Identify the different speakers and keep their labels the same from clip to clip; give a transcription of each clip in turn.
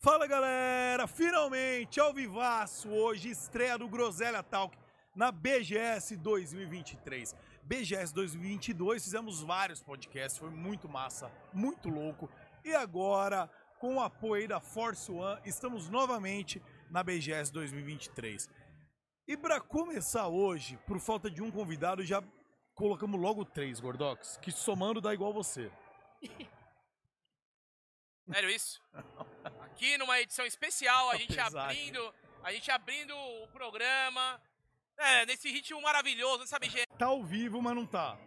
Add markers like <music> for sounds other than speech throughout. Speaker 1: Fala galera, finalmente ao vivaço hoje, estreia do Groselha Talk na BGS 2023. BGS 2022 fizemos vários podcasts, foi muito massa, muito louco. E agora, com o apoio aí da Force One, estamos novamente na BGS 2023. E para começar hoje, por falta de um convidado, já colocamos logo três, Gordox, que somando dá igual você.
Speaker 2: Sério isso? Aqui numa edição especial, a gente
Speaker 1: Apesar de-
Speaker 2: abrindo, a gente abrindo o programa. É, nesse ritmo maravilhoso, nessa BG.
Speaker 1: Tá ao vivo, mas não tá.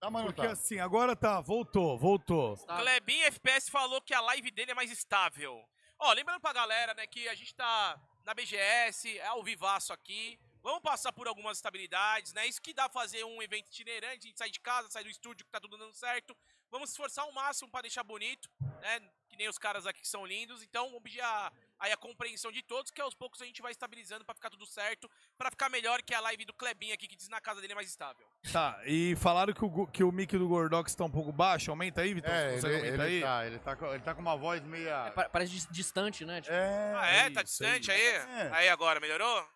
Speaker 3: Tá, mas não
Speaker 1: Porque
Speaker 3: tá.
Speaker 1: assim, agora tá, voltou, voltou.
Speaker 3: Tá.
Speaker 2: Klebin FPS falou que a live dele é mais estável. Ó, lembrando pra galera, né, que a gente tá na BGS, é ao vivaço aqui. Vamos passar por algumas estabilidades, né? Isso que dá fazer um evento itinerante, a gente sai de casa, sai do estúdio que tá tudo dando certo. Vamos esforçar ao máximo pra deixar bonito, né? Que nem os caras aqui que são lindos. Então, vamos pedir a, aí a compreensão de todos, que aos poucos a gente vai estabilizando pra ficar tudo certo, pra ficar melhor que a live do Klebin aqui, que diz na casa dele é mais estável.
Speaker 1: Tá, e falaram que o, go- que o mic do Gordox tá um pouco baixo. Aumenta aí, Vitor.
Speaker 3: É,
Speaker 1: então, se
Speaker 3: ele,
Speaker 1: consegue aumentar
Speaker 3: ele
Speaker 1: aí.
Speaker 3: tá, ele tá, com- ele tá com uma voz
Speaker 2: É,
Speaker 1: É,
Speaker 3: meia...
Speaker 4: Pa- Parece dis- distante, né? Tipo,
Speaker 3: É,
Speaker 2: Ah, é? tá
Speaker 1: isso
Speaker 2: distante aí?
Speaker 3: aí. É.
Speaker 2: Aí agora, melhorou?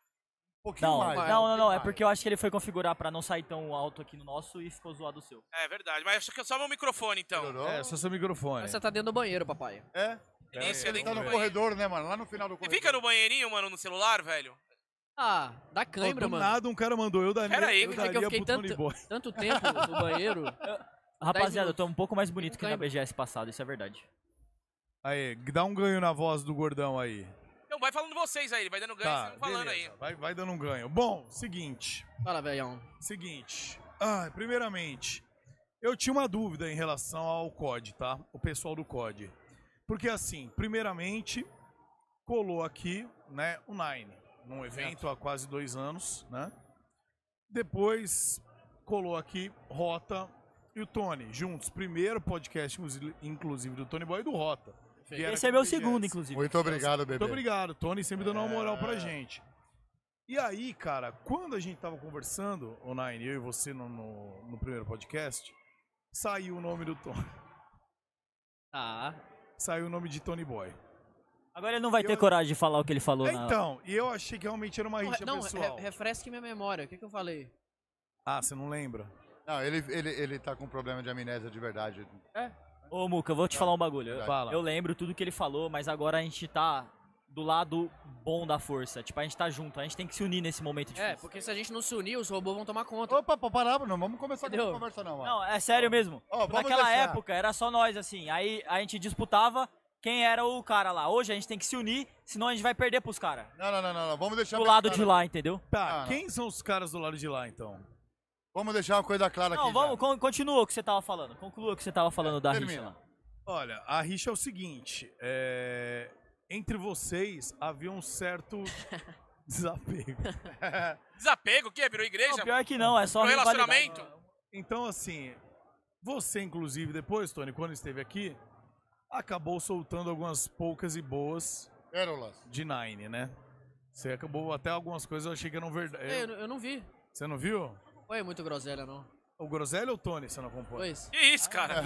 Speaker 3: um pouquinho
Speaker 5: Não,
Speaker 3: mais.
Speaker 5: não,
Speaker 3: né? Um
Speaker 5: não, não,
Speaker 3: pouquinho
Speaker 5: é
Speaker 3: mais.
Speaker 5: porque eu acho que ele foi configurar pra não sair tão alto aqui no nosso e ficou zoado o seu.
Speaker 2: É verdade, mas acho que é só meu microfone então.
Speaker 3: Melhorou?
Speaker 1: É, só seu microfone.
Speaker 4: Você tá dentro do banheiro, papai.
Speaker 3: É?
Speaker 2: Ele nem-
Speaker 3: Ele
Speaker 2: nem-
Speaker 3: tá no
Speaker 2: nem-
Speaker 3: corredor, né, mano? Lá no final do
Speaker 2: Você
Speaker 3: corredor.
Speaker 2: fica no banheirinho, mano, no celular, velho?
Speaker 4: Ah, dá
Speaker 1: Ó,
Speaker 4: cãibra,
Speaker 1: do
Speaker 4: mano.
Speaker 1: nada um cara mandou, eu daria,
Speaker 2: Pera
Speaker 1: eu
Speaker 2: aí, é
Speaker 4: que eu
Speaker 1: daria
Speaker 4: fiquei
Speaker 1: pro
Speaker 4: tanto-
Speaker 1: Tony Boy.
Speaker 4: Tanto tempo no
Speaker 1: <laughs>
Speaker 4: banheiro.
Speaker 5: Rapaziada, eu tô um pouco mais bonito que na
Speaker 4: Cãibra.
Speaker 5: BGS passada, isso é verdade.
Speaker 1: Aí, dá um ganho na voz do Gordão aí.
Speaker 2: Então vai falando vocês aí, ele vai dando ganho, vocês
Speaker 1: tá,
Speaker 2: vão falando
Speaker 1: beleza,
Speaker 2: aí.
Speaker 1: Vai, vai dando um ganho. Bom, seguinte,
Speaker 4: Fala, velhão.
Speaker 1: seguinte. Ah, primeiramente, eu tinha uma dúvida em relação ao COD, tá? O pessoal do COD. Porque assim, primeiramente, colou aqui, né, o Nine, num evento há quase dois anos, né? Depois colou aqui Rota e o Tony, juntos. Primeiro podcast, inclusi- inclusive, do Tony Boy e do Rota. Vieram
Speaker 5: Esse é
Speaker 1: aqui
Speaker 5: meu
Speaker 1: pro BGS.
Speaker 5: segundo, inclusive.
Speaker 3: Muito obrigado, bebê.
Speaker 1: Muito obrigado, Tony, sempre dando uma moral pra
Speaker 3: É.
Speaker 1: gente. E aí, cara, quando a gente tava conversando, o Nine, eu e você no, no- no primeiro podcast, saiu o nome do Tony. <laughs>
Speaker 4: Tá.
Speaker 1: Saiu o nome de Tony Boy.
Speaker 5: Agora ele não vai ter
Speaker 1: Eu-
Speaker 5: coragem de falar o que ele falou na...
Speaker 1: Então, e eu achei que realmente era uma
Speaker 4: Não,
Speaker 1: rixa
Speaker 4: re- não,
Speaker 1: é pessoal.
Speaker 4: re- refresque minha memória. O que, que eu falei?
Speaker 1: Ah, você não lembra?
Speaker 3: Não, ele, ele, ele tá com problema de amnésia de verdade.
Speaker 5: Ô, Muca, eu vou te falar um bagulho. Eu,
Speaker 1: Fala.
Speaker 5: eu lembro tudo que ele falou, mas agora a gente tá do lado bom da força. Tipo, a gente tá junto, a gente tem que se unir nesse momento difícil.
Speaker 4: É, porque se a gente não se unir, os robôs vão tomar conta.
Speaker 3: Opa, pô, parava, não vamos começar com essa
Speaker 4: Entendeu?
Speaker 3: conversa, não, mano.
Speaker 5: Não, é sério mesmo.
Speaker 3: Ó, vamos
Speaker 5: Naquela
Speaker 3: deixar.
Speaker 5: época era só nós, assim. Aí a gente disputava quem era o cara lá. Hoje a gente tem que se unir, senão a gente vai perder pros caras.
Speaker 3: Não, não, não, não, não, Vamos deixar...
Speaker 5: Do
Speaker 3: bem
Speaker 5: lado
Speaker 3: claro.
Speaker 5: de lá, entendeu?
Speaker 1: Tá,
Speaker 3: Ah, não.
Speaker 1: quem são os caras do lado de lá, então?
Speaker 3: Vamos deixar uma coisa clara
Speaker 5: Não,
Speaker 3: aqui
Speaker 5: vamos,
Speaker 3: já.
Speaker 5: con- continua o que você tava falando. Conclua o que você tava falando da rixa
Speaker 3: termina.
Speaker 5: lá.
Speaker 1: Olha, a rixa é o seguinte, é, entre vocês havia um
Speaker 4: <laughs>
Speaker 1: certo desapego.
Speaker 2: Desapego, o quê? Virou igreja?
Speaker 5: Não, pior que não, é só
Speaker 2: Pro
Speaker 5: rivalidade.
Speaker 2: relacionamento?
Speaker 1: Então, assim, você, inclusive, depois, Tony, quando esteve aqui, acabou soltando algumas poucas e boas
Speaker 3: Pérolas.
Speaker 1: de Nine, né? Você acabou até algumas coisas eu achei que eram
Speaker 4: Ei, Eu,
Speaker 1: verdade.
Speaker 4: eu não vi.
Speaker 1: Você não viu?
Speaker 4: Foi muito groselha, não.
Speaker 1: O Groselha ou o Tony você não acompanha?
Speaker 4: Foi isso.
Speaker 2: Que isso,
Speaker 3: <laughs>
Speaker 2: cara?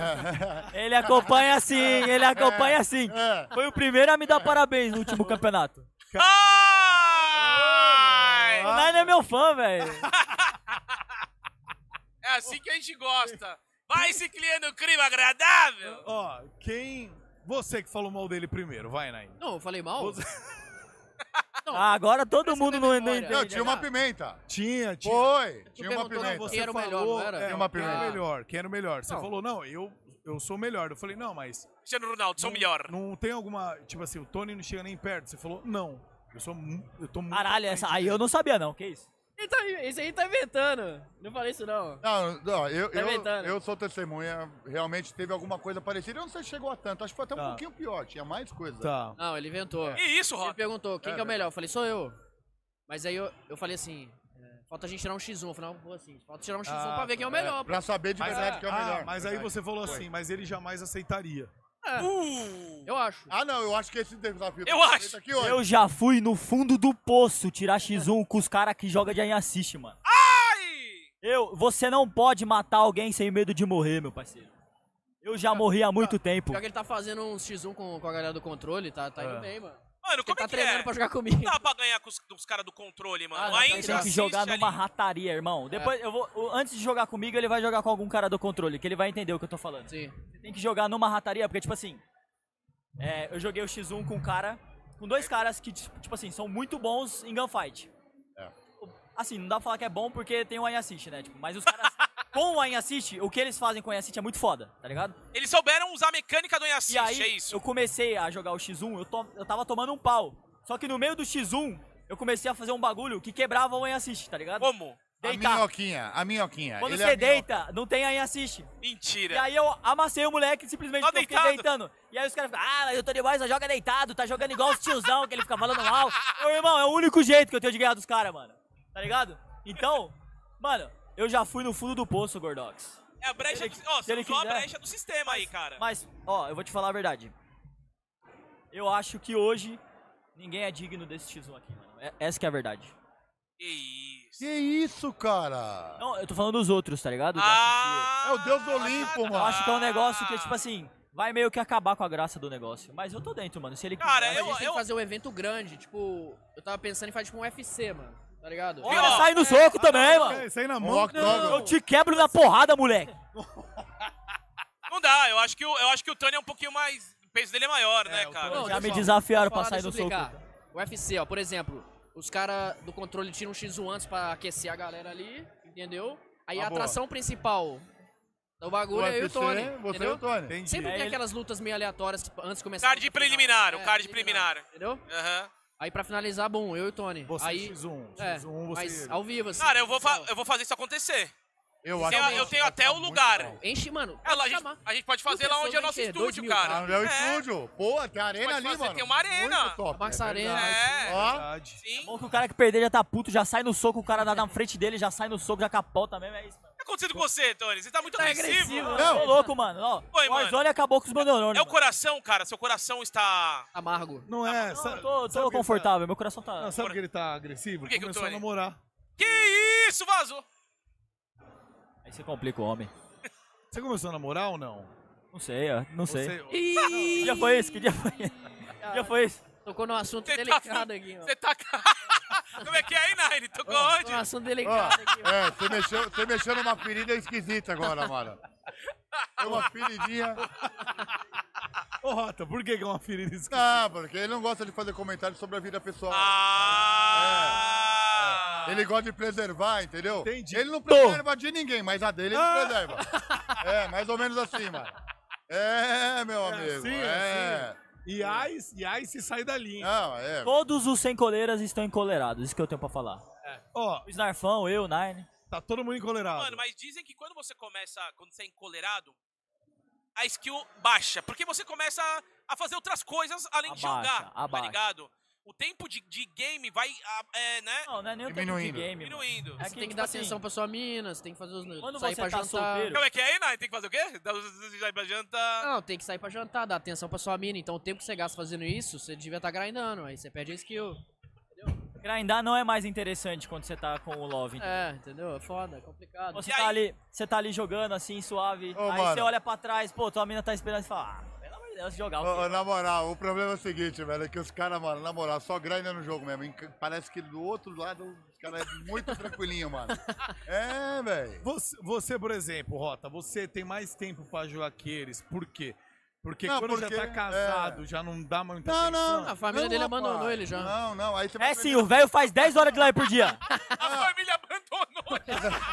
Speaker 5: Ele acompanha sim, ele acompanha sim.
Speaker 3: É.
Speaker 5: Foi o primeiro a me dar parabéns no último campeonato.
Speaker 2: Ai!
Speaker 5: O Nine é meu fã, velho.
Speaker 2: É assim que a gente gosta. Vai se criando um clima agradável.
Speaker 1: Ó, quem. Você que falou mal dele primeiro, vai, Nine.
Speaker 4: Não, eu falei mal?
Speaker 1: Você- <laughs>
Speaker 4: Não,
Speaker 5: Ah, agora todo
Speaker 4: Parece
Speaker 5: mundo
Speaker 4: minha
Speaker 5: não
Speaker 4: memória.
Speaker 5: entende.
Speaker 3: Não, tinha uma pimenta.
Speaker 1: Tinha, tinha.
Speaker 3: Foi,
Speaker 4: Tu
Speaker 3: tinha uma
Speaker 4: perguntou, não,
Speaker 3: pimenta.
Speaker 4: você- Quem era o melhor, não era?
Speaker 1: É,
Speaker 3: Tem uma
Speaker 1: quem era o
Speaker 3: pergunta.
Speaker 1: melhor, quem era o melhor. Você
Speaker 4: Não.
Speaker 1: falou, não, eu, eu sou o melhor. Eu falei, não, mas
Speaker 2: Cristiano Ronaldo, sou o melhor.
Speaker 1: não tem alguma. Tipo assim, o Tony não chega nem perto. Você falou, não. Eu sou mu- Eu tô muito.
Speaker 5: Caralho,
Speaker 1: à
Speaker 5: essa
Speaker 1: frente
Speaker 5: aí eu não sabia não, que isso.
Speaker 4: Ele tá, esse aí tá inventando. Não falei isso, não.
Speaker 3: Não, não eu,
Speaker 4: Tá
Speaker 3: eu,
Speaker 4: inventando.
Speaker 3: eu sou testemunha, realmente teve alguma coisa parecida. Eu não sei se chegou a tanto, acho que foi até um
Speaker 1: Tá.
Speaker 3: pouquinho pior, tinha mais coisa.
Speaker 1: Tá.
Speaker 4: Não, ele inventou.
Speaker 2: Que isso,
Speaker 4: Ele
Speaker 2: Rock?
Speaker 4: perguntou, quem
Speaker 3: É,
Speaker 4: que é o
Speaker 3: velho.
Speaker 4: melhor? Eu falei, sou eu. Mas aí eu, eu falei assim, é, falta a gente tirar um X1. Eu falei, não, pô, assim, falta tirar um X1
Speaker 1: Ah,
Speaker 4: pra ver quem é o
Speaker 1: é,
Speaker 4: melhor.
Speaker 3: Pra saber de
Speaker 1: Mas,
Speaker 3: verdade
Speaker 4: é-
Speaker 3: que é o melhor.
Speaker 1: Ah, mas aí
Speaker 3: Verdade.
Speaker 1: você falou
Speaker 3: Foi.
Speaker 1: assim, mas ele jamais aceitaria.
Speaker 2: Uh!
Speaker 4: Eu acho.
Speaker 3: Ah, não, eu acho que esse desafio.
Speaker 2: Eu
Speaker 3: tá
Speaker 2: acho.
Speaker 3: feito Aqui hoje.
Speaker 5: Eu já fui no fundo do poço tirar X1 com os caras que joga de aí assiste, mano.
Speaker 2: Ai!
Speaker 5: Eu, você não pode matar alguém sem medo de morrer, meu parceiro. Eu já morri há muito tempo.
Speaker 4: Pior que ele tá fazendo um X1 com, com a galera do controle, tá, tá indo
Speaker 1: É.
Speaker 4: bem, mano.
Speaker 2: Mano,
Speaker 4: Ele
Speaker 2: como
Speaker 4: tá
Speaker 2: é que
Speaker 4: treinando
Speaker 2: é?
Speaker 4: pra jogar comigo.
Speaker 2: Não dá pra ganhar com os, dos caras do controle,
Speaker 4: Ah,
Speaker 2: mano.
Speaker 4: não,
Speaker 2: Ainda
Speaker 4: tá,
Speaker 5: Tem que
Speaker 2: assiste
Speaker 5: jogar
Speaker 2: ali. É.
Speaker 5: numa rataria, irmão. Depois eu vou. o- Antes de jogar comigo, ele vai jogar com algum cara do controle, que ele vai entender o que eu tô
Speaker 4: <laughs>
Speaker 5: falando.
Speaker 4: Sim.
Speaker 5: Você tem que jogar numa rataria, porque, tipo assim. é, eu joguei o X1 com um cara. Com dois caras que, tipo tipo assim, são muito bons em gunfight.
Speaker 3: É.
Speaker 5: Assim, não dá pra falar que é bom porque tem o Ain Assist, né? Tipo, mas os caras. <laughs> com o Ain Assist, o que eles fazem com o Ain Assist é muito foda, tá ligado?
Speaker 2: Eles souberam usar a mecânica do
Speaker 5: E
Speaker 2: Yassist,
Speaker 5: aí,
Speaker 2: é isso.
Speaker 5: eu comecei a jogar o X1, eu, to- eu tava tomando um pau. Só que no meio do X1, eu comecei a fazer um bagulho que quebrava o Ain Assist, tá ligado?
Speaker 2: Como?
Speaker 3: A
Speaker 5: Deitar.
Speaker 3: minhoquinha, a minhoquinha.
Speaker 5: Quando
Speaker 3: Ele
Speaker 5: você
Speaker 3: é a minhoca.
Speaker 5: deita, não tem Ain Assist. E
Speaker 2: Mentira.
Speaker 5: aí eu amassei o moleque simplesmente
Speaker 2: Tá
Speaker 5: porque eu fiquei
Speaker 2: deitado.
Speaker 5: deitando. E aí os caras ficam, ah, mas o Tony Boy só joga deitado, tá jogando igual os tiozão que ele fica falando mal. Ô, irmão, é o único jeito que eu tenho de ganhar dos caras, mano. Tá ligado? Então, mano, eu já fui no fundo do poço, Gordox.
Speaker 2: É a brecha
Speaker 5: Se
Speaker 2: do,
Speaker 5: ele-
Speaker 2: ó,
Speaker 5: se
Speaker 2: você
Speaker 5: ele
Speaker 2: usou a
Speaker 5: quiser.
Speaker 2: brecha do sistema aí, cara.
Speaker 5: Mas, ó, eu vou te falar a verdade. Eu acho que hoje ninguém é digno desse X1 aqui, mano. É- essa que é a verdade.
Speaker 2: Que isso.
Speaker 3: Que isso, cara?
Speaker 5: Não, eu tô falando dos outros, tá ligado?
Speaker 2: Ah,
Speaker 3: É o deus do Olimpo,
Speaker 5: Eu
Speaker 3: mano.
Speaker 5: acho que é um negócio que, tipo assim, vai meio que acabar com a graça do negócio. Mas eu tô dentro, mano. Se ele
Speaker 2: Cara,
Speaker 5: quiser,
Speaker 4: Mas a
Speaker 2: eu-
Speaker 4: gente tem que fazer um evento grande, tipo, eu tava pensando em fazer tipo um UFC, mano. Tá ligado?
Speaker 5: Olha,
Speaker 2: Ó,
Speaker 5: sai no soco também, mano.
Speaker 1: Sai, sai É, na
Speaker 3: Um
Speaker 1: mão.
Speaker 3: octógono.
Speaker 5: Eu te quebro na porrada, moleque.
Speaker 2: Não dá, eu acho que o, eu acho que o Tony é um pouquinho mais. O peso dele é maior, né,
Speaker 1: o
Speaker 2: cara?
Speaker 1: Tony-
Speaker 4: Não,
Speaker 5: Já me
Speaker 4: deixa eu-
Speaker 5: desafiaram pra
Speaker 4: falar,
Speaker 5: sair
Speaker 4: deixa eu
Speaker 5: no soco.
Speaker 4: explicar. O UFC, ó, por exemplo, os caras do controle tiram um X1 antes pra aquecer a galera ali, entendeu? Aí
Speaker 3: Uma
Speaker 4: a
Speaker 3: boa.
Speaker 4: atração principal do bagulho é eu e o
Speaker 3: UFC,
Speaker 4: Tony.
Speaker 3: Você e
Speaker 4: entendeu?
Speaker 3: o Tony.
Speaker 1: Entendi.
Speaker 4: Sempre
Speaker 5: É,
Speaker 4: tem
Speaker 5: ele-
Speaker 4: aquelas lutas meio aleatórias que antes de começar. a
Speaker 2: Card
Speaker 4: luta
Speaker 2: preliminar,
Speaker 4: final.
Speaker 2: o card preliminar.
Speaker 4: Entendeu?
Speaker 2: Aham.
Speaker 4: Aí pra finalizar, bom, eu e o Tony.
Speaker 1: Você
Speaker 4: aí,
Speaker 1: X1,
Speaker 4: é,
Speaker 1: X1, você...
Speaker 4: mas ao vivo, assim.
Speaker 2: Cara, eu vou, fa-
Speaker 4: pessoal.
Speaker 2: eu vou fazer isso acontecer.
Speaker 3: Eu, acho
Speaker 2: Eu-
Speaker 3: que é
Speaker 2: eu
Speaker 3: vai
Speaker 2: tenho
Speaker 3: ficar
Speaker 2: até o
Speaker 3: muito
Speaker 2: lugar.
Speaker 3: bom.
Speaker 4: Enche, mano.
Speaker 2: É,
Speaker 4: pode
Speaker 2: lá, a, gente,
Speaker 4: chamar.
Speaker 2: a gente pode fazer
Speaker 4: Mil
Speaker 2: lá onde é o
Speaker 4: pessoas
Speaker 2: nosso
Speaker 4: vai ter, dois
Speaker 2: estúdio,
Speaker 4: mil,
Speaker 2: cara.
Speaker 3: Ah, é o
Speaker 2: É,
Speaker 3: estúdio. Pô, tem arena
Speaker 2: Pode
Speaker 3: ali,
Speaker 2: fazer,
Speaker 3: mano.
Speaker 2: tem uma arena.
Speaker 3: Muito top.
Speaker 4: Max
Speaker 3: é
Speaker 4: Arena.
Speaker 3: verdade.
Speaker 2: É.
Speaker 3: Ó,
Speaker 1: Verdade.
Speaker 2: Sim.
Speaker 5: Bom, que o cara que perder já tá puto, já sai no soco, o cara dá na frente dele, já sai no soco, já capota mesmo, é isso, mano.
Speaker 2: O que tá acontecendo com você, Tony? Você tá muito
Speaker 4: Tá
Speaker 2: agressivo.
Speaker 4: agressivo,
Speaker 2: mano.
Speaker 3: né? Não.
Speaker 5: Tô louco, mano. Ó,
Speaker 2: Oi,
Speaker 5: o Warzone acabou com os meus neurônios.
Speaker 2: É o
Speaker 5: mano.
Speaker 2: coração, cara. Seu coração está.
Speaker 4: tá Amargo.
Speaker 1: Não é,
Speaker 5: Não,
Speaker 1: sabe, sabe
Speaker 5: eu tô, tô
Speaker 1: que ele tá-
Speaker 5: confortável, meu coração tá...
Speaker 1: Não, sabe que ele tá agressivo?
Speaker 2: Por que que o
Speaker 1: Começou a
Speaker 2: Tony-
Speaker 1: namorar.
Speaker 2: Que isso, vazou!
Speaker 5: Aí você complica o homem.
Speaker 1: Você começou a namorar ou não?
Speaker 5: Não sei, ó, não sei.
Speaker 2: É.
Speaker 1: Você-
Speaker 5: Que
Speaker 4: Ih,
Speaker 5: dia foi esse? Que dia foi esse? Que dia foi esse?
Speaker 4: Tocou num assunto
Speaker 2: Você tá
Speaker 4: delicado aqui, ó.
Speaker 2: Você tá. <laughs> Como é que é aí, Nine? Tô com
Speaker 4: Tocou
Speaker 2: onde?
Speaker 4: num assunto delicado aqui, ó.
Speaker 3: É, você mexeu, você mexeu numa ferida esquisita agora, mano. É uma feridinha.
Speaker 1: Ô, Rota, por que que é uma ferida esquisita?
Speaker 3: Ah, porque ele não gosta de fazer comentários sobre a vida pessoal.
Speaker 2: Ah!
Speaker 3: Ele gosta de preservar, entendeu?
Speaker 1: Entendi.
Speaker 3: Ele não preserva de ninguém, mas a dele ele
Speaker 1: Ah.
Speaker 3: preserva. É, mais ou menos assim, mano. É, meu amigo.
Speaker 1: assim,
Speaker 3: é.
Speaker 1: assim. E aí, e aí se sai da linha.
Speaker 3: Não, é.
Speaker 5: Todos os sem coleiras estão encolerados, isso que eu tenho pra falar.
Speaker 1: Ó,
Speaker 5: O Snarfão, eu, o Nine...
Speaker 1: tá todo mundo encolerado.
Speaker 2: Mano, mas dizem que quando você começa, quando você é encolerado, a skill baixa. Porque você começa a fazer outras coisas além de
Speaker 5: Abaixa,
Speaker 2: jogar,
Speaker 5: abaixa.
Speaker 2: tá ligado? O tempo de, de game vai, ah, é, né,
Speaker 5: Não, não é nem o tempo de
Speaker 3: Diminuindo.
Speaker 5: game, mano.
Speaker 2: diminuindo.
Speaker 4: Você
Speaker 5: É que,
Speaker 4: tem que
Speaker 5: tipo
Speaker 4: dar
Speaker 5: assim,
Speaker 4: atenção pra sua mina, você tem que fazer os
Speaker 5: quando
Speaker 4: sair
Speaker 5: você
Speaker 4: pra
Speaker 5: tá
Speaker 4: jantar.
Speaker 5: solteiro-
Speaker 2: Como é que é aí, Nine? Tem que fazer o quê? Dá- Vai pra
Speaker 4: <laughs>
Speaker 2: janta...
Speaker 4: Não, tem que sair pra jantar, dar atenção pra sua mina. Então o tempo que você gasta fazendo isso, você devia estar grindando. Aí você perde a skill.
Speaker 5: Grindar não é mais interessante quando você tá com o Love. entendeu?
Speaker 4: É, entendeu? É foda, é complicado.
Speaker 5: Você
Speaker 2: E
Speaker 5: tá,
Speaker 2: aí?
Speaker 5: ali, você tá ali jogando assim, suave.
Speaker 3: Ô,
Speaker 5: aí
Speaker 3: mano.
Speaker 5: você olha pra trás, pô, tua mina tá esperando e fala, ah, pelo amor de Deus, jogar
Speaker 3: Ô,
Speaker 5: o
Speaker 3: ô,
Speaker 5: quê?
Speaker 3: na moral, o problema é o seguinte, velho, é que os caras, mano, na moral, só grindam no jogo mesmo. Enca- Parece que do outro lado os caras é muito tranquilinho, mano. É, velho.
Speaker 1: Você, você, por exemplo, Rota, você tem mais tempo pra jogar que eles. Por quê? Porque
Speaker 3: Não,
Speaker 1: quando
Speaker 3: porque-
Speaker 1: já tá casado,
Speaker 3: é.
Speaker 1: já não dá muita
Speaker 3: Não,
Speaker 1: atenção.
Speaker 3: não.
Speaker 4: A família
Speaker 3: não,
Speaker 4: dele
Speaker 3: rapaz.
Speaker 4: abandonou ele já.
Speaker 3: Não, não, aí você vai
Speaker 5: É sim,
Speaker 3: perder-
Speaker 5: o velho faz 10 horas de live
Speaker 3: <laughs>
Speaker 5: por dia.
Speaker 2: A família abandonou.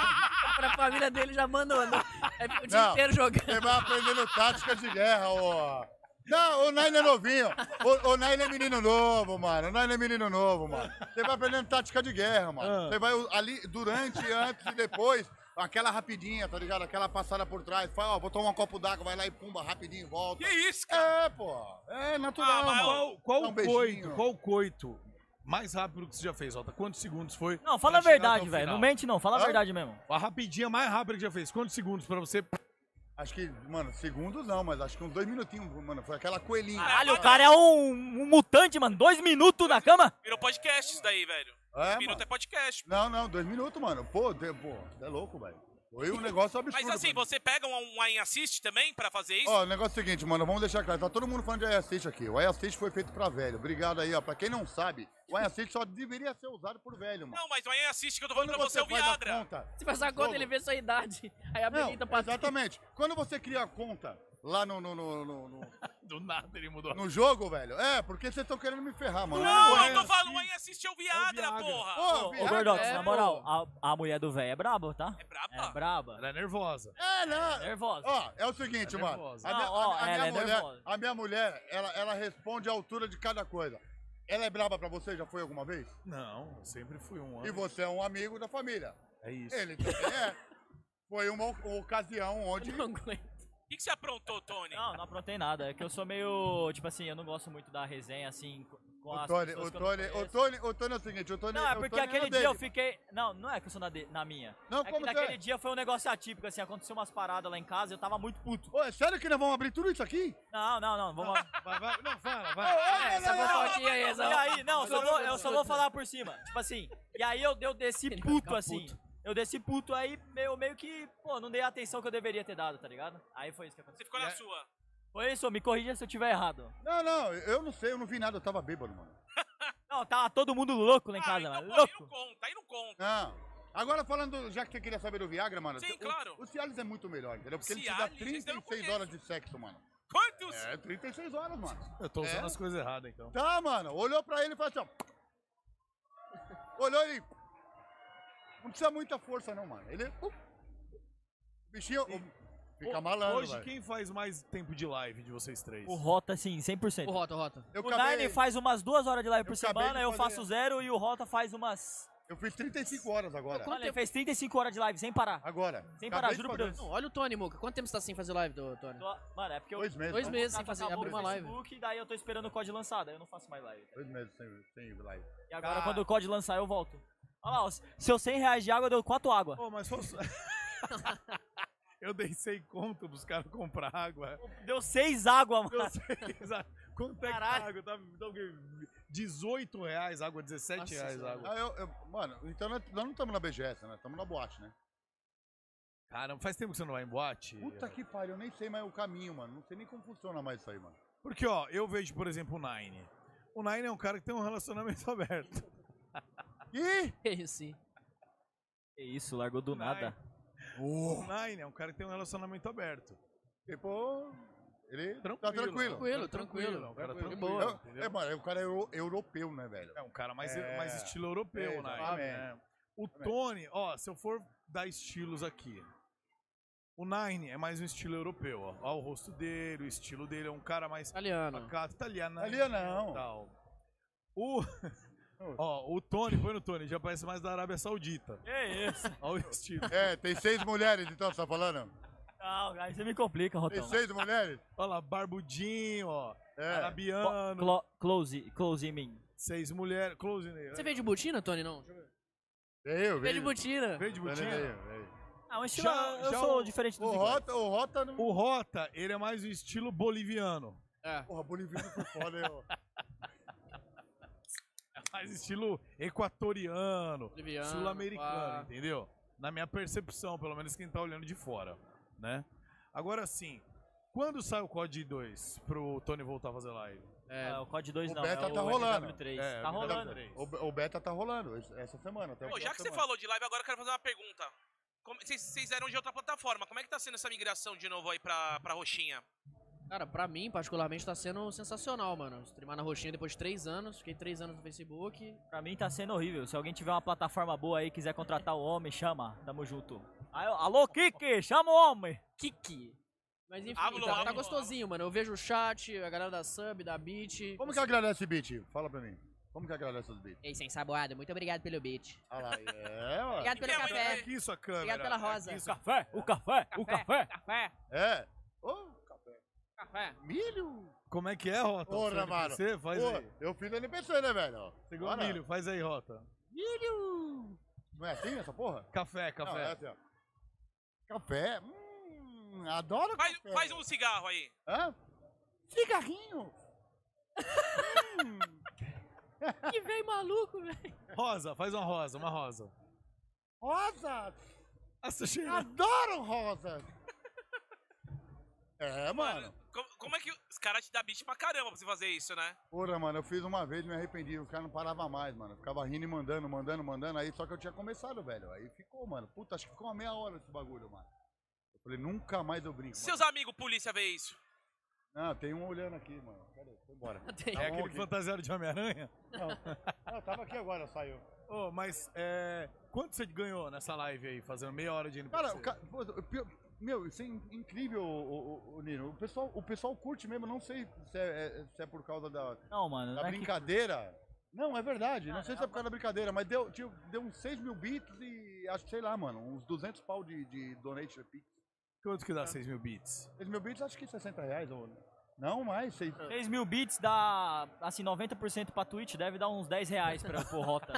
Speaker 4: pra família dele já abandonou. É o dia
Speaker 3: Não.
Speaker 4: inteiro jogando.
Speaker 3: Você vai aprendendo tática de guerra, ó. Não, o Nain é novinho. O, o Nain é menino novo, mano. O Nain é menino novo, mano. Você vai aprendendo tática de guerra, mano.
Speaker 1: Ah.
Speaker 3: Você vai ali durante, antes e depois. Aquela rapidinha, tá ligado? Aquela passada por trás. Fala, ó, vou tomar um copo d'água, vai lá e pumba, rapidinho, volta.
Speaker 2: Que isso, cara?
Speaker 3: É, pô. É natural,
Speaker 2: Ah, mas
Speaker 1: Qual,
Speaker 3: mano.
Speaker 1: qual
Speaker 3: Dá um
Speaker 1: o
Speaker 3: beijinho.
Speaker 1: coito? Qual o coito mais rápido que você já fez, Rota? Quantos segundos foi?
Speaker 5: Não, fala a
Speaker 1: pra chegar até
Speaker 5: verdade,
Speaker 1: o
Speaker 5: velho. Não
Speaker 1: final?
Speaker 5: mente não, fala a
Speaker 3: Hã?
Speaker 5: verdade mesmo.
Speaker 1: A rapidinha mais rápida que já fez. Quantos segundos pra você?
Speaker 3: Acho que, mano, segundos não, mas acho que uns dois minutinhos, mano. Foi aquela coelhinha.
Speaker 5: Caralho, o cara é um, um mutante, mano. Dois minutos na cama.
Speaker 2: Virou podcast isso daí, velho.
Speaker 3: É,
Speaker 2: Minuto
Speaker 3: mano.
Speaker 2: é podcast.
Speaker 3: Não, não, dois minutos, mano. Pô, de, pô, você é louco, velho. Foi um negócio absurdo.
Speaker 2: <laughs> Mas assim,
Speaker 3: mano.
Speaker 2: você pega um, um assist também pra fazer isso?
Speaker 3: Ó, o negócio é o seguinte, mano, vamos deixar claro. Tá todo mundo falando de Ayacist aqui. O Ayacist foi feito pra velho. Obrigado aí, ó. Pra quem não sabe, o Ayacist só deveria ser usado por velho, mano.
Speaker 2: Não, mas não é assist que eu tô falando pra você, é o
Speaker 3: faz a
Speaker 2: Viagra.
Speaker 3: conta-
Speaker 4: Se passar a conta,
Speaker 3: Jogo.
Speaker 4: ele vê sua idade. Aí a tá
Speaker 3: Não,
Speaker 4: Benita passa.
Speaker 3: exatamente. Quando você cria a conta lá no, no, no, no, no-
Speaker 1: Do nada ele mudou.
Speaker 3: no jogo, velho, é, porque vocês estão querendo me ferrar, mano.
Speaker 2: Não, eu
Speaker 3: é
Speaker 2: tô falando, aí assiste é o Viagra,
Speaker 1: Viagra.
Speaker 2: porra.
Speaker 3: Ô,
Speaker 5: Ô,
Speaker 3: viado,
Speaker 5: Gordox,
Speaker 4: é,
Speaker 5: na moral, a, a mulher do velho é braba, tá?
Speaker 2: É
Speaker 5: É
Speaker 2: braba?
Speaker 5: braba.
Speaker 1: Ela é nervosa.
Speaker 3: É, não.
Speaker 5: Nervosa.
Speaker 3: Ó, é o
Speaker 1: Tá
Speaker 3: seguinte, mano.
Speaker 1: nervosa.
Speaker 3: A minha,
Speaker 5: Não, ó,
Speaker 3: a- a
Speaker 5: ela
Speaker 3: minha
Speaker 5: é
Speaker 3: mulher,
Speaker 5: nervosa.
Speaker 3: a minha mulher ela, ela responde à altura de cada coisa. Ela é braba pra você? Já foi alguma vez?
Speaker 1: Não, eu sempre fui um
Speaker 3: E
Speaker 1: homem.
Speaker 3: você é um amigo da família.
Speaker 1: É isso.
Speaker 3: Ele também é. Foi uma, o- ocasião onde.
Speaker 4: Eu não aguento.
Speaker 2: O que, que você aprontou, Tony?
Speaker 5: Não, não aprontei nada. É que eu sou meio. Tipo assim, eu não gosto muito da resenha assim co- com
Speaker 3: O
Speaker 5: as
Speaker 3: Tony,
Speaker 5: pessoas
Speaker 3: o
Speaker 5: que eu não
Speaker 3: Tony, o
Speaker 5: conheço.
Speaker 3: Tony, o Tony é o seguinte, o Tony
Speaker 5: Não, é
Speaker 3: o
Speaker 5: porque
Speaker 3: Tony
Speaker 5: aquele
Speaker 3: o
Speaker 5: dia eu
Speaker 3: dele.
Speaker 5: fiquei. Não, não é que eu sou na, de- na minha.
Speaker 3: Não,
Speaker 5: é que
Speaker 3: como você
Speaker 5: naquele
Speaker 3: é?
Speaker 5: dia foi um negócio atípico, assim, aconteceu umas paradas lá em casa e eu tava muito puto.
Speaker 3: Ô, é sério que nós vamos abrir tudo isso aqui?
Speaker 5: Não, não, não, vamos.
Speaker 3: <laughs>
Speaker 1: Vai, vai, não, fala, vai.
Speaker 4: É, essa fofoquinha aí, essa
Speaker 5: E aí, não, eu só
Speaker 4: fofoquinha.
Speaker 5: vou, eu só vou falar por cima. Tipo assim, e aí eu, eu desci
Speaker 4: Ele vai
Speaker 5: puto
Speaker 4: ficar
Speaker 5: assim.
Speaker 4: puto.
Speaker 5: Eu desci puto aí, eu meio que, pô, não dei a atenção que eu deveria ter dado, tá ligado? Aí foi isso que
Speaker 2: Você
Speaker 5: aconteceu.
Speaker 2: ficou na sua.
Speaker 5: Foi isso, me corrija se eu tiver errado.
Speaker 3: Não, não, eu não sei, eu não vi nada, eu tava bêbado, mano.
Speaker 5: Não, tava todo mundo louco lá Tá em
Speaker 2: Ah,
Speaker 5: casa,
Speaker 2: então, pô,
Speaker 5: mano.
Speaker 2: aí não
Speaker 5: Louco.
Speaker 2: conta, aí não conta.
Speaker 3: Não. Agora falando, já que você queria saber do Viagra, mano.
Speaker 2: Sim,
Speaker 3: o-
Speaker 2: claro.
Speaker 3: O Cialis é muito melhor, entendeu? Porque
Speaker 2: Cialis, então,
Speaker 3: ele
Speaker 2: esse
Speaker 3: te
Speaker 2: eu
Speaker 3: dá
Speaker 2: não
Speaker 3: 36
Speaker 2: conheço.
Speaker 3: horas de sexo, mano.
Speaker 2: Quantos?
Speaker 5: <laughs>
Speaker 3: É, 36 horas, mano.
Speaker 1: Eu tô usando
Speaker 3: É?
Speaker 1: as coisas erradas, então.
Speaker 3: Tá, mano. Olhou pra ele e falou assim, ó. Olhou ele. Não precisa muita força, não, mano. Ele. uh, O bichinho. o- Fica
Speaker 1: Ho-
Speaker 3: malandro,
Speaker 1: Hoje,
Speaker 3: velho.
Speaker 1: quem faz mais tempo de live de vocês três?
Speaker 5: O Rota, assim, sim, 100%.
Speaker 4: O Rota, o Rota.
Speaker 3: Eu,
Speaker 5: O Nine
Speaker 3: acabei,
Speaker 5: faz umas duas horas de live por
Speaker 3: Eu acabei
Speaker 5: semana,
Speaker 3: de
Speaker 5: eu
Speaker 3: fazer-
Speaker 5: faço zero e o Rota faz umas.
Speaker 3: eu fiz 35 horas agora.
Speaker 5: Olha, ele fez 35 horas de live sem parar.
Speaker 3: Agora.
Speaker 5: Sem
Speaker 3: acabei
Speaker 5: parar,
Speaker 3: de
Speaker 5: juro por
Speaker 3: fazer. um
Speaker 5: Deus.
Speaker 4: Não, olha o Tony, Muca. Quanto tempo você tá sem fazer live, do Tony? <laughs>
Speaker 5: Tô- Mano, é porque eu.
Speaker 3: Dois meses.
Speaker 4: Dois
Speaker 3: né?
Speaker 4: meses sem fazer,
Speaker 5: acabou
Speaker 4: abrir uma
Speaker 5: o
Speaker 4: live.
Speaker 5: Facebook, daí eu tô esperando o COD lançar, daí eu não faço mais live.
Speaker 3: Dois meses sem, sem live.
Speaker 5: E agora,
Speaker 3: Ah.
Speaker 5: quando o COD lançar, eu volto. Olha lá, os- seus 100 reais de água deu 4 água.
Speaker 1: Ô, mas só... Eu dei 100 conto pros caras comprar água.
Speaker 5: Deu 6 água, mano.
Speaker 1: Eu sei, exato. Quanto é que tá a
Speaker 5: Caralho.
Speaker 1: água? Tá, tá o quê? 18 reais água, 17
Speaker 4: Nossa
Speaker 1: reais
Speaker 4: Senhora.
Speaker 1: água.
Speaker 3: Ah, eu, eu- mano, então nós, nós não estamos na BGS, né? Estamos na boate, né?
Speaker 1: Caramba, faz tempo que você não vai em boate?
Speaker 3: Puta que pariu, eu nem sei mais o caminho, mano. Não sei nem como funciona mais isso aí, mano.
Speaker 1: Porque, ó, eu vejo, por exemplo, o Nine. O Nine é um cara que tem um relacionamento <laughs> aberto.
Speaker 3: Ih!
Speaker 4: É isso, sim.
Speaker 5: Que isso, largou do nada.
Speaker 1: O Nine é um cara que tem um relacionamento aberto.
Speaker 3: Tipo, ele tá
Speaker 1: Tranquilo.
Speaker 3: tranquilo.
Speaker 1: é um cara
Speaker 4: Tranquilo, tranquilo.
Speaker 1: É um cara
Speaker 3: Tranquilo.
Speaker 1: tranquilo.
Speaker 3: Eu-
Speaker 1: entendeu?
Speaker 3: é, mano, é, o cara é eu- europeu, né, velho?
Speaker 1: É um cara mais,
Speaker 3: É.
Speaker 1: mais estilo europeu,
Speaker 3: É,
Speaker 1: né?
Speaker 3: exatamente.
Speaker 1: É. O Tony, ó, se eu for dar estilos aqui, o Nine é mais um estilo europeu, ó. Ó, o rosto dele, o estilo dele, é um cara mais
Speaker 4: Italiano.
Speaker 1: pacato, italiano. né?
Speaker 3: Ali é não.
Speaker 1: Tal. O, ó, o Tony, põe no Tony, já parece mais da Arábia Saudita.
Speaker 5: Que isso?
Speaker 1: Ó o estilo.
Speaker 3: É, tem seis mulheres, então, você tá falando?
Speaker 5: Não, aí você me complica,
Speaker 3: Tem
Speaker 5: Rotão.
Speaker 3: seis mulheres?
Speaker 1: Ó lá, barbudinho, ó,
Speaker 3: É.
Speaker 5: Clo-
Speaker 1: arabiano,
Speaker 5: clo- Close, close em mim.
Speaker 1: seis mulheres, close né? nele.
Speaker 4: Você veio de botina, Tony, não?
Speaker 3: Veio,
Speaker 4: Veio de
Speaker 3: é veio.
Speaker 4: botina.
Speaker 1: Vende botinha?
Speaker 3: Veio, veio.
Speaker 5: Ah, um estilo.
Speaker 1: Já-
Speaker 5: eu
Speaker 1: já
Speaker 5: sou
Speaker 1: o-
Speaker 5: diferente do
Speaker 3: O Rota, o Rota não.
Speaker 1: O Rota, ele é mais o estilo boliviano.
Speaker 4: É.
Speaker 3: Porra, boliviano foi foda, eu.
Speaker 1: mais estilo equatoriano,
Speaker 4: Boliviano,
Speaker 1: sul-americano,
Speaker 4: pá.
Speaker 1: entendeu? Na minha percepção, pelo menos quem tá olhando de fora, né? Agora sim, quando sai o COD 2 pro Tony voltar a fazer live?
Speaker 4: É.
Speaker 5: É, o COD 2
Speaker 3: O
Speaker 5: não,
Speaker 3: beta
Speaker 5: é o
Speaker 3: tá rolando.
Speaker 5: MW3.
Speaker 1: É,
Speaker 5: tá
Speaker 1: o MW3.
Speaker 5: rolando.
Speaker 3: O, be- o beta tá rolando es- essa semana. até o
Speaker 2: Pô, já
Speaker 3: final
Speaker 2: que
Speaker 3: de
Speaker 2: você
Speaker 3: semana.
Speaker 2: falou de live, agora eu quero fazer uma pergunta. Como- Vocês vocês eram de outra plataforma, como é que tá sendo essa migração de novo aí pra, pra roxinha?
Speaker 4: É, Cara, pra mim, particularmente, tá sendo sensacional, mano. Streamar na roxinha depois de três anos. Fiquei três anos no Facebook.
Speaker 5: Pra mim tá sendo horrível. Se alguém tiver uma plataforma boa aí, quiser contratar o homem, chama. Tamo junto. Aí, eu- Alô, Kiki, chama o homem.
Speaker 4: Kiki. Mas enfim,
Speaker 2: Hablo,
Speaker 4: tá, tá
Speaker 2: hablo,
Speaker 4: gostosinho, mano. Eu vejo o chat, a galera da sub, da beat.
Speaker 3: Como que agradece o beat? Fala pra mim. Como que agradece os beats?
Speaker 4: Ei, sem saboada, muito obrigado pelo beat.
Speaker 3: Olha lá, é, ó.
Speaker 4: Obrigado pelo
Speaker 2: Minha mãe
Speaker 4: café.
Speaker 1: Aqui sua câmera. É
Speaker 4: Obrigado pela rosa.
Speaker 1: aqui sua-
Speaker 5: Café, o café, o café.
Speaker 4: Café,
Speaker 3: É. Ô, café.
Speaker 4: café.
Speaker 3: Milho?
Speaker 1: Como é que é, Rota?
Speaker 3: Porra,
Speaker 1: Você é
Speaker 3: mano.
Speaker 1: NPC? Faz
Speaker 3: Ô,
Speaker 1: aí.
Speaker 3: eu fiz NPC, né, velho?
Speaker 1: Você ganhou
Speaker 3: Bora.
Speaker 1: milho, faz aí, Rota.
Speaker 3: Milho! Não é assim essa porra?
Speaker 1: Café,
Speaker 3: Não, é
Speaker 1: café.
Speaker 3: assim, ó. Café? Hum, adoro
Speaker 2: Faz,
Speaker 3: café.
Speaker 2: faz um cigarro aí.
Speaker 3: Hã? Cigarrinho?
Speaker 4: Que
Speaker 3: é.
Speaker 4: vem maluco, velho.
Speaker 1: Rosa, faz uma rosa, uma rosa.
Speaker 3: Rosa?
Speaker 1: essa, Sheila?
Speaker 2: <laughs>
Speaker 3: Adoro rosa. É, mano.
Speaker 2: Como, como é que os caras te dão bicho pra caramba pra você fazer isso, né?
Speaker 3: Porra, mano, eu fiz uma vez, me arrependi. O cara não parava mais, mano. Ficava rindo e mandando, mandando, mandando. Aí só que eu tinha começado, velho. Aí ficou, mano. Puta, acho que ficou uma meia hora esse bagulho, mano. Eu falei, nunca mais eu brinco.
Speaker 2: Seus amigos polícia vê isso.
Speaker 3: Mano. Não, tem um olhando aqui, mano. Cadê? Foi embora.
Speaker 4: <laughs> Tem.
Speaker 3: Tá
Speaker 1: É
Speaker 3: bom,
Speaker 1: aquele
Speaker 3: ok.
Speaker 1: fantasiado de Homem-Aranha?
Speaker 3: Não, eu tava aqui agora, saiu.
Speaker 1: Ô, mas é, quanto você ganhou nessa live aí, fazendo meia hora de NPC?
Speaker 3: Cara, o ca- pô, o pior- meu, isso é in- incrível, o, Nino. O pessoal, o pessoal curte mesmo, não sei se é, é- se é por causa da,
Speaker 5: Não, mano.
Speaker 3: da
Speaker 5: não é que-
Speaker 3: brincadeira. Não, é verdade. não
Speaker 5: Cara,
Speaker 3: sei se é por causa da brincadeira, mas deu, tio, deu uns 6 mil bits e acho, sei lá, mano, uns 200 pau de, de donation pix.
Speaker 1: Quanto que dá 6 mil bits?
Speaker 3: 6 mil bits, acho que 60 reais ou... Não, mais, 6...
Speaker 5: 3 mil bits dá, assim, 90% pra Twitch, deve dar uns 10 reais pra, por rota.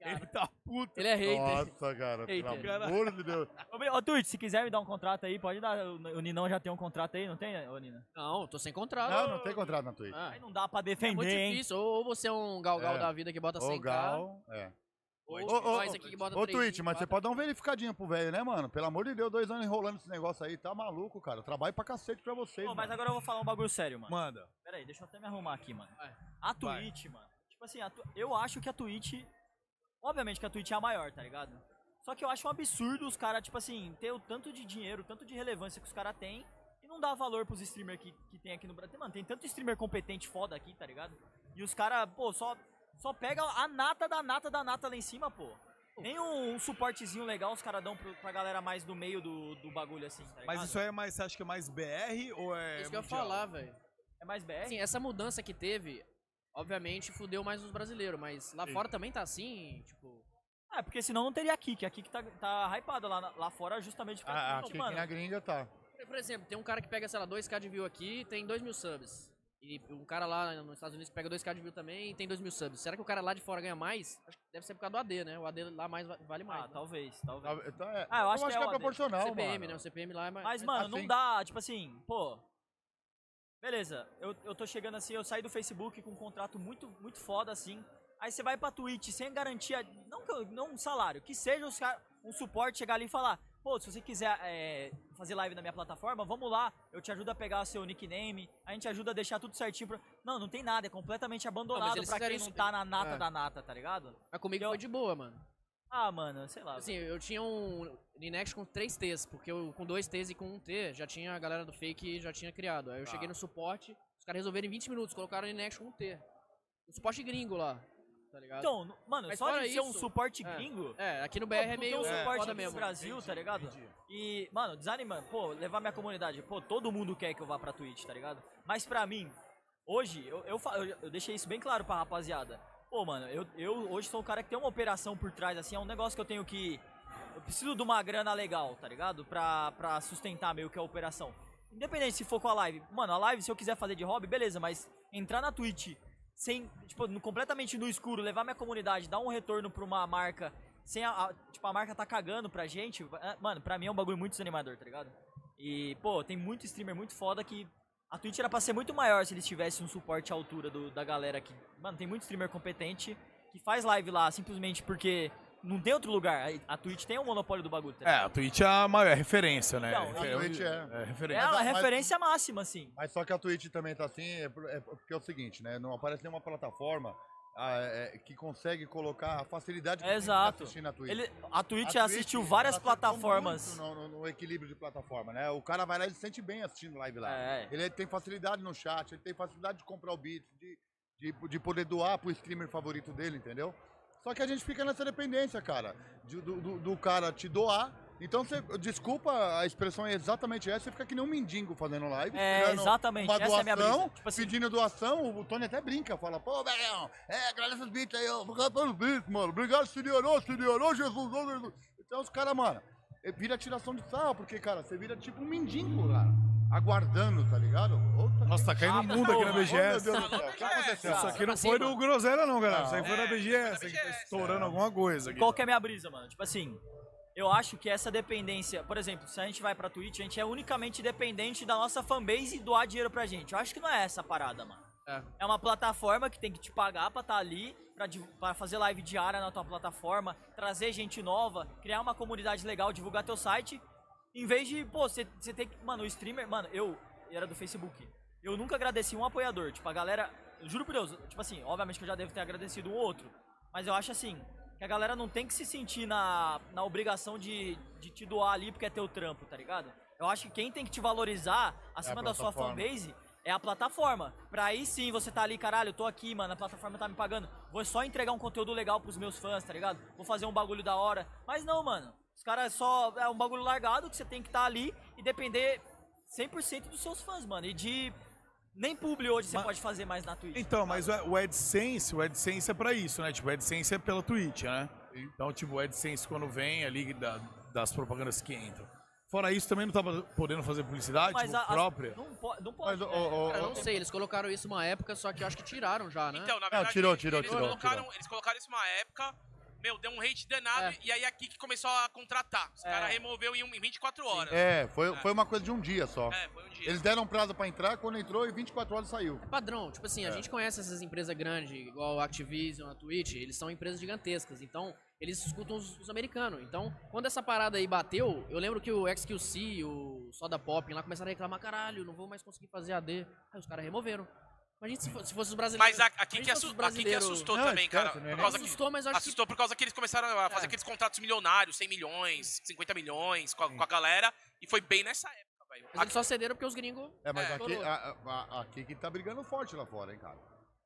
Speaker 1: Ele tá puto.
Speaker 4: Ele é hater.
Speaker 3: Nossa, cara,
Speaker 4: Hater.
Speaker 3: pelo amor de Deus.
Speaker 5: <laughs> Ô, Bi- Ô, Twitch, se quiser me dar um contrato aí, pode dar. O o Ninão já tem um contrato aí, não tem, ô, Nina?
Speaker 4: Não, tô sem contrato.
Speaker 3: Não, não tem contrato na Twitch.
Speaker 4: Ah,
Speaker 5: Aí não dá pra defender,
Speaker 4: é muito
Speaker 5: hein?
Speaker 4: difícil. Ou ou você é um galgal
Speaker 3: É.
Speaker 4: da vida que bota 100k.
Speaker 3: Ô, Gal, é.
Speaker 4: Ou
Speaker 3: Ô, ô,
Speaker 4: nós
Speaker 3: ô,
Speaker 4: aqui que bota
Speaker 3: Ô,
Speaker 4: 3,
Speaker 3: Twitch, mas você
Speaker 4: 4.
Speaker 3: pode dar um verificadinho pro velho, né, mano? Pelo amor de Deus, dois anos enrolando esse negócio aí, tá maluco, cara. Eu trabalho pra cacete pra vocês,
Speaker 5: Ô, mas
Speaker 3: mano.
Speaker 5: agora eu vou falar um bagulho sério, mano.
Speaker 1: Manda.
Speaker 5: Pera aí, deixa eu até me arrumar aqui, mano.
Speaker 4: Vai.
Speaker 5: A Twitch, mano. Tipo assim, a tu- eu acho que a Twitch. Obviamente que a Twitch é a maior, tá ligado? Só que eu acho um absurdo os caras, tipo assim, ter o tanto de dinheiro, o tanto de relevância que os caras têm e não dá valor pros streamers que, que tem aqui no Brasil. Mano, tem tanto streamer competente foda aqui, tá ligado? E os caras, pô, só, só pega a nata da nata da nata lá em cima, pô. Nem um, um suportezinho legal os caras dão pro, pra galera mais do meio do, do bagulho, assim, tá ligado?
Speaker 1: Mas isso aí é mais, você acha que é mais BR ou é.
Speaker 4: Isso que eu ia
Speaker 1: mundial?
Speaker 4: falar, velho.
Speaker 5: é mais BR?
Speaker 4: Assim, essa mudança que teve, obviamente, fudeu mais os brasileiros, mas lá fora também tá assim, tipo.
Speaker 5: Ah, porque senão não teria a Kik. A Kik tá, tá hypada lá, na- lá fora justamente por
Speaker 3: Ah,
Speaker 5: causa
Speaker 3: aqui
Speaker 5: disso,
Speaker 3: que
Speaker 5: mano.
Speaker 3: na gringa tá.
Speaker 4: Por- Por exemplo, tem um cara que pega, sei lá, 2k de view aqui e tem 2 mil subs. E um cara lá nos Estados Unidos que pega 2k de view também e tem 2 mil subs. Será que o cara lá de fora ganha mais? Acho que deve ser por causa do AD, né? O AD lá mais va- vale mais.
Speaker 5: Ah,
Speaker 4: né?
Speaker 5: talvez, talvez.
Speaker 3: Tá- tá- é.
Speaker 5: Ah, eu acho que é
Speaker 3: que é
Speaker 5: o AD.
Speaker 3: proporcional,
Speaker 4: CPM,
Speaker 3: mano.
Speaker 4: né? O CPM lá é mais.
Speaker 5: Mas, mano, não
Speaker 3: assim-
Speaker 5: dá, tipo assim, pô. Beleza, eu, eu tô chegando assim, eu saí do Facebook com um contrato muito, muito foda, assim. Aí você vai pra Twitch sem garantia, não, que eu- não um salário, que seja os cara, um suporte chegar ali e falar, pô, se você quiser é, fazer live na minha plataforma, vamos lá, eu te ajudo a pegar o seu nickname, a gente ajuda a deixar tudo certinho. Pra... Não, não tem nada, é completamente abandonado
Speaker 4: eles
Speaker 5: pra quem
Speaker 4: fizeram
Speaker 5: não
Speaker 4: isso-
Speaker 5: tá na nata
Speaker 4: é.
Speaker 5: da nata, tá ligado?
Speaker 4: Mas comigo
Speaker 5: Eu-
Speaker 4: foi de boa, mano.
Speaker 5: Ah, mano, sei lá.
Speaker 4: Assim, eu tinha um Ninex com 3 T's, porque eu com 2 T's e com 1 T já tinha a galera do fake já tinha criado.
Speaker 5: Tá.
Speaker 4: Aí eu cheguei no suporte, os caras resolveram em 20 minutos, colocaram o Ninex com 1 T. O suporte gringo lá, tá ligado?
Speaker 5: Então, n- mano,
Speaker 4: Mas
Speaker 5: só de
Speaker 4: fora
Speaker 5: ser um
Speaker 4: isso-
Speaker 5: suporte
Speaker 4: É.
Speaker 5: gringo.
Speaker 4: é, aqui no BR é
Speaker 5: não tem
Speaker 4: meio
Speaker 5: um suporte
Speaker 4: foda
Speaker 5: aqui no
Speaker 4: mesmo.
Speaker 5: Brasil, tá ligado? E, mano, desanimando. Pô, levar minha comunidade. Pô, todo mundo quer que eu vá pra Twitch, tá ligado? Mas pra mim, hoje, eu, eu, fa- eu- eu deixei isso bem claro pra rapaziada. Pô, mano, eu, eu hoje sou um cara que tem uma operação por trás, assim, é um negócio que eu tenho que. Eu preciso de uma grana legal, tá ligado? Pra, pra sustentar meio que a operação. Independente se for com a live. Mano, a live, se eu quiser fazer de hobby, beleza, mas entrar na Twitch sem, tipo, no- completamente no escuro, levar minha comunidade, dar um retorno pra uma marca, sem a, a- tipo, a marca tá cagando pra gente, é, mano, pra mim é um bagulho muito desanimador, tá ligado? E, pô, tem muito streamer muito foda que a Twitch era pra ser muito maior se eles tivessem um suporte à altura do- da galera aqui. Mano, tem muito streamer competente que faz live lá simplesmente porque não tem outro lugar. A- A Twitch tem o monopólio do bagulho, tá
Speaker 1: É, a
Speaker 5: ligado?
Speaker 1: Twitch é a maior referência, né?
Speaker 5: Então,
Speaker 1: Refer-
Speaker 3: a Twitch é.
Speaker 5: É,
Speaker 1: referência.
Speaker 5: a
Speaker 3: mas-
Speaker 5: referência máxima, assim.
Speaker 3: Mas só que a Twitch também tá assim, é, por- é porque é o seguinte, né? Não aparece nenhuma plataforma ah, é, que consegue colocar a facilidade que
Speaker 5: É,
Speaker 3: tem pra
Speaker 5: exato.
Speaker 3: assistir na Twitch.
Speaker 5: Ele, a Twitch
Speaker 3: A
Speaker 5: assistiu
Speaker 3: Twitch,
Speaker 5: várias
Speaker 3: ela acertou
Speaker 5: plataformas.
Speaker 3: muito No, no- no equilíbrio de plataforma, né? O cara vai lá e se sente bem assistindo live lá.
Speaker 5: É,
Speaker 3: Ele tem facilidade no chat, ele tem facilidade de comprar o beat, de, de, de poder doar pro streamer favorito dele, entendeu? Só que a gente fica nessa dependência, cara, de- do, do- do cara te doar. Então, você, desculpa, a expressão é exatamente essa, você fica que nem um mendigo fazendo live.
Speaker 5: É,
Speaker 3: esperando
Speaker 5: exatamente,
Speaker 3: Uma
Speaker 5: essa é a
Speaker 3: doação,
Speaker 5: minha brisa, tipo assim.
Speaker 3: pedindo doação, o Tony até brinca, fala, pô, velhão, é, agradece os beats aí, ó, fica pelos beats, mano, obrigado, senhor, ô, senhor, ô, Jesus, ô, Jesus. Então, os caras, mano, é, vira tiração de sarro, porque, cara, você vira tipo um mendigo, cara, aguardando, tá ligado? Outra-
Speaker 1: Nossa, tá caindo o mundo aqui na
Speaker 3: Ô, meu Deus
Speaker 1: BGS.
Speaker 3: do céu, o que aconteceu?
Speaker 1: Isso aqui não foi do Groselha, não, galera. Isso aí foi
Speaker 2: É,
Speaker 1: da BGS.
Speaker 2: foi
Speaker 1: que
Speaker 2: da
Speaker 1: Tá
Speaker 2: BGS.
Speaker 1: estourando alguma coisa aqui.
Speaker 5: Qual que é a minha brisa, mano? Tipo assim, eu acho que essa dependência, por exemplo, se a gente vai pra Twitch, a gente é unicamente dependente da nossa fanbase e doar dinheiro pra gente. Eu acho que não é essa a parada, mano.
Speaker 4: É.
Speaker 5: É uma plataforma que tem que te pagar pra estar ali pra div- pra fazer live diária na tua plataforma, trazer gente nova, criar uma comunidade legal, divulgar teu site. Em vez de, pô, você tem que. Mano, o streamer. Mano, eu era do Facebook. Eu nunca agradeci um apoiador. Tipo, a galera. eu juro por Deus, tipo assim, obviamente que eu já devo ter agradecido um ou outro. Mas eu acho assim, que a galera não tem que se sentir na, na obrigação de, de te doar ali porque é teu trampo, tá ligado? Eu acho que quem tem que te valorizar acima da sua
Speaker 3: plataforma.
Speaker 5: fanbase é a plataforma. Pra aí sim você tá ali, caralho, eu tô aqui, mano, a plataforma tá me pagando. Vou só entregar um conteúdo legal pros meus fãs, tá ligado? Vou fazer um bagulho da hora. Mas não, mano. Os caras só. É um bagulho largado que você tem que estar tá ali e depender 100% dos seus fãs, mano. E de. Nem publi hoje você
Speaker 1: Mas-
Speaker 5: pode fazer mais na Twitch.
Speaker 1: Então, mas o o AdSense, o AdSense é pra isso, né? Tipo, o AdSense é pela Twitch, né?
Speaker 3: Sim.
Speaker 1: Então, tipo, o AdSense quando vem ali da- das propagandas que entram. Fora isso, também não tava podendo fazer publicidade
Speaker 5: Mas
Speaker 1: tipo,
Speaker 5: a- as-
Speaker 1: própria?
Speaker 5: Não, po- não pode.
Speaker 3: Mas, ô,
Speaker 5: né?
Speaker 3: ô,
Speaker 4: Cara, eu
Speaker 3: ô,
Speaker 4: não sei, eles colocaram isso uma época, só que eu acho que tiraram já, né?
Speaker 2: Então, na verdade,
Speaker 3: É, tirou,
Speaker 2: eles-
Speaker 3: tirou,
Speaker 2: eles,
Speaker 3: tirou,
Speaker 2: colocaram,
Speaker 3: tirou.
Speaker 2: eles colocaram isso uma época, meu, deu um hate danado,
Speaker 4: É.
Speaker 2: e aí aqui que começou a contratar. Os
Speaker 5: É.
Speaker 2: caras removeu em, um- em 24 horas. É.
Speaker 3: É, foi, foi uma coisa de um dia só.
Speaker 2: foi um dia.
Speaker 3: Eles deram prazo pra entrar, quando entrou, em 24 horas saiu.
Speaker 4: É padrão, tipo assim, a
Speaker 3: É.
Speaker 4: gente conhece essas empresas grandes, igual a Activision, a Twitch, eles são empresas gigantescas, então eles escutam os, os americanos. Então, quando essa parada aí bateu, eu lembro que o XQC, o Soda Pop lá começaram a reclamar, caralho, não vou mais conseguir fazer AD. Aí os caras removeram. Imagina se, fo- se fosse os brasileiros.
Speaker 2: Mas a- aqui,
Speaker 4: Mas
Speaker 2: que
Speaker 4: os
Speaker 2: assu- aqui que
Speaker 4: é um brasileiros-
Speaker 2: assustou
Speaker 3: Não,
Speaker 2: também, cara.
Speaker 3: esquece, não é
Speaker 2: por
Speaker 3: nem-
Speaker 2: causa que,
Speaker 4: assustou, mas eu acho que
Speaker 2: assustou por causa que eles começaram a fazer
Speaker 4: É.
Speaker 2: aqueles contratos milionários, 100 milhões, 50 milhões com a, com a galera, e foi bem nessa época, velho.
Speaker 4: Mas eles só cederam porque os gringos.
Speaker 3: É, mas
Speaker 2: É,
Speaker 3: aqui,
Speaker 4: estourou.
Speaker 3: a- a- a- aqui que tá brigando forte lá fora, hein, cara.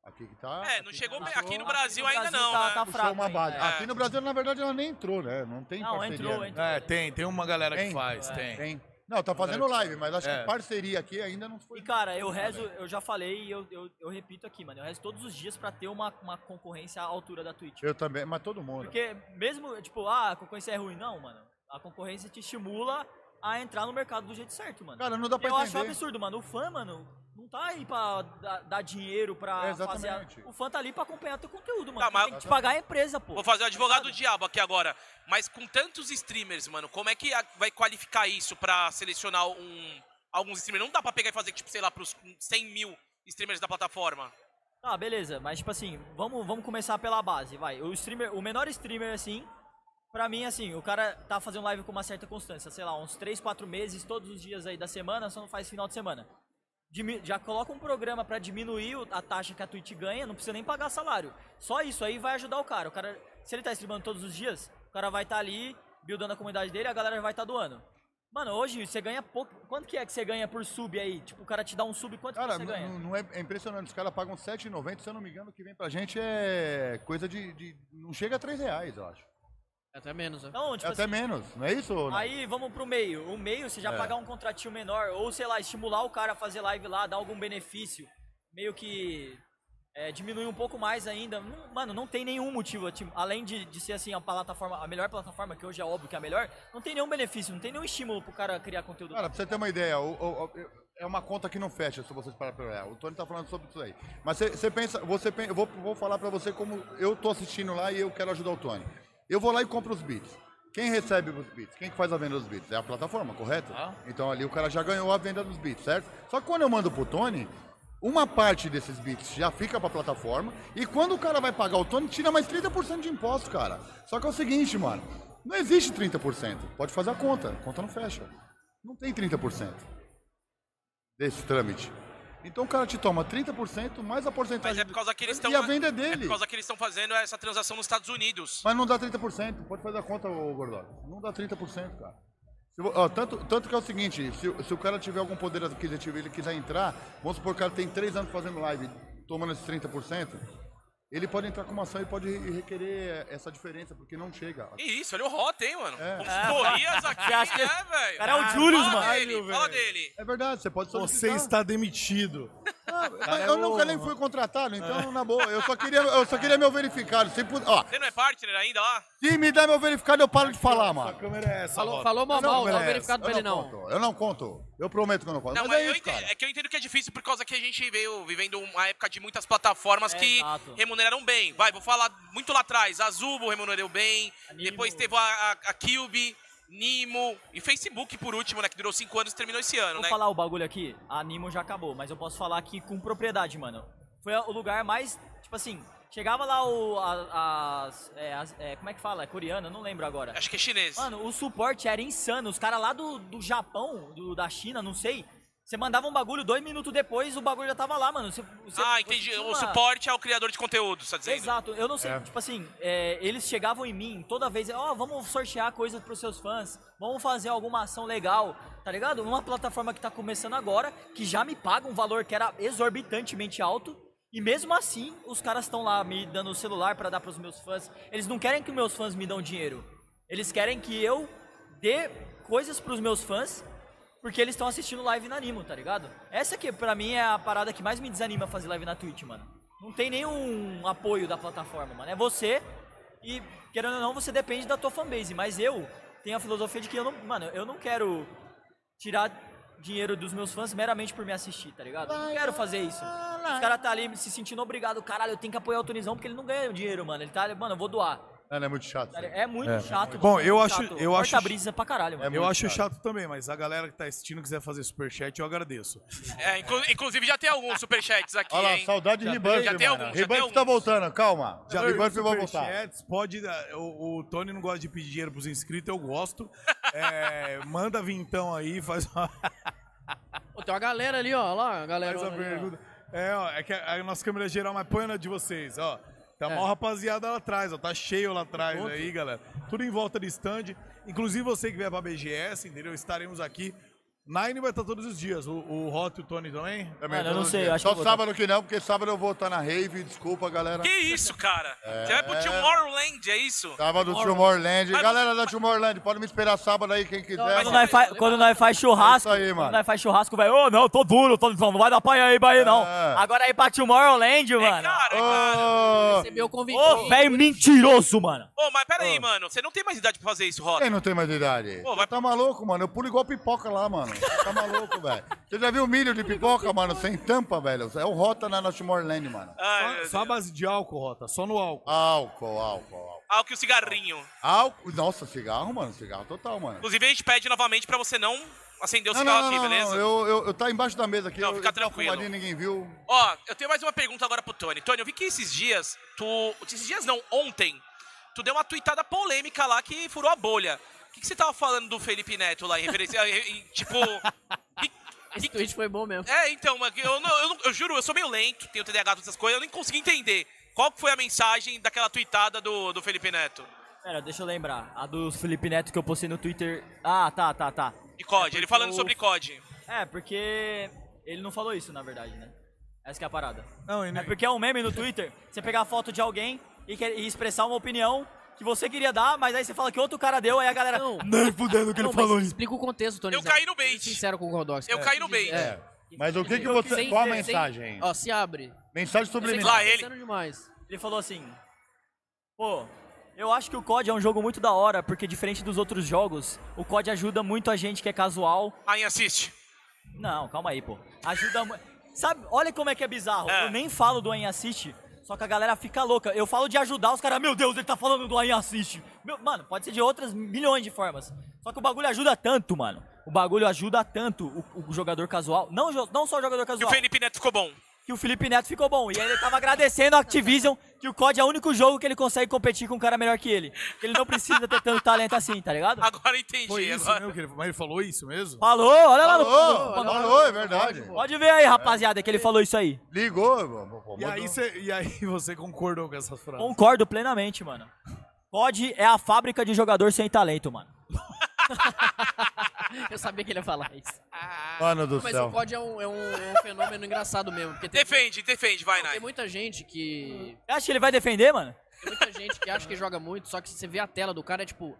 Speaker 3: Aqui que tá.
Speaker 2: É, não
Speaker 3: aqui
Speaker 2: chegou
Speaker 3: tá-
Speaker 2: bem.
Speaker 3: puxou-
Speaker 2: Aqui no Brasil ainda não,
Speaker 5: tá,
Speaker 2: né?
Speaker 5: tá
Speaker 3: puxou
Speaker 5: fraco.
Speaker 3: uma
Speaker 5: ainda.
Speaker 3: base.
Speaker 5: É.
Speaker 3: Aqui no Brasil, na verdade, ela nem entrou, né? Não tem
Speaker 5: Não,
Speaker 3: parceria.
Speaker 5: entrou,
Speaker 3: né?
Speaker 5: entrou.
Speaker 1: É, tem, tem uma galera que
Speaker 3: Tem.
Speaker 1: faz,
Speaker 5: É.
Speaker 1: tem.
Speaker 3: Tem. Não, tá fazendo live, mas acho
Speaker 1: É.
Speaker 3: que parceria aqui ainda não foi.
Speaker 5: E cara, eu rezo, eu já falei e eu, eu, eu repito aqui, mano. Eu rezo todos os dias pra ter uma, uma concorrência à altura da Twitch.
Speaker 3: Eu também, mas todo mundo.
Speaker 5: Porque mesmo, tipo, ah, a concorrência é ruim, não, mano. A concorrência te estimula a entrar no mercado do jeito certo, mano.
Speaker 3: Cara, não dá pra
Speaker 5: eu acho um
Speaker 3: entender.
Speaker 5: absurdo, mano. O fã, mano, não tá aí pra dar, dar dinheiro pra
Speaker 3: É,
Speaker 5: fazer. A...
Speaker 3: exatamente.
Speaker 5: O fã tá ali pra acompanhar teu conteúdo, mano.
Speaker 2: Tá,
Speaker 5: Quem
Speaker 2: mas-
Speaker 5: Tem que te pagar a empresa, pô.
Speaker 2: Vou fazer o advogado do
Speaker 5: Tá ligado?
Speaker 2: diabo aqui agora. Mas com tantos streamers, mano, como é que a- vai qualificar isso pra selecionar um, alguns streamers? Não dá pra pegar e fazer, tipo, sei lá, pros 100 mil streamers da plataforma.
Speaker 5: Tá, beleza, mas tipo assim, vamos, vamos começar pela base, vai. O streamer, o menor streamer assim, pra mim assim, o cara tá fazendo live com uma certa constância, sei lá, uns 3, 4 meses todos os dias aí da semana, só não faz final de semana. Dimi- já coloca um programa pra diminuir o- a taxa que a Twitch ganha, não precisa nem pagar salário. Só isso aí vai ajudar o cara. O cara, se ele tá streamando todos os dias, o cara vai estar ali buildando a comunidade dele, a galera vai estar doando. Mano, hoje você ganha pouco. Quanto que é que você ganha por sub aí? Tipo, o cara te dá um sub, quanto
Speaker 3: Cara,
Speaker 5: que você
Speaker 3: não,
Speaker 5: ganha?
Speaker 3: não- não é, é impressionante. Os caras pagam 7,90, se eu não me engano, o que vem pra gente é coisa de. de- não chega a 3 reais, eu acho.
Speaker 4: Até menos, né?
Speaker 5: Então,
Speaker 3: É
Speaker 5: tipo
Speaker 3: até
Speaker 5: assim,
Speaker 3: menos, não é isso? ô, Neto?
Speaker 5: Aí vamos pro meio. O meio, você já
Speaker 3: É.
Speaker 5: pagar um contratinho menor, ou sei lá, estimular o cara a fazer live lá, dar algum benefício, meio que é, diminuir um pouco mais ainda. Não- mano, não tem nenhum motivo. tipo, além de, de ser assim, a plataforma, a melhor plataforma, que hoje é óbvio que é a melhor, não tem nenhum benefício, não tem nenhum estímulo pro cara criar conteúdo.
Speaker 3: Cara, pra você ter uma ideia, o- o- o- eu- é uma conta que não fecha, se vocês pararem pra olhar. O Tony tá falando sobre isso aí. Mas você, você pensa, você pen- eu vou, vou falar pra você como eu tô assistindo lá e eu quero ajudar o Tony. Eu vou lá e compro os bits. Quem recebe os bits? Quem que faz a venda dos bits? É a plataforma, correto?
Speaker 1: Ah.
Speaker 3: Então ali o cara já ganhou a venda dos bits, certo? Só que quando eu mando pro Tony, uma parte desses bits já fica pra plataforma e quando o cara vai pagar o Tony, tira mais 30% de imposto, cara. Só que é o seguinte, mano, não existe 30%. Pode fazer a conta, a conta não fecha. Não tem 30% desse trâmite. Então o cara te toma 30% mais a
Speaker 2: Mas
Speaker 3: porcentagem.
Speaker 2: é por causa que eles estão.
Speaker 3: E a venda é dele.
Speaker 2: É por causa que eles estão fazendo essa transação nos Estados Unidos.
Speaker 3: Mas não dá 30%. Pode fazer a conta, ô Gordó. Não dá 30%, cara. Se vo- ó, tanto, tanto que é o seguinte, se, o- se o cara tiver algum poder adquisitivo e ele quiser entrar, vamos supor que o cara tem 3 anos fazendo live, tomando esses 30%, ele pode entrar com uma ação e pode re- requerer essa diferença, porque não chega.
Speaker 2: Que isso, olha o Rota, hein, mano.
Speaker 3: É. <laughs>
Speaker 2: Consultorias aqui,
Speaker 5: Você acha que-
Speaker 2: né, velho?
Speaker 5: Cara, é o Julius,
Speaker 2: fala
Speaker 5: mano.
Speaker 2: Dele,
Speaker 1: Caralho,
Speaker 2: fala
Speaker 1: velho.
Speaker 2: dele.
Speaker 3: É verdade, você pode
Speaker 1: Você
Speaker 3: solicitar.
Speaker 1: está demitido.
Speaker 3: Ah, mas
Speaker 1: Cara, É.
Speaker 3: eu
Speaker 1: ô,
Speaker 3: nunca nem
Speaker 1: mano.
Speaker 3: fui contratado, então na boa. Eu só queria, eu só queria meu verificado. Se, pu- ó,
Speaker 2: Você não é partner ainda lá?
Speaker 3: se me dá meu verificado, eu paro de falar,
Speaker 1: A
Speaker 3: mano.
Speaker 1: câmera é essa,
Speaker 4: Falou,
Speaker 1: Rota.
Speaker 4: falou mal,
Speaker 1: Não,
Speaker 4: mal,
Speaker 1: câmera
Speaker 4: não
Speaker 1: é
Speaker 4: verificado pra
Speaker 3: Eu
Speaker 4: ele
Speaker 3: não
Speaker 4: não.
Speaker 3: conto, eu não conto. Eu prometo que eu não conto.
Speaker 2: Não,
Speaker 3: mas é
Speaker 2: eu
Speaker 3: isso,
Speaker 2: entendo,
Speaker 3: cara.
Speaker 2: é que eu entendo que é difícil por causa que a gente veio vivendo uma época de muitas plataformas
Speaker 5: É,
Speaker 2: que
Speaker 5: exato.
Speaker 2: remuneraram bem. Vai, vou falar muito lá atrás. A Zubo remunerou bem,
Speaker 5: Animo.
Speaker 2: depois teve a, a, a Cube, Nimo e Facebook por último, né? Que durou cinco anos e terminou esse ano,
Speaker 5: Vou
Speaker 2: né?
Speaker 5: falar o bagulho aqui, a Nimo já acabou, mas eu posso falar aqui com propriedade, mano. Foi o lugar mais, tipo assim, Chegava lá o. a- As, é, as- é, como é que fala? É coreana? Não lembro agora.
Speaker 2: Acho que é chinês.
Speaker 5: Mano, o suporte era insano. Os caras lá do, do Japão, do, da China, não sei. Você mandava um bagulho, dois minutos depois o bagulho já tava lá, mano. Você- você-
Speaker 2: ah,
Speaker 5: você
Speaker 2: entendi.
Speaker 5: tinha
Speaker 2: O
Speaker 5: uma-
Speaker 2: suporte ao criador de conteúdo, você tá dizendo?
Speaker 5: Exato, eu não sei,
Speaker 3: É.
Speaker 5: tipo assim, é, eles chegavam em mim toda vez, ó, vamos sortear coisas pros seus fãs, vamos fazer alguma ação legal, tá ligado? Uma plataforma que tá começando agora, que já me paga um valor que era exorbitantemente alto, e mesmo assim, os caras estão lá me dando o celular pra dar pros meus fãs. Eles não querem que meus fãs me dão dinheiro, eles querem que eu dê coisas pros meus fãs, porque eles estão assistindo live na Animo, tá ligado? Essa que pra mim é a parada que mais me desanima fazer live na Twitch, mano. Não tem nenhum apoio da plataforma, mano. É você e, querendo ou não, você depende da tua fanbase. Mas eu tenho a filosofia de que eu não. Mano, eu não quero tirar dinheiro dos meus fãs meramente por me assistir, tá ligado? Eu não quero fazer isso. Os caras tá ali se sentindo obrigado, caralho, eu tenho que apoiar o Tunizão porque ele não ganha dinheiro, mano. Ele tá, ali, mano, eu vou doar.
Speaker 3: Não, não é muito chato.
Speaker 5: Tá
Speaker 3: isso aí.
Speaker 5: ligado? É muito
Speaker 1: É.
Speaker 5: chato.
Speaker 1: Bom,
Speaker 5: muito
Speaker 1: eu acho-
Speaker 5: chato.
Speaker 1: eu acho-
Speaker 5: Corta-brisa pra caralho, mano.
Speaker 3: É
Speaker 1: Eu
Speaker 3: muito
Speaker 1: acho chato também, mas a galera que tá assistindo quiser fazer superchat, eu agradeço.
Speaker 2: É, inclu- inclusive já tem alguns superchats aqui,
Speaker 3: Olha lá,
Speaker 2: hein?
Speaker 3: saudade de
Speaker 5: Já
Speaker 3: Rebirth,
Speaker 2: tem- já tem
Speaker 3: mano.
Speaker 2: alguns, já tem
Speaker 3: Rebirth tá
Speaker 2: alguns.
Speaker 3: voltando, calma. Já Rebirth vai voltar.
Speaker 1: Superchats, Pode, ah, o, o Tony não gosta de pedir dinheiro pros inscritos, eu gosto. É, <laughs> manda vintão aí, faz
Speaker 4: <laughs>
Speaker 1: uma,
Speaker 4: Pô, tem uma galera ali, ó. Lá, a galera.
Speaker 1: faz uma pergunta. É, ó, é que a, a nossa câmera é geral, mas põe na de vocês, ó. Tá
Speaker 4: É.
Speaker 1: mó rapaziada lá atrás, ó. Tá cheio lá atrás
Speaker 4: Pronto.
Speaker 1: aí, galera. Tudo em volta de stand. Inclusive você que vier pra BGS, entendeu? Estaremos aqui. Nine vai estar todos os dias. O, o Rota e o Tony também?
Speaker 3: Também
Speaker 5: Mano, eu
Speaker 3: todo
Speaker 5: não sei,
Speaker 3: dia.
Speaker 5: acho que
Speaker 3: Só
Speaker 5: eu vou
Speaker 3: sábado que não, porque sábado eu vou estar na rave, desculpa, galera.
Speaker 2: Que isso, cara? Você vai pro Tomorrowland, é isso?
Speaker 3: Sábado do Tomorrowland.
Speaker 2: Mas
Speaker 3: Galera da Tomorrowland, pode me esperar sábado aí, quem quiser.
Speaker 4: mas
Speaker 5: Quando
Speaker 3: mano.
Speaker 5: nós, faz, quando nós faz churrasco,
Speaker 3: É isso aí, mano.
Speaker 5: quando nós faz churrasco, vai, ô não, tô duro, tô, não vai dar panha aí, Bahia, não.
Speaker 3: É.
Speaker 5: Agora aí pra Tomorrowland,
Speaker 2: É,
Speaker 5: mano.
Speaker 2: cara, é cara.
Speaker 3: Ô,
Speaker 4: Recebeu o convite.
Speaker 5: Ô, velho mentiroso, mano.
Speaker 2: Ô, mas pera aí, mano. Você não tem mais idade pra fazer isso, Rota.
Speaker 3: Quem não tem mais idade?
Speaker 2: Pô, vai-
Speaker 3: Tá maluco, mano? Eu pulo igual pipoca lá, mano. Tá maluco, velho. Você já viu milho de pipoca, mano? Sem tampa, velho. É o rota na na Tomorrowland, mano.
Speaker 2: Ah,
Speaker 1: Só, só a base de álcool, Rota. Só no álcool.
Speaker 3: Álcool, álcool, álcool.
Speaker 2: ah, o que o cigarrinho.
Speaker 3: Álcool. Nossa, cigarro, mano. Cigarro total, mano.
Speaker 2: Inclusive, a gente pede novamente pra você não acender o
Speaker 3: Não,
Speaker 2: cigarro
Speaker 3: não,
Speaker 2: aqui,
Speaker 3: não, não,
Speaker 2: beleza?
Speaker 3: Eu, eu, eu tá embaixo da mesa aqui.
Speaker 2: Não,
Speaker 3: eu-
Speaker 2: fica
Speaker 3: eu tô
Speaker 2: tranquilo.
Speaker 3: arrumadinho, ninguém viu.
Speaker 2: Ó, eu tenho mais uma pergunta agora pro Tony. Tony, eu vi que esses dias, tu. Esses dias não, ontem, tu deu uma tweetada polêmica lá que furou a bolha. O que, que você tava falando do Felipe Neto lá em referência. <laughs> em- em- tipo. que-
Speaker 4: Esse
Speaker 2: que-
Speaker 4: tweet foi bom mesmo.
Speaker 2: é, então, mas eu, não- eu não- eu juro, eu sou meio lento, tenho TDAH, todas essas coisas, eu nem consegui entender. Qual que foi a mensagem daquela tweetada do, do Felipe Neto?
Speaker 5: Pera, deixa eu lembrar. A do Felipe Neto que eu postei no Twitter. Ah, tá, tá, tá.
Speaker 2: De COD,
Speaker 1: É
Speaker 2: ele falando
Speaker 5: o-
Speaker 2: sobre COD.
Speaker 5: É, porque ele não falou isso, na verdade, né? Essa que é a parada.
Speaker 1: Não, e
Speaker 5: É porque é um meme no Twitter, você pegar a foto de alguém e, quer- e expressar uma opinião que você queria dar, mas aí você fala que outro cara deu, aí a galera...
Speaker 4: Não.
Speaker 5: Nem fudendo que
Speaker 4: Não, mas Explica o contexto, Tony.
Speaker 2: Eu caí no bait.
Speaker 4: Sincero com o Gordox.
Speaker 2: Eu
Speaker 4: É.
Speaker 2: caí no bait.
Speaker 4: É.
Speaker 3: Mas o que, que
Speaker 4: Eu-
Speaker 3: você.
Speaker 4: sem-
Speaker 3: Qual a
Speaker 4: sem-
Speaker 3: mensagem?
Speaker 4: Ó, se abre.
Speaker 3: Mensagem
Speaker 4: Eu sei que
Speaker 3: subliminar.
Speaker 2: Lá
Speaker 4: tá
Speaker 2: ele.
Speaker 4: pensando demais.
Speaker 5: Ele falou assim: Pô, eu acho que o COD é um jogo muito da hora, porque diferente dos outros jogos, o COD ajuda muito a gente que é casual.
Speaker 2: Aí assiste.
Speaker 5: Não, calma aí, pô. Ajuda muito. Sabe, olha como é que é bizarro.
Speaker 2: É.
Speaker 5: Eu nem falo do Ain Assist, só que a galera fica louca. Eu falo de ajudar, os caras, meu Deus, ele tá falando do Ain Assist. Meu- mano, pode ser de outras milhões de formas. Só que o bagulho ajuda tanto, mano. O bagulho ajuda tanto o, o jogador casual. Não, jo- não só o
Speaker 2: E
Speaker 5: jogador
Speaker 2: o
Speaker 1: Tá.
Speaker 5: casual
Speaker 2: Felipe Neto ficou bom. <laughs>
Speaker 5: que o Felipe Neto ficou bom. E aí ele tava agradecendo a Activision que o COD é o único jogo que ele consegue competir com um cara melhor que ele. Que ele não precisa ter tanto talento assim, tá ligado?
Speaker 2: Agora eu entendi.
Speaker 1: Foi isso
Speaker 2: agora.
Speaker 1: mesmo que ele falou. Mas ele falou isso mesmo?
Speaker 5: Falou, olha lá no.
Speaker 3: Falou, falou, é verdade.
Speaker 5: Pode ver aí, rapaziada, que ele falou isso aí.
Speaker 3: Ligou, pô, pô,
Speaker 1: E aí,
Speaker 3: mandou.
Speaker 1: cê- e aí <laughs> você concordou com essas frases?
Speaker 5: Concordo plenamente, mano. COD é a fábrica de jogador sem talento, mano.
Speaker 4: Eu sabia que ele ia falar isso.
Speaker 3: Mano do
Speaker 4: Mas
Speaker 3: céu.
Speaker 4: o COD é um, é um- é um fenômeno engraçado mesmo. Porque tem,
Speaker 2: Defende, defende, vai,
Speaker 4: tem
Speaker 2: Nai.
Speaker 4: muita gente que.
Speaker 5: Você acha que ele vai defender, mano?
Speaker 4: Tem muita gente que acha que joga muito, só que se você vê a tela do cara, é tipo.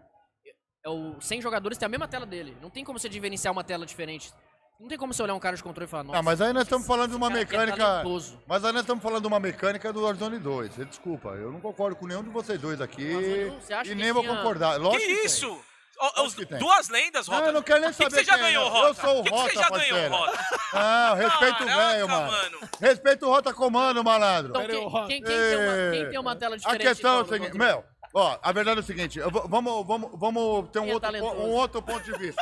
Speaker 4: É o 100 jogadores tem a mesma tela dele. Não tem como você diferenciar uma tela diferente. Não tem como você olhar um cara de controle e falar, nossa.
Speaker 3: Ah, mas aí nós estamos falando de uma
Speaker 4: cara aqui é
Speaker 3: mecânica.
Speaker 4: talentoso.
Speaker 3: Mas aí nós estamos falando de uma mecânica do Warzone 2. Você Desculpa, eu não concordo com nenhum de vocês dois aqui.
Speaker 4: Warzone 1, você acha
Speaker 3: e
Speaker 4: que
Speaker 3: nem vou
Speaker 4: tinha-
Speaker 3: concordar.
Speaker 2: Que
Speaker 3: Lógico tem.
Speaker 2: isso? Ó,
Speaker 3: Lógico
Speaker 2: os-
Speaker 3: que tem.
Speaker 2: duas lendas,
Speaker 3: Não,
Speaker 2: Rota.
Speaker 3: eu não quero nem
Speaker 2: O que que
Speaker 3: saber
Speaker 2: você já
Speaker 3: quem é.
Speaker 2: ganhou,
Speaker 3: Eu
Speaker 2: Rota?
Speaker 3: sou o
Speaker 2: O que que você
Speaker 3: Rota,
Speaker 2: já ganhou,
Speaker 3: parceiro.
Speaker 2: Rota?
Speaker 3: Não, respeito o
Speaker 2: Ah, Caraca,
Speaker 3: velho, mano.
Speaker 2: mano.
Speaker 3: Respeita o Rota Comando, malandro.
Speaker 4: Então, quem, quem- quem tem uma, quem tem uma
Speaker 3: É.
Speaker 4: tela
Speaker 3: A
Speaker 4: diferente?
Speaker 3: questão é o
Speaker 4: do- do
Speaker 3: seguinte,
Speaker 4: outro?
Speaker 3: meu, ó, a verdade é o seguinte, eu vou- vamos, vamos, vamos ter um
Speaker 4: Quem é
Speaker 3: outro, po-
Speaker 4: talentoso? <laughs>
Speaker 3: um outro ponto de vista.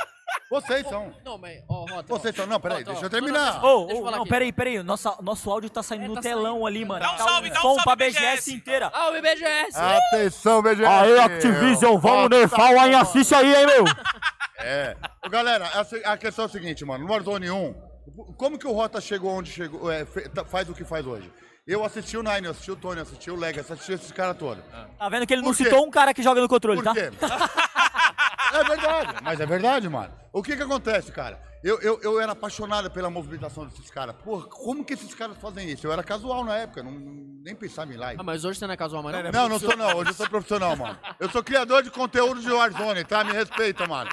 Speaker 3: Vocês são.
Speaker 4: Não, mas, ó, Rota. ó.
Speaker 3: Vocês são. Não, peraí,
Speaker 4: Rota, ó.
Speaker 3: deixa eu
Speaker 4: Não, não,
Speaker 3: terminar.
Speaker 4: não,
Speaker 5: Ô,
Speaker 4: deixa eu
Speaker 5: ô,
Speaker 4: falar
Speaker 5: não,
Speaker 4: aqui.
Speaker 5: peraí, peraí. Nossa, nosso áudio tá saindo
Speaker 4: É,
Speaker 5: no
Speaker 4: tá
Speaker 5: telão ali, mano.
Speaker 2: Dá um
Speaker 5: Tá
Speaker 2: salve, dá um
Speaker 5: som
Speaker 2: salve,
Speaker 5: pra
Speaker 2: BGS.
Speaker 5: BGS inteira.
Speaker 4: Ah, o BGS!
Speaker 3: Atenção, BGS.
Speaker 6: Aê, Activision, vamos nerfar o aí, assiste aí, hein, meu.
Speaker 3: É. Ô, Galera, a se- a questão é a seguinte, mano. No Warzone 1, como que o Rota chegou onde chegou, é, fe- tá- faz o que faz hoje? Eu assisti o Nine, eu assisti o Tony, eu assisti o Legacy, assisti esses caras todos.
Speaker 5: Tá vendo que ele
Speaker 3: Por
Speaker 5: não
Speaker 3: quê?
Speaker 5: citou um cara que joga no controle,
Speaker 3: Por
Speaker 5: tá?
Speaker 3: quê? <laughs> é verdade, mas é verdade, mano. O que que acontece, cara? Eu, eu, eu era apaixonado pela movimentação desses caras. Porra, como que esses caras fazem isso? Eu era casual na época, não, nem pensava em live.
Speaker 4: Ah, mas hoje você não é casual, mano. Não,
Speaker 3: Não, não sou não. Hoje eu sou profissional, mano. Eu sou criador de conteúdo de Warzone, tá? Me respeita, mano.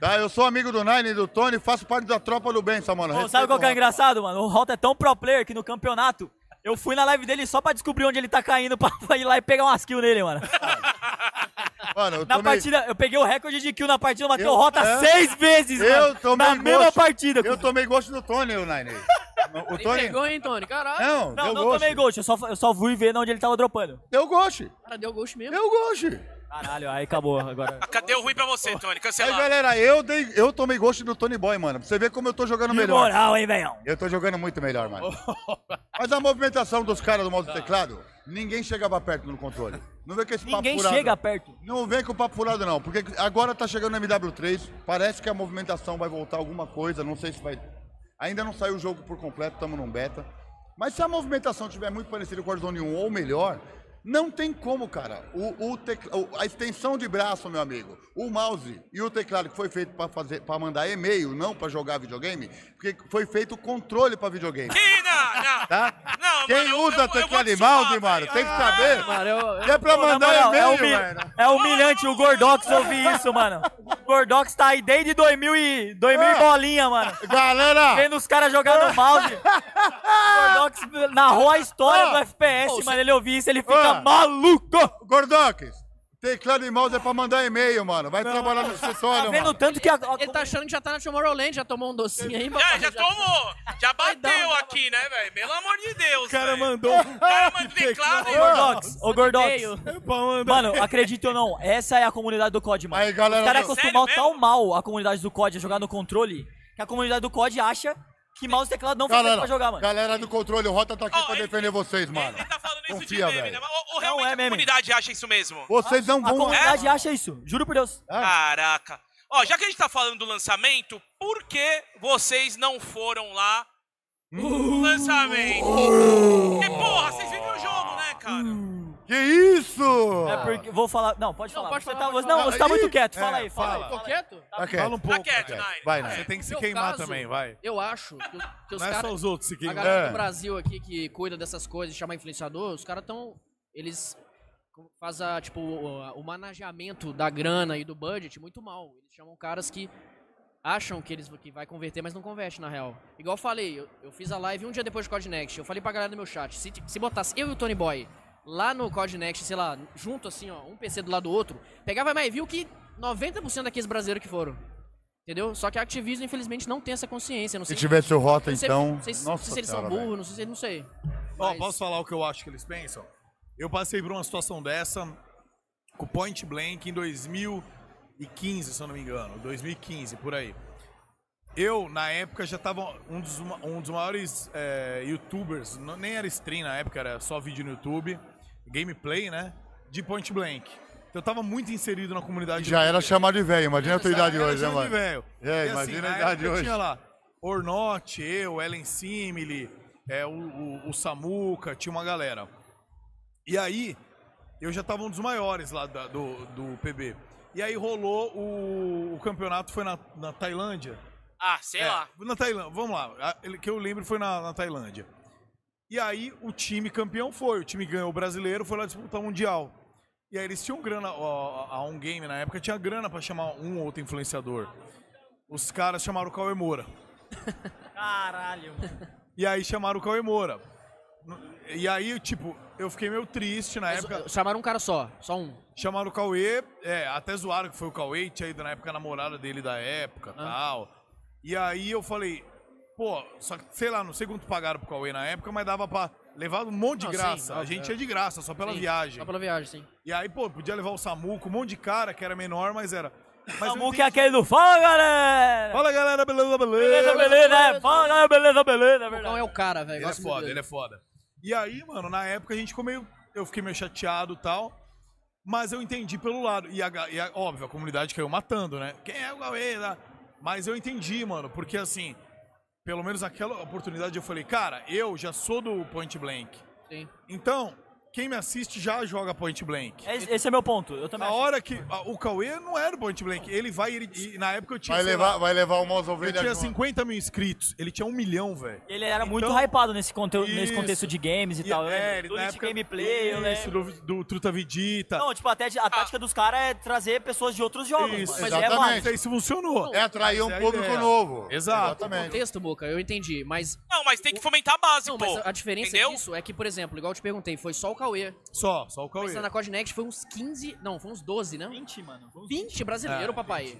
Speaker 3: Tá? Eu sou amigo do Nine e do Tony, faço parte da tropa do Benção, mano.
Speaker 5: Ô,
Speaker 3: Respeita
Speaker 5: sabe qual que
Speaker 3: o
Speaker 5: é
Speaker 3: Rafa.
Speaker 5: engraçado, mano? O Rota é tão pro player que no campeonato eu fui na live dele só pra descobrir onde ele tá caindo <laughs> pra ir lá e pegar umas kills nele, mano.
Speaker 3: Mano, eu
Speaker 5: Na
Speaker 3: tomei...
Speaker 5: partida, eu peguei o recorde de kill na partida, eu matei
Speaker 3: Eu-
Speaker 5: o Rota
Speaker 3: é.
Speaker 5: seis vezes,
Speaker 3: Eu
Speaker 5: mano.
Speaker 3: tomei
Speaker 5: Na mesma
Speaker 3: gosto.
Speaker 5: partida.
Speaker 3: Eu tomei gosto do Tony, o
Speaker 5: <laughs>
Speaker 3: Nine. O
Speaker 4: Ele
Speaker 3: Tony...
Speaker 4: pegou, hein, Tony? Caralho.
Speaker 3: Não,
Speaker 5: Não,
Speaker 3: deu
Speaker 5: não
Speaker 3: gosto.
Speaker 5: tomei ghost, eu só, eu só fui ver onde ele tava dropando.
Speaker 3: Deu gosto.
Speaker 4: O cara deu ghost mesmo.
Speaker 3: Deu gosto.
Speaker 5: Caralho, aí acabou agora.
Speaker 2: Cadê o ruim pra você, é Tony?
Speaker 3: Aí,
Speaker 2: Cancelar.
Speaker 3: galera, eu, dei, eu tomei gosto do Tony Boy, mano. Pra você ver como eu tô jogando <laughs>
Speaker 5: Que
Speaker 3: melhor.
Speaker 5: moral, hein, velhão?
Speaker 3: Eu tô jogando muito melhor,
Speaker 5: <laughs>
Speaker 3: mano. Mas a movimentação dos caras do modo
Speaker 5: Tá.
Speaker 3: teclado, ninguém chega pra perto no controle. Não vem com esse papo
Speaker 5: Ninguém
Speaker 3: furado.
Speaker 5: chega perto.
Speaker 3: Não vem com papo furado, não. Porque agora tá chegando o MW3, parece que a movimentação vai voltar alguma coisa, não sei se vai... Ainda não saiu o jogo por completo, tamo num beta. Mas se a movimentação tiver muito parecida com o Warzone 1 ou melhor, não tem como, cara. O, o tecla- o- a extensão de braço, meu amigo, o mouse e o teclado que foi feito pra fazer, para mandar e-mail, não pra jogar videogame, porque foi feito o controle pra videogame.
Speaker 2: Ih, não, não.
Speaker 3: Tá?
Speaker 2: Não,
Speaker 3: Quem
Speaker 2: mano, eu-
Speaker 3: usa
Speaker 2: eu- eu vou
Speaker 3: teclado
Speaker 2: te
Speaker 3: e mouse,
Speaker 2: zoar,
Speaker 3: mano,
Speaker 2: velho.
Speaker 3: tem que saber.
Speaker 4: Mano, eu, eu-
Speaker 3: que é pra
Speaker 5: Pô, na
Speaker 3: mandar
Speaker 5: moral, é,
Speaker 3: e-mail,
Speaker 5: humil-
Speaker 3: velho.
Speaker 5: é humilhante o Gordox ouvir isso,
Speaker 3: <laughs>
Speaker 5: mano. O Gordox tá aí desde 2000 e, 2000
Speaker 3: É.
Speaker 5: e bolinha, mano.
Speaker 3: Galera,
Speaker 5: Vendo os caras jogar no mouse. O Gordox narrou a história do FPS,
Speaker 4: Ô,
Speaker 5: mano. Ele ouvir isso, ele fica
Speaker 3: Ô. Tá
Speaker 5: maluco.
Speaker 3: Gordox, teclado e mouse é pra mandar e-mail, mano. Vai trabalhar no
Speaker 5: Tá
Speaker 3: acessório,
Speaker 5: vendo
Speaker 3: mano.
Speaker 5: tanto que a, a-
Speaker 4: Ele tá achando que já tá na Tomorrowland, já tomou um
Speaker 3: <laughs>
Speaker 4: docinho
Speaker 2: É,
Speaker 4: aí,
Speaker 3: Ah,
Speaker 4: papai.
Speaker 2: já tomou. Já bateu
Speaker 4: não,
Speaker 2: aqui, né, velho? Pelo amor de Deus,
Speaker 1: O cara
Speaker 2: velho.
Speaker 1: mandou
Speaker 2: O cara manda teclado,
Speaker 5: Ô,
Speaker 2: irmão.
Speaker 5: um- Gordox, ô Gordox.
Speaker 4: Odeio.
Speaker 1: pra mandar.
Speaker 5: Mano, acredita ou não, essa é a comunidade do COD, mano.
Speaker 3: Aí, galera,
Speaker 5: Os caras
Speaker 3: meu.
Speaker 5: acostumam
Speaker 2: Sério
Speaker 5: tão
Speaker 2: mesmo?
Speaker 5: mal a comunidade do COD a jogar no controle que a comunidade do COD acha que mouse e teclado não foi feito
Speaker 3: Galera,
Speaker 5: pra jogar, mano.
Speaker 3: galera do controle, o Rota tá aqui
Speaker 2: Ó,
Speaker 3: pra
Speaker 2: ele-
Speaker 3: defender vocês, mano.
Speaker 2: Ele tá falando isso
Speaker 3: Confia,
Speaker 2: de meme,
Speaker 3: velho.
Speaker 2: né? Mas, ou, ou realmente
Speaker 5: é
Speaker 2: a
Speaker 5: meme.
Speaker 2: comunidade acha isso mesmo?
Speaker 3: Vocês não
Speaker 5: A
Speaker 3: vão.
Speaker 5: comunidade acha isso, juro por Deus.
Speaker 2: Caraca. Ó, já que a gente tá falando do lançamento, por que vocês não foram lá no lançamento? Porque, porra, vocês viram o jogo, né, cara?
Speaker 3: Que isso?
Speaker 5: É porque vou falar. Não, pode
Speaker 4: Não,
Speaker 5: falar.
Speaker 4: pode
Speaker 5: você
Speaker 4: falar,
Speaker 5: tá,
Speaker 4: pode
Speaker 5: não,
Speaker 4: falar.
Speaker 5: você tá muito
Speaker 3: Ih,
Speaker 5: quieto.
Speaker 3: é,
Speaker 5: Fala aí, fala,
Speaker 3: fala.
Speaker 5: aí,
Speaker 4: Tô
Speaker 5: fala aí.
Speaker 4: quieto?
Speaker 3: Tá
Speaker 1: Fala um
Speaker 3: quieto.
Speaker 1: pouco.
Speaker 2: Tá quieto,
Speaker 1: cara.
Speaker 2: Nine.
Speaker 3: Vai,
Speaker 2: É.
Speaker 3: Nine.
Speaker 1: Você tem que se
Speaker 4: Meu
Speaker 1: queimar
Speaker 4: caso,
Speaker 1: também, vai.
Speaker 4: Eu acho que, que os
Speaker 1: Não é só
Speaker 4: caras.
Speaker 1: os outros se
Speaker 4: A
Speaker 1: queimam.
Speaker 4: galera
Speaker 3: É.
Speaker 4: do Brasil aqui que cuida dessas coisas, chama influenciador, os caras tão. Eles fazem, tipo, o, o manejamento da grana e do budget muito mal. Eles chamam caras que acham que eles que vai converter, mas não converte, na real. Igual eu falei, eu, eu fiz a live um dia depois do Code Next. Eu falei pra galera do meu chat, se, se botasse eu e o Tony Boy lá no Code Next, sei lá, junto assim, ó, um PC do lado do outro, pegava mais view que 90% daqueles brasileiros que foram. Entendeu? Só que a Activision, infelizmente, não tem essa consciência. Não
Speaker 3: Se
Speaker 4: sei
Speaker 3: tivesse o Rota,
Speaker 4: não sei,
Speaker 3: então.
Speaker 4: não sei se,
Speaker 3: Nossa
Speaker 4: se eles
Speaker 3: senhora,
Speaker 4: são
Speaker 3: velho.
Speaker 4: burros, não sei, se- não sei.
Speaker 1: Ó,
Speaker 4: Mas-
Speaker 1: posso falar o que eu acho que eles pensam? Eu passei por uma situação dessa com o Point Blank em 2015, se eu não me engano. 2015, por aí. Eu, na época, já tava um dos, ma- um dos maiores eh, youtubers, não- nem era stream na época, era só vídeo no YouTube, gameplay, né? De Point Blank. Então eu tava muito inserido na comunidade.
Speaker 3: Já era chamado de velho, imagina a tua idade
Speaker 1: Era
Speaker 3: hoje, né,
Speaker 1: chama de
Speaker 3: mano?
Speaker 1: velho.
Speaker 3: É,
Speaker 1: E, assim,
Speaker 3: imagina
Speaker 1: na
Speaker 3: a idade
Speaker 1: época
Speaker 3: hoje.
Speaker 1: Tinha lá Ornote, eu, Ellen Simile, é, o, o, o Samuca, tinha uma galera. E aí, eu já tava um dos maiores lá da- do, do PB. E aí rolou o, o campeonato, foi na, na Tailândia.
Speaker 2: Ah, sei
Speaker 1: É,
Speaker 2: lá.
Speaker 1: Na Tailândia, vamos lá. A- ele- que eu lembro foi na, na Tailândia. E aí o time campeão foi, o time ganhou o brasileiro, foi lá disputar o Mundial. E aí eles tinham grana, ó, a, a um game na época tinha grana pra chamar um ou outro influenciador. Os caras chamaram o Cauê Moura.
Speaker 5: Caralho, mano.
Speaker 1: E aí chamaram o Cauê Moura. E aí, tipo, eu fiquei meio triste na
Speaker 4: Mas,
Speaker 1: época.
Speaker 4: uh, Chamaram um cara só, só um.
Speaker 1: Chamaram o Cauê, é, até zoaram que foi o Cauê, tinha ido na época a namorada dele da época
Speaker 4: Ah.
Speaker 1: tal. E aí eu falei, pô, só que, sei lá, não sei quanto pagaram pro Cauê na época, mas dava pra levar um monte de
Speaker 4: Não, sim,
Speaker 1: graça. a
Speaker 4: óbvio,
Speaker 1: gente
Speaker 4: é.
Speaker 1: ia de graça, só pela
Speaker 4: Sim,
Speaker 1: viagem.
Speaker 4: Só pela viagem, sim.
Speaker 1: E aí, pô, podia levar o Samuco, um monte de cara que era menor, mas era. Mas eu
Speaker 5: Samu que
Speaker 1: entendi.
Speaker 5: é aquele do Fala, galera!
Speaker 1: Fala galera, beleza,
Speaker 5: beleza,
Speaker 1: beleza.
Speaker 5: beleza, é. Fala, galera, beleza, beleza, é
Speaker 4: Não
Speaker 5: verdade.
Speaker 4: é o cara, velho.
Speaker 1: Ele é
Speaker 4: gosto muito
Speaker 1: foda,
Speaker 4: dele.
Speaker 1: ele é foda. E aí, mano, na época a gente ficou meio. Eu fiquei meio chateado e tal. Mas eu entendi pelo lado. E, a, ga- e a- óbvio, a comunidade caiu matando, né? Quem é o Gauê? né? Mas eu entendi, mano, porque assim, pelo menos naquela oportunidade eu falei, cara, eu já sou do Point Blank.
Speaker 4: Sim.
Speaker 1: Então, quem me assiste já joga Point Blank.
Speaker 5: Esse, esse é meu ponto. Eu também
Speaker 1: Na
Speaker 5: acho.
Speaker 1: hora que. a- o Cauê não era do Point Blank. Ele vai. Ele, e na época eu tinha.
Speaker 3: Vai
Speaker 1: sei
Speaker 3: levar,
Speaker 1: lá,
Speaker 3: vai levar umas
Speaker 1: eu
Speaker 3: ovelhas.
Speaker 1: tinha
Speaker 3: junto.
Speaker 1: 50 mil inscritos. Ele tinha um milhão, velho.
Speaker 5: Ele era muito
Speaker 1: Então-
Speaker 5: hypado nesse, conteúdo, nesse
Speaker 1: Isso.
Speaker 5: contexto de games e,
Speaker 1: E-
Speaker 5: tal. eu
Speaker 1: é,
Speaker 5: lembro.
Speaker 1: ele
Speaker 5: Tudo
Speaker 1: na
Speaker 5: de
Speaker 1: época-
Speaker 5: gameplay, né? eu
Speaker 1: Isso,
Speaker 5: lembro.
Speaker 1: do, do Truta Vidita.
Speaker 5: Não, tipo, até a tática dos caras é trazer pessoas de outros jogos.
Speaker 1: Isso,
Speaker 5: mano. Mas é
Speaker 3: exatamente.
Speaker 5: válido.
Speaker 1: Mas aí isso funcionou.
Speaker 3: É atrair um
Speaker 1: Essa é a
Speaker 3: público
Speaker 1: ideia.
Speaker 3: novo.
Speaker 1: Exato.
Speaker 3: Exatamente.
Speaker 4: Contexto, Boca, eu entendi, mas...
Speaker 2: Não, mas tem que fomentar a base,
Speaker 4: Não,
Speaker 2: pô.
Speaker 4: mas a diferença
Speaker 2: Tipo, entendeu?
Speaker 4: disso é que, por exemplo, igual eu te perguntei, foi só o Cauê.
Speaker 1: Só, só o Cauê.
Speaker 4: Mas na Code Next foi uns 15... Não, foi uns 12, né?
Speaker 5: 20, mano.
Speaker 4: 20 brasileiro,
Speaker 1: É,
Speaker 4: papai.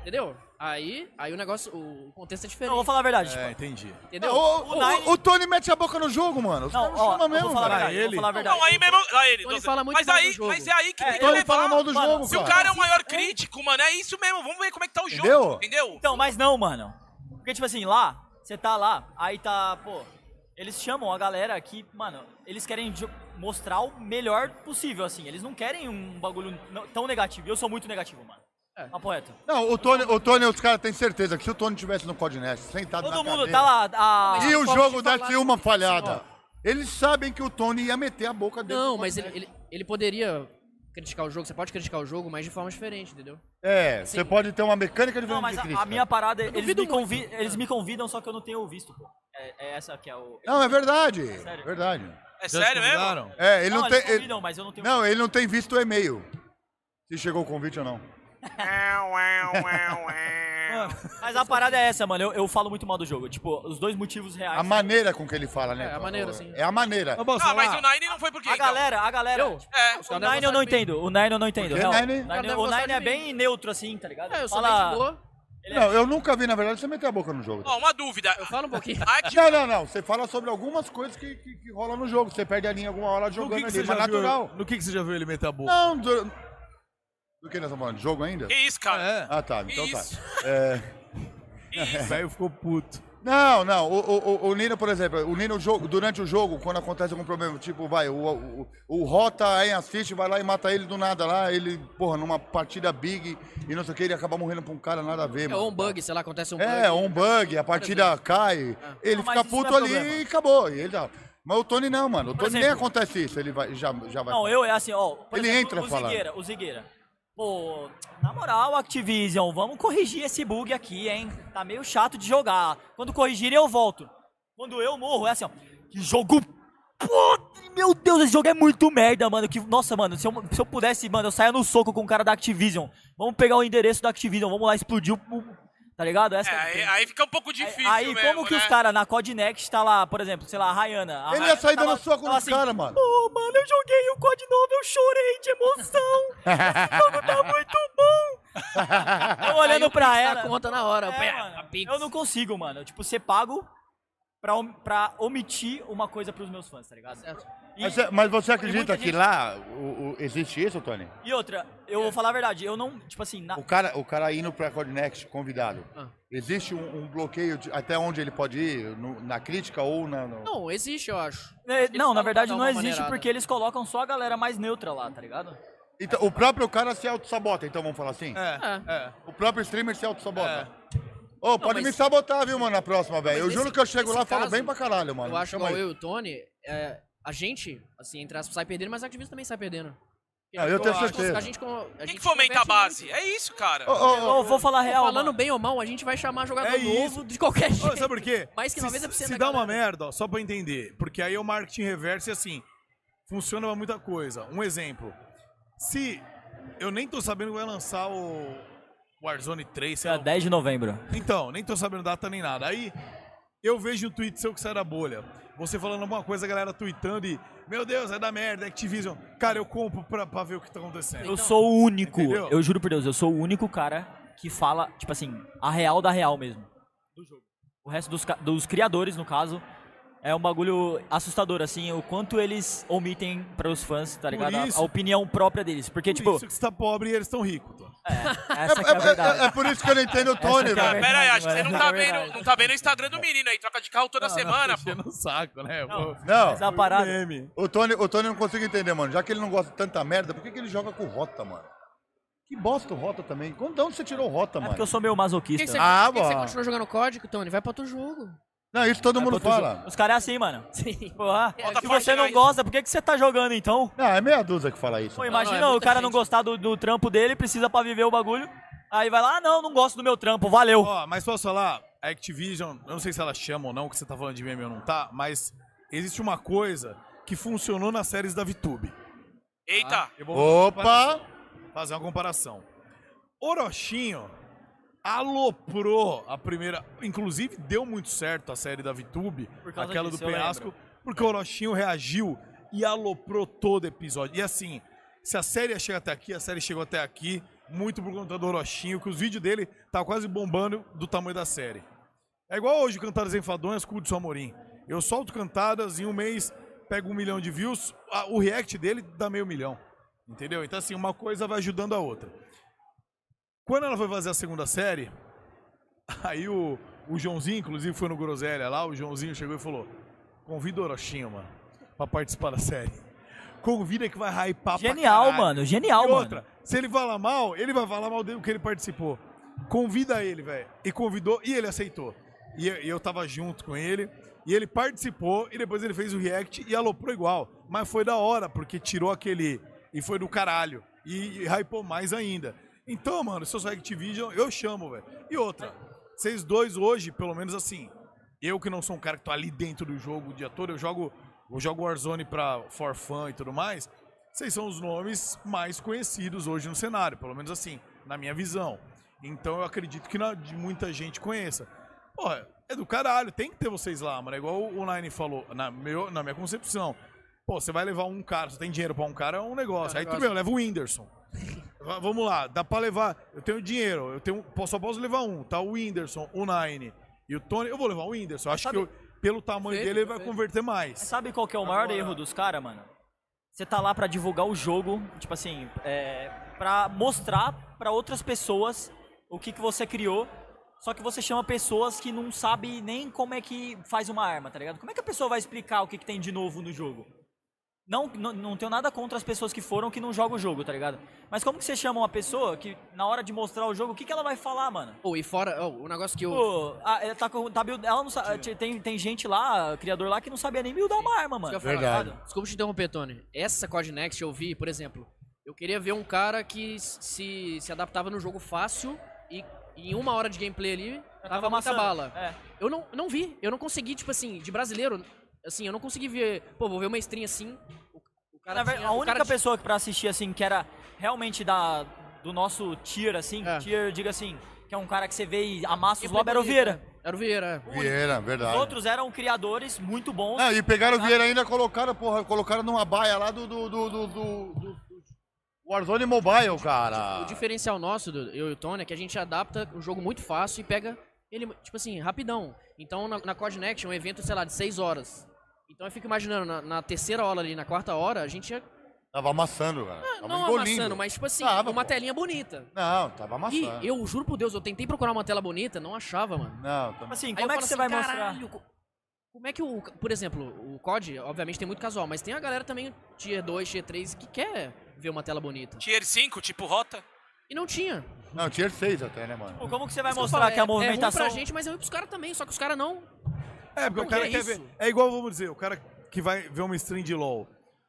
Speaker 4: Entendeu? Aí, aí o negócio, o contexto é
Speaker 5: Não, vou
Speaker 4: diferente,
Speaker 5: falar a verdade.
Speaker 1: É,
Speaker 5: Tipo,
Speaker 1: entendi.
Speaker 4: entendeu?
Speaker 3: Não, o,
Speaker 5: O Nine-
Speaker 3: o- o Tony mete a boca no jogo, mano. Os
Speaker 5: não,
Speaker 3: caras chamam
Speaker 5: ó, eu vou
Speaker 3: mesmo,
Speaker 5: falar a
Speaker 3: velho.
Speaker 5: verdade.
Speaker 1: Pra
Speaker 5: eu Vou falar a verdade.
Speaker 2: Não, aí mesmo. Lá ele,
Speaker 4: Tony
Speaker 2: doze.
Speaker 4: fala muito
Speaker 2: mas
Speaker 4: mal do
Speaker 2: aí,
Speaker 4: jogo.
Speaker 2: Mas é aí que tem que
Speaker 3: Tony
Speaker 2: levar.
Speaker 3: fala mal do
Speaker 5: mano,
Speaker 3: jogo,
Speaker 5: se
Speaker 2: Se o
Speaker 3: cara.
Speaker 2: cara é o maior crítico, mano, é isso mesmo. Vamos ver como é que tá o jogo,
Speaker 3: Entendeu?
Speaker 2: entendeu?
Speaker 5: Então, mas não, mano. Porque, tipo assim, lá, você tá lá, aí tá, pô. Eles chamam a galera que, mano, eles querem jo- mostrar o melhor possível, assim. Eles não querem um bagulho não- tão negativo. E eu sou muito negativo, mano.
Speaker 4: É.
Speaker 5: Papo reto.
Speaker 3: Não, o Tony, o Tony, os caras têm certeza que se o Tony tivesse no Codnest, sentado
Speaker 5: Todo
Speaker 3: na
Speaker 5: mundo
Speaker 3: cadeira,
Speaker 5: tá lá.
Speaker 3: E
Speaker 5: A...
Speaker 3: o
Speaker 4: Posso te
Speaker 3: jogo
Speaker 4: falar
Speaker 3: desse uma
Speaker 4: assim,
Speaker 3: falhada.
Speaker 4: ó.
Speaker 3: Eles sabem que o Tony ia meter a boca dele.
Speaker 4: Não,
Speaker 3: no
Speaker 4: mas ele,
Speaker 3: Codnest.
Speaker 4: ele, ele poderia criticar o jogo, você pode criticar o jogo, mas de forma diferente, entendeu?
Speaker 3: É, você
Speaker 4: Sim.
Speaker 3: pode ter uma mecânica diferente
Speaker 5: Não, mas
Speaker 3: de
Speaker 5: a,
Speaker 3: crítica.
Speaker 5: a minha parada, eles
Speaker 4: duvido
Speaker 5: me, convi-
Speaker 4: muito.
Speaker 5: eles me convidam, só que eu não tenho visto, pô. É, é essa que é o.
Speaker 3: Não, é verdade.
Speaker 5: Sério?
Speaker 3: Verdade.
Speaker 2: É
Speaker 1: Já
Speaker 2: sério mesmo?
Speaker 1: convidaram?
Speaker 3: É, ele não,
Speaker 5: eles
Speaker 3: tem... ele-
Speaker 5: convidam, mas eu não tenho.
Speaker 3: Não, ele não tem visto o e-mail. Se chegou o convite ou não.
Speaker 5: Mano, mas a parada é essa, mano. Eu, eu falo muito mal do jogo. Tipo, os dois motivos reais.
Speaker 3: A maneira com que ele fala, né?
Speaker 4: É, a
Speaker 3: Paulo?
Speaker 4: maneira, sim.
Speaker 3: É a maneira.
Speaker 1: Mas, posso
Speaker 2: Ah, mas
Speaker 1: falar?
Speaker 2: o Nine não foi por quê?
Speaker 5: A
Speaker 2: então?
Speaker 5: galera, a galera. tipo,
Speaker 2: É.
Speaker 4: Eu? Os
Speaker 5: O
Speaker 4: caras devem
Speaker 5: Nine eu não
Speaker 4: gostar de mim.
Speaker 5: entendo, o Nine eu não entendo.
Speaker 3: Porque
Speaker 5: real.
Speaker 3: Nine-
Speaker 5: Nine-
Speaker 4: Cara, deve
Speaker 5: o
Speaker 4: gostar
Speaker 5: Nine
Speaker 4: de
Speaker 5: é
Speaker 4: mim.
Speaker 5: bem neutro, assim, tá ligado?
Speaker 4: É, eu sou bem de
Speaker 5: Fala-
Speaker 4: boa,
Speaker 3: Não, eu nunca vi, na verdade, você meter a boca no jogo.
Speaker 2: Ó, uma dúvida.
Speaker 4: eu falo um pouquinho.
Speaker 2: A ati-
Speaker 3: Não, não, não. Você fala sobre algumas coisas que, que, que rola no jogo. Você perde a linha alguma hora
Speaker 1: No que,
Speaker 3: jogando
Speaker 1: que
Speaker 3: ali,
Speaker 1: você
Speaker 3: mas
Speaker 1: já
Speaker 3: natural.
Speaker 1: viu, no que, que você já viu ele meter a boca?
Speaker 3: Não, do... do que nós estamos falando? De jogo ainda?
Speaker 2: Que isso, cara?
Speaker 1: É.
Speaker 3: Ah, tá. Então tá.
Speaker 2: Isso.
Speaker 3: É...
Speaker 2: Que isso?
Speaker 1: O velho ficou puto.
Speaker 3: Não, não. O, o, o- o Nino, por exemplo, o Nino, jogo, durante o jogo, quando acontece algum problema, tipo, vai, o, o, o Rota aí assiste, vai lá e mata ele do nada lá, ele, porra, numa partida big e não sei o que, ele acaba morrendo pra um cara nada a ver,
Speaker 4: É
Speaker 3: mano.
Speaker 4: um bug, sei lá, acontece um bug.
Speaker 3: É, um bug, a partida cai, ele fica
Speaker 5: Não, mas isso não é
Speaker 3: puto ali
Speaker 5: problema.
Speaker 3: e acabou. E ele dá. Mas o Tony não, mano. O Tony nem
Speaker 5: exemplo-
Speaker 3: acontece isso, ele vai, já, já vai.
Speaker 5: Não, eu é assim, ó. por
Speaker 3: Ele
Speaker 5: exemplo,
Speaker 3: entra
Speaker 5: o
Speaker 3: falando.
Speaker 5: Zigueira, o Zigueira. Pô, na moral, Activision, vamos corrigir esse bug aqui, hein? Tá meio chato de jogar. Quando corrigirem, eu volto. Quando eu morro, é assim, ó. Que jogo podre! Meu Deus, esse jogo é muito merda, mano. Que, nossa, mano, se eu, se eu pudesse, mano, eu saia no soco com o cara da Activision. Vamos pegar o endereço da Activision, vamos lá explodir o. o- Tá ligado? Essa
Speaker 2: É,
Speaker 5: que eu
Speaker 2: aí,
Speaker 5: tenho.
Speaker 2: aí fica um pouco
Speaker 5: Aí-
Speaker 2: difícil
Speaker 5: Aí,
Speaker 2: mesmo,
Speaker 5: como que
Speaker 2: né?
Speaker 5: os caras na Codnext tá lá, por exemplo, sei lá, a Rayana. A
Speaker 3: Ele ia
Speaker 5: Rayana
Speaker 3: sair dando
Speaker 5: tava-
Speaker 3: soco
Speaker 5: tava assim,
Speaker 3: nos caras, mano.
Speaker 5: Pô, mano, eu joguei o COD novo, eu chorei de emoção. Esse jogo tá muito bom.
Speaker 3: <laughs>
Speaker 5: Eu
Speaker 4: Aí
Speaker 5: olhando
Speaker 4: o Pix
Speaker 5: pra
Speaker 4: dá
Speaker 5: ela.
Speaker 4: conta na hora.
Speaker 5: É,
Speaker 4: pá,
Speaker 5: mano,
Speaker 4: "Ah, a Pix.
Speaker 5: eu não consigo, mano. Tipo, ser pago pra, om- pra omitir uma coisa pros meus fãs, tá ligado?
Speaker 4: Certo.
Speaker 5: E,
Speaker 3: Mas, é você- mas você
Speaker 5: e muita
Speaker 3: acredita que
Speaker 5: gente-
Speaker 3: lá o- o- existe isso, Tony?
Speaker 5: e outra, eu
Speaker 4: É.
Speaker 5: vou falar a verdade, eu não, tipo assim, na-
Speaker 3: O cara, o cara indo pra Codnext convidado,
Speaker 4: Ah.
Speaker 3: existe um, um bloqueio de até onde ele pode ir? No- na crítica ou na. no-
Speaker 4: Não, existe, eu acho.
Speaker 5: é,
Speaker 4: Eles
Speaker 5: não, na
Speaker 4: falam
Speaker 5: verdade
Speaker 4: pra dar
Speaker 5: não
Speaker 4: uma
Speaker 5: existe
Speaker 4: maneirada.
Speaker 5: porque eles colocam só a galera mais neutra lá, tá ligado?
Speaker 3: Então, o próprio cara se auto-sabota, então vamos falar assim?
Speaker 1: É, é.
Speaker 3: O próprio streamer se auto-sabota. Ô, pode
Speaker 4: É.
Speaker 3: me
Speaker 4: mas-
Speaker 3: sabotar, viu, mano, na próxima, velho.
Speaker 4: mas
Speaker 3: Eu
Speaker 4: nesse-
Speaker 3: juro que eu chego lá e
Speaker 4: nesse
Speaker 3: falo
Speaker 4: caso,
Speaker 3: bem pra caralho, mano.
Speaker 4: eu acho
Speaker 3: Chama
Speaker 4: igual
Speaker 3: aí.
Speaker 4: eu e o Tony, é, a gente, assim, entre aspas, sai perdendo, mas a Activision também sai perdendo.
Speaker 3: Ah, eu tenho
Speaker 4: a gente-
Speaker 3: certeza.
Speaker 4: A gente, com- a
Speaker 2: Tem
Speaker 4: gente
Speaker 2: que fomentar a
Speaker 4: converte
Speaker 2: base.
Speaker 4: muito.
Speaker 2: É isso, cara.
Speaker 3: Ô, ô, ô,
Speaker 5: Eu vou falar a real,
Speaker 4: Falando
Speaker 5: mano.
Speaker 4: bem ou mal, a gente vai chamar jogador
Speaker 1: É isso.
Speaker 4: novo de qualquer
Speaker 1: Ô,
Speaker 4: jeito.
Speaker 1: sabe por quê?
Speaker 4: Mais que
Speaker 1: se,
Speaker 4: 90%
Speaker 1: se
Speaker 4: da
Speaker 1: dá uma
Speaker 4: galera.
Speaker 1: merda, ó, só pra entender. Porque aí o marketing reverso é assim. Funciona pra muita coisa. Um exemplo. Se eu nem tô sabendo que vai lançar o Warzone 3, sei
Speaker 5: Dia
Speaker 1: lá,
Speaker 5: 10 de novembro.
Speaker 1: Então, nem tô sabendo data nem nada. Aí eu vejo o tweet seu que sai da bolha. Você falando alguma coisa, a galera tweetando e. Meu Deus, é da merda, Activision. Cara, eu compro pra, pra ver o que tá acontecendo.
Speaker 5: Eu sou o único,
Speaker 1: Entendeu?
Speaker 5: eu juro por Deus, eu sou o único cara que fala, tipo assim, a real da real mesmo. Do jogo. O resto dos, ca- dos criadores, no caso, É um bagulho assustador, assim, o quanto eles omitem para os fãs, tá ligado? A-
Speaker 1: isso-
Speaker 5: a opinião própria deles. Porque,
Speaker 1: Por
Speaker 5: tipo,
Speaker 1: isso que você tá pobre e eles estão ricos, Tom.
Speaker 5: essa que é a verdade.
Speaker 3: É, é por isso que eu não entendo o Tony,
Speaker 5: Essa que é a
Speaker 3: velho.
Speaker 5: verdade.
Speaker 2: Pera aí, acho que você não tá,
Speaker 5: É verdade.
Speaker 2: vendo, não tá vendo o Instagram do menino aí. Troca de carro toda semana, pô.
Speaker 1: <laughs> Enchendo o saco, né?
Speaker 5: Não,
Speaker 1: Pô,
Speaker 3: Não,
Speaker 5: Mas é a parada.
Speaker 1: meme.
Speaker 3: o Tony, o Tony eu não consigo entender, mano. Já que ele não gosta de tanta merda, por que, que ele joga com o Rota, mano? Que bosta o Rota também. Como- De onde você tirou o Rota,
Speaker 5: É
Speaker 3: mano?
Speaker 5: porque eu sou meio
Speaker 4: Por que
Speaker 5: masoquista.
Speaker 4: você,
Speaker 5: né?
Speaker 3: Ah,
Speaker 4: por que você
Speaker 3: bom.
Speaker 4: continua jogando código, Tony? Vai pra outro jogo. <laughs>
Speaker 3: Não, isso todo
Speaker 5: É
Speaker 3: mundo
Speaker 5: pra outro
Speaker 3: fala.
Speaker 5: jogo. Os caras é assim, mano.
Speaker 4: Sim.
Speaker 5: Porra,
Speaker 4: É,
Speaker 5: se
Speaker 2: Botafogo
Speaker 5: você
Speaker 2: chega
Speaker 5: não
Speaker 2: aí.
Speaker 5: gosta, por que, que você tá jogando então?
Speaker 3: Não, é meia dúzia que fala isso.
Speaker 5: Pô,
Speaker 3: mano.
Speaker 5: imagina
Speaker 4: Não, é
Speaker 5: o
Speaker 4: muita
Speaker 5: cara não
Speaker 4: gente.
Speaker 5: gostar do, do trampo dele, precisa pra viver o bagulho. Aí vai lá, ah, não, não gosto do meu trampo, valeu.
Speaker 1: Ó, mas posso falar? A Activision, eu não sei se ela chama ou não, que você tá falando de meme ou não tá, mas existe uma coisa que funcionou nas séries da VTube.
Speaker 2: Eita,
Speaker 1: Eu
Speaker 3: Opa!
Speaker 1: fazer uma comparação. Orochinho aloprou a primeira. Inclusive, deu muito certo a série da VTube,
Speaker 5: Por causa
Speaker 1: aquela
Speaker 5: disso,
Speaker 1: do
Speaker 5: eu
Speaker 1: penhasco, porque o Orochinho reagiu e aloprou todo episódio. E assim, se a série chega até aqui, a série chegou até aqui, muito por conta do Orochinho, que os vídeos dele tá quase bombando do tamanho da série. É igual hoje, Cantadas Enfadonhas com o Hudson Amorim. Eu solto cantadas, em um mês pego um milhão de views, a- o react dele dá meio milhão. Entendeu? Então, assim, uma coisa vai ajudando a outra. Quando ela foi fazer a segunda série, <laughs> aí o, o Joãozinho, inclusive, foi no Groselha lá, o Joãozinho chegou e falou: convida o Orochinho, mano, pra participar da <laughs> série. Convida que vai hypar pra
Speaker 5: Genial,
Speaker 1: caralho."
Speaker 5: mano, genial,
Speaker 1: E outra,
Speaker 5: mano.
Speaker 1: se ele falar mal, ele vai falar mal do que ele participou. Convida ele, velho. E convidou e ele aceitou. E eu, e eu tava junto com ele. E ele participou e depois ele fez o react e aloprou igual. Mas foi da hora, porque tirou aquele. E foi do caralho. E, e hypou mais ainda. Então, mano, se eu sou Activision, eu chamo, velho. E outra, vocês dois hoje, pelo menos assim, eu que não sou um cara que tô ali dentro do jogo o dia todo, eu jogo, eu jogo Warzone pra for fun e tudo mais. Vocês são os nomes mais conhecidos hoje no cenário, pelo menos assim, na minha visão. Então eu acredito que na- de muita gente conheça. Porra, é do caralho, tem que ter vocês lá, mano. É igual o Nine falou, na, meu, na minha concepção. Pô, você vai levar um cara, você tem dinheiro pra um cara, é um negócio. Aí tudo bem, eu levo o Whindersson. Va- Vamos lá, dá pra levar. Eu tenho dinheiro, eu tenho, pô, só posso levar um, tá? O Whindersson, o Nine e o Tony. Eu vou levar o Whindersson. Acho
Speaker 5: Sabe-
Speaker 1: que eu- pelo tamanho
Speaker 4: Perfeito,
Speaker 1: dele ele vai
Speaker 4: perfeito.
Speaker 1: converter mais.
Speaker 5: Sabe qual que é o maior
Speaker 1: Agora-
Speaker 5: erro dos caras, mano? Você tá lá pra divulgar o jogo, tipo assim, é, pra mostrar pra outras pessoas o que, que você criou, só que você chama pessoas que não sabem nem como é que faz uma arma, tá ligado? Como é que a pessoa vai explicar o que, que tem de novo no jogo? Não, não, não tenho nada contra as pessoas que foram que não jogam o jogo, tá ligado? Mas como que você chama uma pessoa que, na hora de mostrar o jogo, o que, que ela vai falar, mano?
Speaker 4: Ou e fora, ô, o negócio que eu.
Speaker 5: Pô, a- ela tá com. Tá build, ela não sa- tem, tem gente lá, criador lá, que não sabia nem buildar uma arma,
Speaker 4: isso que
Speaker 5: mano.
Speaker 4: eu ia falar.
Speaker 3: Verdade.
Speaker 4: Desculpa te interromper, Tony. Essa Code Next eu vi, por exemplo, eu queria ver um cara que se, se adaptava no jogo fácil e em uma hora de gameplay ali tava muita
Speaker 5: amassando.
Speaker 4: bala.
Speaker 5: É.
Speaker 4: Eu não, não vi, eu não consegui, tipo assim, de brasileiro, assim, eu não consegui ver. Pô, vou ver uma stream assim. O, o cara
Speaker 5: Na verdade,
Speaker 4: tinha-
Speaker 5: a
Speaker 4: o
Speaker 5: única
Speaker 4: cara tinha-
Speaker 5: pessoa que pra assistir, assim, que era realmente da, do nosso tier, assim,
Speaker 4: É.
Speaker 5: tier, diga assim, que é um cara que você vê e amassa os
Speaker 4: gameplay
Speaker 5: lobby, era o
Speaker 4: bonito,
Speaker 5: Vieira.
Speaker 4: é. Era o Vieira. é.
Speaker 3: Vieira,
Speaker 5: Os
Speaker 3: verdade.
Speaker 5: outros eram criadores muito bons.
Speaker 3: Ah, e pegaram o Vieira ainda, colocaram, porra, colocaram numa baia lá do. do, do, do, do- do- do Warzone Mobile, cara.
Speaker 4: O diferencial nosso, do, eu e o Tony, é que a gente adapta o jogo muito fácil e pega ele, tipo assim, rapidão. Então, na, na Code Next, é um evento, sei lá, de 6 horas. Então, eu fico imaginando, na, na terceira hora ali, na quarta hora, a gente ia,
Speaker 3: Tava amassando, cara. Tava
Speaker 4: Ah, não
Speaker 3: É um engolindo.
Speaker 4: amassando, mas, tipo assim,
Speaker 3: Tava,
Speaker 4: uma
Speaker 3: pô. é.
Speaker 4: telinha bonita.
Speaker 3: Não, tava
Speaker 4: E
Speaker 3: amassando.
Speaker 4: eu juro por Deus, eu tentei procurar uma tela bonita, não achava, mano.
Speaker 3: Não, tava...
Speaker 5: Assim,
Speaker 4: Aí eu
Speaker 5: como é
Speaker 4: falo
Speaker 5: que você vai
Speaker 4: assim,
Speaker 5: mostrar?
Speaker 4: "Caralho, co- Como é que o. Por exemplo, o COD, obviamente, tem muito casual, mas tem a galera também, tier 2, tier 3, que quer ver uma tela bonita.
Speaker 2: tier 5, tipo rota.
Speaker 4: E não tinha.
Speaker 3: Não, tinha seis até, né, mano?
Speaker 5: Pô, Tipo, Como que você vai
Speaker 4: Isso eu
Speaker 5: mostrar
Speaker 4: falo,
Speaker 5: que a
Speaker 4: é- É
Speaker 5: movimentação...
Speaker 4: ruim pra gente, mas é ruim pros caras também, só que os caras não.
Speaker 1: É, porque
Speaker 4: Não,
Speaker 1: o cara
Speaker 4: é
Speaker 1: quer
Speaker 4: isso.
Speaker 1: ver. É igual, vamos dizer, o cara que vai ver uma stream de LOL.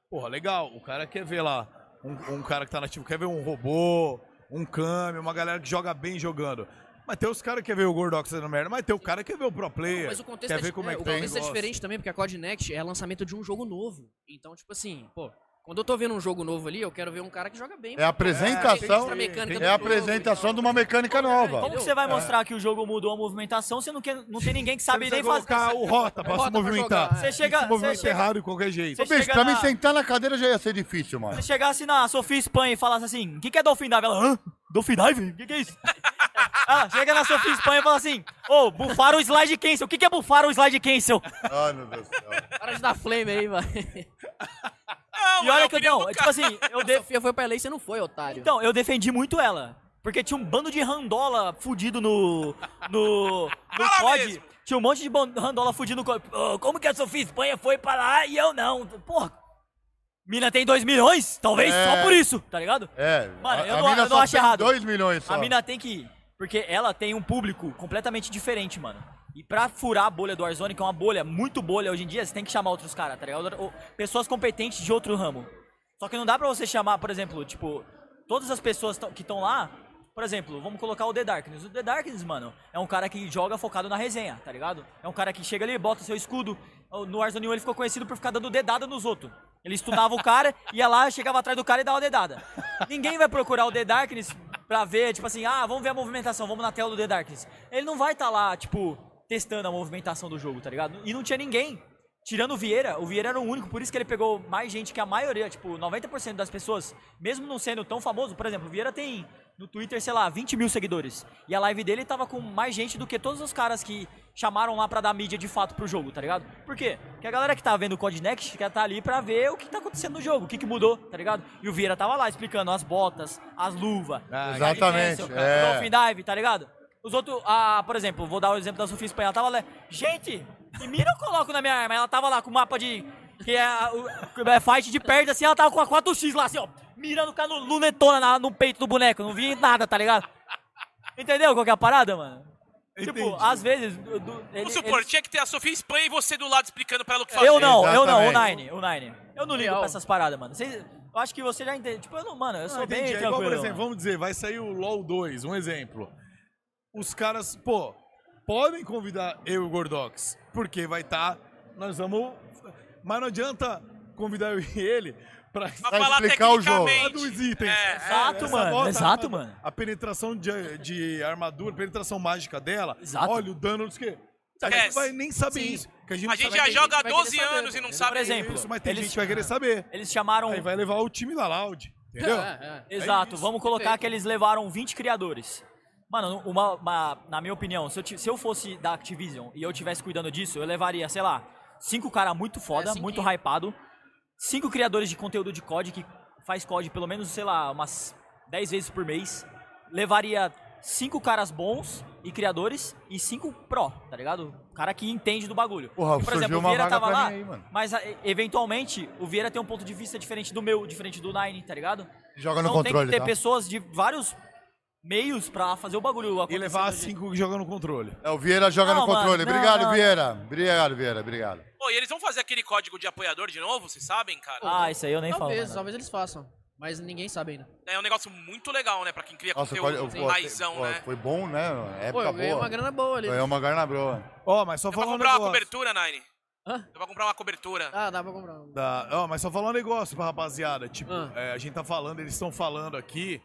Speaker 1: Porra, legal, o cara quer ver lá um, um cara que tá nativo, quer ver um robô, um câmbio, uma galera que joga bem jogando. Mas tem os caras que quer ver o Gordox fazendo merda, mas tem o cara que quer ver o pro player.
Speaker 4: Mas o contexto,
Speaker 1: quer
Speaker 4: é,
Speaker 1: ver
Speaker 4: di-
Speaker 1: como é,
Speaker 4: é,
Speaker 1: que
Speaker 4: o
Speaker 1: tá o
Speaker 4: contexto é
Speaker 1: negócio.
Speaker 4: diferente também, porque a COD Next é lançamento de um jogo novo. Então, tipo assim, pô, quando eu tô vendo um jogo novo ali, eu quero ver um cara que joga bem.
Speaker 3: É a apresentação.
Speaker 4: Outra mecânica
Speaker 3: É
Speaker 4: do
Speaker 3: a
Speaker 4: jogo e
Speaker 3: apresentação
Speaker 4: tal.
Speaker 3: de uma mecânica nova.
Speaker 5: Como que
Speaker 4: É.
Speaker 5: você vai mostrar que o jogo mudou a movimentação se não, quer, não tem ninguém que sabe
Speaker 1: Você
Speaker 5: nem
Speaker 1: precisa
Speaker 5: fazer...
Speaker 1: colocar o Rota pra
Speaker 4: Rota
Speaker 1: se
Speaker 4: pra
Speaker 1: movimentar.
Speaker 4: jogar, é.
Speaker 5: Você
Speaker 1: Tem que
Speaker 5: chega...
Speaker 1: se
Speaker 5: Você
Speaker 1: movimentar
Speaker 5: chega...
Speaker 1: errado de qualquer jeito.
Speaker 5: Você
Speaker 3: Bicho,
Speaker 5: chega
Speaker 3: pra mim
Speaker 5: na-
Speaker 3: sentar na cadeira já ia ser difícil, mano.
Speaker 5: Se chegasse na Sofia Espanha e falasse assim, o que, que é Dolphin Dive? Ela, hã? Dolphin Dive? O que, que é isso? <laughs> Ah, chega na Sofia Espanha e fala assim: Ô, bufaram o slide cancel. O que, que é bufar o slide cancel?
Speaker 3: Ai, meu Deus do céu.
Speaker 4: Para de dar flame aí,
Speaker 1: <laughs>
Speaker 4: vai.
Speaker 2: Não,
Speaker 5: E
Speaker 2: mano,
Speaker 5: olha
Speaker 2: eu
Speaker 5: que eu.
Speaker 2: queria um
Speaker 5: Não,
Speaker 2: nunca-
Speaker 5: é tipo assim, eu, de,
Speaker 4: Sofia foi pra lei e você não foi, otário.
Speaker 5: Então, eu defendi muito ela. Porque tinha um bando de randola fudido no. No. No
Speaker 2: Fala
Speaker 5: COD.
Speaker 2: mesmo.
Speaker 5: Tinha um monte de ban- randola fudido no COD. Ô, como que a Sofia Espanha foi pra lá e eu não? Porra. Mina tem 2 milhões? Talvez
Speaker 3: É.
Speaker 5: só por isso, tá ligado?
Speaker 3: É,
Speaker 5: Mano,
Speaker 3: a,
Speaker 5: eu
Speaker 3: a
Speaker 5: não-
Speaker 3: mina
Speaker 5: eu não
Speaker 3: só
Speaker 5: acho
Speaker 3: tem
Speaker 5: errado.
Speaker 3: 2 milhões só.
Speaker 5: A mina tem que ir. Porque ela tem um público completamente diferente, mano. E pra furar a bolha do Warzone, que é uma bolha, muito bolha hoje em dia, você tem que chamar outros caras, tá ligado? Ou pessoas competentes de outro ramo. Só que não dá pra você chamar, por exemplo, tipo, todas as pessoas tão- que estão lá. Por exemplo, vamos colocar o The Darkness. O The Darkness, mano, é um cara que joga focado na resenha, tá ligado? É um cara que chega ali, bota o seu escudo. No Warzone 1 ele ficou conhecido por ficar dando dedada nos outros. Ele estudava o cara, ia lá, chegava atrás do cara e dava uma dedada. Ninguém vai procurar o The Darkness pra ver, tipo assim, ah, vamos ver a movimentação, vamos na tela do The Darkness. Ele não vai estar lá, tipo, testando a movimentação do jogo, tá ligado? E não tinha ninguém. Tirando o Vieira, o Vieira era o único, por isso que ele pegou mais gente que a maioria, tipo, 90% das pessoas, mesmo não sendo tão famoso, por exemplo, o Vieira tem no Twitter, sei lá, 20 mil seguidores. E a live dele tava com mais gente do que todos os caras que chamaram lá pra dar mídia de fato pro jogo, tá ligado? Por quê? Porque a galera que tá vendo o Code Next quer tá ali pra ver o que tá acontecendo no jogo, o que que mudou, tá ligado? E o Vieira tava lá explicando as botas, as luvas,
Speaker 1: Ah,
Speaker 3: Tá Exatamente.
Speaker 5: Cancel,
Speaker 3: é.
Speaker 5: Dolphin Dive, tá ligado? Os outros, ah, por exemplo, vou dar o exemplo da Sofia Espanha. Ela tava lá, gente, que mira eu coloco na minha arma? Ela tava lá com o mapa de. Que é, a- o- é fight de perto, assim, ela tava com a 4x lá, assim, ó, mirando com a nu- lunetona na- no peito do boneco, não vi nada, tá ligado? Entendeu qual que é a parada, mano? Tipo,
Speaker 1: Entendi.
Speaker 5: às vezes. do- do- ele-
Speaker 2: Vamos supor,
Speaker 5: ele-
Speaker 2: um tinha que ter a Sofia Espanha e você do lado explicando pra ela o que fazer.
Speaker 5: eu não, eu não, o
Speaker 3: Exatamente.
Speaker 5: Nine, o Nine. Eu não ligo
Speaker 4: Real.
Speaker 5: pra essas paradas, mano. Vocês- eu acho que você já entende. Tipo, eu não, mano, eu sou
Speaker 1: Ah,
Speaker 5: bem né?
Speaker 1: entendi. É
Speaker 5: tranquilo.
Speaker 1: igual, por exemplo,
Speaker 5: mano.
Speaker 1: vamos dizer, vai sair o LoL 2, um exemplo. Os caras, pô, podem convidar eu e o Gordox, porque vai estar. nós vamos. Mas não adianta convidar eu <laughs> e ele pra.
Speaker 2: Pra
Speaker 3: Vai
Speaker 2: falar
Speaker 3: explicar o jogo.
Speaker 1: falar
Speaker 2: tecnicamente.
Speaker 1: dos itens.
Speaker 2: É,
Speaker 5: Exato,
Speaker 1: essa
Speaker 5: mano,
Speaker 1: bota,
Speaker 5: exato,
Speaker 1: a-
Speaker 5: mano.
Speaker 1: A penetração de, de armadura, penetração mágica dela.
Speaker 5: Exato.
Speaker 1: Olha o dano dos que. A gente
Speaker 2: Esquece.
Speaker 1: não vai nem saber
Speaker 4: Sim.
Speaker 1: isso. que
Speaker 2: A gente
Speaker 1: sabe
Speaker 2: já
Speaker 1: que-
Speaker 2: joga há
Speaker 4: vai querer
Speaker 2: 12
Speaker 4: saber,
Speaker 2: anos e não
Speaker 4: por
Speaker 2: sabe
Speaker 5: né? exemplo.
Speaker 1: isso, mas tem
Speaker 5: Eles- Ah. Então,
Speaker 1: gente que vai querer saber.
Speaker 5: Eles chamaram.
Speaker 1: Aí vai levar o time da Loud. Entendeu?
Speaker 4: É, é.
Speaker 5: Exato,
Speaker 1: isso.
Speaker 5: vamos colocar
Speaker 4: Perfeito.
Speaker 5: que eles levaram 20 criadores. Mano, uma, uma- na minha opinião, se eu, ti- se eu fosse da Activision e eu tivesse cuidando disso, eu levaria, sei lá, cinco cara muito foda,
Speaker 4: É, cinco-
Speaker 5: muito hypado, cinco criadores de conteúdo de COD que faz COD pelo menos, sei lá, umas 10 vezes por mês. Levaria cinco caras bons e criadores e cinco pró, tá ligado? Cara que entende do bagulho.
Speaker 3: Porra,
Speaker 5: Por
Speaker 3: surgiu
Speaker 5: exemplo, o
Speaker 3: uma
Speaker 5: Vieira
Speaker 3: vaga
Speaker 5: tava
Speaker 3: pra
Speaker 5: lá,
Speaker 3: mim aí, mano.
Speaker 5: mas a- eventualmente o Vieira tem um ponto de vista diferente do meu, diferente do Nine, tá ligado?
Speaker 3: Joga no
Speaker 5: então tem
Speaker 3: controle,
Speaker 5: que ter
Speaker 3: tá?
Speaker 5: pessoas de vários meios pra fazer o bagulho
Speaker 1: E
Speaker 5: acontecer.
Speaker 1: levar a
Speaker 5: do jeito-
Speaker 1: 5 jogando controle.
Speaker 3: É, o Vieira joga
Speaker 5: Não,
Speaker 3: no
Speaker 5: mano,
Speaker 3: controle.
Speaker 5: não,
Speaker 3: obrigado,
Speaker 5: não,
Speaker 3: Vieira. Obrigado, Vieira. Obrigado.
Speaker 2: Pô, e eles vão fazer aquele código de apoiador de novo, vocês sabem, cara?
Speaker 5: Ah, isso aí eu nem falo.
Speaker 4: Talvez,
Speaker 5: mano.
Speaker 4: talvez eles façam. Mas ninguém sabe ainda.
Speaker 2: É um negócio muito legal, né? Pra quem cria
Speaker 3: Nossa,
Speaker 2: conteúdo
Speaker 3: pode-
Speaker 2: com
Speaker 3: pô,
Speaker 2: raizão,
Speaker 3: pô,
Speaker 2: né?
Speaker 3: foi bom, né?
Speaker 4: Pô,
Speaker 1: É
Speaker 3: Época
Speaker 4: eu ganhei
Speaker 3: boa.
Speaker 4: uma grana boa ali.
Speaker 3: Ganhou uma grana broa.
Speaker 1: Ó, mas só
Speaker 2: Dá pra
Speaker 1: falar um
Speaker 2: comprar uma
Speaker 1: negócio.
Speaker 2: cobertura, Nine.
Speaker 4: Hã?
Speaker 2: Dá pra comprar uma cobertura.
Speaker 4: Ah, dá pra comprar.
Speaker 1: Da- Ó, mas só falar um negócio pra rapaziada. Tipo,
Speaker 4: Ah.
Speaker 1: é, a gente tá falando, eles estão falando aqui.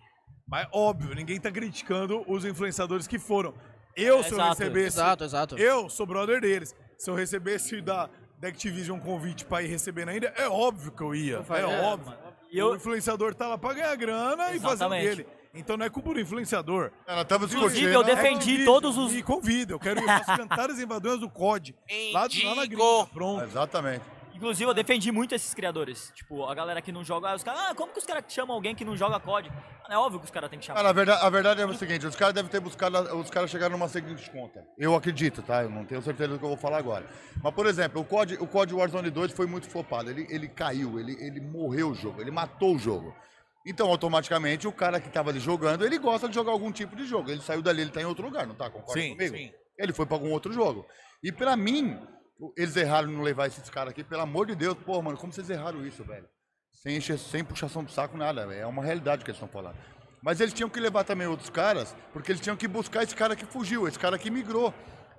Speaker 1: Mas óbvio, ninguém tá criticando os influenciadores que foram. Eu,
Speaker 5: É,
Speaker 1: se eu
Speaker 5: exato,
Speaker 1: recebesse.
Speaker 4: Exato, exato.
Speaker 1: Eu sou brother deles. Se eu recebesse da, da Activision um convite pra ir recebendo ainda, é óbvio que eu ia. É,
Speaker 4: faria,
Speaker 1: óbvio.
Speaker 5: E
Speaker 1: O
Speaker 5: eu,
Speaker 1: influenciador tá lá pra ganhar grana e fazer o
Speaker 5: Exatamente.
Speaker 1: dele. Então não é culpa do influenciador.
Speaker 3: Cara, estamos
Speaker 5: Inclusive,
Speaker 3: discutindo. né?
Speaker 5: eu defendi
Speaker 1: É,
Speaker 5: todos os-
Speaker 1: Me convida, eu quero ir aos cantares invadores do COD. Lá, do- lá na gringa,
Speaker 2: Indigo.
Speaker 5: um.
Speaker 1: pronto.
Speaker 3: Exatamente.
Speaker 5: inclusive, eu defendi muito esses criadores. Tipo, a galera que não joga. Os caras, ah, como que os caras chamam alguém que não joga COD? Mano, é óbvio que os caras têm que chamar.
Speaker 3: Cara, a verdade, a verdade é o seguinte, os caras devem ter buscado, os caras chegaram numa seguinte conta. Eu acredito, tá? Eu não tenho certeza do que eu vou falar agora. Mas, por exemplo, o COD, o COD Warzone 2 foi muito flopado. Ele, ele caiu, ele, ele morreu o jogo, ele matou o jogo. Então, automaticamente, o cara que tava ali jogando, ele gosta de jogar algum tipo de jogo. Ele saiu dali, ele tá em outro lugar, não tá? Concorda
Speaker 1: Sim,
Speaker 3: comigo?
Speaker 1: sim.
Speaker 3: Ele foi pra algum outro jogo. E pra mim, eles erraram em não levar esses caras aqui, pelo amor de Deus. Pô, mano, como vocês erraram isso, velho? Sem, enche- sem puxação de saco, nada. velho. É uma realidade que eles estão falando. Mas eles tinham que levar também outros caras, porque eles tinham que buscar esse cara que fugiu, esse cara que migrou.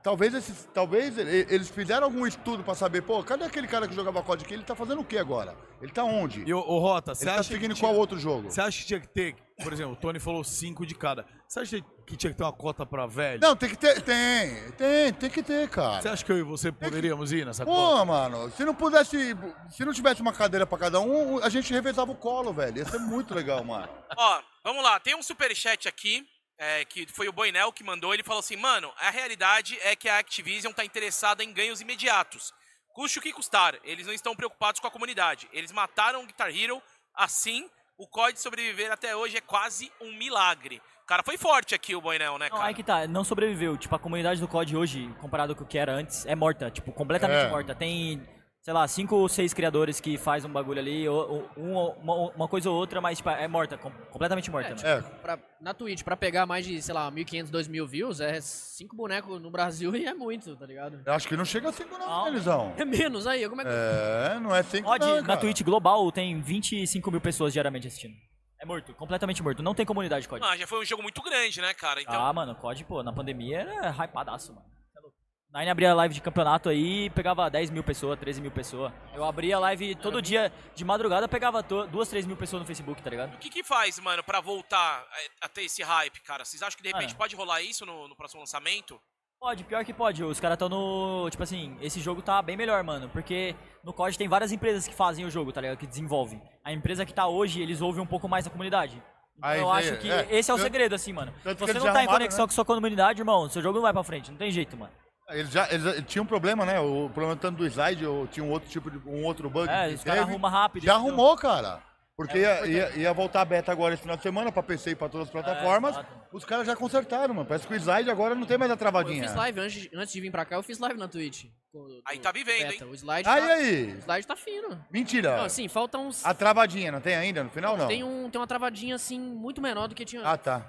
Speaker 3: Talvez, esses, talvez e- eles fizeram algum estudo pra saber, pô, cadê aquele cara que jogava COD aqui? Ele tá fazendo o que agora? Ele tá onde?
Speaker 1: E, ô, ô, Rota, você
Speaker 3: ele tá
Speaker 1: acha que
Speaker 3: seguindo
Speaker 1: tinha-
Speaker 3: qual outro jogo?
Speaker 1: Você acha que tinha que ter, por exemplo, o Tony falou cinco de cada. Você acha que tinha que ter uma cota pra velho?
Speaker 3: Não, tem que ter, tem, tem, tem que ter, cara.
Speaker 1: Você acha que eu e você poderíamos ir
Speaker 5: Tá
Speaker 1: nessa cota?
Speaker 3: Pô, mano, se não pudesse. Se não tivesse uma cadeira pra cada um, a gente revezava o colo, velho. Ia ser muito legal, mano.
Speaker 2: Ó, vamos lá, tem um superchat aqui é, que foi o Boinel que mandou, ele falou assim, mano, a realidade é que a Activision tá interessada em ganhos imediatos. Custe o que custar, eles não estão preocupados com a comunidade. Eles mataram o Guitar Hero, assim, o código sobreviver até hoje é quase um milagre. Cara, foi forte aqui o Boinel, né,
Speaker 5: Não,
Speaker 2: cara?
Speaker 5: aí que tá, não sobreviveu. Tipo, a comunidade do COD hoje, comparado com o que era antes, é morta. Tipo, completamente
Speaker 3: É.
Speaker 5: morta. Tem, sei lá, cinco ou seis criadores que faz um bagulho ali, ou, ou- um ou- uma, uma coisa ou outra, mas tipo, é morta, com- completamente morta.
Speaker 4: É,
Speaker 5: né?
Speaker 3: É,
Speaker 4: Pra, na Twitch, pra pegar mais de, sei lá, 1.500, 2.000 views, é cinco bonecos no Brasil <laughs> e é muito, tá ligado?
Speaker 3: eu acho que não chega a 5 não,
Speaker 5: Não.
Speaker 3: né, Elisão.
Speaker 4: É menos aí, como é que...
Speaker 3: É, não é 5
Speaker 5: COD,
Speaker 3: não,
Speaker 5: na
Speaker 3: cara.
Speaker 5: Twitch global, tem 25 mil pessoas diariamente assistindo. É morto, completamente morto. Não tem comunidade COD.
Speaker 2: Ah, já foi um jogo muito grande, né, cara? Então,
Speaker 5: Ah, mano, COD, pô, na pandemia era hypadaço, mano. Tá louco. Nine abria live de campeonato aí e pegava 10 mil pessoas, 13 mil pessoas. Eu abria live todo dia de madrugada, pegava to- duas, três mil pessoas no Facebook, tá ligado?
Speaker 2: O que que faz, mano, pra voltar é, a- a ter esse hype, cara? Vocês acham que de repente
Speaker 5: Ah.
Speaker 2: pode rolar isso no, no próximo lançamento?
Speaker 5: Pode, pior que pode. Os caras estão no. Tipo assim, esse jogo tá bem melhor, mano. Porque no COD tem várias empresas que fazem o jogo, tá ligado? Que desenvolvem. A empresa que tá hoje, eles ouvem um pouco mais da comunidade. Então
Speaker 3: Aí,
Speaker 5: eu
Speaker 3: aí,
Speaker 5: acho que
Speaker 3: é.
Speaker 5: esse é o
Speaker 3: Tanto-
Speaker 5: segredo, assim, mano. Se
Speaker 3: tanto que
Speaker 5: você
Speaker 3: eles
Speaker 5: não tá em
Speaker 3: arrumaram,
Speaker 5: conexão
Speaker 3: né?
Speaker 5: com sua comunidade, irmão, seu jogo não vai pra frente. Não tem jeito, mano.
Speaker 3: Eles já, eles já- tinha um problema, né? O problema tanto do slide, eu tinha um outro tipo de um outro bug.
Speaker 5: É,
Speaker 3: que
Speaker 5: os caras
Speaker 3: teve.
Speaker 5: arrumam rápido.
Speaker 3: Já
Speaker 5: entendeu?
Speaker 3: arrumou, cara. Porque
Speaker 5: É,
Speaker 3: ia,
Speaker 5: importante.
Speaker 3: ia, ia voltar beta agora esse final de semana pra PC e pra todas as plataformas.
Speaker 5: É, exato.
Speaker 3: os caras já consertaram, mano. Parece que o slide agora não tem mais a
Speaker 4: Eu
Speaker 3: travadinha.
Speaker 4: fiz live antes, antes de vir pra cá, eu fiz live na Twitch. Do- do-
Speaker 2: Aí tá vivendo,
Speaker 4: do beta.
Speaker 2: hein?
Speaker 4: O slide,
Speaker 3: Aí,
Speaker 4: tá,
Speaker 3: aí.
Speaker 4: o slide tá fino.
Speaker 3: Mentira.
Speaker 4: Não, assim, falta uns...
Speaker 3: A travadinha não tem ainda no final, É. Ah, não?
Speaker 4: Tem, um, tem uma travadinha, assim, muito menor do que tinha
Speaker 3: Ah, tá.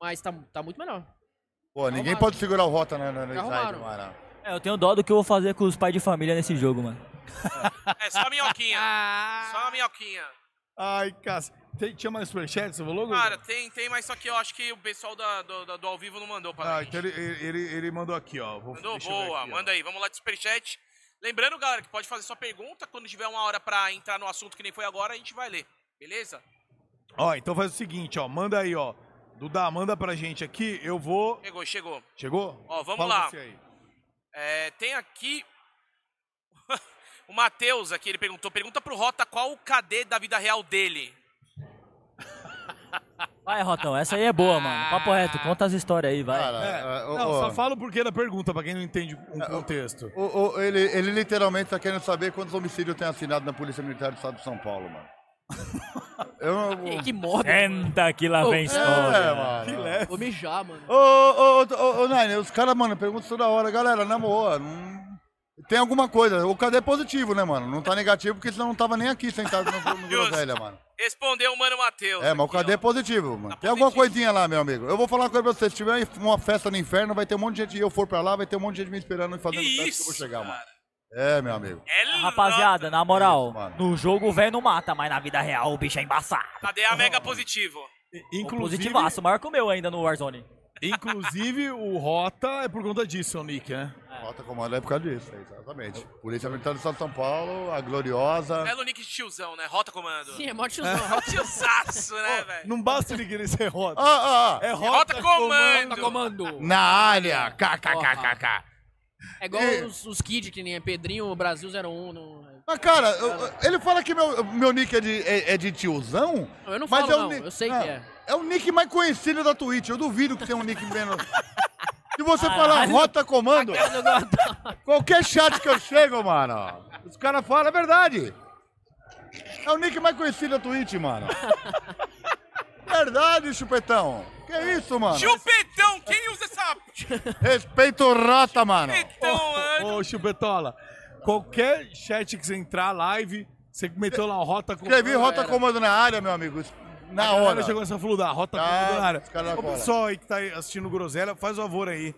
Speaker 4: Mas tá, tá muito melhor.
Speaker 3: Pô, ninguém
Speaker 4: Arrumaram.
Speaker 3: pode segurar o rota na, na, no slide,
Speaker 4: Arrumaram.
Speaker 3: mano.
Speaker 5: É, eu tenho dó do que eu vou fazer com os pais de família nesse jogo, mano.
Speaker 2: É só a minhoquinha.
Speaker 5: <laughs>
Speaker 2: só a minhoquinha.
Speaker 1: Ai, Cássio. Tem- Tinha mais superchat, você falou, Gordão?
Speaker 2: Cara, tem, tem, mas só que eu acho que o pessoal da- do, do- do ao vivo não mandou pra
Speaker 1: Ah,
Speaker 2: gente.
Speaker 1: então ele, ele, ele- ele mandou aqui, ó. Vou,
Speaker 2: Mandou?
Speaker 1: deixa eu ver
Speaker 2: Boa,
Speaker 1: aqui, ó.
Speaker 2: manda aí. Vamos lá de superchat. Lembrando, galera, que pode fazer sua pergunta. Quando tiver uma hora pra entrar no assunto que nem foi agora, a gente vai ler. Beleza?
Speaker 1: Ó, então faz o seguinte, ó. Manda aí, ó. Duda, manda pra gente aqui. Eu vou.
Speaker 2: Chegou, chegou.
Speaker 1: Chegou?
Speaker 2: Ó, vamos
Speaker 1: Fala
Speaker 2: lá.
Speaker 1: você aí.
Speaker 2: É, tem aqui <laughs> o Matheus aqui, ele perguntou, pergunta pro Rota qual o KD da vida real dele.
Speaker 5: Vai, Rotão, essa aí é boa, mano. Papo reto, conta as histórias aí, vai.
Speaker 3: Cara,
Speaker 1: É,
Speaker 3: ah, ô,
Speaker 1: não,
Speaker 3: ô, É,
Speaker 1: só fala o porquê da pergunta, pra quem não entende o contexto.
Speaker 3: ô, ô, ele, ele literalmente tá querendo saber quantos homicídios tem assinado na Polícia Militar do Estado de São Paulo, mano. Eu não vou.
Speaker 4: Que, que moda, mano.
Speaker 5: Senta que lá
Speaker 4: Oh,
Speaker 5: vem
Speaker 4: é,
Speaker 5: história.
Speaker 3: mano.
Speaker 4: Vou
Speaker 3: <laughs>
Speaker 4: mijar, mano.
Speaker 3: Ô, ô, ô, ô, ô, Nine, os caras, mano, perguntam toda hora. Galera, na boa, não... tem alguma coisa. O cadê positivo, né, mano? Não tá negativo porque senão não tava nem aqui sentado no, no
Speaker 2: Justo.
Speaker 3: groselha, mano.
Speaker 2: Respondeu o Mano Matheus.
Speaker 3: É, mas o
Speaker 2: Então, aqui, ó.
Speaker 3: cadê positivo, mano.
Speaker 2: Tá
Speaker 3: Tem alguma
Speaker 2: positivo.
Speaker 3: coisinha lá, meu amigo. Eu vou falar uma coisa pra você. Se tiver uma festa no inferno, vai ter um monte de gente. E eu for pra lá, vai ter um monte de gente me esperando e fazendo
Speaker 2: Que
Speaker 3: festa que
Speaker 2: isso,
Speaker 3: eu vou chegar,
Speaker 2: cara.
Speaker 3: mano. É, meu amigo.
Speaker 2: É lota.
Speaker 5: Ah, Rapaziada, na moral,
Speaker 3: Isso, mano.
Speaker 5: no jogo o velho não mata, mas na vida real o bicho é embaçado.
Speaker 2: Cadê a Mega Positivo?
Speaker 1: I-
Speaker 5: Inclusive,
Speaker 1: Inclusive,
Speaker 3: <laughs>
Speaker 5: positivaço, maior que o meu ainda no Warzone.
Speaker 1: inclusive, o Rota é por conta disso, o Nick, né?
Speaker 3: Falta comando é por causa disso, é, exatamente. Polícia Militar do Estado de São Paulo, a gloriosa.
Speaker 2: É o nick de tiozão, né? Rota Comando.
Speaker 4: Sim, é mó tiozão.
Speaker 2: Tiozaço, né, velho?
Speaker 1: Não basta ele querer ser Rota.
Speaker 3: Ah, ah, ah.
Speaker 1: É
Speaker 2: Rota
Speaker 1: Rota,
Speaker 2: Comando.
Speaker 4: Tá comando.
Speaker 3: Na área! KKKKK!
Speaker 4: É igual
Speaker 3: E-
Speaker 4: os, os kids que nem é Pedrinho, Brasil 01. No...
Speaker 3: Mas, cara, eu- eu- ele fala que meu, meu nick é de, é, é de tiozão?
Speaker 4: Eu não
Speaker 3: mas
Speaker 4: falo,
Speaker 3: é
Speaker 4: não.
Speaker 3: nick-
Speaker 4: Eu sei que
Speaker 3: Ah,
Speaker 4: é.
Speaker 3: É o nick mais conhecido da Twitch. Eu duvido que tenha um nick menos. Se
Speaker 4: Ah,
Speaker 3: você falar Rota Comando, qualquer chat que eu chego, mano, os caras falam, é verdade. É o nick mais conhecido da Twitch, mano. Verdade, chupetão. Que isso, mano?
Speaker 2: Chupetão, quem usa essa
Speaker 3: Respeita o Rota, mano.
Speaker 2: chupetão, mano?
Speaker 1: Ô, Chupetola, qualquer chat que você entrar live, você meteu lá o Rota Comando.
Speaker 3: Escrevi Rota Comando na área, meu amigo. Na hora.
Speaker 1: Chegou nessa fludar, Rota
Speaker 3: Tá,
Speaker 1: Comando na área.
Speaker 3: os caras
Speaker 1: Ô,
Speaker 3: agora.
Speaker 1: pessoal aí que tá aí assistindo o Groselha, faz o favor aí.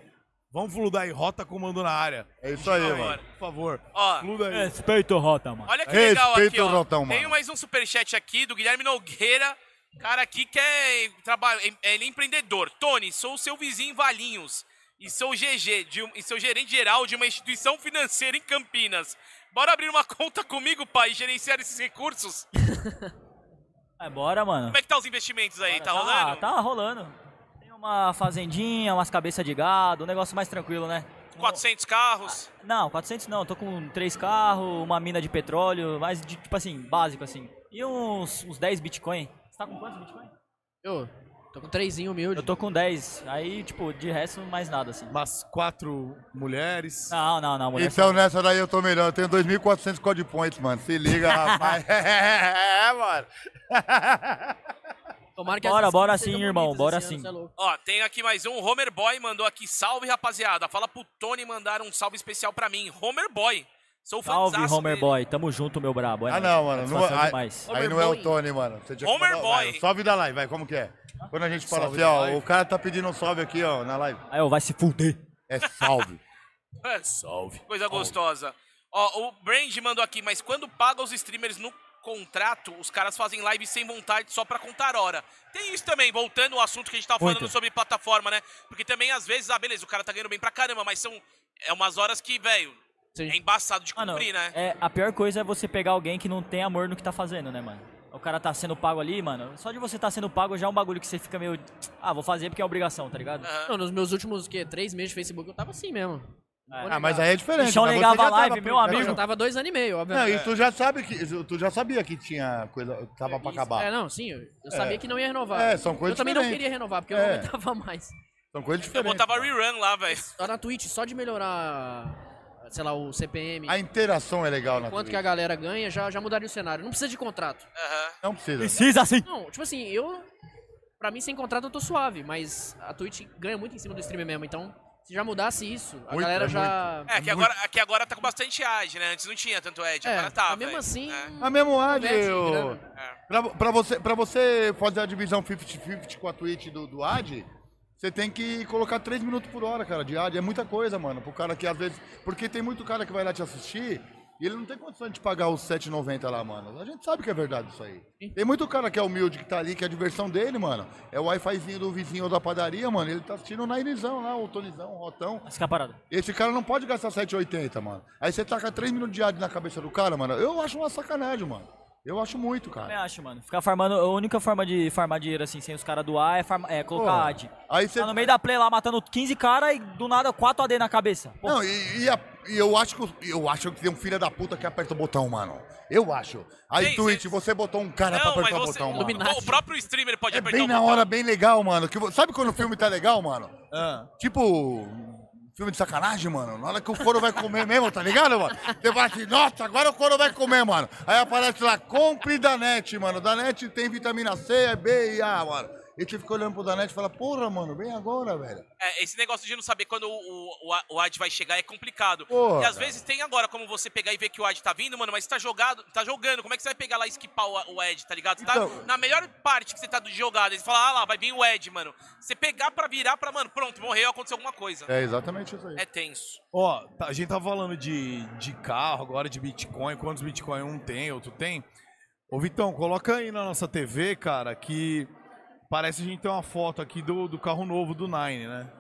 Speaker 1: Vamos fludar aí, Rota Comando na área.
Speaker 3: É isso aí,
Speaker 2: Agora.
Speaker 3: mano.
Speaker 1: Por favor.
Speaker 2: Ó.
Speaker 1: Fluda
Speaker 5: é.
Speaker 1: aí.
Speaker 5: Respeito o Rota, mano.
Speaker 2: Olha que
Speaker 3: Respeita
Speaker 2: legal aqui,
Speaker 3: o
Speaker 2: ó.
Speaker 3: Rotão, mano.
Speaker 2: Tem mais um superchat aqui do Guilherme Nogueira. Cara aqui que é, traba- ele é empreendedor. Tony, sou seu vizinho em Valinhos e sou GG de um- e sou gerente geral de uma instituição financeira em Campinas. Bora abrir uma <laughs> conta comigo, pai, e gerenciar esses recursos?
Speaker 5: É, bora, mano.
Speaker 2: Como é que tá os investimentos aí? Tá
Speaker 5: Ah,
Speaker 2: rolando?
Speaker 5: tá rolando. Tem uma fazendinha, umas cabeças de gado, um negócio mais tranquilo, né?
Speaker 2: 400 carros.
Speaker 5: Não, 400 não. Tô com três carros, uma mina de petróleo, mais de, tipo assim, básico assim. E uns, uns 10 bitcoin. Você tá com quantos bitcoin?
Speaker 4: Eu, Tô com trezinho humilde.
Speaker 5: Eu tô com 10. Aí, tipo, de resto, mais nada, assim.
Speaker 1: Mas quatro mulheres.
Speaker 5: Não, não, não, mulher.
Speaker 3: Então nessa daí eu tô melhor. Eu tenho 2.400 code points, mano. Se
Speaker 5: <laughs>
Speaker 3: liga, rapaz. é, mano.
Speaker 4: Tomara que as
Speaker 5: Bora,
Speaker 4: skins
Speaker 5: bora
Speaker 4: sejam
Speaker 5: sim, irmão,
Speaker 4: bonitas
Speaker 5: bora
Speaker 4: esse ano,
Speaker 5: sim.
Speaker 4: cê é louco.
Speaker 2: Ó, tem aqui mais um. Homer Boy mandou aqui. Salve, rapaziada. Fala pro Tony mandar um salve especial pra mim. Homer Boy. Sou fã
Speaker 5: Salve, Homer Boy. Tamo junto, meu brabo. É
Speaker 3: Ah,
Speaker 5: nóis.
Speaker 3: não, mano. Não,
Speaker 5: Satisfação
Speaker 3: aí,
Speaker 5: demais.
Speaker 3: aí não é o Tony, mano. Você tinha que
Speaker 2: Homer
Speaker 3: mandar-
Speaker 2: Boy.
Speaker 3: Vai, salve da live, vai. Como que é? Quando a gente fala
Speaker 1: Salve
Speaker 3: assim,
Speaker 1: da
Speaker 3: ó,
Speaker 1: live.
Speaker 3: o cara tá pedindo um salve aqui, ó, na live.
Speaker 5: Aí, ó, vai se fuder.
Speaker 3: É salve.
Speaker 2: <laughs> Salve. Coisa gostosa. Ó, o Brand mandou aqui. Mas quando paga os streamers no contrato, os caras fazem live sem vontade só pra contar hora. Tem isso também, voltando ao assunto que a gente tava falando
Speaker 5: Muito.
Speaker 2: sobre plataforma, né? Porque também, às vezes, ah, beleza, o cara tá ganhando bem pra caramba, mas são... É umas horas que, velho,
Speaker 4: Sim.
Speaker 2: é embaçado de
Speaker 5: Mano,
Speaker 2: cumprir, né?
Speaker 5: é, a pior coisa é você pegar alguém que não tem amor no que tá fazendo, né, mano? O cara tá sendo pago ali, mano. Só de você tá sendo pago já é um bagulho que você fica meio. Ah, vou fazer porque é obrigação, tá ligado?
Speaker 2: Aham.
Speaker 4: Não, nos meus últimos, o quê? Três meses de Facebook, eu tava assim mesmo. Vou
Speaker 3: Ah,
Speaker 4: negar.
Speaker 3: mas aí é diferente.
Speaker 5: Bichão
Speaker 3: mas você
Speaker 5: negava
Speaker 3: já
Speaker 5: a live,
Speaker 3: tava-
Speaker 5: meu
Speaker 3: já
Speaker 4: Não, eu
Speaker 5: amigo.
Speaker 4: já
Speaker 3: tava-
Speaker 4: tava dois anos e meio,
Speaker 3: Não,
Speaker 4: obviamente.
Speaker 3: e tu já sabe que. Tu já sabia que tinha coisa. Tava pra
Speaker 4: Isso.
Speaker 3: acabar.
Speaker 4: É, não, sim, eu eu sabia que não ia renovar.
Speaker 3: É, são coisas
Speaker 4: Eu também não
Speaker 3: diferentes.
Speaker 4: queria renovar, porque eu
Speaker 3: É.
Speaker 4: não aguentava mais.
Speaker 3: São coisas
Speaker 2: Eu
Speaker 3: diferentes.
Speaker 2: botava
Speaker 3: mano.
Speaker 2: rerun lá, velho.
Speaker 4: Só na Twitch, só de melhorar, sei lá, o CPM,
Speaker 3: A interação é legal na
Speaker 4: quanto
Speaker 3: Twitch.
Speaker 4: que a galera ganha, já, já mudaria o cenário. Não precisa de contrato.
Speaker 2: Aham.
Speaker 3: Não precisa.
Speaker 5: Precisa sim!
Speaker 4: Não, tipo assim, eu. Pra mim, sem contrato, eu tô suave, mas a Twitch ganha muito em cima do streamer mesmo, então. Se já mudasse isso, a
Speaker 3: Muito,
Speaker 4: galera
Speaker 3: é
Speaker 4: já.
Speaker 2: É, que
Speaker 3: muito.
Speaker 2: agora, que agora tá com bastante ad, né? Antes não tinha tanto ad, agora tá.
Speaker 4: É, mas mesmo
Speaker 2: velho.
Speaker 4: assim.
Speaker 2: É.
Speaker 3: A mesmo ad,
Speaker 4: Converte,
Speaker 3: eu-
Speaker 4: grana.
Speaker 2: É.
Speaker 3: pra, pra você, pra você fazer a divisão 50-50 com a Twitch do, do ad, você tem que colocar 3 minutos por hora, cara, de ad. É muita coisa, mano. Pro cara que às vezes. Porque tem muito cara que vai lá te assistir e ele não tem condição de pagar os 7,90 lá, mano. A gente sabe que é verdade isso aí. Tem muito cara que é humilde, que tá ali, que a diversão dele, mano. É o wi-fizinho do vizinho ou da padaria, mano. Ele tá assistindo na Irizão lá, o Tonizão, o Rotão.
Speaker 5: Fica parado.
Speaker 3: Esse cara não pode gastar 7,80, mano. Aí você taca 3 minutos de ad na cabeça do cara, mano. Eu acho uma sacanagem, mano. Eu acho muito,
Speaker 5: Também
Speaker 3: cara.
Speaker 5: acho, mano. Ficar farmando. A única forma de farmar dinheiro assim, sem os caras do A é, farma- é colocar
Speaker 3: Porra.
Speaker 5: ad.
Speaker 3: Aí você.
Speaker 5: Tá
Speaker 2: um
Speaker 5: no meio da play lá matando 15 caras e do nada 4 AD na cabeça. Pô,
Speaker 3: Não, e, e a- e eu acho que os- eu acho que tem um filho da puta que aperta o botão, mano. Eu acho. Aí,
Speaker 2: Sim,
Speaker 3: Twitch,
Speaker 2: sim.
Speaker 3: você botou um cara pra
Speaker 2: Não, mas
Speaker 3: apertar o
Speaker 2: você,
Speaker 3: botão, mano.
Speaker 4: Iluminado.
Speaker 2: o, o próprio tá- streamer pode
Speaker 3: É
Speaker 2: apertar
Speaker 3: bem
Speaker 2: o
Speaker 3: na
Speaker 2: botão.
Speaker 3: hora, bem legal, mano. Que, vo- sabe quando o filme tá legal, mano?
Speaker 1: Ah.
Speaker 3: Tipo, filme de sacanagem, mano. Na hora que o couro vai comer mesmo, tá ligado, mano? Você fala assim, nossa, agora o couro vai comer, mano. Aí aparece lá, compre Danete, mano. Danete tem vitamina C, é B e A, mano. E você fica olhando pro Danete e fala, porra, mano, vem agora, velho.
Speaker 2: É, esse negócio de não saber quando o, o, o- o ad vai chegar é complicado.
Speaker 3: Porra,
Speaker 2: e às
Speaker 3: cara.
Speaker 2: vezes tem agora como você pegar e ver que o ad tá vindo, mano, mas tá jogado, tá jogando. Como é que você vai pegar lá e skipar o, o ad, tá ligado? Você tá
Speaker 3: Então-
Speaker 2: na melhor parte que você tá do jogado. Eles falam, ah lá, vai vir o ad, mano. Você pegar pra virar pra, mano, pronto, morreu, aconteceu alguma coisa.
Speaker 3: É exatamente isso aí.
Speaker 2: É tenso.
Speaker 1: Ó, tá- a gente tá falando de, de carro agora, de Bitcoin, quantos Bitcoin um tem, outro tem. Ô Vitão, coloca aí na nossa TV, cara, que parece a gente tem uma foto aqui do, do carro novo do Nine, né?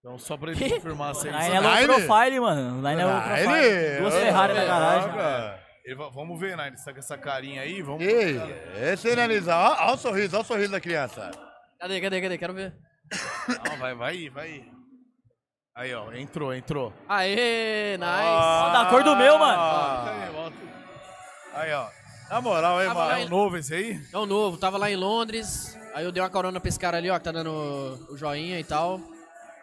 Speaker 1: Então só pra ele confirmar se
Speaker 5: Nine
Speaker 1: ele
Speaker 5: é
Speaker 1: sabe.
Speaker 5: low
Speaker 3: Nine?
Speaker 5: profile, mano. Nine é low profile. Duas Ferrari na
Speaker 2: é,
Speaker 5: garagem.
Speaker 1: Ele va- vamos ver, Nine, você tá com essa carinha aí, vamos
Speaker 3: Ei, é sinalizar. Ó, ó o sorriso, ó o sorriso da criança.
Speaker 4: Cadê, cadê, cadê? Quero ver.
Speaker 1: Não, vai, vai aí, vai aí. Aí, ó, entrou, entrou.
Speaker 4: Aê, nice.
Speaker 5: Ó, da cor do meu,
Speaker 3: Ah.
Speaker 5: mano.
Speaker 1: Volta aí, volta aí. Aí, ó. Na moral, hein,
Speaker 5: Tá
Speaker 4: Tava
Speaker 1: mano?
Speaker 4: lá
Speaker 1: É
Speaker 4: em-
Speaker 1: novo esse aí?
Speaker 4: É o novo, tava lá em Londres, aí eu dei uma carona pra esse cara ali, ó, que tá dando o joinha e tal.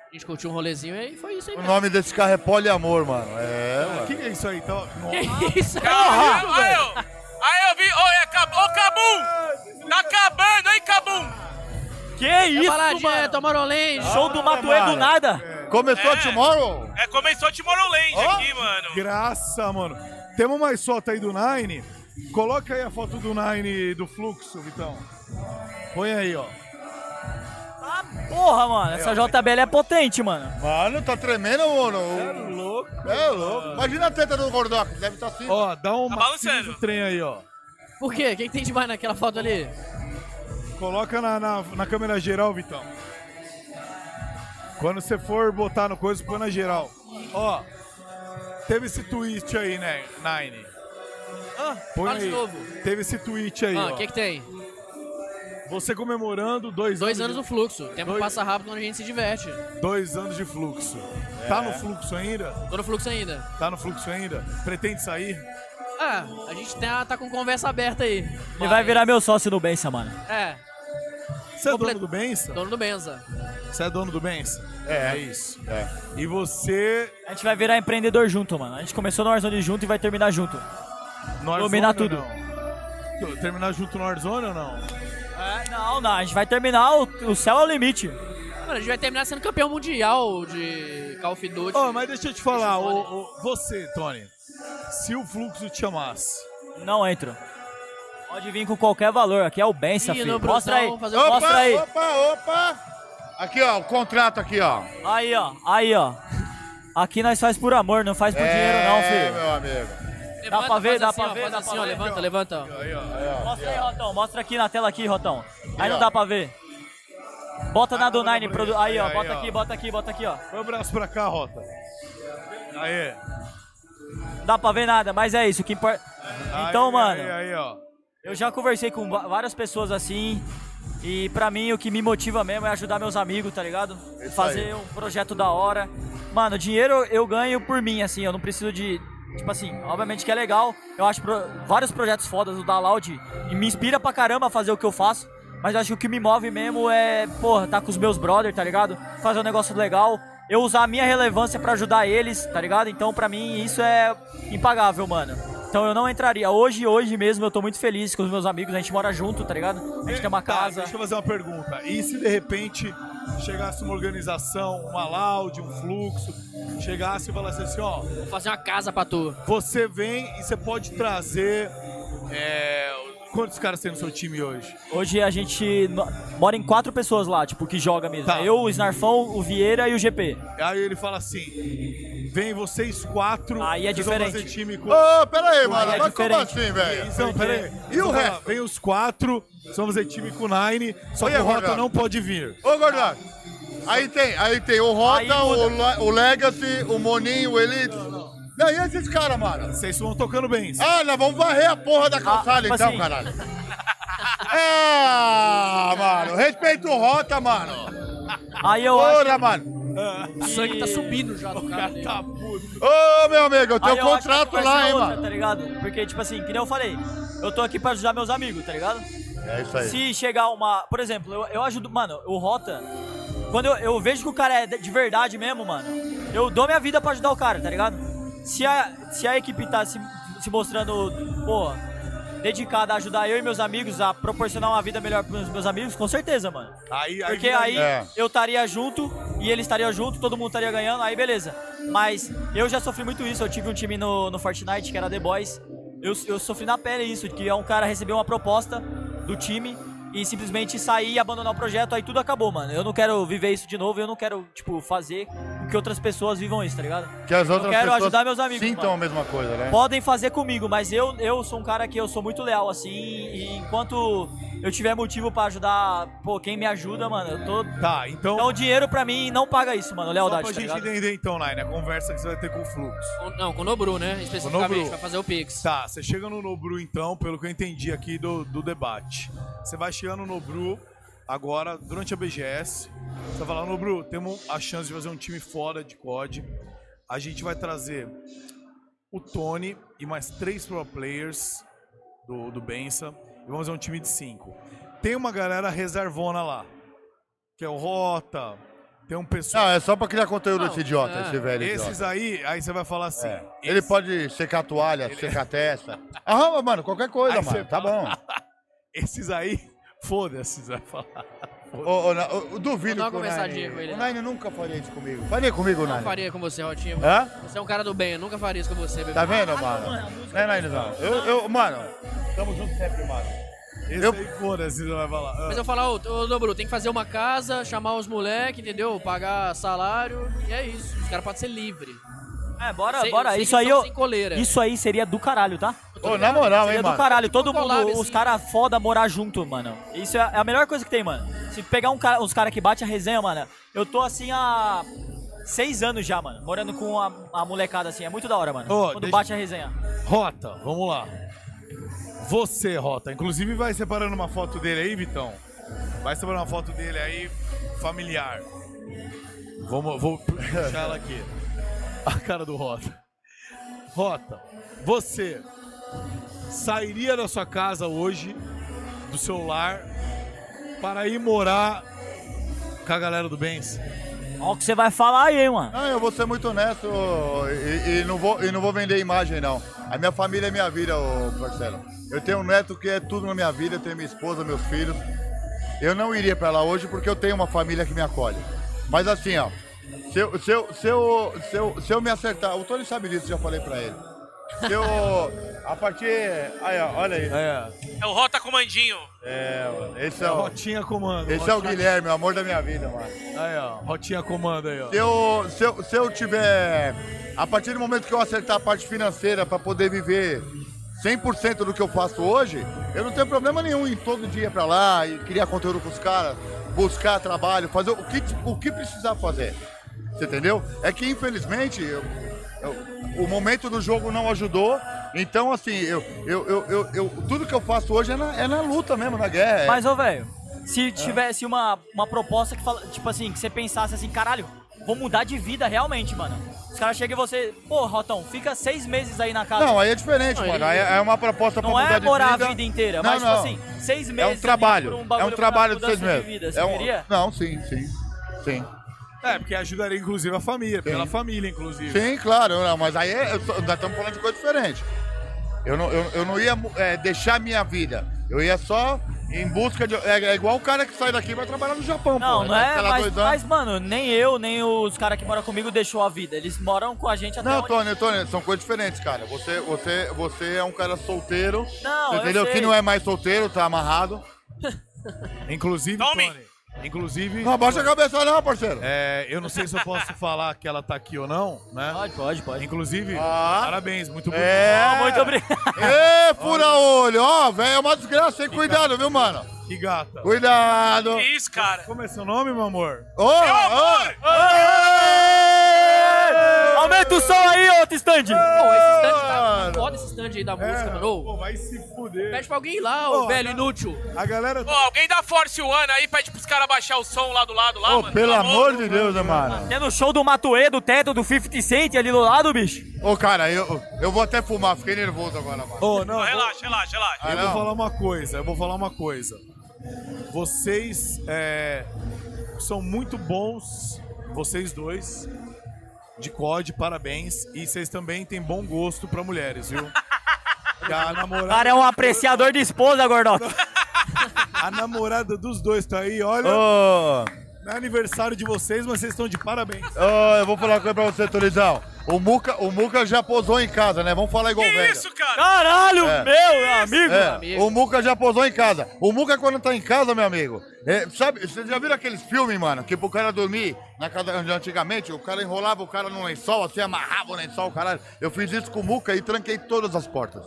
Speaker 4: A gente curtiu um rolezinho e foi isso aí
Speaker 3: O
Speaker 4: mesmo.
Speaker 3: nome desse carro é Poliamor, mano. É,
Speaker 1: O
Speaker 3: mano.
Speaker 1: que, que é isso aí? Então, nossa.
Speaker 4: Que isso
Speaker 2: Caralho, aí eu, aí eu vi, olha, acabou, ô Cabum! Tá acabando, hein, Cabum!
Speaker 5: Que
Speaker 4: É
Speaker 5: isso,
Speaker 4: baladinha, é
Speaker 5: mano.
Speaker 4: tomarolense.
Speaker 5: Show do Matuê do
Speaker 3: mano.
Speaker 5: nada.
Speaker 3: Começou
Speaker 2: É.
Speaker 3: tomorrow?
Speaker 2: É, começou Tomorrowland
Speaker 3: Ó.
Speaker 2: aqui, mano.
Speaker 1: Graça, mano. Temos mais foto aí do Nine. Coloca aí a foto do Nine do fluxo, Vitão. Põe aí, ó.
Speaker 5: Ah, porra, mano. Essa JBL é potente, mano.
Speaker 3: Mano, tá tremendo, mano.
Speaker 1: louco.
Speaker 3: É louco. Imagina a teta do Gordox, deve estar assim.
Speaker 1: Ó, dá um
Speaker 2: Tá
Speaker 1: macio
Speaker 2: balançando.
Speaker 1: do trem aí, ó.
Speaker 4: Por quê? O que, que tem demais naquela foto ali?
Speaker 1: Coloca na, na, na câmera geral, Vitão. Quando você for botar no coisa, põe na geral. Ó, teve esse tweet aí, né, Nine?
Speaker 4: Ah,
Speaker 1: Põe
Speaker 4: fala
Speaker 1: aí.
Speaker 4: de novo.
Speaker 1: Teve esse tweet aí,
Speaker 4: Ah,
Speaker 1: ó.
Speaker 3: é
Speaker 4: o que que tem?
Speaker 1: Você comemorando dois,
Speaker 4: Dois anos
Speaker 1: anos
Speaker 4: no fluxo. O tempo
Speaker 1: Dois-
Speaker 4: passa rápido quando a gente se diverte.
Speaker 1: de, dois anos de fluxo. Tá
Speaker 3: É.
Speaker 1: no fluxo ainda?
Speaker 4: Tô no fluxo ainda.
Speaker 1: Tá no fluxo ainda? Pretende sair?
Speaker 4: Ah, a gente tá, tá com conversa aberta aí.
Speaker 5: Ele vai virar meu sócio no Bença, mano.
Speaker 4: É.
Speaker 1: Você Você é
Speaker 4: Comple-
Speaker 1: dono do Bença?
Speaker 4: Dono do Benza.
Speaker 1: Você é dono do Bença? É, é isso.
Speaker 3: É.
Speaker 1: E você.
Speaker 5: A gente vai virar empreendedor junto, mano. A gente começou no Warzone junto e vai terminar junto.
Speaker 1: no
Speaker 5: Dominar
Speaker 1: Warzone
Speaker 5: tudo.
Speaker 1: ou não? Terminar junto no Warzone ou não?
Speaker 5: É, não, não. A gente vai terminar o, o céu é o limite.
Speaker 4: Mano, a gente vai terminar sendo campeão mundial de Call of Duty.
Speaker 1: Ô, mas deixa eu te falar, ô, ô, você, Tony, se o fluxo te chamasse.
Speaker 5: Não entro. Pode vir com qualquer valor. Aqui é o Bença,
Speaker 4: Ih,
Speaker 5: filho.
Speaker 4: não,
Speaker 5: Mostra aí.
Speaker 4: produção, fazer um-
Speaker 5: Mostra aí.
Speaker 3: opa, opa! Aqui, ó, o contrato aqui, ó.
Speaker 5: Aí, ó. Aí, ó. Aqui nós faz por amor, não faz por dinheiro não,
Speaker 3: É,
Speaker 5: filho.
Speaker 3: meu amigo.
Speaker 4: Levanta,
Speaker 5: pra ver,
Speaker 4: faz
Speaker 5: dá
Speaker 4: assim,
Speaker 5: pra
Speaker 4: ó,
Speaker 5: ver,
Speaker 4: faz
Speaker 5: dá
Speaker 4: assim,
Speaker 5: pra
Speaker 4: ó,
Speaker 5: ver.
Speaker 4: levanta, levanta. ó.
Speaker 3: Aí, ó, aí, ó.
Speaker 5: Mostra aí, Rotão. Mostra aqui na tela aqui, Rotão. Aí
Speaker 3: Aqui,
Speaker 5: não
Speaker 3: ó.
Speaker 5: dá pra ver. Bota na
Speaker 1: Ah, não,
Speaker 5: do
Speaker 1: não,
Speaker 5: Nine.
Speaker 1: não,
Speaker 5: produ-
Speaker 1: não.
Speaker 5: Aí, ó.
Speaker 1: Aí,
Speaker 5: Bota
Speaker 1: ó.
Speaker 5: aqui, bota aqui, bota aqui, ó.
Speaker 1: Põe o braço pra cá, Rota. Aê.
Speaker 5: Não dá pra ver nada, mas é isso. O que importa... Então,
Speaker 1: Aí,
Speaker 5: mano...
Speaker 1: Aí, aí, ó.
Speaker 5: Eu já conversei com va- várias pessoas assim. E pra mim o que me motiva mesmo é ajudar meus amigos, tá ligado?
Speaker 3: Isso
Speaker 5: Fazer
Speaker 3: aí.
Speaker 5: um projeto da hora. Mano, dinheiro eu ganho por mim, assim, eu não preciso de. Tipo assim, obviamente que é legal. Eu acho pro- vários projetos fodas, o da Loud, e me inspira pra caramba a fazer o que eu faço. Mas eu acho que o que me move mesmo é, porra, tá com os meus brother, tá ligado? Fazer um negócio legal. Eu usar a minha relevância pra ajudar eles, tá ligado? Então, pra mim, isso é impagável, mano. Então eu não entraria. Hoje, hoje mesmo, eu tô muito feliz com os meus amigos. A gente mora junto, tá ligado? A gente tem uma
Speaker 1: Tá,
Speaker 5: casa.
Speaker 1: Deixa eu fazer uma pergunta. E se de repente chegasse uma organização, uma laude, um fluxo, chegasse e falasse assim, ó,
Speaker 4: Vou fazer uma casa pra tu.
Speaker 1: você vem e você pode trazer. é, quantos caras tem no seu time hoje?
Speaker 5: Hoje a gente no- mora em quatro pessoas lá, tipo, que joga mesmo.
Speaker 1: Tá.
Speaker 5: Eu, o Snarfão, o Vieira e o GP.
Speaker 1: Aí ele fala assim: vem vocês quatro.
Speaker 5: Aí é
Speaker 1: vocês Vão
Speaker 5: diferente.
Speaker 1: fazer time com.
Speaker 3: Ô, pera aí, mano.
Speaker 5: é
Speaker 3: Mas como
Speaker 5: diferente.
Speaker 3: assim, velho?
Speaker 1: Então, peraí.
Speaker 3: E o
Speaker 1: Vamos lá,
Speaker 3: resto?
Speaker 1: Vem os quatro, vocês vão fazer time com o Nine, só
Speaker 3: Oi,
Speaker 1: que o Rota
Speaker 3: Rogério.
Speaker 1: não pode vir.
Speaker 3: Ô, Gordão. Aí tem, aí tem o
Speaker 5: Aí
Speaker 3: Rota, o,
Speaker 5: muda.
Speaker 3: Le- o Legacy, o Moninho, o Elite. Não, e esses caras, mano?
Speaker 1: Vocês vão tocando bem.
Speaker 3: Ah, nós vamos varrer a porra da calçada
Speaker 5: tipo
Speaker 3: então,
Speaker 5: assim.
Speaker 3: caralho. <laughs> Ah, mano, respeita o Rota, mano.
Speaker 5: Aí eu acho.
Speaker 3: Porra, mano.
Speaker 4: O sangue tá subindo já do cara. dele.
Speaker 1: Tá puto.
Speaker 3: Ô, meu amigo, eu tenho
Speaker 5: aí eu acho que a
Speaker 3: um contrato
Speaker 5: conversa
Speaker 3: lá,
Speaker 5: é
Speaker 3: hein,
Speaker 5: outra,
Speaker 3: mano.
Speaker 5: Tá ligado? Porque, tipo assim, que nem eu falei, eu tô aqui pra ajudar meus amigos, tá ligado?
Speaker 3: É isso aí.
Speaker 5: Se chegar uma. Por exemplo, eu, eu ajudo. Mano, o Rota. Quando eu, eu vejo que o cara é de de verdade mesmo, mano, eu dou minha vida pra ajudar o cara, tá ligado? Se a, se a equipe tá se, se mostrando, pô, dedicada a ajudar eu e meus amigos a proporcionar uma vida melhor pros meus amigos, com certeza, mano.
Speaker 1: Aí, aí
Speaker 5: Porque
Speaker 1: vira-
Speaker 5: aí
Speaker 3: É.
Speaker 5: eu estaria junto e eles estariam junto, todo mundo estaria ganhando, aí beleza. Mas eu já sofri muito isso. Eu tive um time no, no Fortnite que era The Boys. Eu, eu sofri na pele isso, que é um cara receber uma proposta do time e simplesmente sair e abandonar o projeto, aí tudo acabou, mano. Eu não quero viver isso de novo, eu não quero, tipo, fazer com que outras pessoas vivam isso, tá ligado?
Speaker 3: Que as outras
Speaker 5: eu quero
Speaker 3: pessoas
Speaker 5: ajudar meus amigos.
Speaker 3: sintam
Speaker 5: mano
Speaker 3: a mesma coisa, né?
Speaker 5: podem fazer comigo, mas eu, eu sou um cara que eu sou muito leal, assim, e enquanto eu tiver motivo pra ajudar, pô, quem me ajuda, mano, eu tô...
Speaker 1: Tá, então.
Speaker 5: Então dinheiro pra mim não paga isso,
Speaker 1: só pra
Speaker 5: mano, lealdade, tá
Speaker 1: gente
Speaker 5: ligado?
Speaker 1: entender então, Nine, a conversa que você vai ter com o Fluxo.
Speaker 4: Com- Não, com o Nobru, né?
Speaker 1: Com o Nobru.
Speaker 4: Especificamente, pra fazer o Pix.
Speaker 1: Tá, você chega no Nobru então, pelo que eu entendi aqui do, do debate. Você vai chegando no Nobru agora, durante a BGS. Você vai falar, Nobru, temos a chance de fazer um time fora de COD. A gente vai trazer o Tony e mais três pro players do, do Bença. E vamos fazer um time de cinco. Tem uma galera reservona lá. Que é o Rota, tem um
Speaker 3: Não,
Speaker 1: pessoal.
Speaker 3: é só pra criar conteúdo
Speaker 4: Não,
Speaker 3: esse idiota,
Speaker 4: é.
Speaker 3: esse velho
Speaker 1: Esses
Speaker 3: Ah,
Speaker 1: aí,
Speaker 3: idiota.
Speaker 1: aí você vai falar assim.
Speaker 3: É. Ele
Speaker 1: esse-
Speaker 3: pode secar a toalha, secar a testa. Arruma, mano, qualquer coisa,
Speaker 1: Aí você
Speaker 3: mano. Tá bom.
Speaker 1: Esses aí, <laughs> foda-se, você vai falar.
Speaker 3: Ô, ô, na- ô, eu duvido
Speaker 4: Vou dar uma
Speaker 3: que o
Speaker 4: conversadinha
Speaker 3: Nine-
Speaker 4: com ele,
Speaker 3: O
Speaker 4: né?
Speaker 3: Nine nunca faria isso comigo. Faria comigo,
Speaker 4: Não
Speaker 3: Nine?
Speaker 4: faria com você, Rotinha.
Speaker 3: Hã?
Speaker 4: Você é um cara do bem, eu nunca faria isso com você, bebê.
Speaker 3: Tá vendo, mano? Não é, Nine, não. Eu, eu, mano, tamo junto sempre, mano.
Speaker 1: Esse
Speaker 3: Eu-
Speaker 1: aí, foda-se, você vai falar. Ah,
Speaker 4: Mas eu falar, ô, ô Nobru, tem que fazer uma casa, chamar os moleques, entendeu? Pagar salário, e é isso. Os caras podem ser livres.
Speaker 5: É, bora,
Speaker 4: Sem-
Speaker 5: bora,
Speaker 4: sem
Speaker 5: isso aí
Speaker 4: lição,
Speaker 5: eu...
Speaker 4: sem coleira.
Speaker 5: Isso aí seria do caralho, tá?
Speaker 3: Ô, na moral, hein,
Speaker 5: Seria do
Speaker 3: mano.
Speaker 5: caralho, todo
Speaker 4: Uma collab,
Speaker 5: mundo, os
Speaker 4: assim.
Speaker 5: caras foda morar junto, mano. Isso é é a melhor coisa que tem, mano. Se pegar um cara, os caras que bate a resenha, mano, eu tô assim há seis anos já, mano, morando com a, a molecada assim. É muito da hora, mano.
Speaker 1: Ô,
Speaker 5: quando
Speaker 1: deixa-
Speaker 5: bate a resenha.
Speaker 1: Rota, vamos lá. Você, Rota. Inclusive, vai separando uma foto dele aí, Vitão. Vai separando uma foto dele aí, familiar. Vamos, vou puxar ela aqui. <laughs> A cara do Rota. Rota, você sairia da sua casa hoje, do seu lar, para ir morar com a galera do Benz.
Speaker 5: Olha o que você vai falar aí, hein, mano.
Speaker 3: Não, eu vou ser muito honesto e, e não vou, e não vou vender imagem, não. A minha família é minha vida, ô Marcelo. Eu tenho um neto que é tudo na minha vida, eu tenho minha esposa, meus filhos. Eu não iria pra lá hoje porque eu tenho uma família que me acolhe. Mas assim, ó, se eu, se eu, se eu, se eu, se eu me acertar, o Tony sabe disso, já falei pra ele. Se eu. A partir. Aí, ó, olha aí.
Speaker 2: É o Rota Comandinho.
Speaker 3: É, mano, esse é o,
Speaker 1: Rotinha comando.
Speaker 3: esse é o Guilherme, o amor da minha vida, mano.
Speaker 1: Aí, ó. Rotinha comando aí, ó.
Speaker 3: Se eu, se, eu, se eu tiver. A partir do momento que eu acertar a parte financeira para poder viver 100% do que eu faço hoje, eu não tenho problema nenhum em todo dia para lá e criar conteúdo pros caras, buscar trabalho, fazer o que, o que precisar fazer. Você entendeu? É que infelizmente eu- eu- o momento do jogo não ajudou. Então, assim, eu, eu, eu, eu- eu- tudo que eu faço hoje é na, é na luta mesmo, na guerra. é-
Speaker 5: Mas, ô, velho, se tivesse uma, uma proposta que fala, tipo assim, que você pensasse assim, caralho, vou mudar de vida realmente, mano. Os caras chegam e você, pô, Rotão, fica seis meses aí na casa.
Speaker 3: Não, aí é diferente,
Speaker 4: Não,
Speaker 3: mano.
Speaker 4: aí-
Speaker 3: Aí é é uma proposta pra
Speaker 5: Não
Speaker 3: mudar
Speaker 5: é
Speaker 3: de
Speaker 5: morar
Speaker 3: vida.
Speaker 5: a vida inteira,
Speaker 3: Não,
Speaker 5: mas
Speaker 3: não.
Speaker 5: tipo assim, seis meses.
Speaker 3: É
Speaker 5: ali
Speaker 3: um trabalho.
Speaker 5: por um
Speaker 3: é
Speaker 5: bagulho
Speaker 3: um
Speaker 5: pra
Speaker 3: trabalho de
Speaker 5: mudança
Speaker 3: seis meses.
Speaker 5: De vida, você
Speaker 3: é um...
Speaker 5: queria?
Speaker 3: Não, sim, sim. Sim.
Speaker 1: É, porque ajudaria inclusive a família, pela família, inclusive.
Speaker 3: Sim, claro. Não, mas aí é- eu só- nós estamos falando de coisa diferente. Eu não, eu, eu não ia é, deixar minha vida. Eu ia só em busca de. É, é igual o cara que sai daqui e vai trabalhar no Japão. pô.
Speaker 5: Não,
Speaker 3: Ele
Speaker 5: não
Speaker 3: vai
Speaker 5: é,
Speaker 3: ficar lá
Speaker 5: mas,
Speaker 3: dois anos.
Speaker 5: mas, mano, nem eu, nem os caras que moram comigo deixou a vida. Eles moram com a gente até
Speaker 3: Não,
Speaker 5: onde-
Speaker 3: Tony, Tony, são coisas diferentes, cara. Você, você, você é um cara solteiro.
Speaker 5: Não, eu
Speaker 3: entendeu? Que
Speaker 5: sei.
Speaker 3: não é mais solteiro, tá amarrado.
Speaker 1: Inclusive,
Speaker 2: Tome!
Speaker 1: Tony, Inclusive.
Speaker 3: Não abaixa a cabeça, não, parceiro.
Speaker 1: É, eu não sei se eu posso falar que ela tá aqui ou não, né?
Speaker 5: Pode, pode, pode.
Speaker 1: Inclusive,
Speaker 3: Ah.
Speaker 1: parabéns, muito bonito.
Speaker 3: É.
Speaker 5: Não, Tá muito obrigado.
Speaker 3: Ê, fura-olho! Ó, velho, é uma desgraça, hein? Cuidado, viu, mano?
Speaker 1: Que gata.
Speaker 3: Cuidado!
Speaker 2: Que isso, cara.
Speaker 1: Como é seu nome, meu amor?
Speaker 3: Ô, ô!
Speaker 5: Aumenta o som aí, ô stand.
Speaker 4: Pô, esse stand tá
Speaker 3: Mano.
Speaker 4: foda, esse stand
Speaker 1: É.
Speaker 4: aí da música, mano. Ô,
Speaker 1: vai se fuder.
Speaker 4: Pede pra alguém ir lá, ô
Speaker 1: Ô,
Speaker 4: velho
Speaker 1: não.
Speaker 4: inútil.
Speaker 1: A galera.
Speaker 2: Ô, alguém da Force One aí pede pros caras baixar o som lá do lado lá,
Speaker 3: Ô,
Speaker 2: mano. Tá
Speaker 3: pelo amor de Deus, né, mano?
Speaker 5: Tendo o É show do Matuê, do Teto, do 50 Cent ali do lado, bicho.
Speaker 3: Ô, cara, eu, eu vou até fumar, fiquei nervoso agora, mano.
Speaker 1: Ô, não,
Speaker 2: Não,
Speaker 1: eu-
Speaker 2: relaxa, relaxa, relaxa.
Speaker 3: Ah,
Speaker 1: eu vou
Speaker 3: não.
Speaker 1: falar uma coisa, eu vou falar uma coisa. Vocês é, são muito bons, vocês dois, de COD, parabéns. E vocês também têm bom gosto pra mulheres, viu? E a
Speaker 5: O
Speaker 1: namorada,
Speaker 5: cara é um apreciador de esposa, Gordota.
Speaker 1: a namorada dos dois tá aí, olha.
Speaker 3: Ô,
Speaker 1: Não é aniversário de vocês, mas vocês estão de parabéns.
Speaker 3: ô, eu vou falar uma coisa pra você, Torizão. O Muca, o Muca já posou em casa, né? Vamos falar igual
Speaker 2: Que
Speaker 3: o velho.
Speaker 2: isso, cara?
Speaker 5: Caralho,
Speaker 3: É.
Speaker 5: meu amigo.
Speaker 3: É,
Speaker 4: amigo.
Speaker 3: o Muca já posou em casa. O Muca, quando tá em casa, meu amigo, é, sabe, vocês já viram aqueles filmes, mano, que pro cara dormir na casa de antigamente, o cara enrolava o cara num lençol, assim, amarrava o lençol, caralho. Eu fiz isso com o Muca e tranquei todas as portas.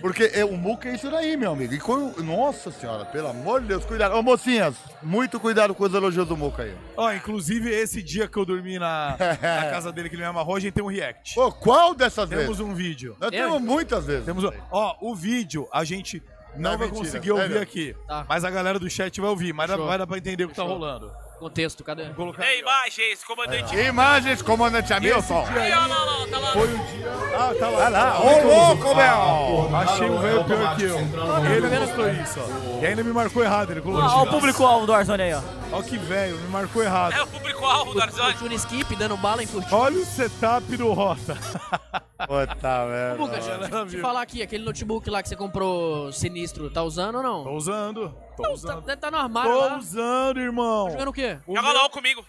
Speaker 3: Porque é, o Muca é isso daí, meu amigo. E quando, nossa senhora, pelo amor de Deus, cuidado. Ô, mocinhas, muito cuidado com os elogios do Muca aí.
Speaker 1: Ó, inclusive, esse dia que eu dormi na, na casa dele que ele me amarrou, a gente tem um react.
Speaker 3: Pô, qual dessas
Speaker 1: Temos
Speaker 3: vezes?
Speaker 1: um vídeo.
Speaker 3: Nós temos muitas vezes.
Speaker 1: Temos um... Ó, o vídeo a gente não
Speaker 3: É
Speaker 1: vai
Speaker 3: mentira,
Speaker 1: conseguir ouvir
Speaker 3: sério.
Speaker 1: aqui.
Speaker 4: Tá.
Speaker 1: Mas a galera do chat vai ouvir. Mas dá-
Speaker 4: Fechou.
Speaker 1: vai dar pra entender o que tá
Speaker 4: Fechou.
Speaker 1: rolando.
Speaker 4: Contexto, cadê?
Speaker 1: Vou colocar
Speaker 2: Tem
Speaker 1: aí, ó.
Speaker 2: imagens, comandante.
Speaker 3: Imagens, comandante Hamilton.
Speaker 2: Aí, ó, lá, lá, tá lá.
Speaker 1: Foi o dia... Ah, tá lá.
Speaker 3: Olha lá, ô louco, meu!
Speaker 1: Achei um velho pior que eu. Ele postou isso, ó. E ainda me marcou errado, ele
Speaker 4: Ah,
Speaker 1: colocou.
Speaker 5: Ó, ó o público-alvo do Arzoni aí, ó.
Speaker 1: Ó que velho, me marcou errado.
Speaker 2: É o público-alvo do Arzani.
Speaker 4: Fortuna Skip dando bala em Fortuna.
Speaker 1: Olha o setup do Rota.
Speaker 3: Puta merda.
Speaker 4: Lucas, deixa eu te
Speaker 1: viu.
Speaker 4: falar aqui, aquele notebook lá que você comprou sinistro, tá usando ou não?
Speaker 1: Tô usando. Tô
Speaker 4: Tá,
Speaker 1: usando.
Speaker 4: deve tá no armário
Speaker 1: Tô
Speaker 4: lá. Tá
Speaker 1: usando, irmão.
Speaker 4: Jogando o quê?
Speaker 1: O
Speaker 2: Joga
Speaker 1: meu-
Speaker 2: LOL comigo.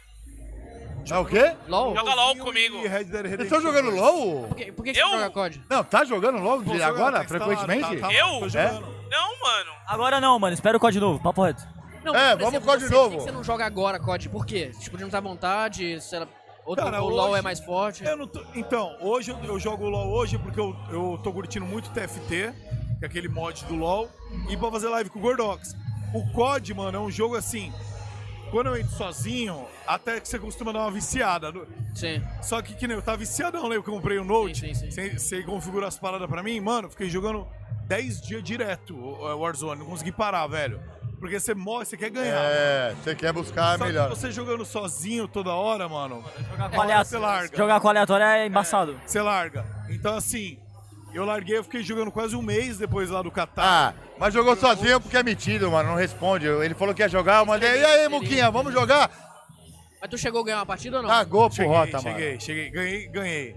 Speaker 3: É o quê?
Speaker 4: LOL?
Speaker 2: Joga LOL comigo.
Speaker 1: E Red Dead
Speaker 3: Eles
Speaker 1: Redemption
Speaker 3: estão jogando
Speaker 1: 2.
Speaker 3: LOL?
Speaker 4: Por que, por que que
Speaker 2: Eu?
Speaker 4: você joga COD?
Speaker 3: Não, tá jogando LOL de
Speaker 1: Tô jogando,
Speaker 3: agora,
Speaker 1: tá instalado,
Speaker 3: frequentemente?
Speaker 1: tá- tá-
Speaker 2: Eu?
Speaker 1: tô jogando.
Speaker 2: Não, mano.
Speaker 5: Agora não, mano. Espera o código novo, papo reto.
Speaker 4: Não,
Speaker 3: É,
Speaker 4: por
Speaker 3: vamos
Speaker 4: exemplo,
Speaker 3: COD
Speaker 4: você-
Speaker 3: de novo.
Speaker 4: Por que que você não joga agora COD? Por quê? Tipo, de não tá à vontade, sei lá, outro,
Speaker 1: Cara,
Speaker 4: o LOL
Speaker 1: hoje-
Speaker 4: é mais forte.
Speaker 1: Eu não tô- Então, hoje eu, eu jogo LOL hoje porque eu, eu tô curtindo muito TFT, que é aquele mod do LOL, e pra fazer live com o Gordox. O COD, mano, é um jogo assim. Quando eu entro sozinho, até que você costuma dar uma viciada. No-
Speaker 4: Sim.
Speaker 1: Só que que nem eu tava viciadão, né? Eu comprei o Note,
Speaker 4: Sim, sim, sim.
Speaker 1: sem- Você configura as paradas pra mim, mano, fiquei jogando 10 dias direto o o Warzone, não consegui parar, velho. Porque você morre, você quer ganhar.
Speaker 3: É, você quer buscar
Speaker 1: né? Só que
Speaker 3: melhor.
Speaker 1: você jogando sozinho toda hora, mano,
Speaker 5: Jogar
Speaker 1: com aleatório- você larga.
Speaker 5: Jogar com aleatório é embaçado.
Speaker 1: você larga. Então, assim, Eu larguei, eu fiquei jogando quase um mês depois lá do Catar.
Speaker 3: Ah, mas jogou sozinho porque é metido, mano. Não responde. Ele falou que ia jogar, eu mandei. E aí, Muquinha, vamos jogar?
Speaker 4: Mas tu chegou a ganhar uma partida ou não?
Speaker 3: Ah, gol pro
Speaker 1: cheguei,
Speaker 3: Rota,
Speaker 1: cheguei,
Speaker 3: mano.
Speaker 1: cheguei. Ganhei, ganhei.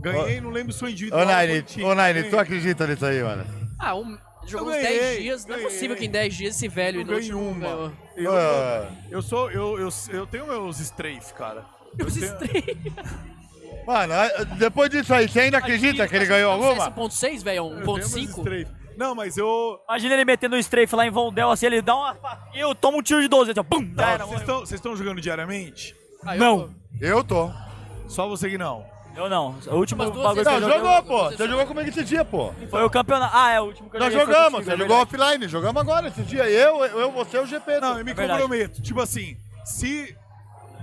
Speaker 1: Ganhei, não lembro sua
Speaker 3: Ô,
Speaker 1: individual.
Speaker 3: Nine, ô, Nine, tu
Speaker 1: tu
Speaker 3: acredita nisso aí, mano?
Speaker 4: Ah, um, jogou uns
Speaker 1: ganhei,
Speaker 4: 10 dias. Não é
Speaker 1: ganhei.
Speaker 4: possível que em 10 dias esse velho
Speaker 1: Eu ganhei
Speaker 4: inútil não
Speaker 1: uma.
Speaker 4: ganhou.
Speaker 1: Eu,
Speaker 3: Ah.
Speaker 1: eu sou, eu, eu, eu tenho meus strafe, cara. Eu
Speaker 4: Os
Speaker 1: tenho-
Speaker 4: três.
Speaker 3: Mano, ah, depois disso aí, você ainda acredita que ele ganhou
Speaker 4: é
Speaker 3: alguma?
Speaker 4: 1.6, velho,
Speaker 1: eu tenho meus
Speaker 4: 1.5.
Speaker 1: strafe. Não, mas eu.
Speaker 5: Imagina ele metendo um strafe lá em Vondel, assim, ele dá uma. E eu tomo um tiro de 12, assim, ó, pum! Já era,
Speaker 1: Vocês
Speaker 5: morreu.
Speaker 1: estão- vocês estão jogando diariamente?
Speaker 4: Ah, eu-
Speaker 5: Não.
Speaker 3: Eu tô.
Speaker 1: Só você que não.
Speaker 5: Eu não. O último
Speaker 4: Mas duas
Speaker 5: bagulho que
Speaker 4: vezes
Speaker 5: eu
Speaker 3: Não,
Speaker 4: Você
Speaker 5: joguei
Speaker 3: jogou,
Speaker 4: jogou,
Speaker 3: pô.
Speaker 4: você
Speaker 3: Você jogou comigo esse dia, pô.
Speaker 5: foi o campeonato. Ah, é o último que eu
Speaker 3: Nós
Speaker 5: joguei foi
Speaker 3: jogamos,
Speaker 5: contigo,
Speaker 3: você
Speaker 5: é
Speaker 3: jogou
Speaker 5: verdade.
Speaker 3: offline, jogamos agora esse dia. Eu, eu, você e o GP.
Speaker 1: Não, eu me
Speaker 5: É verdade.
Speaker 1: comprometo. Tipo assim, se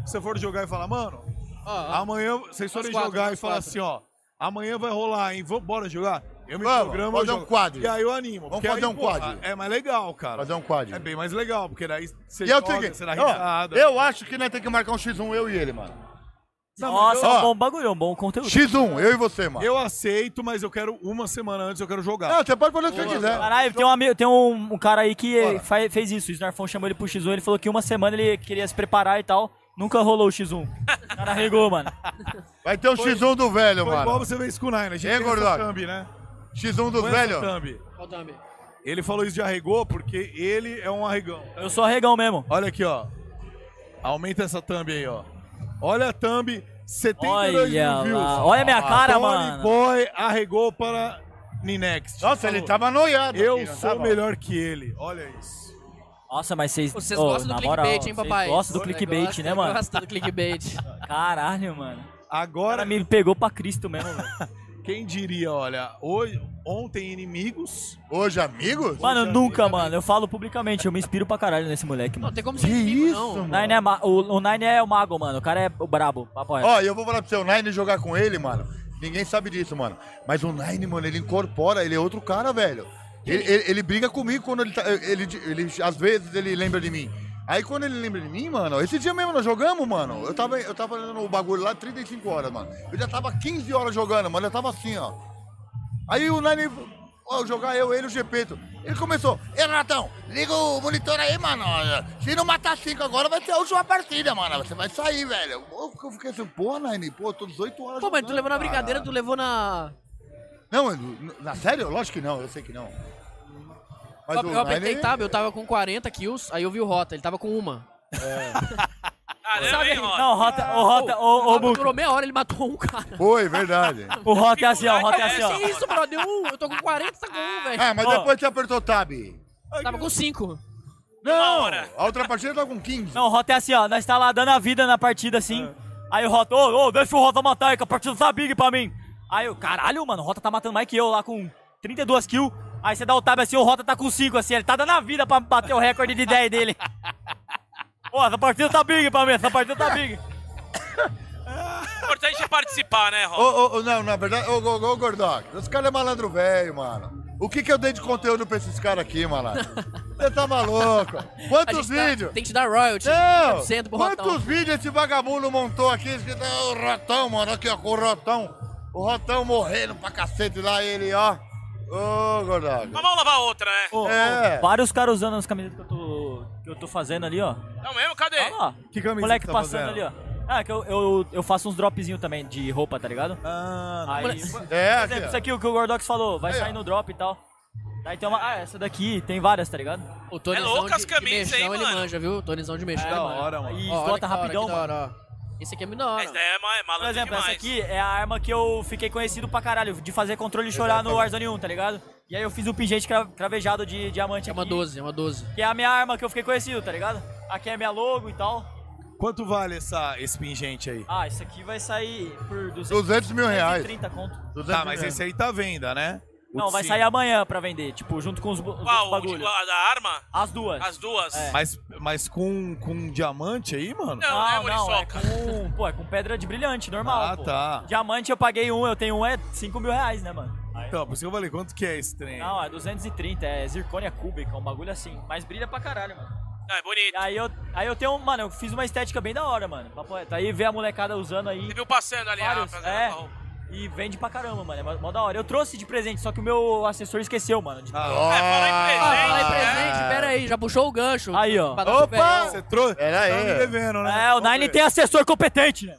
Speaker 1: você for jogar e falar, mano,
Speaker 4: Ó, ó,
Speaker 1: amanhã vocês forem
Speaker 4: quatro,
Speaker 1: jogar e
Speaker 4: nós
Speaker 1: falar
Speaker 4: quatro.
Speaker 1: assim, ó, amanhã vai rolar, hein? Vamos, bora jogar? Eu me
Speaker 3: Vamos,
Speaker 1: programo.
Speaker 3: fazer
Speaker 1: eu
Speaker 3: um
Speaker 1: jogo.
Speaker 3: quadro.
Speaker 1: E aí eu animo. porque
Speaker 3: fazer
Speaker 1: aí,
Speaker 3: um
Speaker 1: pô,
Speaker 3: quadro.
Speaker 1: É mais legal, cara.
Speaker 3: Fazer um quadro.
Speaker 1: É bem mais legal, porque daí você
Speaker 3: E é o
Speaker 1: joga,
Speaker 3: seguinte,
Speaker 1: você dá
Speaker 3: ó,
Speaker 1: risada.
Speaker 3: eu acho que nós temos que marcar um X1, eu e ele, mano.
Speaker 1: Não, mas
Speaker 5: Nossa,
Speaker 1: eu-
Speaker 5: é
Speaker 3: Ó.
Speaker 5: um bom bagulho, é um bom conteúdo.
Speaker 3: X1, eu e você, mano.
Speaker 1: Eu aceito, mas eu quero uma semana antes, eu quero jogar.
Speaker 3: Não, você pode fazer o que você
Speaker 4: Boa,
Speaker 3: quiser.
Speaker 5: Caralho, tem um, ami- tem um, um cara aí que
Speaker 3: Bora.
Speaker 5: fa- fez isso. O Snarfon chamou ele pro X1, ele falou que uma semana ele queria se preparar e tal. Nunca rolou o X1. O cara regou, mano.
Speaker 3: Vai ter o X1 do velho,
Speaker 1: Foi igual
Speaker 3: mano.
Speaker 1: você ver com o Nine, a gente
Speaker 3: Ei,
Speaker 1: tem essa
Speaker 3: Gordox.
Speaker 1: thumb, né?
Speaker 3: X1 do
Speaker 1: Põe essa
Speaker 3: velho.
Speaker 1: thumb.
Speaker 4: ó, o Thumb.
Speaker 1: Ele falou isso de arregou porque ele é um arregão.
Speaker 5: Eu sou arregão mesmo.
Speaker 1: Olha aqui, ó. Aumenta essa thumb aí, ó. Olha a thumb, 72
Speaker 5: Olha
Speaker 1: mil views.
Speaker 5: lá. Olha a minha cara,
Speaker 1: Tony
Speaker 5: mano.
Speaker 1: Boy arregou para Ninext.
Speaker 3: Nossa,
Speaker 1: Falou,
Speaker 3: ele tava anoiado.
Speaker 1: Eu
Speaker 3: aqui, né? não tá,
Speaker 1: sou
Speaker 3: tava?
Speaker 1: melhor que ele. Olha isso.
Speaker 5: Nossa, mas vocês.
Speaker 4: Vocês
Speaker 5: Ô,
Speaker 4: gostam do
Speaker 5: na
Speaker 4: clickbait,
Speaker 5: moral,
Speaker 4: hein, papai?
Speaker 5: Vocês gostam do
Speaker 4: Vocês
Speaker 5: clickbait,
Speaker 4: gostam,
Speaker 5: né, mano?
Speaker 4: Gostam do clickbait.
Speaker 5: Caralho, mano. O
Speaker 1: Agora,
Speaker 5: cara me pegou pra Cristo mesmo, velho.
Speaker 1: quem diria, olha, hoje, ontem inimigos.
Speaker 3: Hoje, amigos?
Speaker 5: Mano, nunca, mano. Eu falo publicamente, eu me inspiro pra caralho nesse moleque,
Speaker 4: Não
Speaker 5: mano.
Speaker 4: tem como
Speaker 3: Que
Speaker 4: ser inimigo,
Speaker 3: isso,
Speaker 4: não.
Speaker 3: mano?
Speaker 5: Nine é ma- o, o Nine é o mago, mano. O cara é o brabo. Papo reto.
Speaker 3: Ó, e eu vou falar pro seu Nine jogar com ele, mano. Ninguém sabe disso, mano. Mas o Nine, mano, ele incorpora, ele é outro cara, velho. Ele, ele- ele briga comigo quando ele tá. Ele, ele- às vezes ele lembra de mim. Aí quando ele lembra de mim, mano, esse dia mesmo nós jogamos, mano. Eu tava, eu tava fazendo o bagulho lá 35 horas, mano. Eu já tava 15 horas jogando, mano. Eu tava assim, ó. Aí o Nani, ó, jogar eu, ele e o Gepeto. Ele começou, Ei, Renatão, liga o monitor aí, mano. Se não matar cinco agora, vai ser a última partida, mano. Você vai sair, velho. Eu eu fiquei assim, porra, Nani, pô, eu tô 18 horas
Speaker 4: Pô, mas tu
Speaker 3: jogando,
Speaker 4: levou na
Speaker 3: cara."
Speaker 4: brincadeira, tu levou na...
Speaker 3: Não, eu- na sério? Lógico que não, eu sei que não. Mas
Speaker 4: eu apertei
Speaker 3: Nine-
Speaker 4: tab, eu tava com 40 kills, aí eu vi o Rota, ele tava com uma.
Speaker 2: Caramba, hein, Rota?
Speaker 5: Não, o Rota, o Rota, o, o,
Speaker 4: Rota
Speaker 5: Buca.
Speaker 4: durou meia hora, ele matou um cara. <laughs>
Speaker 3: Foi, verdade.
Speaker 5: o Rota é assim, ó, o Rota é assim, ó.
Speaker 4: Que isso, bro? Deu um, eu tô com 40, tá com um, velho.
Speaker 3: ah, mas
Speaker 5: Ó.
Speaker 3: depois você apertou tab. É.
Speaker 4: Tava com 5.
Speaker 3: Não,
Speaker 2: hora.
Speaker 3: a outra partida tá com 15.
Speaker 5: Não, o Rota é assim, ó. Nós tá lá dando a vida na partida, assim.
Speaker 1: É.
Speaker 5: Aí o Rota, ô, ô, deixa o Rota matar aí, que a partida tá big pra mim. Aí eu, caralho, mano, o Rota tá matando mais que eu lá com 32 kills. Aí você dá o tab assim, o Rota tá com 5, assim. Ele tá dando a vida pra bater o recorde de
Speaker 1: <laughs>
Speaker 5: 10 dele. Pô, essa partida tá big pra mim, essa partida tá
Speaker 1: <laughs>
Speaker 5: big.
Speaker 2: O importante é participar, né,
Speaker 3: Ô,
Speaker 2: Rota?
Speaker 3: ô, ô, não, na verdade, ô, ô, ô Gordox, os caras é malandro velho, mano. O que que eu dei de conteúdo pra esses caras aqui, malandro?
Speaker 4: <laughs>
Speaker 3: Você tá maluco?
Speaker 4: A
Speaker 3: Quantos
Speaker 4: gente tá-
Speaker 3: vídeos?
Speaker 4: tem que te dar royalty.
Speaker 3: Não!
Speaker 4: 100% pro
Speaker 3: Quantos
Speaker 4: Rotão.
Speaker 3: vídeos esse vagabundo montou aqui? Escrito, "Ah, o Rotão, mano, aqui, ó, com o Rotão. O Rotão morrendo pra cacete lá, ele, ó. Ô, Gordox.
Speaker 4: Tá
Speaker 2: Mas vamos lavar outra, né?
Speaker 5: Ô, ô,
Speaker 3: É.
Speaker 5: vários caras usando as camisetas que eu tô, que eu tô fazendo ali, ó.
Speaker 2: Não mesmo? Cadê?
Speaker 5: Olha lá.
Speaker 1: Que camisa que
Speaker 5: Moleque
Speaker 1: tá
Speaker 5: passando
Speaker 1: fazendo?
Speaker 5: ali, ó. Ah, que eu, eu, eu faço uns dropzinhos também de roupa, tá ligado?
Speaker 1: Ah, não.
Speaker 5: Aí,
Speaker 3: É,
Speaker 5: Por exemplo,
Speaker 3: aqui,
Speaker 5: isso aqui o que o Gordox falou, vai
Speaker 3: Aí, ó.
Speaker 5: sair no drop e tal. Daí tem uma. Ah, essa daqui tem várias, tá ligado?
Speaker 4: O Tonizão
Speaker 2: É louco
Speaker 4: de-
Speaker 2: as camisas
Speaker 4: de
Speaker 2: aí,
Speaker 4: mexão, ele
Speaker 2: mano.
Speaker 4: manja, viu? O Tonizão de mexão,
Speaker 5: É,
Speaker 4: ele
Speaker 1: da
Speaker 4: manja.
Speaker 1: hora, mano.
Speaker 5: E
Speaker 4: Ó, olha
Speaker 5: esgota
Speaker 4: que da hora,
Speaker 5: rapidão,
Speaker 4: que da
Speaker 5: mano.
Speaker 4: hora, ó. Esse aqui é muito da hora.
Speaker 2: Essa é ma- é
Speaker 5: Por
Speaker 2: malandro
Speaker 5: exemplo, essa
Speaker 2: demais.
Speaker 5: aqui é a arma que eu fiquei conhecido pra caralho, de fazer controle e chorar no Warzone 1, tá ligado? E aí eu fiz um pingente cra- cravejado de diamante
Speaker 4: É uma
Speaker 5: aqui,
Speaker 4: 12, é uma 12.
Speaker 5: Que é a minha arma que eu fiquei conhecido, tá ligado? Aqui é a minha logo e tal.
Speaker 1: Quanto vale essa, esse pingente aí?
Speaker 5: Ah, isso aqui vai sair por 200,
Speaker 3: 200 mil reais.
Speaker 5: 230 conto.
Speaker 3: 200
Speaker 1: Tá, mas
Speaker 3: mil
Speaker 1: esse aí tá à venda, né? O
Speaker 5: Não,
Speaker 1: de
Speaker 5: vai
Speaker 1: cima.
Speaker 5: sair amanhã pra vender, tipo, junto com os, bu- os
Speaker 2: Qual? O de-
Speaker 5: bagulhos.
Speaker 2: a da arma?
Speaker 5: As duas.
Speaker 2: As duas?
Speaker 5: É.
Speaker 1: Mas, mas com, com um diamante aí, mano?
Speaker 2: Não, né,
Speaker 5: Não, não, é
Speaker 2: Muriçoca?
Speaker 5: com, pô, é com pedra de brilhante, normal,
Speaker 1: Ah,
Speaker 5: pô.
Speaker 1: tá.
Speaker 5: Diamante eu paguei um, eu tenho um, é 5 mil reais, né, mano? Aí-
Speaker 1: Então, por isso que eu falei, quanto que é esse trem?
Speaker 5: Não, é 230, é zircônia cúbica, um bagulho assim. Mas brilha pra caralho, mano.
Speaker 2: É
Speaker 5: E
Speaker 2: bonito.
Speaker 5: aí eu, aí eu tenho, um- mano, eu fiz uma estética bem da hora, mano. Papo reto. Aí vê a molecada usando aí.
Speaker 2: um Você viu passando ali a né?
Speaker 5: Vários,
Speaker 2: fazendo
Speaker 5: é.
Speaker 2: a roupa.
Speaker 5: E vende pra caramba, mano. É mó mó da hora. Eu trouxe de presente, só que o meu assessor esqueceu, mano. de-
Speaker 1: Ah,
Speaker 4: Ah,
Speaker 2: Ah,
Speaker 4: falar em
Speaker 2: é.
Speaker 4: presente, pera aí, já puxou o gancho.
Speaker 5: Aí, ó.
Speaker 4: Pra dar um pro
Speaker 3: Opa!
Speaker 4: Perão.
Speaker 1: você trouxe?
Speaker 3: Pera aí.
Speaker 1: Tá me devendo, né?
Speaker 5: É, o
Speaker 1: Vamos
Speaker 5: Nine
Speaker 1: ver.
Speaker 5: tem assessor competente, né?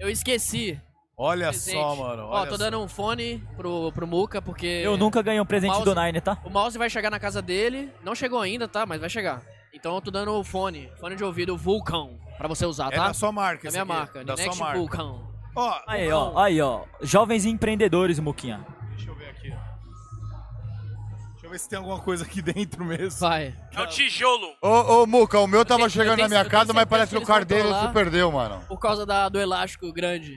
Speaker 4: Eu esqueci.
Speaker 1: Olha
Speaker 4: presente.
Speaker 1: só, mano.
Speaker 4: Ó,
Speaker 1: olha
Speaker 4: tô
Speaker 1: só.
Speaker 4: dando um fone pro, pro Muca, porque.
Speaker 5: Eu nunca ganhei um presente do
Speaker 4: É. Mouse.
Speaker 5: Nine, tá?
Speaker 4: O mouse vai chegar na casa dele. Não chegou ainda, tá? Mas vai chegar. Então eu tô dando o fone. Fone de ouvido Vulcão. Pra você usar,
Speaker 1: É
Speaker 4: tá?
Speaker 1: da sua marca,
Speaker 4: Da
Speaker 1: esse
Speaker 4: minha
Speaker 1: aqui.
Speaker 4: marca.
Speaker 1: Da sua
Speaker 4: Next
Speaker 1: marca.
Speaker 4: Vulcão.
Speaker 1: Ó,
Speaker 5: Aí, ó. Aí, ó. Jovens empreendedores, Muquinha.
Speaker 1: deixa eu ver aqui. Deixa eu ver se tem alguma coisa aqui <laughs> dentro mesmo.
Speaker 4: Vai.
Speaker 2: É o tijolo.
Speaker 3: Ô, ô, Muca, o meu tava
Speaker 4: tenho- eu
Speaker 3: chegando na
Speaker 4: tenho-
Speaker 3: minha
Speaker 4: eu tenho
Speaker 3: casa, mas
Speaker 4: certeza
Speaker 3: parece
Speaker 4: que
Speaker 3: que o
Speaker 4: eles
Speaker 3: cardeiro
Speaker 4: vão pra lá.
Speaker 3: se perdeu, mano.
Speaker 4: Por causa da, do elástico grande.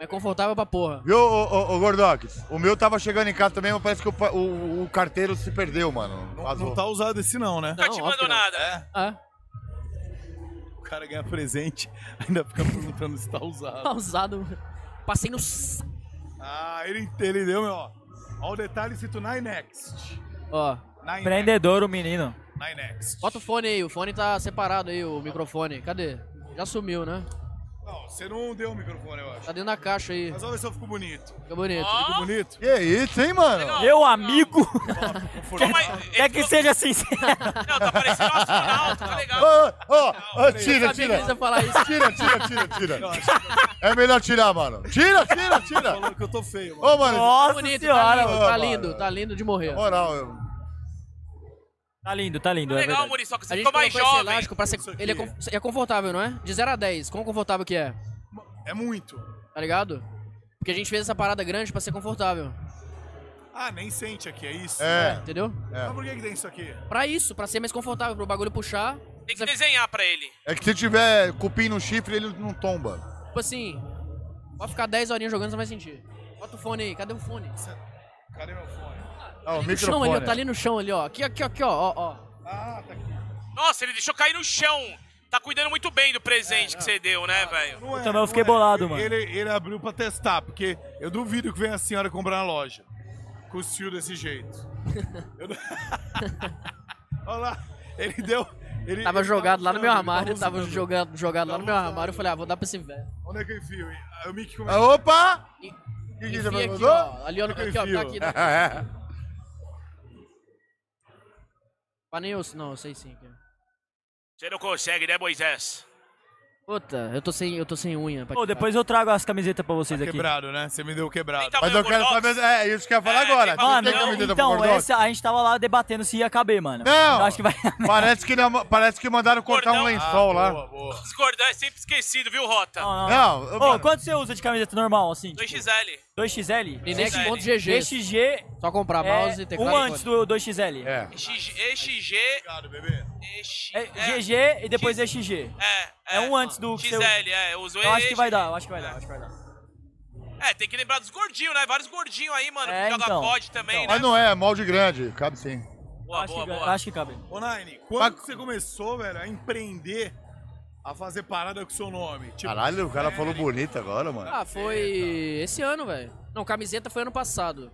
Speaker 4: É confortável pra porra.
Speaker 3: Viu, ô, ô, ô Gordox? O meu tava chegando em casa também, mas parece que o, pa- o, o carteiro se perdeu, mano.
Speaker 1: Não,
Speaker 3: Vazou.
Speaker 1: não tá usado esse não, né?
Speaker 2: Nunca
Speaker 4: Não,
Speaker 2: te
Speaker 4: óbvio
Speaker 2: mandou
Speaker 4: que não.
Speaker 2: nada.
Speaker 4: Ah,
Speaker 1: O cara ganha presente, <laughs> ainda fica perguntando se tá usado.
Speaker 4: usado. Passei no. s-
Speaker 1: Ah, ele entendeu, meu. ó. Ó o detalhe escrito Nine Next.
Speaker 4: Ó.
Speaker 1: Nine
Speaker 5: Empreendedor, o menino.
Speaker 1: Next. Nine Next.
Speaker 4: Bota o fone aí. O fone tá separado aí, o microfone. Cadê? Já sumiu, né?
Speaker 1: Não, você não deu o microfone, eu acho.
Speaker 4: Tá dentro da caixa aí.
Speaker 1: Mas vamos ver se eu fico bonito.
Speaker 4: Fica bonito.
Speaker 2: Ó.
Speaker 1: Fico bonito?
Speaker 3: Que isso, hein, mano?
Speaker 2: Legal.
Speaker 5: Meu amigo,
Speaker 2: Pô, mas ele
Speaker 5: quer que
Speaker 2: ficou-
Speaker 5: seja assim, É sincero.
Speaker 2: Não, tá parecendo um astronauta, tá legal.
Speaker 3: Ô, ô, ô,
Speaker 4: Eu
Speaker 3: tira,
Speaker 4: sabia que
Speaker 3: tira.
Speaker 4: eles iam falar isso.
Speaker 3: Tira, tira, tira, tira. É melhor tirar, mano. Tira, tira, tira.
Speaker 1: Falou que eu tô feio, mano.
Speaker 3: Ô, mano,
Speaker 5: <laughs> Nossa
Speaker 4: bonito, tá
Speaker 5: senhora,
Speaker 4: lindo,
Speaker 5: mano.
Speaker 4: tá
Speaker 3: mano.
Speaker 4: lindo, tá lindo de morrer.
Speaker 3: moral, eu...
Speaker 5: Tá lindo, tá lindo.
Speaker 2: Tá
Speaker 5: É
Speaker 2: legal,
Speaker 5: verdade.
Speaker 2: Muriçoca,
Speaker 4: A
Speaker 2: você
Speaker 4: gente
Speaker 2: ficou
Speaker 4: colocou
Speaker 2: mais
Speaker 4: esse
Speaker 2: jovem.
Speaker 4: elástico pra ser...
Speaker 1: Isso aqui.
Speaker 4: Ele é, con- é confortável, não é? De 0 a 10, quão confortável que é,
Speaker 1: É muito.
Speaker 4: tá ligado? Porque a gente fez essa parada grande pra ser confortável,
Speaker 1: Ah, nem sente aqui, é isso?
Speaker 3: É,
Speaker 4: entendeu?
Speaker 1: Mas por que, que tem isso aqui?
Speaker 4: Pra isso, pra ser mais confortável, pro bagulho puxar. tipo
Speaker 2: Tem que desenhar pra ele.
Speaker 3: é que se tiver cupim no chifre, ele não tomba.
Speaker 4: Tipo assim, pode ficar 10 horinhas jogando, você não vai sentir. Bota o fone aí, cadê o fone?
Speaker 1: é Cadê meu fone?
Speaker 3: Ah, o
Speaker 4: Tá ali no chão ali, ó,
Speaker 3: microfone.
Speaker 4: tá ali no chão ali, ó. Aqui, aqui, aqui, ó, ó, ó.
Speaker 1: Ah, tá aqui.
Speaker 2: Nossa, ele deixou cair no chão. Tá cuidando muito bem do
Speaker 5: É,
Speaker 2: presente que você deu, né, velho?
Speaker 1: Não é,
Speaker 5: também
Speaker 1: não
Speaker 5: fiquei bolado,
Speaker 1: Ele-
Speaker 5: mano.
Speaker 1: Ele, ele abriu pra testar, porque eu duvido que venha a senhora comprar na loja. Com o fio desse jeito. Eu não- <laughs> Olha lá, ele deu. Ele,
Speaker 4: Tava
Speaker 1: ele
Speaker 4: jogado lá no meu
Speaker 1: usando, ele tá
Speaker 4: armário, tava
Speaker 1: usando.
Speaker 4: jogado, jogado lá no meu
Speaker 1: Tava usando.
Speaker 4: armário. Eu falei, ah, vou dar pra esse velho.
Speaker 1: Onde é que eu enfio? Aí O Mickey
Speaker 3: Ah,
Speaker 1: começou.
Speaker 3: Opa! O que que
Speaker 4: Enfia
Speaker 3: você
Speaker 4: aqui,
Speaker 3: perguntou?
Speaker 4: ó. Ali, ó, aqui, ó, tá aqui. Tá. Pra nem eu, não, eu sei sim. é. Aqui.
Speaker 2: Você não consegue, né, Moisés?
Speaker 4: Puta, eu tô sem, eu tô sem unha. Pra
Speaker 5: Pô, depois eu trago as camisetas pra vocês aqui.
Speaker 1: Quebrado, né? Você me deu quebrado.
Speaker 2: Tem
Speaker 3: <laughs> Mas eu quero saber... É, isso que eu ia
Speaker 2: É,
Speaker 3: falar
Speaker 2: tem
Speaker 3: agora. Você
Speaker 5: Mano,
Speaker 3: tem camiseta pro
Speaker 5: então,
Speaker 3: Gordox?
Speaker 5: essa, a gente tava lá debatendo se ia caber, mano.
Speaker 3: Não!
Speaker 5: Eu acho que vai.
Speaker 3: Parece que, não- parece que mandaram cortar
Speaker 2: Gordão.
Speaker 3: um lençol lá.
Speaker 1: Ah, Boa, boa.
Speaker 2: Os gordões é sempre esquecido, viu, Rota?
Speaker 5: <laughs> Não, não.
Speaker 3: Não, eu-
Speaker 5: Ô, quanto você usa de camiseta normal, assim?
Speaker 2: 2XL.
Speaker 5: 2XL?
Speaker 4: Linex.gg.
Speaker 5: XG
Speaker 4: Só comprar mouse,
Speaker 5: é
Speaker 4: teclado
Speaker 5: um
Speaker 4: e
Speaker 5: antes
Speaker 4: fone.
Speaker 5: do 2XL.
Speaker 3: É.
Speaker 2: EXG. EXG.
Speaker 1: Obrigado, bebê.
Speaker 5: É
Speaker 2: É,
Speaker 5: GG e depois EXG.
Speaker 2: É,
Speaker 5: É um antes do que
Speaker 2: XL,
Speaker 5: você usa.
Speaker 2: é. Eu uso
Speaker 5: Eu acho que vai
Speaker 2: EXG.
Speaker 5: dar, eu acho que vai dar, eu acho que vai dar.
Speaker 2: É, tem que lembrar dos gordinhos, né? Vários gordinhos aí, mano.
Speaker 5: É,
Speaker 2: que joga
Speaker 5: então.
Speaker 2: COD também,
Speaker 5: Então.
Speaker 2: né?
Speaker 3: Mas não é, é molde grande, cabe sim.
Speaker 5: Eu
Speaker 2: Boa,
Speaker 5: acho
Speaker 2: boa,
Speaker 5: que-
Speaker 2: boa.
Speaker 5: eu Acho que cabe.
Speaker 1: Ô, Nine, quando que você começou, velho, a empreender, a fazer parada com o seu nome? Tipo,
Speaker 3: Caralho, o cara falou bonito agora, mano.
Speaker 4: Ah,
Speaker 5: É,
Speaker 4: foi
Speaker 5: então.
Speaker 4: esse ano, velho. Não, camiseta foi ano passado.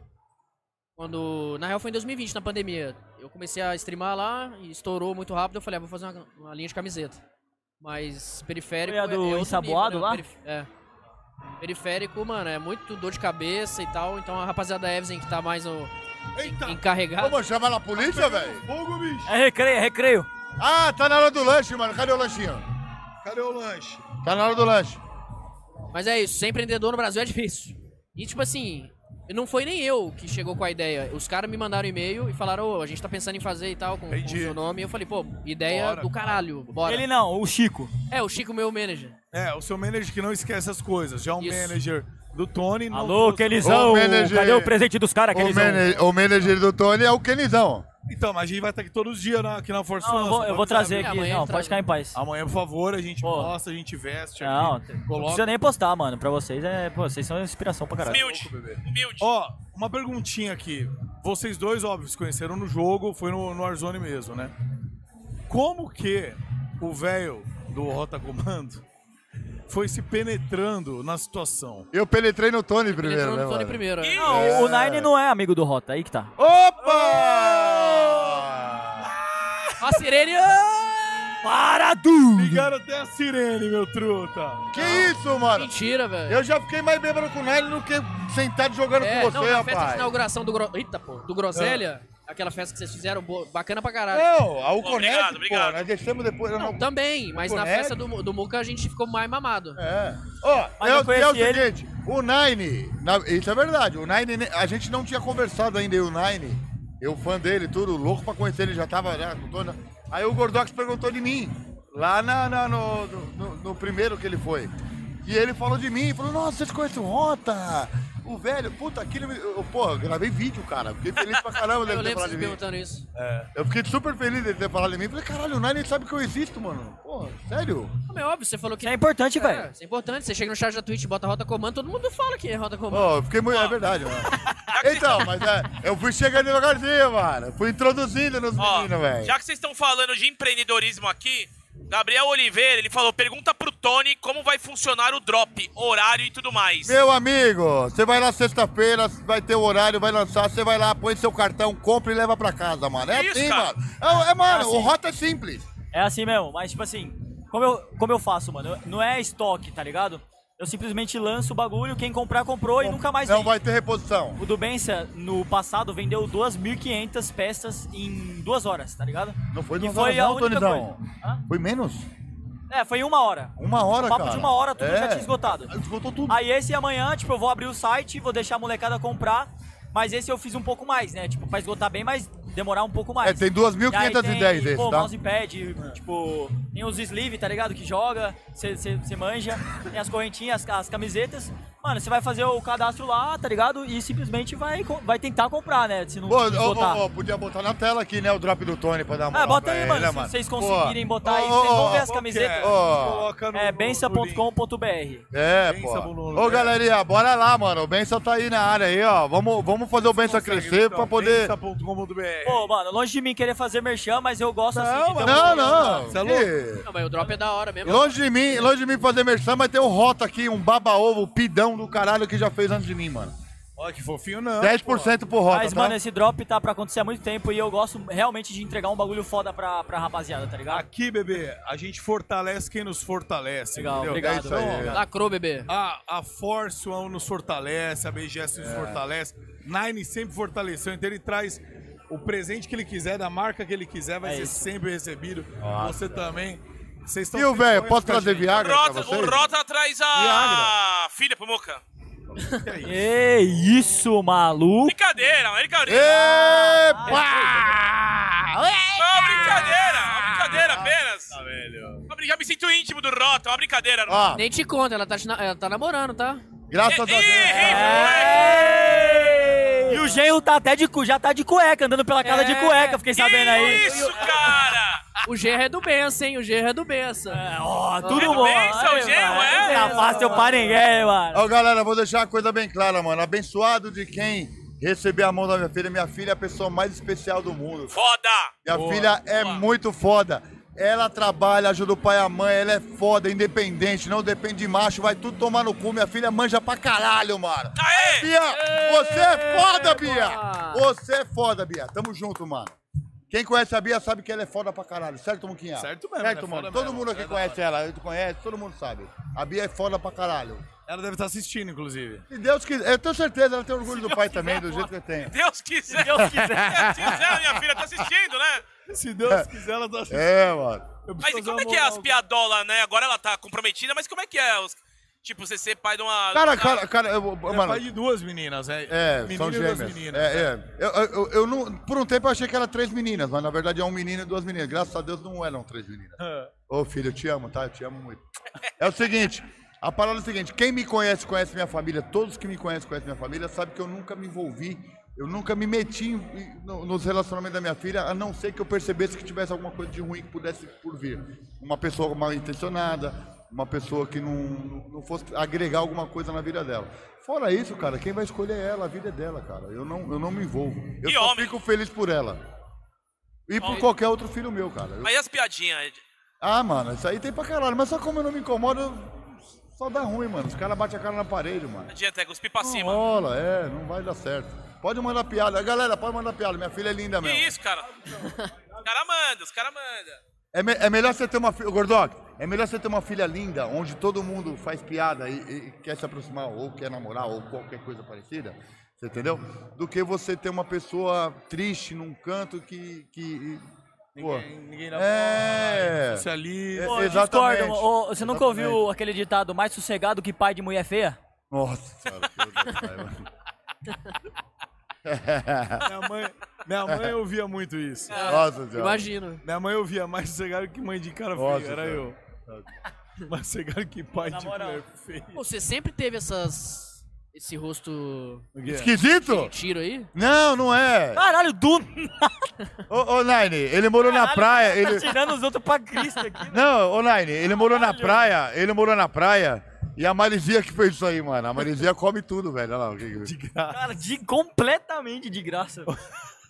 Speaker 4: Quando, na real foi em 2020, na pandemia. Eu comecei a streamar lá e estourou muito rápido. Eu falei, ah, vou fazer uma, uma linha de camiseta. Mas periférico...
Speaker 5: Foi a do
Speaker 4: outro nível,
Speaker 5: ensaboado
Speaker 4: né?
Speaker 5: lá?
Speaker 4: Perif- É. Periférico, mano, é muito dor de cabeça e tal. Então a rapaziada Evsen que tá mais o,
Speaker 1: Eita!
Speaker 4: encarregada...
Speaker 3: Como chama na polícia, velho?
Speaker 1: Fogo, bicho!
Speaker 5: É recreio, é recreio.
Speaker 3: Ah, tá na hora do lanche, mano. Cadê o lanchinho?
Speaker 1: Cadê o lanche?
Speaker 3: Tá na hora do lanche.
Speaker 4: Mas é isso, ser empreendedor no Brasil é difícil. E tipo assim, não foi nem eu que chegou com a ideia. Os caras me mandaram e-mail e falaram, ô, a gente tá pensando em fazer e tal, com, com o
Speaker 1: Entendi.
Speaker 4: seu nome. E eu falei, pô, ideia
Speaker 1: Bora,
Speaker 4: do caralho, bora.
Speaker 5: Ele não, o Chico.
Speaker 4: É, o Chico, meu manager.
Speaker 1: É, o seu manager que não esquece as coisas. Já o
Speaker 4: Isso.
Speaker 1: manager do Tony. não
Speaker 5: Alô,
Speaker 1: trouxe-
Speaker 5: Quelizão.
Speaker 3: Ô, manager.
Speaker 5: Cadê o presente dos caras,
Speaker 3: O,
Speaker 5: Quelizão?
Speaker 3: mane- o manager do Tony é o Kenizão.
Speaker 1: Então, mas a gente vai estar aqui todos os dias na- aqui na Força
Speaker 5: Não, eu vou,
Speaker 1: Lança,
Speaker 5: eu vou
Speaker 1: pode
Speaker 5: trazer
Speaker 1: ser.
Speaker 5: aqui.
Speaker 4: Amanhã
Speaker 5: Não,
Speaker 4: traz.
Speaker 5: pode ficar em paz.
Speaker 1: Amanhã, por favor, a gente
Speaker 5: Pô. Ah.
Speaker 1: mostra, a gente veste
Speaker 5: Não,
Speaker 1: aqui.
Speaker 5: não
Speaker 1: Coloca.
Speaker 5: precisa nem postar, mano. Pra vocês, é, pô, vocês são inspiração pra caralho.
Speaker 2: Humilde. Humilde.
Speaker 1: Ó, uma perguntinha aqui. Vocês dois, óbvio, se conheceram no jogo, foi no, no Warzone mesmo, né? Como que o velho do Rota Comando foi se penetrando na situação?
Speaker 3: Eu penetrei no Tony
Speaker 4: Ele
Speaker 3: primeiro,
Speaker 4: entrou
Speaker 3: né,
Speaker 4: no Tony
Speaker 3: mano?
Speaker 4: primeiro, é.
Speaker 5: Não, o Nine não é amigo do Rota, aí que tá.
Speaker 3: Opa!
Speaker 4: É! A sirene... ah!
Speaker 5: Para tudo!
Speaker 1: Ligaram até a sirene, meu truta.
Speaker 3: Que isso, mano?
Speaker 4: Mentira, velho.
Speaker 3: Eu já fiquei mais bêbado com o Nélio do que sentado jogando
Speaker 4: É,
Speaker 3: com
Speaker 4: não,
Speaker 3: você,
Speaker 4: na festa de
Speaker 3: rapaz. Ah.
Speaker 4: inauguração do, Gro... Eita, pô, do Groselha, aquela festa que vocês fizeram, boa- bacana pra caralho.
Speaker 3: Não, a Uconete,
Speaker 2: Obrigado,
Speaker 3: pô,
Speaker 2: obrigado.
Speaker 3: nós deixamos depois. É, eu não-
Speaker 4: Também, mas na
Speaker 3: Boneco.
Speaker 4: festa do, do Muca a gente ficou mais mamado.
Speaker 3: É. Ó,
Speaker 5: Mas
Speaker 3: é,
Speaker 5: eu
Speaker 3: o- é o
Speaker 5: conheci ele.
Speaker 3: seguinte, o Nine, na- isso é verdade, o Nine, ne- a gente não tinha conversado ainda, e o Nine, eu fã dele, tudo, louco pra conhecer ele, já tava, né, com toda... Aí o Gordox perguntou de mim, lá na, na- no, no- no primeiro que ele foi, e ele falou de mim, falou, nossa, vocês conhecem o Rota, o velho, puta, aquilo, me- eu, pô, eu gravei vídeo, cara, fiquei feliz pra
Speaker 5: <laughs>
Speaker 3: caramba
Speaker 4: Eu
Speaker 3: dele ter
Speaker 4: lembro
Speaker 3: falado
Speaker 4: vocês
Speaker 3: de
Speaker 4: me
Speaker 3: mim.
Speaker 4: perguntando isso.
Speaker 3: Eu fiquei super feliz dele ter falado de mim, falei, caralho, o Nine sabe que eu existo, mano, pô, sério?
Speaker 4: Não, é óbvio, você falou que.
Speaker 5: Isso é importante,
Speaker 4: É,
Speaker 5: velho.
Speaker 4: isso é importante. Você chega no chat da Twitch, bota rota comando, todo mundo fala que é rota comando.
Speaker 3: Ó, eu fiquei muito. É verdade,
Speaker 5: <laughs>
Speaker 3: mano. Então, mas é, eu fui chegando devagarzinho, mano. Fui introduzindo nos
Speaker 2: Ó,
Speaker 3: meninos, velho.
Speaker 2: já que vocês estão falando de empreendedorismo aqui, Gabriel Oliveira, ele falou, pergunta pro Tony como vai funcionar o drop, horário e tudo mais.
Speaker 3: Meu amigo, você vai lá sexta-feira, vai ter o horário, vai lançar, você vai lá, põe seu cartão, compra e leva pra casa, mano. É
Speaker 2: Isso,
Speaker 3: assim,
Speaker 2: cara.
Speaker 3: mano. É, é, mano,
Speaker 5: É
Speaker 3: o
Speaker 5: assim.
Speaker 3: rota é simples.
Speaker 5: É assim mesmo, mas tipo assim, como eu, como eu faço, mano? Eu- Não é estoque, tá ligado? Eu simplesmente lanço o bagulho, quem comprar, comprou e nunca mais
Speaker 3: Não
Speaker 5: vem.
Speaker 3: vai ter reposição.
Speaker 5: O Dubença, no passado, vendeu 2.500 peças em duas horas, tá ligado?
Speaker 3: Não foi
Speaker 5: Que
Speaker 3: duas
Speaker 5: foi
Speaker 3: horas
Speaker 5: a
Speaker 3: não,
Speaker 5: única
Speaker 3: Tonizão.
Speaker 5: coisa. Hã?
Speaker 3: Foi menos?
Speaker 5: É, foi em uma hora.
Speaker 3: Uma hora,
Speaker 5: Papo
Speaker 3: cara. É. Ah,
Speaker 5: de uma hora, tudo já tinha esgotado.
Speaker 3: Esgotou tudo.
Speaker 5: Aí esse amanhã, tipo, eu vou abrir o site, vou deixar a molecada comprar, mas esse eu fiz um pouco mais, né? Tipo, pra esgotar bem, mas demorar um pouco mais.
Speaker 3: É, tem 2.510
Speaker 5: E aí tem,
Speaker 3: esse,
Speaker 5: Pô,
Speaker 3: tá?
Speaker 5: mousepad, tipo, tem os sleeve, tá ligado? Que joga, você manja, tem as correntinhas, as, as camisetas. Mano, você vai fazer o cadastro lá, tá ligado? E simplesmente vai, co- vai tentar comprar, né? Se não
Speaker 3: Pô, ô,
Speaker 5: esgotar.
Speaker 3: ô, ô, podia botar na tela aqui, né, o drop do Tony pra dar uma
Speaker 5: Ah, bota
Speaker 3: pra
Speaker 5: aí,
Speaker 3: ele,
Speaker 5: mano,
Speaker 3: né,
Speaker 5: se vocês conseguirem botar aí,
Speaker 3: Ô,
Speaker 5: vocês
Speaker 3: ô,
Speaker 5: vão ver
Speaker 3: ô,
Speaker 5: as camisetas.
Speaker 3: Ó.
Speaker 1: Coloca no-
Speaker 5: É
Speaker 1: no- no link.
Speaker 5: bença.com.br.
Speaker 3: É,
Speaker 1: Benção,
Speaker 3: pô.
Speaker 1: Bruno.
Speaker 3: Ô, galerinha, bora lá, mano. O Benção tá aí na área aí, ó. Vamos, vamos fazer o Benção
Speaker 1: Consegue,
Speaker 3: crescer
Speaker 1: então,
Speaker 3: pra poder...
Speaker 1: bença.com.br.
Speaker 5: Pô, mano, longe de mim querer fazer merchan, mas eu gosto assim. de ter
Speaker 3: Não,
Speaker 5: um programa.
Speaker 3: não.
Speaker 1: Você é
Speaker 3: Que-
Speaker 4: Não, mas o drop é da hora mesmo.
Speaker 3: Longe de mim, longe de mim fazer merchan, mas tem um Rota aqui, um baba-ovo, pidão do caralho que já fez antes de mim, mano.
Speaker 1: Ó, que fofinho não.
Speaker 3: 10% pro Rota,
Speaker 5: Mas,
Speaker 3: tá?
Speaker 5: mano, esse drop tá pra acontecer há muito tempo e eu gosto realmente de entregar um bagulho foda pra, pra rapaziada, tá ligado?
Speaker 1: Aqui, bebê, a gente fortalece quem nos fortalece.
Speaker 5: Legal,
Speaker 1: entendeu?
Speaker 5: obrigado.
Speaker 3: É isso aí.
Speaker 5: Então,
Speaker 4: Lacrou, bebê.
Speaker 1: A, a Force One nos fortalece, a BGS
Speaker 3: É.
Speaker 1: nos fortalece. Nine sempre fortaleceu, então ele traz o presente que ele quiser, da marca que ele quiser, vai
Speaker 5: É
Speaker 1: ser
Speaker 5: isso.
Speaker 1: sempre recebido. Você também. Vocês estão
Speaker 3: E o
Speaker 1: sempre
Speaker 3: velho,
Speaker 1: sonhando
Speaker 3: posso
Speaker 1: com a
Speaker 3: trazer
Speaker 1: gente.
Speaker 2: O
Speaker 3: Viagra pra
Speaker 2: Rota,
Speaker 3: vocês?
Speaker 2: o Rota traz a filha pro Moca.
Speaker 5: Que isso, maluco!
Speaker 2: Brincadeira, mano, brincadeira.
Speaker 3: Epa!
Speaker 2: Não, brincadeira, uma brincadeira apenas. Uma brin- Já me sinto íntimo do Rota, uma brincadeira.
Speaker 3: Tá Ó,
Speaker 4: Nem te conta, ela tá, te na- ela tá namorando, tá?
Speaker 3: graças a
Speaker 2: Ih,
Speaker 3: Deus.
Speaker 5: É. E o genro tá até de cu, já tá de cueca, andando pela casa de cueca, fiquei sabendo aí.
Speaker 2: É. Isso, cara!
Speaker 4: O Gerra é do Bença, hein? O Gerra é do Bença.
Speaker 5: É, Ó, tudo
Speaker 2: Tudo
Speaker 5: bom.
Speaker 2: bem, seu
Speaker 5: Aí,
Speaker 2: genro,
Speaker 5: mano.
Speaker 2: é?
Speaker 5: Tá fácil pra ninguém, mano.
Speaker 3: Ó, galera, vou deixar uma coisa bem clara, mano. Abençoado de quem receber a mão da minha filha. Minha filha é a pessoa mais especial do mundo.
Speaker 2: Foda!
Speaker 3: Minha filha é muito foda. Ela trabalha, ajuda o pai e a mãe, ela é foda, independente, não depende de macho, vai tudo tomar no cu. Minha filha manja pra caralho, mano.
Speaker 2: Aê!
Speaker 3: Bia, você é foda, Bia!
Speaker 4: boa.
Speaker 3: Você é foda, Bia. Tamo junto, mano. Quem conhece a Bia sabe que ela é foda pra caralho, certo, Muquinha?
Speaker 1: Certo mesmo, ela é
Speaker 3: Certo,
Speaker 1: foda
Speaker 3: mano.
Speaker 1: mesmo,
Speaker 3: Todo mundo aqui
Speaker 1: ela é
Speaker 3: conhece ela, eu te conhece, todo mundo sabe. A Bia é foda pra caralho.
Speaker 1: Ela deve estar assistindo, inclusive.
Speaker 3: Se Deus quiser, eu tenho certeza, ela tem orgulho do pai também,
Speaker 1: é
Speaker 3: do jeito que eu tenho.
Speaker 2: Deus quiser.
Speaker 5: Deus
Speaker 2: <laughs>
Speaker 5: quiser.
Speaker 2: Deus quiser, minha filha tá assistindo, né?
Speaker 1: Se Deus quiser, ela tá assistindo.
Speaker 3: É, mano.
Speaker 1: Eu preciso
Speaker 2: Mas e
Speaker 1: fazer
Speaker 2: como
Speaker 1: uma
Speaker 2: é que é
Speaker 1: moral.
Speaker 2: as piadolas, né? Agora ela tá comprometida, mas como é que é? os- Tipo, você ser pai de uma.
Speaker 3: Cara, cara, cara, eu,
Speaker 1: Ele é
Speaker 3: mano,
Speaker 1: pai de duas meninas, é.
Speaker 3: É,
Speaker 1: Menino
Speaker 3: são
Speaker 1: e duas
Speaker 3: gêmeas.
Speaker 1: meninas. né?
Speaker 3: É, é. Eu, eu- eu- eu não- por um tempo eu achei que era três meninas, mas na verdade é um menino e duas meninas. Graças a Deus não eram
Speaker 1: <laughs>
Speaker 3: três meninas.
Speaker 1: Ah.
Speaker 3: Ô filho, eu te amo, tá? Eu te amo muito. É o seguinte, a parada é o seguinte, quem me conhece, conhece minha família, todos que me conhecem, conhecem minha família, sabe que eu nunca me envolvi, eu nunca me meti em- em- no- nos relacionamentos da minha filha, a não ser que eu percebesse que tivesse alguma coisa de ruim que pudesse por vir. Uma pessoa mal intencionada, uma pessoa que não, não- não fosse agregar alguma coisa na vida dela. Fora isso, cara, quem vai escolher é ela, a vida é dela, cara. Eu não, eu não me envolvo. Eu
Speaker 2: E
Speaker 3: só
Speaker 2: homem?
Speaker 3: fico feliz por ela. E por
Speaker 2: Homem.
Speaker 3: qualquer outro filho meu, cara. Eu-
Speaker 2: Mas e as piadinhas?
Speaker 3: ah, mano, isso aí tem pra caralho. Mas só como eu não me incomodo, eu- só dá ruim, mano. Os caras batem a cara na parede, mano.
Speaker 2: Não adianta, é cuspir pra
Speaker 3: Não
Speaker 2: cima.
Speaker 3: rola, é, não vai dar certo. Pode mandar piada. Galera, pode mandar piada. Minha filha é linda
Speaker 2: Que
Speaker 3: mesmo.
Speaker 2: isso, cara? Os caras mandam, os caras mandam.
Speaker 3: É, me- é melhor você ter uma filha. Gordoc, é melhor você ter uma filha linda, onde todo mundo faz piada e, e- e quer se aproximar, ou quer namorar, ou qualquer coisa parecida. Você entendeu? Do que você ter uma pessoa triste num canto que. que e- pô,
Speaker 1: Ninguém, ninguém dá é
Speaker 3: É.
Speaker 1: bola. Socialista.
Speaker 5: Pô, eu
Speaker 3: Exatamente.
Speaker 5: discordo, mano. Ô, você nunca
Speaker 3: Exatamente.
Speaker 5: ouviu aquele ditado mais sossegado que pai de mulher feia?
Speaker 3: Nossa senhora, que horror, pai, mano.
Speaker 1: Minha mãe, minha mãe ouvia muito isso.
Speaker 3: Nossa senhora.
Speaker 4: Imagino.
Speaker 1: Minha mãe ouvia mais sossegado que mãe de cara
Speaker 3: Nossa,
Speaker 1: feia, era
Speaker 3: cara.
Speaker 1: eu. Mais sossegado que pai
Speaker 5: Na
Speaker 1: de
Speaker 5: moral.
Speaker 1: mulher feia.
Speaker 4: Pô, você sempre teve essas. Esse rosto.
Speaker 1: O quê?
Speaker 3: Esquisito?
Speaker 4: Tiro aí?
Speaker 3: Não, não é.
Speaker 5: Caralho, do... tá
Speaker 3: Ô, ô Nine, ele morou na praia. Ele...
Speaker 5: tirando os outros pra Cristo aqui. né?
Speaker 3: Não, ô Nine, ele morou na praia, ele morou na praia e a Marizia que fez isso aí, mano. A Marizia come tudo, velho. Olha lá. o que que-
Speaker 1: De graça.
Speaker 5: Cara, de, completamente de <laughs> graça.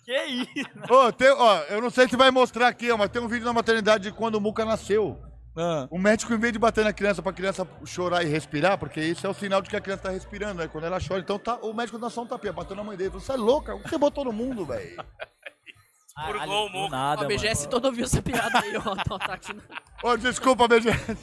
Speaker 5: que isso?
Speaker 3: Ô, tem, ó, eu não sei se vai mostrar aqui, ó, mas tem um vídeo na maternidade de quando o Muca nasceu.
Speaker 1: Ah,
Speaker 3: O médico, em vez de bater na criança pra criança chorar e respirar, porque isso é o sinal de que a criança tá respirando, né? Quando ela chora, então tá, o médico dá só um tapinha, bateu na mãe dele. Falou, Você é louca? O que você botou no mundo, velho?
Speaker 5: Caralho,
Speaker 2: gol,
Speaker 5: do
Speaker 2: Muca.
Speaker 5: nada,
Speaker 4: Ó, a BGS
Speaker 5: mano.
Speaker 4: toda ouviu essa piada aí, ó. <laughs> Tá, tá aqui no-
Speaker 3: Ô, desculpa, BGS.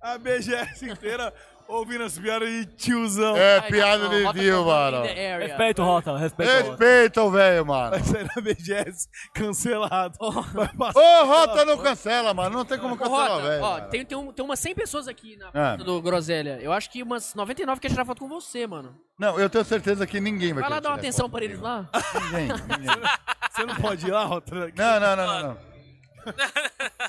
Speaker 1: a BGS inteira ouvindo as piadas de tiozão.
Speaker 3: É,
Speaker 4: Ai,
Speaker 3: piada
Speaker 4: não,
Speaker 3: de
Speaker 4: bota
Speaker 3: viu,
Speaker 4: todo mundo
Speaker 3: mano.
Speaker 4: in the area.
Speaker 5: Respeita o Rotan, respeita o Rotan.
Speaker 3: Respeitam, velho, mano.
Speaker 1: Vai sair da BGS cancelado. Vai
Speaker 3: Ô,
Speaker 1: passar
Speaker 3: Rota não cancela, mano. Não tem como
Speaker 4: Ô, Rota,
Speaker 3: cancelar, velho.
Speaker 4: ó,
Speaker 3: mano.
Speaker 4: tem, tem, um- tem umas 100 pessoas aqui na
Speaker 3: Ah.
Speaker 4: foto do Groselha. Eu acho que umas 99 quer tirar foto com você, mano.
Speaker 3: Não, eu tenho certeza que ninguém vai
Speaker 4: Vai lá
Speaker 3: querer
Speaker 4: dar uma
Speaker 3: tirar
Speaker 4: atenção
Speaker 3: foto
Speaker 4: pra eles
Speaker 3: comigo.
Speaker 4: lá. <laughs>
Speaker 3: Ninguém, ninguém.
Speaker 1: Você não pode ir lá, Rota?
Speaker 3: Não, não, não, não. não.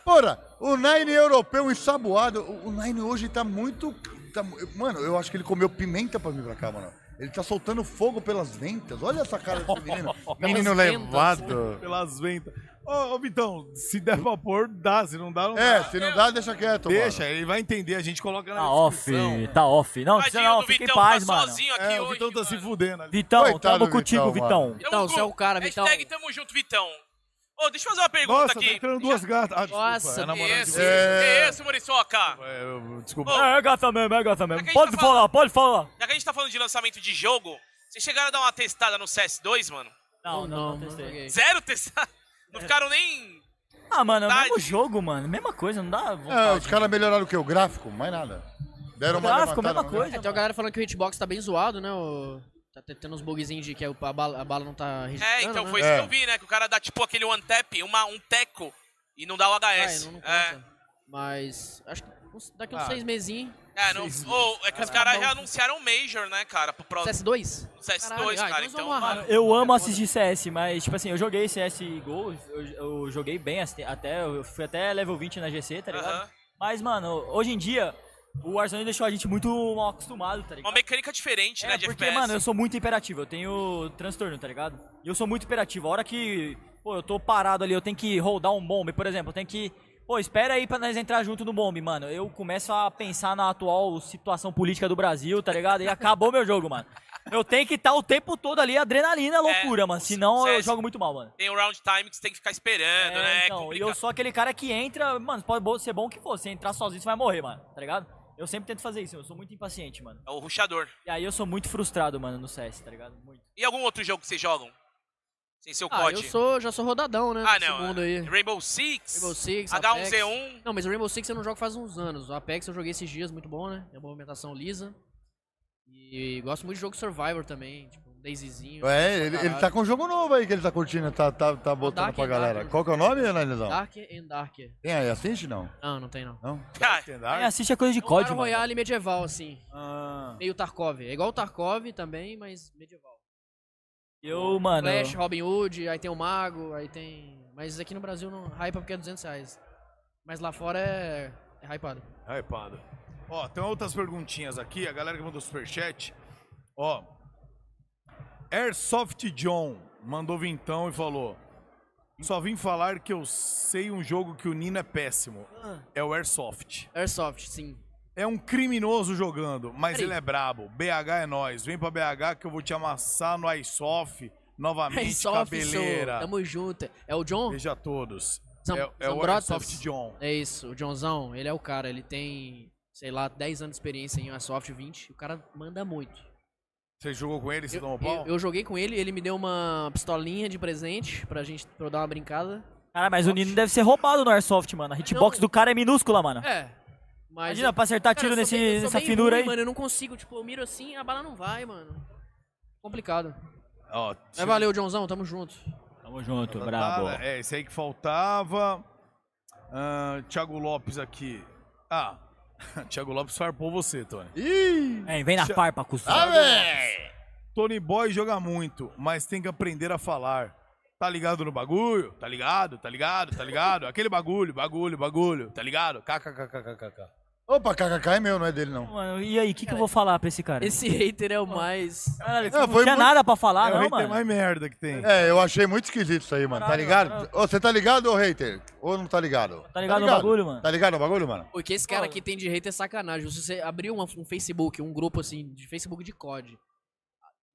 Speaker 3: Porra, o Nine europeu ensaboado. O o Nine hoje tá muito. tá mu- mano, eu acho que ele comeu pimenta pra vir pra cá, mano. Ele tá soltando fogo pelas ventas. Olha essa cara desse
Speaker 4: <laughs>
Speaker 3: menino. menino
Speaker 4: ventas.
Speaker 3: levado.
Speaker 1: Pelas ventas. Ô, ô, Vitão, se der pra pôr, dá. Se não dá, não
Speaker 3: É, Ah,
Speaker 1: dá.
Speaker 3: se não dá, deixa quieto.
Speaker 1: Deixa,
Speaker 3: mano.
Speaker 1: ele vai entender. A gente coloca na
Speaker 5: Tá off,
Speaker 1: descrição.
Speaker 5: tá off. Não, precisa
Speaker 2: Tadinho
Speaker 5: não,
Speaker 2: do
Speaker 5: fica em
Speaker 2: Vitão,
Speaker 5: paz,
Speaker 2: tá
Speaker 5: mano.
Speaker 2: sozinho aqui
Speaker 1: É, o
Speaker 2: hoje.
Speaker 1: Vitão tá se
Speaker 2: mano.
Speaker 1: fudendo ali.
Speaker 5: Vitão,
Speaker 3: Coitado
Speaker 5: tamo
Speaker 3: do
Speaker 5: contigo,
Speaker 3: Vitão,
Speaker 5: Vitão.
Speaker 4: Vitão, você é o cara, Vitão.
Speaker 2: Hashtag tamo junto, Vitão. Ô, deixa eu fazer uma pergunta
Speaker 1: Nossa, tá
Speaker 2: aqui.
Speaker 1: entrando duas gatas. Ah, desculpa,
Speaker 4: Nossa,
Speaker 1: é a namorada de
Speaker 2: Esse,
Speaker 1: vocês.
Speaker 3: É.
Speaker 2: esse, Muriçoca.
Speaker 1: É, eu- Desculpa.
Speaker 2: Ô,
Speaker 5: É, é gata mesmo, é gata mesmo.
Speaker 2: Pra quem
Speaker 5: Pode
Speaker 2: tá
Speaker 5: falar, pode falar.
Speaker 2: Já que a gente tá falando de lançamento de jogo, vocês chegaram a dar uma testada no CS2, mano?
Speaker 4: Não, não, não.
Speaker 5: testei.
Speaker 4: joguei.
Speaker 2: Zero testada? Não ficaram nem...
Speaker 5: Ah, mano, é o mesmo
Speaker 2: Vontade.
Speaker 5: jogo, mano. Mesma coisa, não dá
Speaker 3: É,
Speaker 5: vontade.
Speaker 3: os caras melhoraram o quê? O gráfico? Mais nada. Deram
Speaker 5: O
Speaker 3: uma
Speaker 5: gráfico,
Speaker 3: levantada,
Speaker 5: mesma
Speaker 3: não
Speaker 5: coisa.
Speaker 4: É, tem uma galera falando que o hitbox tá bem zoado, né? o- Tá te- tendo uns bugzinhos de que a bala, a bala não tá
Speaker 2: É,
Speaker 4: registrando,
Speaker 2: então
Speaker 4: né?
Speaker 2: foi isso que
Speaker 3: É.
Speaker 2: eu vi, né? Que o cara dá tipo aquele one tap, uma, um teco, e não dá o
Speaker 4: Ah,
Speaker 2: HS.
Speaker 4: não, não
Speaker 2: é,
Speaker 4: conta. Mas acho que uns- daqui uns
Speaker 1: Ah.
Speaker 4: seis mesinhos.
Speaker 2: é, não,
Speaker 1: Sim.
Speaker 2: Ô, é
Speaker 4: Ah,
Speaker 2: que os caras já anunciaram o Major, né, cara, pro próximo
Speaker 4: CS2?
Speaker 2: CS2,
Speaker 4: Caralho, ah,
Speaker 2: cara.
Speaker 4: então
Speaker 2: Então,
Speaker 4: vamos lá.
Speaker 2: mano,
Speaker 5: Eu amo assistir CS, mas, tipo assim, eu joguei CS Go, eu, eu joguei bem até- até, eu fui até level 20 na GC, tá ligado?
Speaker 2: Aham.
Speaker 5: Mas, mano, hoje em dia, o Warzone deixou a gente muito mal acostumado, tá ligado?
Speaker 2: uma mecânica diferente, né,
Speaker 5: É,
Speaker 2: de
Speaker 5: porque,
Speaker 2: FPS.
Speaker 5: mano, eu sou muito imperativo, eu tenho transtorno, tá ligado? E eu sou muito imperativo. A hora que, pô, eu tô parado ali, eu tenho que rodar um bombe, por exemplo, eu tenho que. Pô, espera aí pra nós entrar junto no bombe, mano. Eu começo a pensar na atual situação política do Brasil, tá ligado? E acabou meu jogo, mano. Eu tenho que estar o tempo todo ali, adrenalina, loucura,
Speaker 2: o
Speaker 5: mano.
Speaker 2: c-
Speaker 5: Senão eu
Speaker 2: CS.
Speaker 5: jogo muito mal, mano.
Speaker 2: Tem o round time que você tem que ficar esperando, né? é
Speaker 5: então, e eu
Speaker 2: complicado.
Speaker 5: sou aquele cara que entra, mano, pode bo- ser bom que for. Se entrar sozinho, você vai morrer, mano, tá ligado? Eu sempre tento fazer isso, eu sou muito impaciente, mano.
Speaker 2: É o ruxador.
Speaker 5: E aí eu sou muito frustrado, mano, no CS, tá ligado? Muito.
Speaker 2: E algum outro jogo que vocês jogam? Sem ser o
Speaker 4: Ah, eu
Speaker 2: COD?
Speaker 4: sou, já sou rodadão, né?
Speaker 2: Ah,
Speaker 4: nesse
Speaker 2: não.
Speaker 4: mundo aí.
Speaker 2: Rainbow Ah, um Six.
Speaker 4: Rainbow Six,
Speaker 2: H1Z1.
Speaker 4: Não, mas o Rainbow Six eu não jogo faz uns anos. O Apex eu joguei esses dias, muito bom, né? É uma movimentação lisa. E gosto muito de jogo Survivor também, tipo um Daisyzinho.
Speaker 3: É, ele, ele
Speaker 4: Caralho.
Speaker 3: tá com um jogo novo aí que ele tá curtindo, tá, tá, tá botando
Speaker 4: Dark
Speaker 3: pra
Speaker 4: and
Speaker 3: galera.
Speaker 4: Dark.
Speaker 3: Qual que é o nome, Nanizão?
Speaker 4: Darker and Darker.
Speaker 3: Tem aí, assiste não?
Speaker 4: Não, não tem não.
Speaker 3: Não?
Speaker 2: Ah,
Speaker 5: Aí
Speaker 1: Entendeu?
Speaker 5: assiste a coisa de
Speaker 4: É um Battle
Speaker 5: código. mano.
Speaker 4: Royale medieval, assim.
Speaker 1: Ah.
Speaker 4: Meio Tarkov. É igual o Tarkov também, mas medieval.
Speaker 5: Eu,
Speaker 1: Ah,
Speaker 5: mano.
Speaker 4: Flash, Robin Hood, aí tem o Mago, aí tem... Mas aqui no Brasil não hypa porque é 200 reais. Mas lá fora é... É hypado.
Speaker 1: Hypado. Ó, tem outras perguntinhas aqui, a galera que mandou superchat. Ó, Airsoft John mandou vintão e falou: Só vim falar que eu sei um jogo que o Nino é péssimo. É o Airsoft.
Speaker 4: Airsoft, sim.
Speaker 1: É um criminoso jogando, mas
Speaker 4: Peraí.
Speaker 1: ele é brabo. BH é nós. Vem pra BH que eu vou te amassar no Airsoft novamente,
Speaker 4: Airsoft,
Speaker 1: cabeleira.
Speaker 4: sou. Tamo junto. É o John?
Speaker 1: Veja a todos.
Speaker 4: São-
Speaker 1: é é
Speaker 4: são
Speaker 1: o
Speaker 4: brotas?
Speaker 1: Airsoft John.
Speaker 4: É isso, o Johnzão, ele é o cara, ele tem, sei lá, 10 anos de experiência em Airsoft 20, o cara manda muito.
Speaker 1: Você jogou com ele? Você
Speaker 4: Eu,
Speaker 1: tomou pau?
Speaker 4: eu- eu joguei com ele, ele me deu uma pistolinha de presente pra gente pra eu dar uma brincada.
Speaker 5: Cara, mas o Nino deve ser roubado no Airsoft, mano. A hitbox
Speaker 4: Não.
Speaker 5: do cara é minúscula, mano.
Speaker 4: É. Mas.
Speaker 5: Imagina, pra acertar
Speaker 4: Cara,
Speaker 5: tiro
Speaker 4: eu sou
Speaker 5: nesse,
Speaker 4: meio- eu sou
Speaker 5: nessa
Speaker 4: meio
Speaker 5: finura
Speaker 4: ruim,
Speaker 5: aí.
Speaker 4: Mano, eu não consigo. Tipo, eu miro assim, a bala não vai, mano. Complicado.
Speaker 1: Ó,
Speaker 4: Mas valeu, Johnzão. Tamo junto.
Speaker 5: Tamo junto,
Speaker 1: Tá,
Speaker 5: brabo.
Speaker 1: É, esse aí que faltava. Ah, Thiago Lopes aqui. Ah, <laughs> Thiago Lopes farpou você, Tony.
Speaker 3: Ih!
Speaker 5: É, vem na
Speaker 1: Tchau.
Speaker 5: farpa, cuzão.
Speaker 3: Ah, velho!
Speaker 1: Tony Boy joga muito, mas tem que aprender a falar. Tá ligado no bagulho? Tá ligado? Tá ligado? Tá ligado? Aquele bagulho, bagulho, bagulho. Tá ligado? KKKKKK.
Speaker 3: Opa, KKK é meu, não é dele, não.
Speaker 5: Mano, e aí, o que, que eu vou falar pra esse cara?
Speaker 4: Esse hater é o mais.
Speaker 5: Caralho,
Speaker 3: É,
Speaker 5: não
Speaker 3: foi
Speaker 5: tinha
Speaker 3: muito-
Speaker 5: nada pra
Speaker 4: Ah,
Speaker 5: falar,
Speaker 1: é o
Speaker 5: não,
Speaker 1: hater
Speaker 5: mano.
Speaker 1: mais merda que tem.
Speaker 3: É, eu achei muito esquisito isso aí, mano. Tá
Speaker 5: Caralho,
Speaker 3: ligado?
Speaker 5: caralho.
Speaker 3: Ô, você tá ligado, ô hater? Ou não tá ligado?
Speaker 5: Tá ligado no bagulho, mano?
Speaker 3: Tá ligado no bagulho, mano?
Speaker 4: O que esse cara aqui tem de hater é sacanagem. Se você abrir uma- um Facebook, um grupo assim, de Facebook de COD,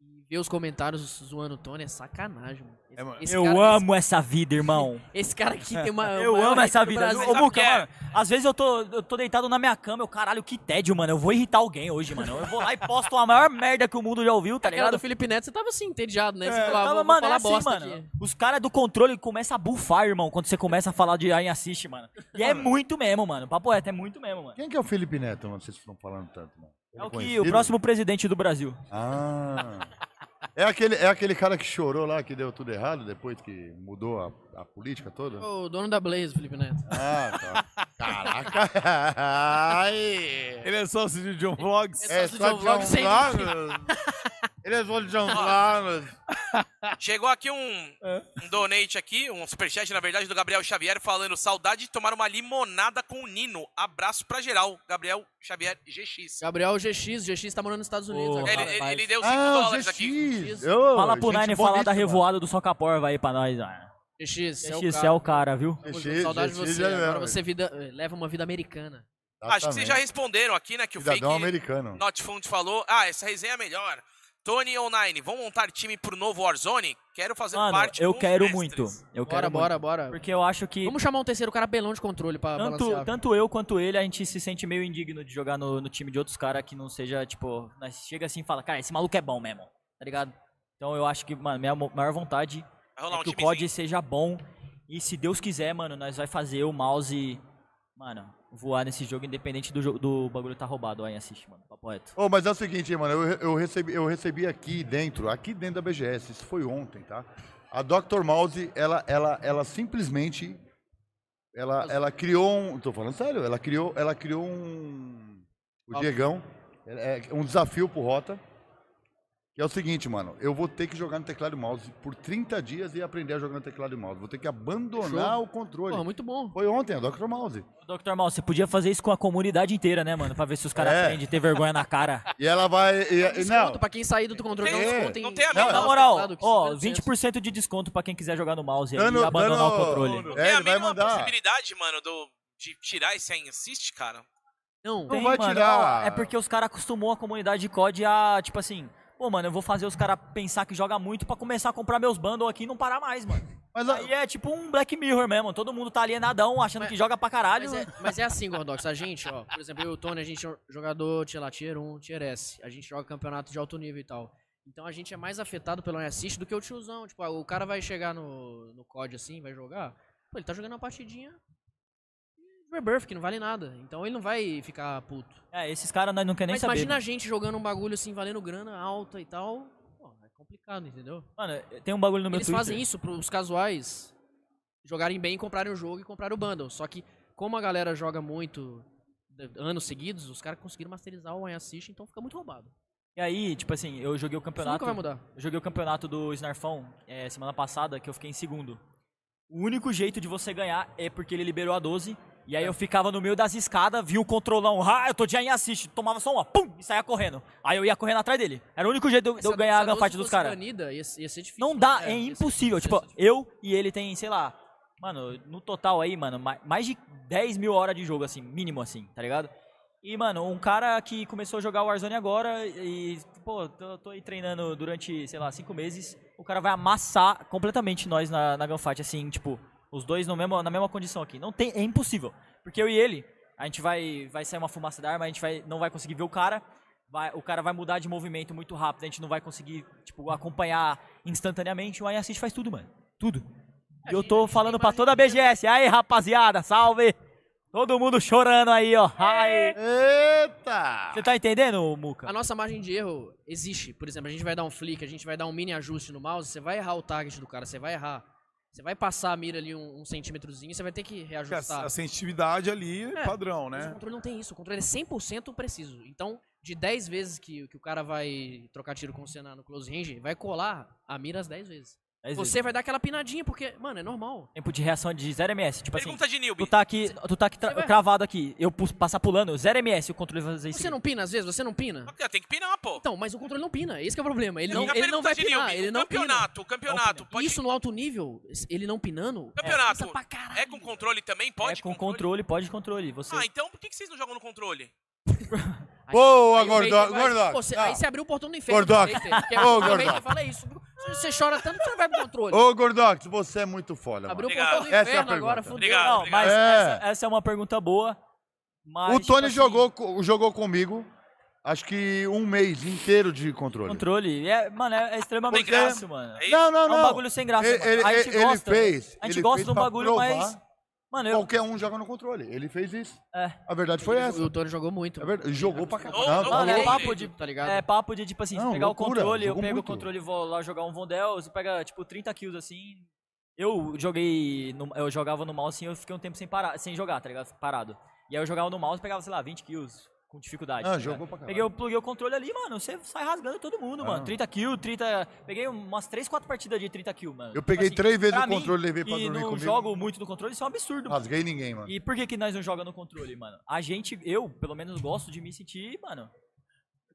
Speaker 4: e ver os comentários zoando o Tony, é sacanagem, mano. Esse-
Speaker 1: É, mano.
Speaker 4: esse
Speaker 5: Eu
Speaker 4: cara-
Speaker 5: amo essa vida,
Speaker 4: <laughs>
Speaker 5: irmão.
Speaker 4: Esse, esse cara aqui
Speaker 5: <laughs>
Speaker 4: tem uma.
Speaker 5: Eu
Speaker 4: maior
Speaker 5: amo essa
Speaker 4: hater do
Speaker 5: vida.
Speaker 4: Brasil.
Speaker 5: Ô,
Speaker 2: Sabe o
Speaker 5: Muca, tá
Speaker 2: que é?
Speaker 5: mano, às vezes eu tô, eu tô deitado na minha cama, eu, caralho, que tédio, mano. Eu vou irritar alguém hoje, mano. Eu vou lá e posto a maior merda que o mundo já ouviu, tá
Speaker 4: A cara do
Speaker 5: ligado?
Speaker 4: Felipe Neto, você tava assim, entediado, né? Você
Speaker 5: Eu
Speaker 4: falou, ah, vou,
Speaker 5: tava,
Speaker 4: vou
Speaker 5: mano, é
Speaker 4: falar
Speaker 5: assim,
Speaker 4: bosta
Speaker 5: mano.
Speaker 4: aqui.
Speaker 5: Os caras do controle começam a bufar, irmão, quando você começa a falar de Iron Assist, mano. E é muito mesmo, mano. Papo reto, é muito mesmo, mano.
Speaker 3: Quem que é o Felipe Neto, mano? Vocês estão falando tanto, mano. Ele
Speaker 5: É o que
Speaker 3: conhecido?
Speaker 5: o próximo presidente do Brasil.
Speaker 3: Ah. É aquele, é aquele cara que chorou lá, que deu tudo errado depois que mudou a, a política toda?
Speaker 4: O dono da Blaze, Felipe Neto.
Speaker 3: Ah, tá.
Speaker 4: <laughs>
Speaker 3: Caraca. Ai.
Speaker 1: Ele é sócio de John Vlogs.
Speaker 4: É sócio de John Vlog sem
Speaker 3: Vlog. Ele é só de John Vlog.
Speaker 2: Chegou aqui um, um donate aqui, um superchat, na verdade, do Gabriel Xavier falando saudade de tomar uma limonada com o Nino. Abraço pra geral, Gabriel Xavier GX.
Speaker 4: Gabriel GX, GX tá morando nos Estados Unidos.
Speaker 5: Porra.
Speaker 4: agora.
Speaker 2: Ele, ele-
Speaker 5: rapaz.
Speaker 2: ele deu 5
Speaker 3: Ah, o
Speaker 2: dólares aqui.
Speaker 3: GX.
Speaker 5: Fala pro Nine falar da revoada do Socaporva aí pra nós, mano.
Speaker 4: GX, é o
Speaker 5: Esse
Speaker 4: cara.
Speaker 5: é o cara, viu?
Speaker 4: Tamo junto, Saudade de você.
Speaker 3: é
Speaker 4: Agora você vida- leva uma vida americana.
Speaker 2: Acho que vocês já responderam aqui, né? Que
Speaker 4: é
Speaker 2: o
Speaker 3: Cidadão
Speaker 2: fake
Speaker 3: americano.
Speaker 2: Not Fund falou. Ah, essa resenha é melhor. Tony Online, vão montar time pro novo Warzone? Quero
Speaker 4: é
Speaker 2: fazer
Speaker 5: Mano,
Speaker 2: parte
Speaker 5: eu
Speaker 2: com os
Speaker 5: quero
Speaker 2: mestres.
Speaker 5: muito. Eu
Speaker 4: Bora,
Speaker 5: quero
Speaker 4: bora,
Speaker 5: muito.
Speaker 4: bora.
Speaker 5: Porque eu acho que
Speaker 4: Vamos chamar um terceiro cara belão de controle pra
Speaker 5: tanto,
Speaker 4: balancear.
Speaker 5: tanto eu quanto ele, a gente se sente meio indigno de jogar no, no time de outros caras que não seja, tipo, nós chega assim e fala, cara, esse maluco é bom mesmo, tá ligado? Então eu acho que, mano, minha mo- maior vontade
Speaker 2: Vai rolar
Speaker 5: é
Speaker 2: um
Speaker 5: que o
Speaker 2: time.
Speaker 5: COD seja bom. E se Deus quiser, mano, nós vai fazer o mouse, mano, voar nesse jogo, independente do, jo- do bagulho tá roubado. Aí assiste, mano, papo reto.
Speaker 3: Ô, mas é o seguinte, hein, mano, eu, eu, recebi, eu recebi aqui dentro, aqui dentro da BGS, isso foi ontem, tá? A Dr. Mouse, ela, ela, ela simplesmente, ela, ela criou um, tô falando sério, ela criou, ela criou um, o Diegão, é, é, um desafio pro Rota, que é o seguinte, mano, eu vou ter que jogar no teclado e mouse por 30 dias e aprender a jogar no teclado e mouse, vou ter que abandonar o controle.
Speaker 4: Porra, muito bom.
Speaker 3: Foi ontem, a Dr. Mouse.
Speaker 5: Ô, Dr. Mal, você podia fazer isso com a comunidade inteira, né, mano? Pra ver se os caras
Speaker 3: É.
Speaker 5: aprendem a ter vergonha na cara.
Speaker 3: E ela vai, e- e- não,
Speaker 4: Desconto pra quem sair do controle.
Speaker 2: Tem-
Speaker 4: não, desconto em-
Speaker 2: não tem a
Speaker 4: Não,
Speaker 2: mínima-
Speaker 5: Na
Speaker 4: nossa,
Speaker 5: moral,
Speaker 4: cuidado, que
Speaker 5: ó,
Speaker 4: isso é
Speaker 5: 20% de desconto pra quem quiser jogar no mouse aí
Speaker 3: Dano-
Speaker 5: e abandonar
Speaker 3: dano-
Speaker 5: o
Speaker 2: É,
Speaker 5: controle.
Speaker 2: a
Speaker 3: É, ele vai
Speaker 2: mínima
Speaker 3: mandar.
Speaker 2: possibilidade, mano, do, de tirar esse aí insist, cara.
Speaker 5: Tipo
Speaker 4: Não,
Speaker 3: Não
Speaker 5: Tem,
Speaker 3: vai
Speaker 5: mano,
Speaker 3: tirar.
Speaker 5: ó, é porque os caras acostumou a comunidade de COD a, tipo assim, pô, mano, eu vou fazer os caras pensar que joga muito pra começar a comprar meus bundles aqui e não parar mais, mano.
Speaker 3: mas a-
Speaker 5: Aí é tipo um Black Mirror mesmo, todo mundo tá alienadão, achando que joga pra caralho.
Speaker 4: Mas é, mas é assim, Gordox. A gente, ó, por exemplo, eu e o Tony, a gente é um jogador tier, lá, tier 1, tier S. A gente joga campeonato de alto nível e tal. Então a gente é mais afetado pelo assist do que o tiozão. Tipo, ah, o cara vai chegar no, no COD assim, vai jogar. Pô, ele tá jogando uma partidinha. de Rebirth, que não vale nada. Então ele não vai ficar puto.
Speaker 5: É, esses caras nós não querem nem
Speaker 4: Mas
Speaker 5: saber. né?
Speaker 4: imagina a gente jogando um bagulho assim, valendo grana alta e tal. Pô, é complicado, entendeu?
Speaker 5: Mano, tem um bagulho no meu
Speaker 4: Eles
Speaker 5: Twitter.
Speaker 4: fazem isso pros casuais jogarem bem, comprarem o jogo e comprarem o bundle. Só que, como a galera joga muito d- anos seguidos, os caras conseguiram masterizar o One Assist, então fica muito roubado.
Speaker 5: E aí, tipo assim, eu joguei o
Speaker 4: Isso nunca
Speaker 5: campeonato.
Speaker 4: vai mudar.
Speaker 5: Eu joguei o campeonato do Snarfão é, semana passada, que eu fiquei em segundo. O único jeito de você ganhar é porque ele liberou a 12. E aí eu ficava no meio das escadas, vi o controlão, ah, eu tô de em assist, tomava só uma, pum, e saía correndo. Aí eu ia correndo atrás dele. Era o único jeito de eu- de eu
Speaker 4: Se
Speaker 5: ganhar
Speaker 4: se
Speaker 5: a
Speaker 4: doce
Speaker 5: parte dos
Speaker 4: fosse
Speaker 5: caras.
Speaker 4: banida, ia, ser- ia ser difícil.
Speaker 5: Não dá,
Speaker 4: né?
Speaker 5: é
Speaker 4: Ia ser-
Speaker 5: impossível.
Speaker 4: ia ser
Speaker 5: Tipo,
Speaker 4: difícil.
Speaker 5: eu e ele tem, sei lá, mano, no total aí, mano, ma- mais de 10 mil horas de jogo, assim, mínimo assim, tá ligado? E, mano, um cara que começou a jogar Warzone agora e, pô, tô, tô aí treinando durante, sei lá, cinco meses, o cara vai amassar completamente nós na, na Gunfight, assim, tipo, os dois no mesmo, na mesma condição aqui. Não tem, é impossível. Porque eu e ele, a gente vai, vai sair uma fumaça da arma, a gente vai, não vai conseguir ver o cara, vai- o cara vai mudar de movimento muito rápido, a gente não vai conseguir, tipo, acompanhar instantaneamente. O Iron Assist faz tudo, mano. Tudo. E eu tô falando pra toda a BGS. Aí, rapaziada, salve! Todo mundo chorando aí, ó.
Speaker 4: É.
Speaker 5: Ai.
Speaker 3: Eita!
Speaker 5: Você tá entendendo, Muca?
Speaker 4: A nossa margem de erro existe. Por exemplo, a gente vai dar um flick, a gente vai dar um mini ajuste no mouse, você vai errar o target do cara, você vai errar. Você vai passar a mira ali um, um centímetrozinho, você vai ter que
Speaker 1: Porque A,
Speaker 4: reajustar.
Speaker 1: a sensitividade ali é
Speaker 4: É,
Speaker 1: padrão,
Speaker 4: Mas o
Speaker 1: né?
Speaker 4: controle não tem isso, o controle é 100% preciso. Então, de 10 vezes que, que o cara vai trocar tiro com o Senna no close range, vai colar a mira as 10 vezes.
Speaker 5: Às vezes.
Speaker 4: Você vai dar aquela pinadinha, porque, mano, é normal.
Speaker 5: É Tempo de reação de 0 ms. Tipo assim,
Speaker 2: Pergunta de Nilby.
Speaker 5: tu tá aqui, tu tá aqui tra-
Speaker 4: Você vai-
Speaker 5: travado aqui. Eu pus- passar pulando 0 ms, o controle vai fazer isso.
Speaker 4: Você
Speaker 5: aqui. É
Speaker 4: não pina às vezes? Você não pina?
Speaker 2: Tem que pinar, pô.
Speaker 4: Então, mas o controle não pina, esse que é o problema. Ele
Speaker 2: Pergunta
Speaker 4: não,
Speaker 2: a
Speaker 4: ele
Speaker 2: pergunta
Speaker 4: não vai
Speaker 2: de
Speaker 4: pinar,
Speaker 2: Nilby.
Speaker 4: ele
Speaker 2: O
Speaker 4: não pina.
Speaker 2: campeonato, o campeonato. Pode...
Speaker 4: Isso no alto nível, ele não pinando,
Speaker 2: Campeonato.
Speaker 4: cansa pra caralho.
Speaker 2: É com controle também? Pode?
Speaker 5: é com controle, pode controle. Você
Speaker 2: Ah, então por que que vocês não jogam no controle?
Speaker 4: Aí-
Speaker 3: Boa,
Speaker 4: aí o Vader
Speaker 3: Gordox,
Speaker 4: vai-
Speaker 3: Gordox,
Speaker 4: Pô, cê-
Speaker 3: ah.
Speaker 4: Aí você abriu o portão do inferno.
Speaker 3: Gordox.
Speaker 4: pra você, que é-
Speaker 3: Ô,
Speaker 4: o Vader
Speaker 3: Gordox.
Speaker 4: fala isso. Você chora tanto que você vai pro controle.
Speaker 3: Ô, Gordox, você é muito foda, mano.
Speaker 4: Abriu o
Speaker 2: Obrigado.
Speaker 4: portão do
Speaker 3: Essa é a
Speaker 4: inferno
Speaker 3: pergunta.
Speaker 4: agora, fudeu.
Speaker 2: Obrigado,
Speaker 5: Não,
Speaker 2: obrigado.
Speaker 5: mas
Speaker 3: É.
Speaker 5: essa, essa é uma pergunta boa. Mas,
Speaker 3: O
Speaker 5: tipo
Speaker 3: Tony
Speaker 5: assim,
Speaker 3: jogou, co- jogou comigo, acho que um mês inteiro de controle.
Speaker 5: Controle. É, mano, é, é extremamente
Speaker 2: Porque-
Speaker 5: fácil, mano.
Speaker 2: É isso?
Speaker 3: Não, não,
Speaker 5: É
Speaker 3: não.
Speaker 5: um bagulho sem graça.
Speaker 3: Ele-
Speaker 5: mano.
Speaker 3: ele-
Speaker 5: a gente
Speaker 3: ele
Speaker 5: gosta, né?
Speaker 3: fez-
Speaker 5: a gente
Speaker 3: ele
Speaker 5: gosta
Speaker 3: fez
Speaker 5: de um
Speaker 3: pra
Speaker 5: bagulho, mas.
Speaker 3: provar
Speaker 5: Mano, eu.
Speaker 3: Qualquer um joga no controle. Ele fez isso.
Speaker 5: É.
Speaker 3: A verdade foi essa.
Speaker 4: O Tony jogou muito.
Speaker 3: É verdade, Jogou pra
Speaker 2: Ô,
Speaker 3: caralho.
Speaker 2: ô,
Speaker 3: Tá
Speaker 5: Mano, é
Speaker 2: Ele-
Speaker 4: Ele-
Speaker 2: papo
Speaker 5: papo de.
Speaker 4: Tá ligado?
Speaker 5: É papo de, tipo assim,
Speaker 3: Não,
Speaker 5: se pegar
Speaker 3: loucura,
Speaker 5: o controle, eu
Speaker 3: jogou
Speaker 5: pego
Speaker 3: muito.
Speaker 5: o controle e vou lá jogar um Vondel, você pega, tipo, 30 kills assim. Eu joguei. no- eu jogava no mouse assim, eu fiquei um tempo sem parar, sem jogar, tá ligado? Parado. E aí eu jogava no mouse e pegava, sei lá, 20 kills com dificuldade.
Speaker 3: Ah,
Speaker 5: tá ligado?
Speaker 3: jogou pra
Speaker 5: Peguei,
Speaker 3: caralho.
Speaker 5: eu pluguei o controle ali, mano. Você sai rasgando todo mundo,
Speaker 3: Ah.
Speaker 5: mano. 30 kill, 30. Peguei umas 3, 4 partidas de 30 kill, mano. Tipo assim,
Speaker 3: Eu peguei três vezes o controle e levei pra
Speaker 5: e
Speaker 3: dormir
Speaker 5: não
Speaker 3: comigo. Ah,
Speaker 5: jogo muito no controle, isso é um absurdo. mano.
Speaker 3: Rasguei ninguém, mano.
Speaker 5: E por que que nós não joga no controle, mano? A gente, eu, pelo menos, gosto de me sentir, mano.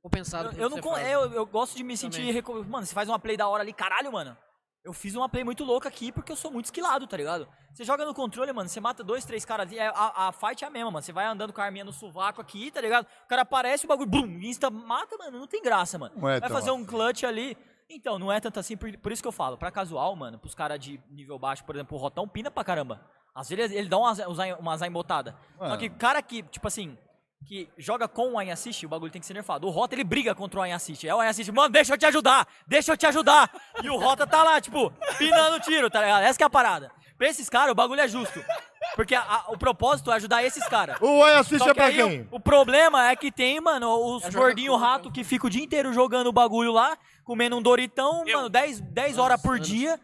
Speaker 4: Compensado.
Speaker 5: Eu,
Speaker 4: por
Speaker 5: eu
Speaker 4: isso
Speaker 5: não
Speaker 4: que
Speaker 5: con-
Speaker 4: você
Speaker 5: é,
Speaker 4: faz.
Speaker 5: eu, eu gosto de me sentir.
Speaker 4: Também.
Speaker 5: reco- Mano, você faz uma play da hora ali, caralho, mano. Eu fiz uma play muito louca aqui porque eu sou muito esquilado, tá ligado? Você joga no controle, mano, você mata dois, três caras ali. é- A, a fight é a mesma, mano. Você vai andando com a arminha no sovaco aqui, tá ligado? O cara aparece, o bagulho, bum, insta, mata, mano. Não tem graça, mano.
Speaker 3: Não é
Speaker 5: vai
Speaker 3: tão
Speaker 5: fazer um
Speaker 3: assim.
Speaker 5: clutch ali. Então, não é tanto assim, por, por isso que eu falo. Pra casual, mano, pros caras de nível baixo, por exemplo, o Rotão pina pra caramba. Às vezes ele dá um umas, umas embotadas. Só
Speaker 3: Mano.
Speaker 5: que cara que, tipo assim, que joga com o Ain Assist, o bagulho tem que ser nerfado. O Rota, ele briga contra o Ain Assist. É o Ain Assist, mano, deixa eu te ajudar, deixa eu te ajudar. E o Rota tá lá, tipo, pinando tiro, tá ligado? Essa que é a parada. Pra esses caras, o bagulho é justo. Porque a- a- o propósito é ajudar esses caras.
Speaker 3: O Oi assiste
Speaker 5: Só
Speaker 3: é
Speaker 5: que
Speaker 3: pra
Speaker 5: aí
Speaker 3: quem?
Speaker 5: O, o problema é que tem, mano, os
Speaker 4: É jogar
Speaker 5: gordinhos
Speaker 4: com, então.
Speaker 5: rato que fica o dia inteiro jogando o bagulho lá, comendo um Doritão,
Speaker 2: Eu.
Speaker 5: mano, 10, 10 horas por
Speaker 4: anos.
Speaker 5: dia.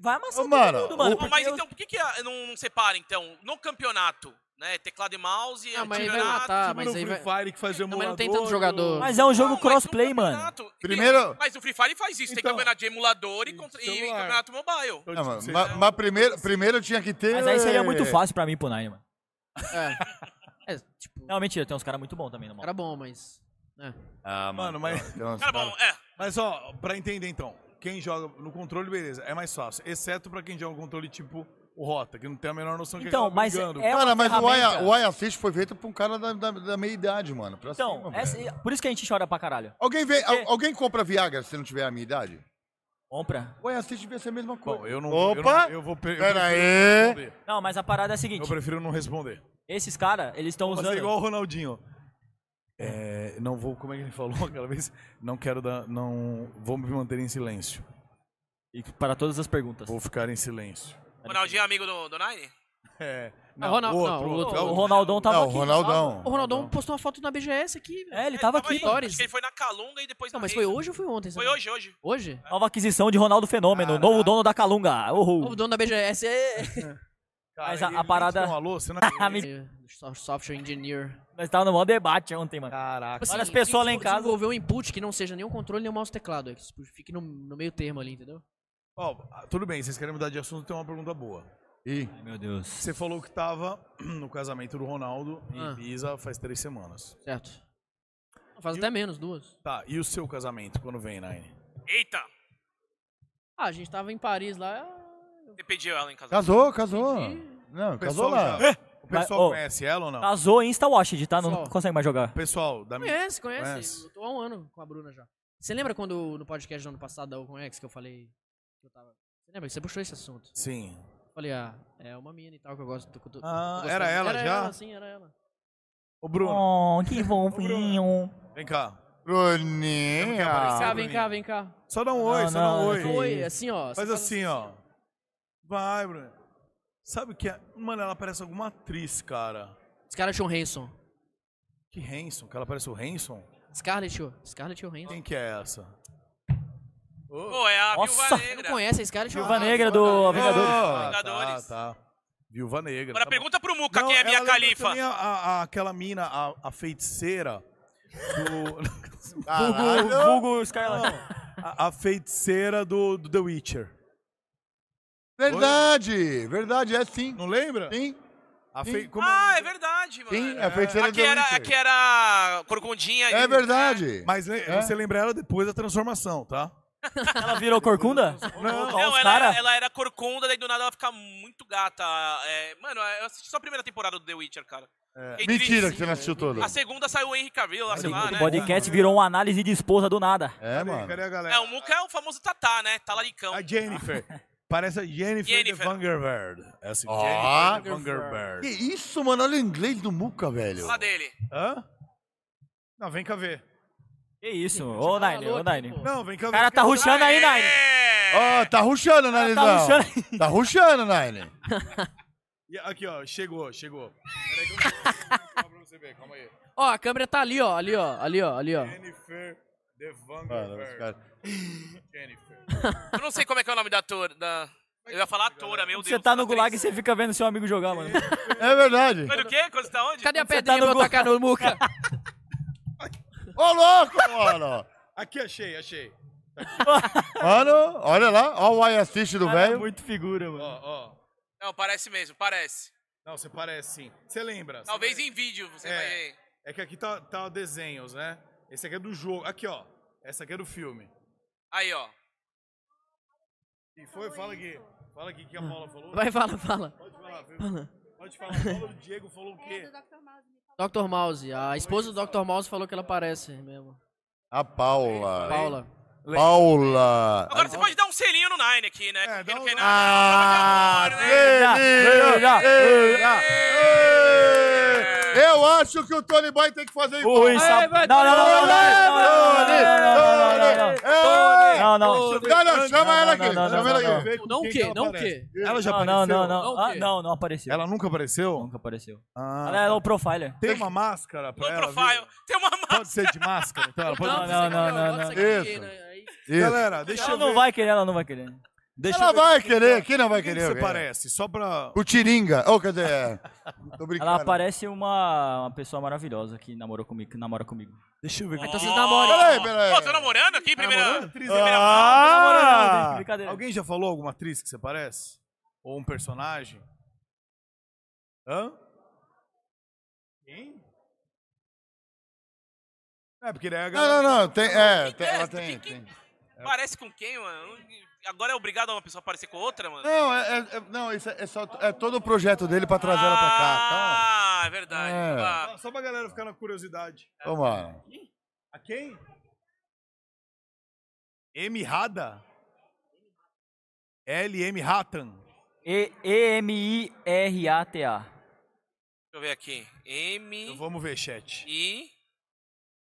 Speaker 5: Vai amassar
Speaker 3: Ô, mano,
Speaker 5: todo mundo, mano.
Speaker 3: o-
Speaker 2: Pô,
Speaker 5: porque
Speaker 2: mas
Speaker 5: eu-
Speaker 2: então por que, que ah, não, não separa, então, no campeonato, né? Teclado e mouse,
Speaker 4: Ah, mas aí vai
Speaker 2: campeonato,
Speaker 4: matar,
Speaker 1: Tipo
Speaker 4: mas
Speaker 1: no
Speaker 4: aí
Speaker 1: Free
Speaker 4: vai-
Speaker 1: Fire que fazia
Speaker 4: Não, mas não tem
Speaker 1: emulador,
Speaker 4: tanto jogador.
Speaker 5: Mas é um jogo
Speaker 2: Não, mas no
Speaker 5: crossplay, mano.
Speaker 2: campeonato-
Speaker 3: Primeiro-
Speaker 2: Mas o Free Fire faz isso, tem
Speaker 3: Então.
Speaker 2: campeonato de emulador e, contra- e
Speaker 1: celular.
Speaker 2: campeonato mobile.
Speaker 1: Então,
Speaker 3: Não,
Speaker 1: tipo,
Speaker 3: mano,
Speaker 1: você-
Speaker 3: mas mas primeiro, primeiro tinha que ter.
Speaker 5: assim, é
Speaker 3: É.
Speaker 5: Mas aí seria muito fácil pra mim pro Nine, mano. <laughs>
Speaker 4: É. É, tipo,
Speaker 5: Não, mentira, tem uns caras muito bons também no mouse.
Speaker 4: era bom, mas... É.
Speaker 3: Ah,
Speaker 1: Mano, mas-
Speaker 3: tem umas-
Speaker 2: Cara, bom, é.
Speaker 1: Mas ó, pra entender então, quem joga no controle, beleza, é mais fácil. Exceto pra quem joga no controle tipo o Rota, que não tem a menor noção que
Speaker 5: Então,
Speaker 1: acaba
Speaker 5: mas
Speaker 1: brigando.
Speaker 5: é uma
Speaker 3: Cara, mas o
Speaker 5: ferramenta.
Speaker 3: Aya- o Aya Assist foi feito pra um cara da, da, da meia idade, mano. Pra
Speaker 5: Então,
Speaker 3: cima,
Speaker 5: essa-
Speaker 3: velho.
Speaker 5: por isso que a gente chora pra caralho.
Speaker 3: Alguém, vê,
Speaker 5: Porque-
Speaker 3: al- alguém compra Viagra se não tiver a minha idade?
Speaker 5: Compra.
Speaker 3: O Aya Assist devia ser a mesma coisa.
Speaker 1: Bom, eu não
Speaker 3: Opa!
Speaker 1: Eu, não, eu vou pe- eu
Speaker 3: Pera
Speaker 1: prefiro
Speaker 3: aí.
Speaker 1: não responder.
Speaker 5: Não, mas a parada é a seguinte.
Speaker 1: Eu prefiro não responder.
Speaker 5: Esses caras, eles estão
Speaker 1: Mas é
Speaker 5: usando...
Speaker 1: igual o Ronaldinho. É, não vou, como é que ele falou <laughs> aquela vez? Não quero dar, não vou me manter em silêncio.
Speaker 5: E para todas as perguntas.
Speaker 1: Vou ficar em silêncio.
Speaker 2: Ronaldinho é amigo do, do Nine?
Speaker 1: É,
Speaker 4: Ronald- não, o
Speaker 5: Pô,
Speaker 4: outro-
Speaker 1: é
Speaker 5: O Ronaldão tava
Speaker 3: não, o
Speaker 5: aqui.
Speaker 3: Ronaldão.
Speaker 4: O
Speaker 5: um
Speaker 4: Ronaldão postou uma foto na BGS aqui, velho.
Speaker 5: É, ele tava aqui.
Speaker 2: aí,
Speaker 5: mano.
Speaker 4: Stories.
Speaker 2: Acho que ele foi na Calunga e depois
Speaker 4: É, Não,
Speaker 2: na
Speaker 4: mas foi
Speaker 2: Razer.
Speaker 4: hoje né? ou foi ontem?
Speaker 2: Foi
Speaker 4: sabe?
Speaker 2: hoje, hoje.
Speaker 4: Hoje?
Speaker 5: Nova aquisição de Ronaldo Fenômeno, novo dono da Calunga.
Speaker 4: O
Speaker 5: Uhul.
Speaker 4: dono da BGS é...
Speaker 1: Cara,
Speaker 5: Mas a-
Speaker 1: ele-
Speaker 5: a
Speaker 1: ele
Speaker 5: parada-
Speaker 1: disse, "Não, alô, você não...
Speaker 5: <laughs>
Speaker 4: So- Software Engineer.
Speaker 5: Nós tava no maior debate ontem, mano.
Speaker 1: Caraca.
Speaker 5: Olha as pessoas lá em casa.
Speaker 4: Desenvolver um input que não seja nem um controle nem um mouse e teclado. é que isso Fique no, no meio termo ali, entendeu?
Speaker 1: Ó, tudo bem, vocês querem mudar de assunto, tem uma pergunta boa.
Speaker 3: Ih,
Speaker 5: Ai, Meu Deus.
Speaker 1: Você falou que tava <clears throat> no casamento do Ronaldo em
Speaker 4: Ah.
Speaker 1: Ibiza faz três semanas.
Speaker 4: Certo. Faz até menos, duas.
Speaker 1: Tá, e o seu casamento, quando vem, Nine?
Speaker 2: Eita!
Speaker 4: Ah, a gente tava em Paris lá.
Speaker 2: Você pediu ela em casa.
Speaker 3: casou, casou. Não,
Speaker 1: O
Speaker 3: casou
Speaker 1: pessoal, já-
Speaker 3: lá.
Speaker 1: o
Speaker 5: É, Mas,
Speaker 1: pessoal
Speaker 5: ô,
Speaker 1: conhece ela ou não?
Speaker 5: Casou em Insta-Watch, tá? Não
Speaker 4: Só.
Speaker 5: consegue mais jogar.
Speaker 1: O pessoal da minha...
Speaker 4: Conhece, conhece.
Speaker 1: Conhece.
Speaker 4: Eu tô há um ano com a Bruna já. Você lembra quando no podcast do ano passado da Oconex que eu falei que eu tava. Você lembra que você puxou esse assunto?
Speaker 1: Sim.
Speaker 4: Eu falei, ah, é uma mina e tal que eu gosto. que eu tô-
Speaker 1: Ah,
Speaker 4: tô gostando.
Speaker 1: era ela
Speaker 4: era
Speaker 1: já?
Speaker 4: Ela, sim, era ela.
Speaker 1: Ô, Bruno,
Speaker 5: Oh, que fofinho.
Speaker 1: vem cá.
Speaker 3: Bruninha.
Speaker 4: Vem cá,
Speaker 1: Bruninha.
Speaker 4: vem cá, vem cá.
Speaker 1: Só dá um
Speaker 5: Não,
Speaker 1: oi, só dá um
Speaker 5: não,
Speaker 1: oi.
Speaker 5: não.
Speaker 4: Oi, assim, ó.
Speaker 1: Faz
Speaker 4: você
Speaker 1: assim, ó. Vai, Bruno. Sabe o que é? Mano, ela parece alguma atriz, cara.
Speaker 4: Os caras acham Hanson.
Speaker 1: Que Hanson, que ela parece o Hanson?
Speaker 4: Scarlett, ô. Scarlett Johansson.
Speaker 1: Quem que é essa?
Speaker 2: Pô, é a
Speaker 5: Nossa!
Speaker 2: Viúva
Speaker 4: Você
Speaker 2: Negra.
Speaker 4: não conhece a Scarlett
Speaker 5: Viúva
Speaker 4: Johansson?
Speaker 5: Negra do Vingadores.
Speaker 1: Ah,
Speaker 2: Vingadores.
Speaker 1: Tá, tá. Viúva Negra.
Speaker 2: Agora
Speaker 1: tá bom.
Speaker 2: pergunta pro Muca
Speaker 1: Não,
Speaker 2: quem é
Speaker 1: ela
Speaker 2: Mia
Speaker 1: lembra
Speaker 2: Khalifa.
Speaker 1: também a- a- a- aquela mina, a, a feiticeira do... <laughs>
Speaker 5: Vulgo, vulgo Scarlet.
Speaker 1: a, a feiticeira do, do The Witcher.
Speaker 3: Verdade, verdade, é sim.
Speaker 1: Não lembra?
Speaker 3: Sim,
Speaker 1: A
Speaker 3: Sim.
Speaker 1: fei- como-
Speaker 2: Ah, é verdade, mano.
Speaker 3: sim, é a feiticeira
Speaker 2: Aqui
Speaker 3: do
Speaker 2: era,
Speaker 3: Witcher.
Speaker 2: aqui era Corcundinha.
Speaker 3: É
Speaker 2: e-
Speaker 3: verdade.
Speaker 1: Mas le-
Speaker 3: É.
Speaker 1: você lembra ela depois da transformação, tá?
Speaker 5: Ela virou corcunda? Não,
Speaker 2: Não, ela, ela era corcunda, daí do nada ela fica muito gata. É, mano, eu assisti só a primeira temporada do The Witcher, cara. Fiquei
Speaker 3: É. Mentira
Speaker 2: triste.
Speaker 3: que você não assistiu todo.
Speaker 2: A segunda saiu o Henry Cavill, lá, sei lá,
Speaker 5: Assim, O
Speaker 2: né?
Speaker 5: podcast virou uma análise de esposa do nada.
Speaker 3: É,
Speaker 1: Cadê-
Speaker 3: mano.
Speaker 1: Cadê a galera?
Speaker 2: É, o Muca é o famoso Tatá, né? Talaricão.
Speaker 1: A Jennifer. Parece a Jennifer,
Speaker 2: Jennifer.
Speaker 1: de Vangerberg. Essa
Speaker 3: Ó.
Speaker 1: Jennifer de Vangerberg.
Speaker 3: Que isso, mano? Olha o inglês do Muca, velho.
Speaker 2: Lá dele.
Speaker 1: Hã? Não, vem cá ver.
Speaker 5: Que isso, ô
Speaker 4: tá
Speaker 5: Nine, ô
Speaker 4: louco,
Speaker 5: Nine.
Speaker 4: pô.
Speaker 1: Não, vem cá
Speaker 5: O
Speaker 1: ver.
Speaker 5: cara tá ruxando aí, Nine.
Speaker 2: É!
Speaker 3: Ó, tá ruxando, Nine.
Speaker 5: tá ruxando.
Speaker 3: Tá ruxando, Nine.
Speaker 1: E Aqui, ó. Chegou, chegou. Peraí que eu vou mostrar pra você ver. Calma aí.
Speaker 4: Ó, a câmera tá ali, ó. Ali, ó. Ali, ó. Ali, ó.
Speaker 1: Jennifer de
Speaker 3: Mano, os
Speaker 1: Vangerberg.
Speaker 3: caras-
Speaker 1: Jennifer.
Speaker 2: Eu não sei como é que é o nome da ator. Da... Eu ia falar atora, meu Deus.
Speaker 5: Você tá no
Speaker 2: atriz.
Speaker 5: gulag e você fica vendo seu amigo jogar, mano.
Speaker 3: É verdade.
Speaker 2: Mas o quê? Quando você tá onde?
Speaker 4: Cadê a
Speaker 5: Você tá
Speaker 4: pedrinha
Speaker 5: no
Speaker 4: pra eu
Speaker 5: gol.
Speaker 4: tacar no Muca? <laughs>
Speaker 3: Ô, louco, mano.
Speaker 1: Aqui, achei, achei.
Speaker 3: Mano, olha lá. Ó o I assist do
Speaker 5: Cara, é
Speaker 3: velho.
Speaker 5: muito figura,
Speaker 1: Ó,
Speaker 5: mano.
Speaker 1: ó.
Speaker 2: Não, parece mesmo, parece.
Speaker 1: Não, você parece sim. Você lembra? você
Speaker 2: Talvez
Speaker 1: lembra?
Speaker 2: em vídeo você
Speaker 1: É.
Speaker 2: vai.
Speaker 1: É que aqui tá, tá desenhos, né? Esse aqui é do jogo. Aqui, ó. Essa aqui é do filme.
Speaker 2: Aí, ó.
Speaker 1: E foi? Fala aqui. Fala aqui o que a Paula falou.
Speaker 4: Vai, fala, fala.
Speaker 1: Pode falar, viu? Pode falar. Paula do Diego falou o
Speaker 7: É,
Speaker 1: quê?
Speaker 7: do Dr. Mouse.
Speaker 4: Dr. Mouse. A esposa do Dr. Mouse falou que ela parece mesmo.
Speaker 3: A Paula.
Speaker 4: Paula.
Speaker 3: Paula.
Speaker 2: Agora você pode dar um selinho no Nine aqui, né? Porque
Speaker 1: dá
Speaker 2: não
Speaker 1: um-
Speaker 2: quer nada.
Speaker 3: É, Ah,
Speaker 2: Não, não, não, não, não,
Speaker 3: Celina,
Speaker 5: Celina,
Speaker 3: Celina, Eu acho que o Tony Boy tem que fazer
Speaker 5: O
Speaker 3: igual.
Speaker 5: Rui Sab... Não, não, não, não, não, não, não, não, não, não, não, não, não, não, não, não,
Speaker 3: Cara, chama ela aqui.
Speaker 5: não, não,
Speaker 3: Chama ela aqui.
Speaker 1: Vê com
Speaker 4: Não o
Speaker 1: quem
Speaker 4: quê?
Speaker 1: ela
Speaker 4: Não o
Speaker 1: parece.
Speaker 4: quê?
Speaker 1: Ela já
Speaker 5: não, não,
Speaker 1: apareceu?
Speaker 5: não, não,
Speaker 4: Não, o
Speaker 5: ah,
Speaker 4: quê?
Speaker 5: não, não apareceu.
Speaker 1: Ela nunca apareceu?
Speaker 5: nunca apareceu.
Speaker 1: Ah,
Speaker 5: Ela é low profiler.
Speaker 1: Tem uma máscara pra
Speaker 2: Low
Speaker 1: ela,
Speaker 2: um profile.
Speaker 1: viu?
Speaker 2: Tem uma massa.
Speaker 1: Pode ser de máscara? Então ela pode...
Speaker 5: Não, não, não, não, não.
Speaker 3: Isso.
Speaker 5: né? É
Speaker 3: Isso.
Speaker 1: Galera, deixa
Speaker 5: Ela
Speaker 1: eu
Speaker 5: não
Speaker 1: ver-
Speaker 5: vai querer, ela não vai querer.
Speaker 1: Deixa
Speaker 3: Ela
Speaker 1: eu ver
Speaker 3: vai
Speaker 1: quem que-
Speaker 3: querer. Quem não vai
Speaker 1: quem que
Speaker 3: querer?
Speaker 1: você
Speaker 3: alguém?
Speaker 1: parece? Só pra...
Speaker 3: O Tiringa. Ô, cadê? É. Tô brincando.
Speaker 5: Ela parece uma, uma pessoa maravilhosa que namorou comigo, que namora comigo.
Speaker 1: Deixa eu ver.
Speaker 4: Então
Speaker 1: quem-
Speaker 4: vocês namoram.
Speaker 3: Peraí, peraí.
Speaker 2: Pô, tô namorando aqui, primeira.
Speaker 1: Tá namorando?
Speaker 2: primeira mão.
Speaker 5: Namora não, gente,
Speaker 3: Ah!
Speaker 5: brincadeira.
Speaker 1: Alguém já falou alguma atriz que você parece? Ou um personagem? Hã? Quem? É, porque daí a
Speaker 3: Não, não,
Speaker 1: galera...
Speaker 3: não. Tem, é, tem, ela
Speaker 2: testa,
Speaker 3: tem,
Speaker 2: que-
Speaker 3: tem.
Speaker 2: Parece com quem, mano? Agora é obrigado a uma pessoa parecer com outra, mano?
Speaker 3: Não, é, é- é- não isso é, é só, é todo o projeto dele pra trazer ela pra cá.
Speaker 2: Ah, é verdade.
Speaker 3: É.
Speaker 2: Ah,
Speaker 1: Só pra galera ficar na curiosidade.
Speaker 3: Então, toma.
Speaker 1: A quem? M. Hada? L. M. Hattan.
Speaker 5: E- E-M-I-R-A-T-A.
Speaker 2: deixa eu ver aqui. M.
Speaker 1: Então vamos ver, chat.
Speaker 2: I.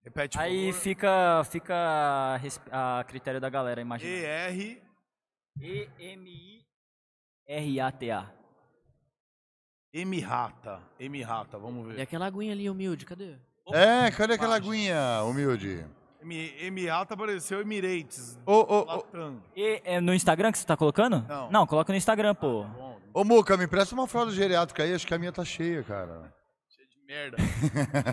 Speaker 1: Repete,
Speaker 3: Tipo,
Speaker 1: por
Speaker 5: Aí
Speaker 1: favor.
Speaker 5: fica, fica a res- a critério da galera,
Speaker 1: E.
Speaker 3: é.
Speaker 5: imagina.
Speaker 1: R.
Speaker 5: E-M-I-R-A-T-A.
Speaker 1: M. Rata. M. Rata, vamos
Speaker 4: E
Speaker 1: ver.
Speaker 4: aquela aguinha ali, humilde, cadê?
Speaker 3: É, cadê aquela aguinha, humilde?
Speaker 1: M. M. Rata apareceu Emirates.
Speaker 3: Ô, ô, ô,
Speaker 1: Latam.
Speaker 5: E, é no Instagram que você tá colocando?
Speaker 1: Não.
Speaker 5: Não, coloca no Instagram, pô.
Speaker 3: Tá
Speaker 1: Bom,
Speaker 3: ô, Muca, me presta uma fralda geriátrica aí, acho que a minha tá cheia, cara.
Speaker 1: cheio de merda.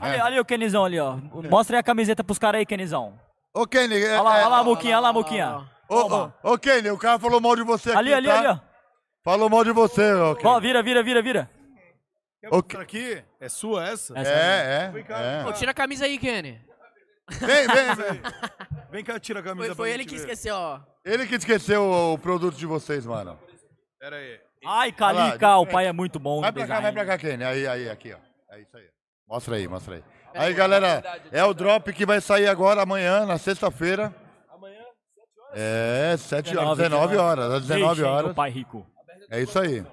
Speaker 5: Olha, olha o Kenizão ali, ó. Mostra aí a camiseta pros caras aí, Kenizão.
Speaker 3: Ô, Kenny, é,
Speaker 5: Olha lá, olha lá a
Speaker 3: é,
Speaker 5: muquinha, olha lá a
Speaker 4: Olha
Speaker 5: muquinha.
Speaker 3: ô, ô, ô, Kenny, o cara falou mal de você
Speaker 5: Ali,
Speaker 3: aqui,
Speaker 5: ali,
Speaker 3: tá?
Speaker 5: ali, ó.
Speaker 3: Falou mal de você, ô, Kenny.
Speaker 5: Ó, vira, vira, vira, vira.
Speaker 1: Quer
Speaker 3: Ok.
Speaker 1: mostrar Tá aqui? É sua essa?
Speaker 5: Essa aí.
Speaker 3: É, é,
Speaker 1: Vem cá,
Speaker 3: é.
Speaker 4: Pô, tira a camisa aí, Kenny.
Speaker 3: Vem, vem, vem.
Speaker 1: Vem cá, tira a camisa pra
Speaker 4: Foi, foi ele
Speaker 1: gente
Speaker 3: né?
Speaker 4: que
Speaker 1: ver.
Speaker 4: esqueceu, ó.
Speaker 3: Ele que esqueceu o, o produto de vocês, mano.
Speaker 1: Pera aí.
Speaker 3: Olha
Speaker 5: Ai,
Speaker 3: lá,
Speaker 5: Calica, o
Speaker 3: diferente.
Speaker 5: pai é muito bom.
Speaker 3: Vai
Speaker 5: no
Speaker 3: pra cá, vai
Speaker 5: design.
Speaker 3: pra cá, Kenny. Aí, aí, aqui, ó. É isso aí. Mostra aí, mostra aí. Aí, galera, é o drop que vai sair agora, amanhã, na sexta-feira. Amanhã, 7 horas? É, 7 horas, 19 horas, às 19
Speaker 5: Gente, hein,
Speaker 3: horas.
Speaker 5: do pai rico.
Speaker 3: É isso aí.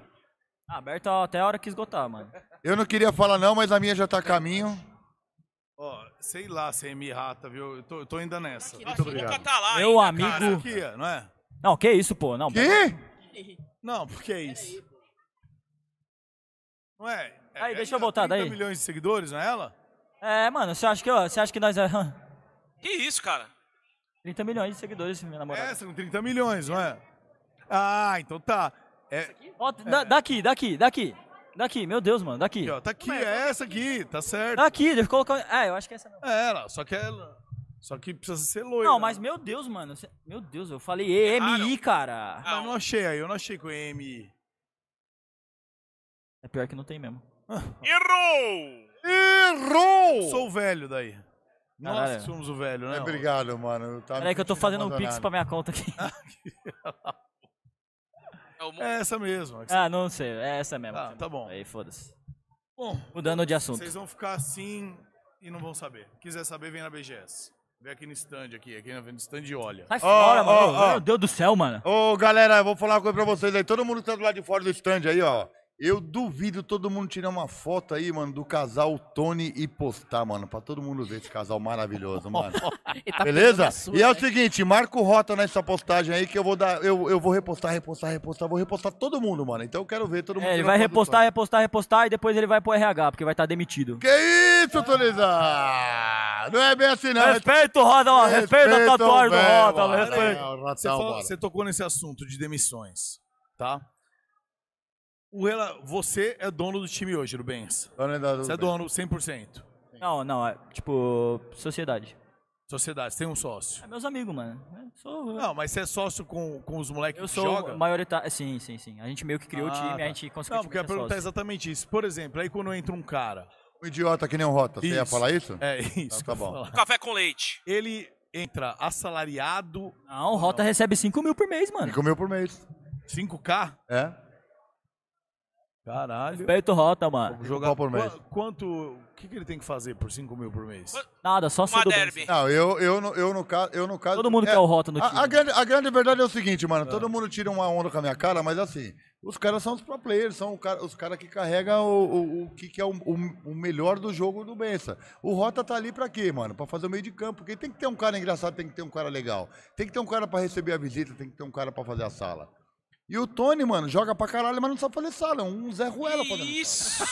Speaker 5: Ah, Aberto até a hora que esgotar, mano.
Speaker 3: Eu não queria falar não, mas a minha já tá a caminho.
Speaker 1: Ó, sei lá se é M-Rata, viu? Eu tô, eu tô ainda nessa.
Speaker 2: Nossa, o Boca tá lá.
Speaker 5: Meu
Speaker 2: ainda, cara.
Speaker 5: amigo.
Speaker 1: Aqui, ó, não é?
Speaker 5: Não, que isso, pô. Não,
Speaker 3: Que?
Speaker 1: Não, porque é isso. Não é? é-
Speaker 5: Aí,
Speaker 1: é
Speaker 5: deixa eu
Speaker 1: ainda
Speaker 5: botar,
Speaker 1: 30
Speaker 5: daí.
Speaker 1: milhões de seguidores, não é ela?
Speaker 5: É, mano, você acha que, ó, você acha que nós é
Speaker 2: Que isso, cara?
Speaker 5: 30 milhões de seguidores, minha namorada.
Speaker 1: É, são 30 milhões, não é? Ah, então tá. É,
Speaker 5: Ó, da- daqui, daqui, daqui. Daqui, meu Deus, mano, daqui.
Speaker 1: aqui, ó, tá aqui, é essa aqui, tá certo.
Speaker 5: Daqui, deixa eu colocar. É, eu acho que é essa mesmo.
Speaker 1: É ela, só que ela. Só que precisa ser loira.
Speaker 5: Não, mas meu Deus, mano. você- Meu Deus, eu falei EMI, cara.
Speaker 1: Mas não achei aí, eu não achei com M.
Speaker 5: É pior que não tem mesmo.
Speaker 2: Errou!
Speaker 3: Errou!
Speaker 1: Sou o velho daí. Nós
Speaker 5: Caralho.
Speaker 1: que somos o velho, né?
Speaker 3: É, obrigado, mano. Tá me
Speaker 5: Peraí que eu tô
Speaker 3: sentindo
Speaker 5: fazendo um pix
Speaker 3: abandonado.
Speaker 5: pra minha conta aqui.
Speaker 2: É o mo-
Speaker 1: É essa mesmo. é que-
Speaker 5: Ah, não sei, é essa mesmo.
Speaker 1: Ah, tá bom.
Speaker 5: Aí, foda-se.
Speaker 1: Bom,
Speaker 5: Mudando de assunto.
Speaker 1: vocês vão ficar assim e não vão saber. Quiser saber, vem na BGS. Vem aqui no stand aqui, aqui no stand e olha.
Speaker 5: Sai fora,
Speaker 3: ó,
Speaker 5: mano.
Speaker 3: ó.
Speaker 5: Meu Deus do céu, mano.
Speaker 3: Ô, galera, eu vou falar uma coisa pra vocês aí. Todo mundo que tá do lado de fora do stand aí, ó. Eu duvido todo mundo tirar uma foto aí, mano, do casal Tony e postar, mano, pra todo mundo ver esse casal maravilhoso, mano.
Speaker 5: <laughs>
Speaker 4: Ele tá pegando
Speaker 3: Beleza?
Speaker 4: a sua,
Speaker 3: E é o
Speaker 4: né?
Speaker 3: seguinte, marca o rota nessa postagem aí que eu vou dar, eu, eu vou repostar, repostar, repostar, vou repostar todo mundo, mano. Então eu quero ver todo mundo.
Speaker 5: É, ele
Speaker 3: tirando
Speaker 5: vai
Speaker 3: foto do
Speaker 5: repostar,
Speaker 3: Tony.
Speaker 5: repostar, repostar e depois ele vai pro RH, porque vai estar demitido.
Speaker 3: Que isso, Tonizão? Não é bem assim, não. é-
Speaker 5: Respeito, Roda, ó, respeito a tatuagem do
Speaker 3: o véu,
Speaker 5: Roda,
Speaker 3: mano.
Speaker 5: tá, respeito.
Speaker 3: É, o
Speaker 1: Você,
Speaker 5: tá,
Speaker 3: Ratão,
Speaker 1: fala-
Speaker 3: mano.
Speaker 1: você tocou nesse assunto de demissões, tá? O rela- você é dono do time hoje, Rubens.
Speaker 3: Dona da-
Speaker 1: Você é dono 100%.
Speaker 5: Não, não, é tipo, sociedade.
Speaker 1: Sociedade, você tem um sócio.
Speaker 5: É meus amigos, mano. Eu sou,
Speaker 1: Não, mas você é sócio com, com os moleques
Speaker 5: eu
Speaker 1: que
Speaker 5: sou
Speaker 1: jogam?
Speaker 5: maioritário. É, Sim, sim, sim. A gente meio que criou
Speaker 1: Ah,
Speaker 5: o time, assim.
Speaker 1: tá.
Speaker 5: a gente conseguiu.
Speaker 1: Não, porque é eu ia perguntar exatamente isso. Por exemplo, aí quando entra um cara.
Speaker 3: Um idiota que nem um Rota. Você ia
Speaker 1: Isso.
Speaker 3: falar isso?
Speaker 1: É <laughs> isso.
Speaker 3: Tá, tá
Speaker 1: que eu ia
Speaker 3: bom.
Speaker 1: falar.
Speaker 2: Café com leite.
Speaker 1: Ele entra assalariado,
Speaker 5: Não, o Rota recebe 5 mil por mês,
Speaker 3: E
Speaker 5: mano.
Speaker 3: comeu por mês.
Speaker 1: 5K?
Speaker 3: É?
Speaker 1: Caralho.
Speaker 5: Respeito o Rota, mano.
Speaker 3: Um jogar por mês.
Speaker 1: Qua- Quanto. O que, que ele tem que fazer por 5 mil por mês?
Speaker 2: Qua-
Speaker 5: Nada, só
Speaker 2: Uma
Speaker 5: sendo bem.
Speaker 2: derby.
Speaker 3: Não, eu, eu, no- eu, no, caso, eu no caso.
Speaker 5: Todo mundo
Speaker 3: é,
Speaker 5: quer o Rota no time.
Speaker 3: a, a, grande, a grande verdade é o seguinte, mano. Todo mundo tira uma onda com a minha cara, mas assim, os caras são os pro players, são o cara- os caras que carregam o, o, o que, que é o, o, o melhor do jogo do Bença. O Rota tá ali pra quê, mano? Pra fazer o meio de campo. Porque tem que ter um cara engraçado, tem que ter um cara legal. Tem que ter um cara pra receber a visita, tem que ter um cara pra fazer a sala. E o Tony, mano, joga pra caralho, mas não sabe fazer sala. é Um Zé Ruela fazendo sala.
Speaker 2: Isso!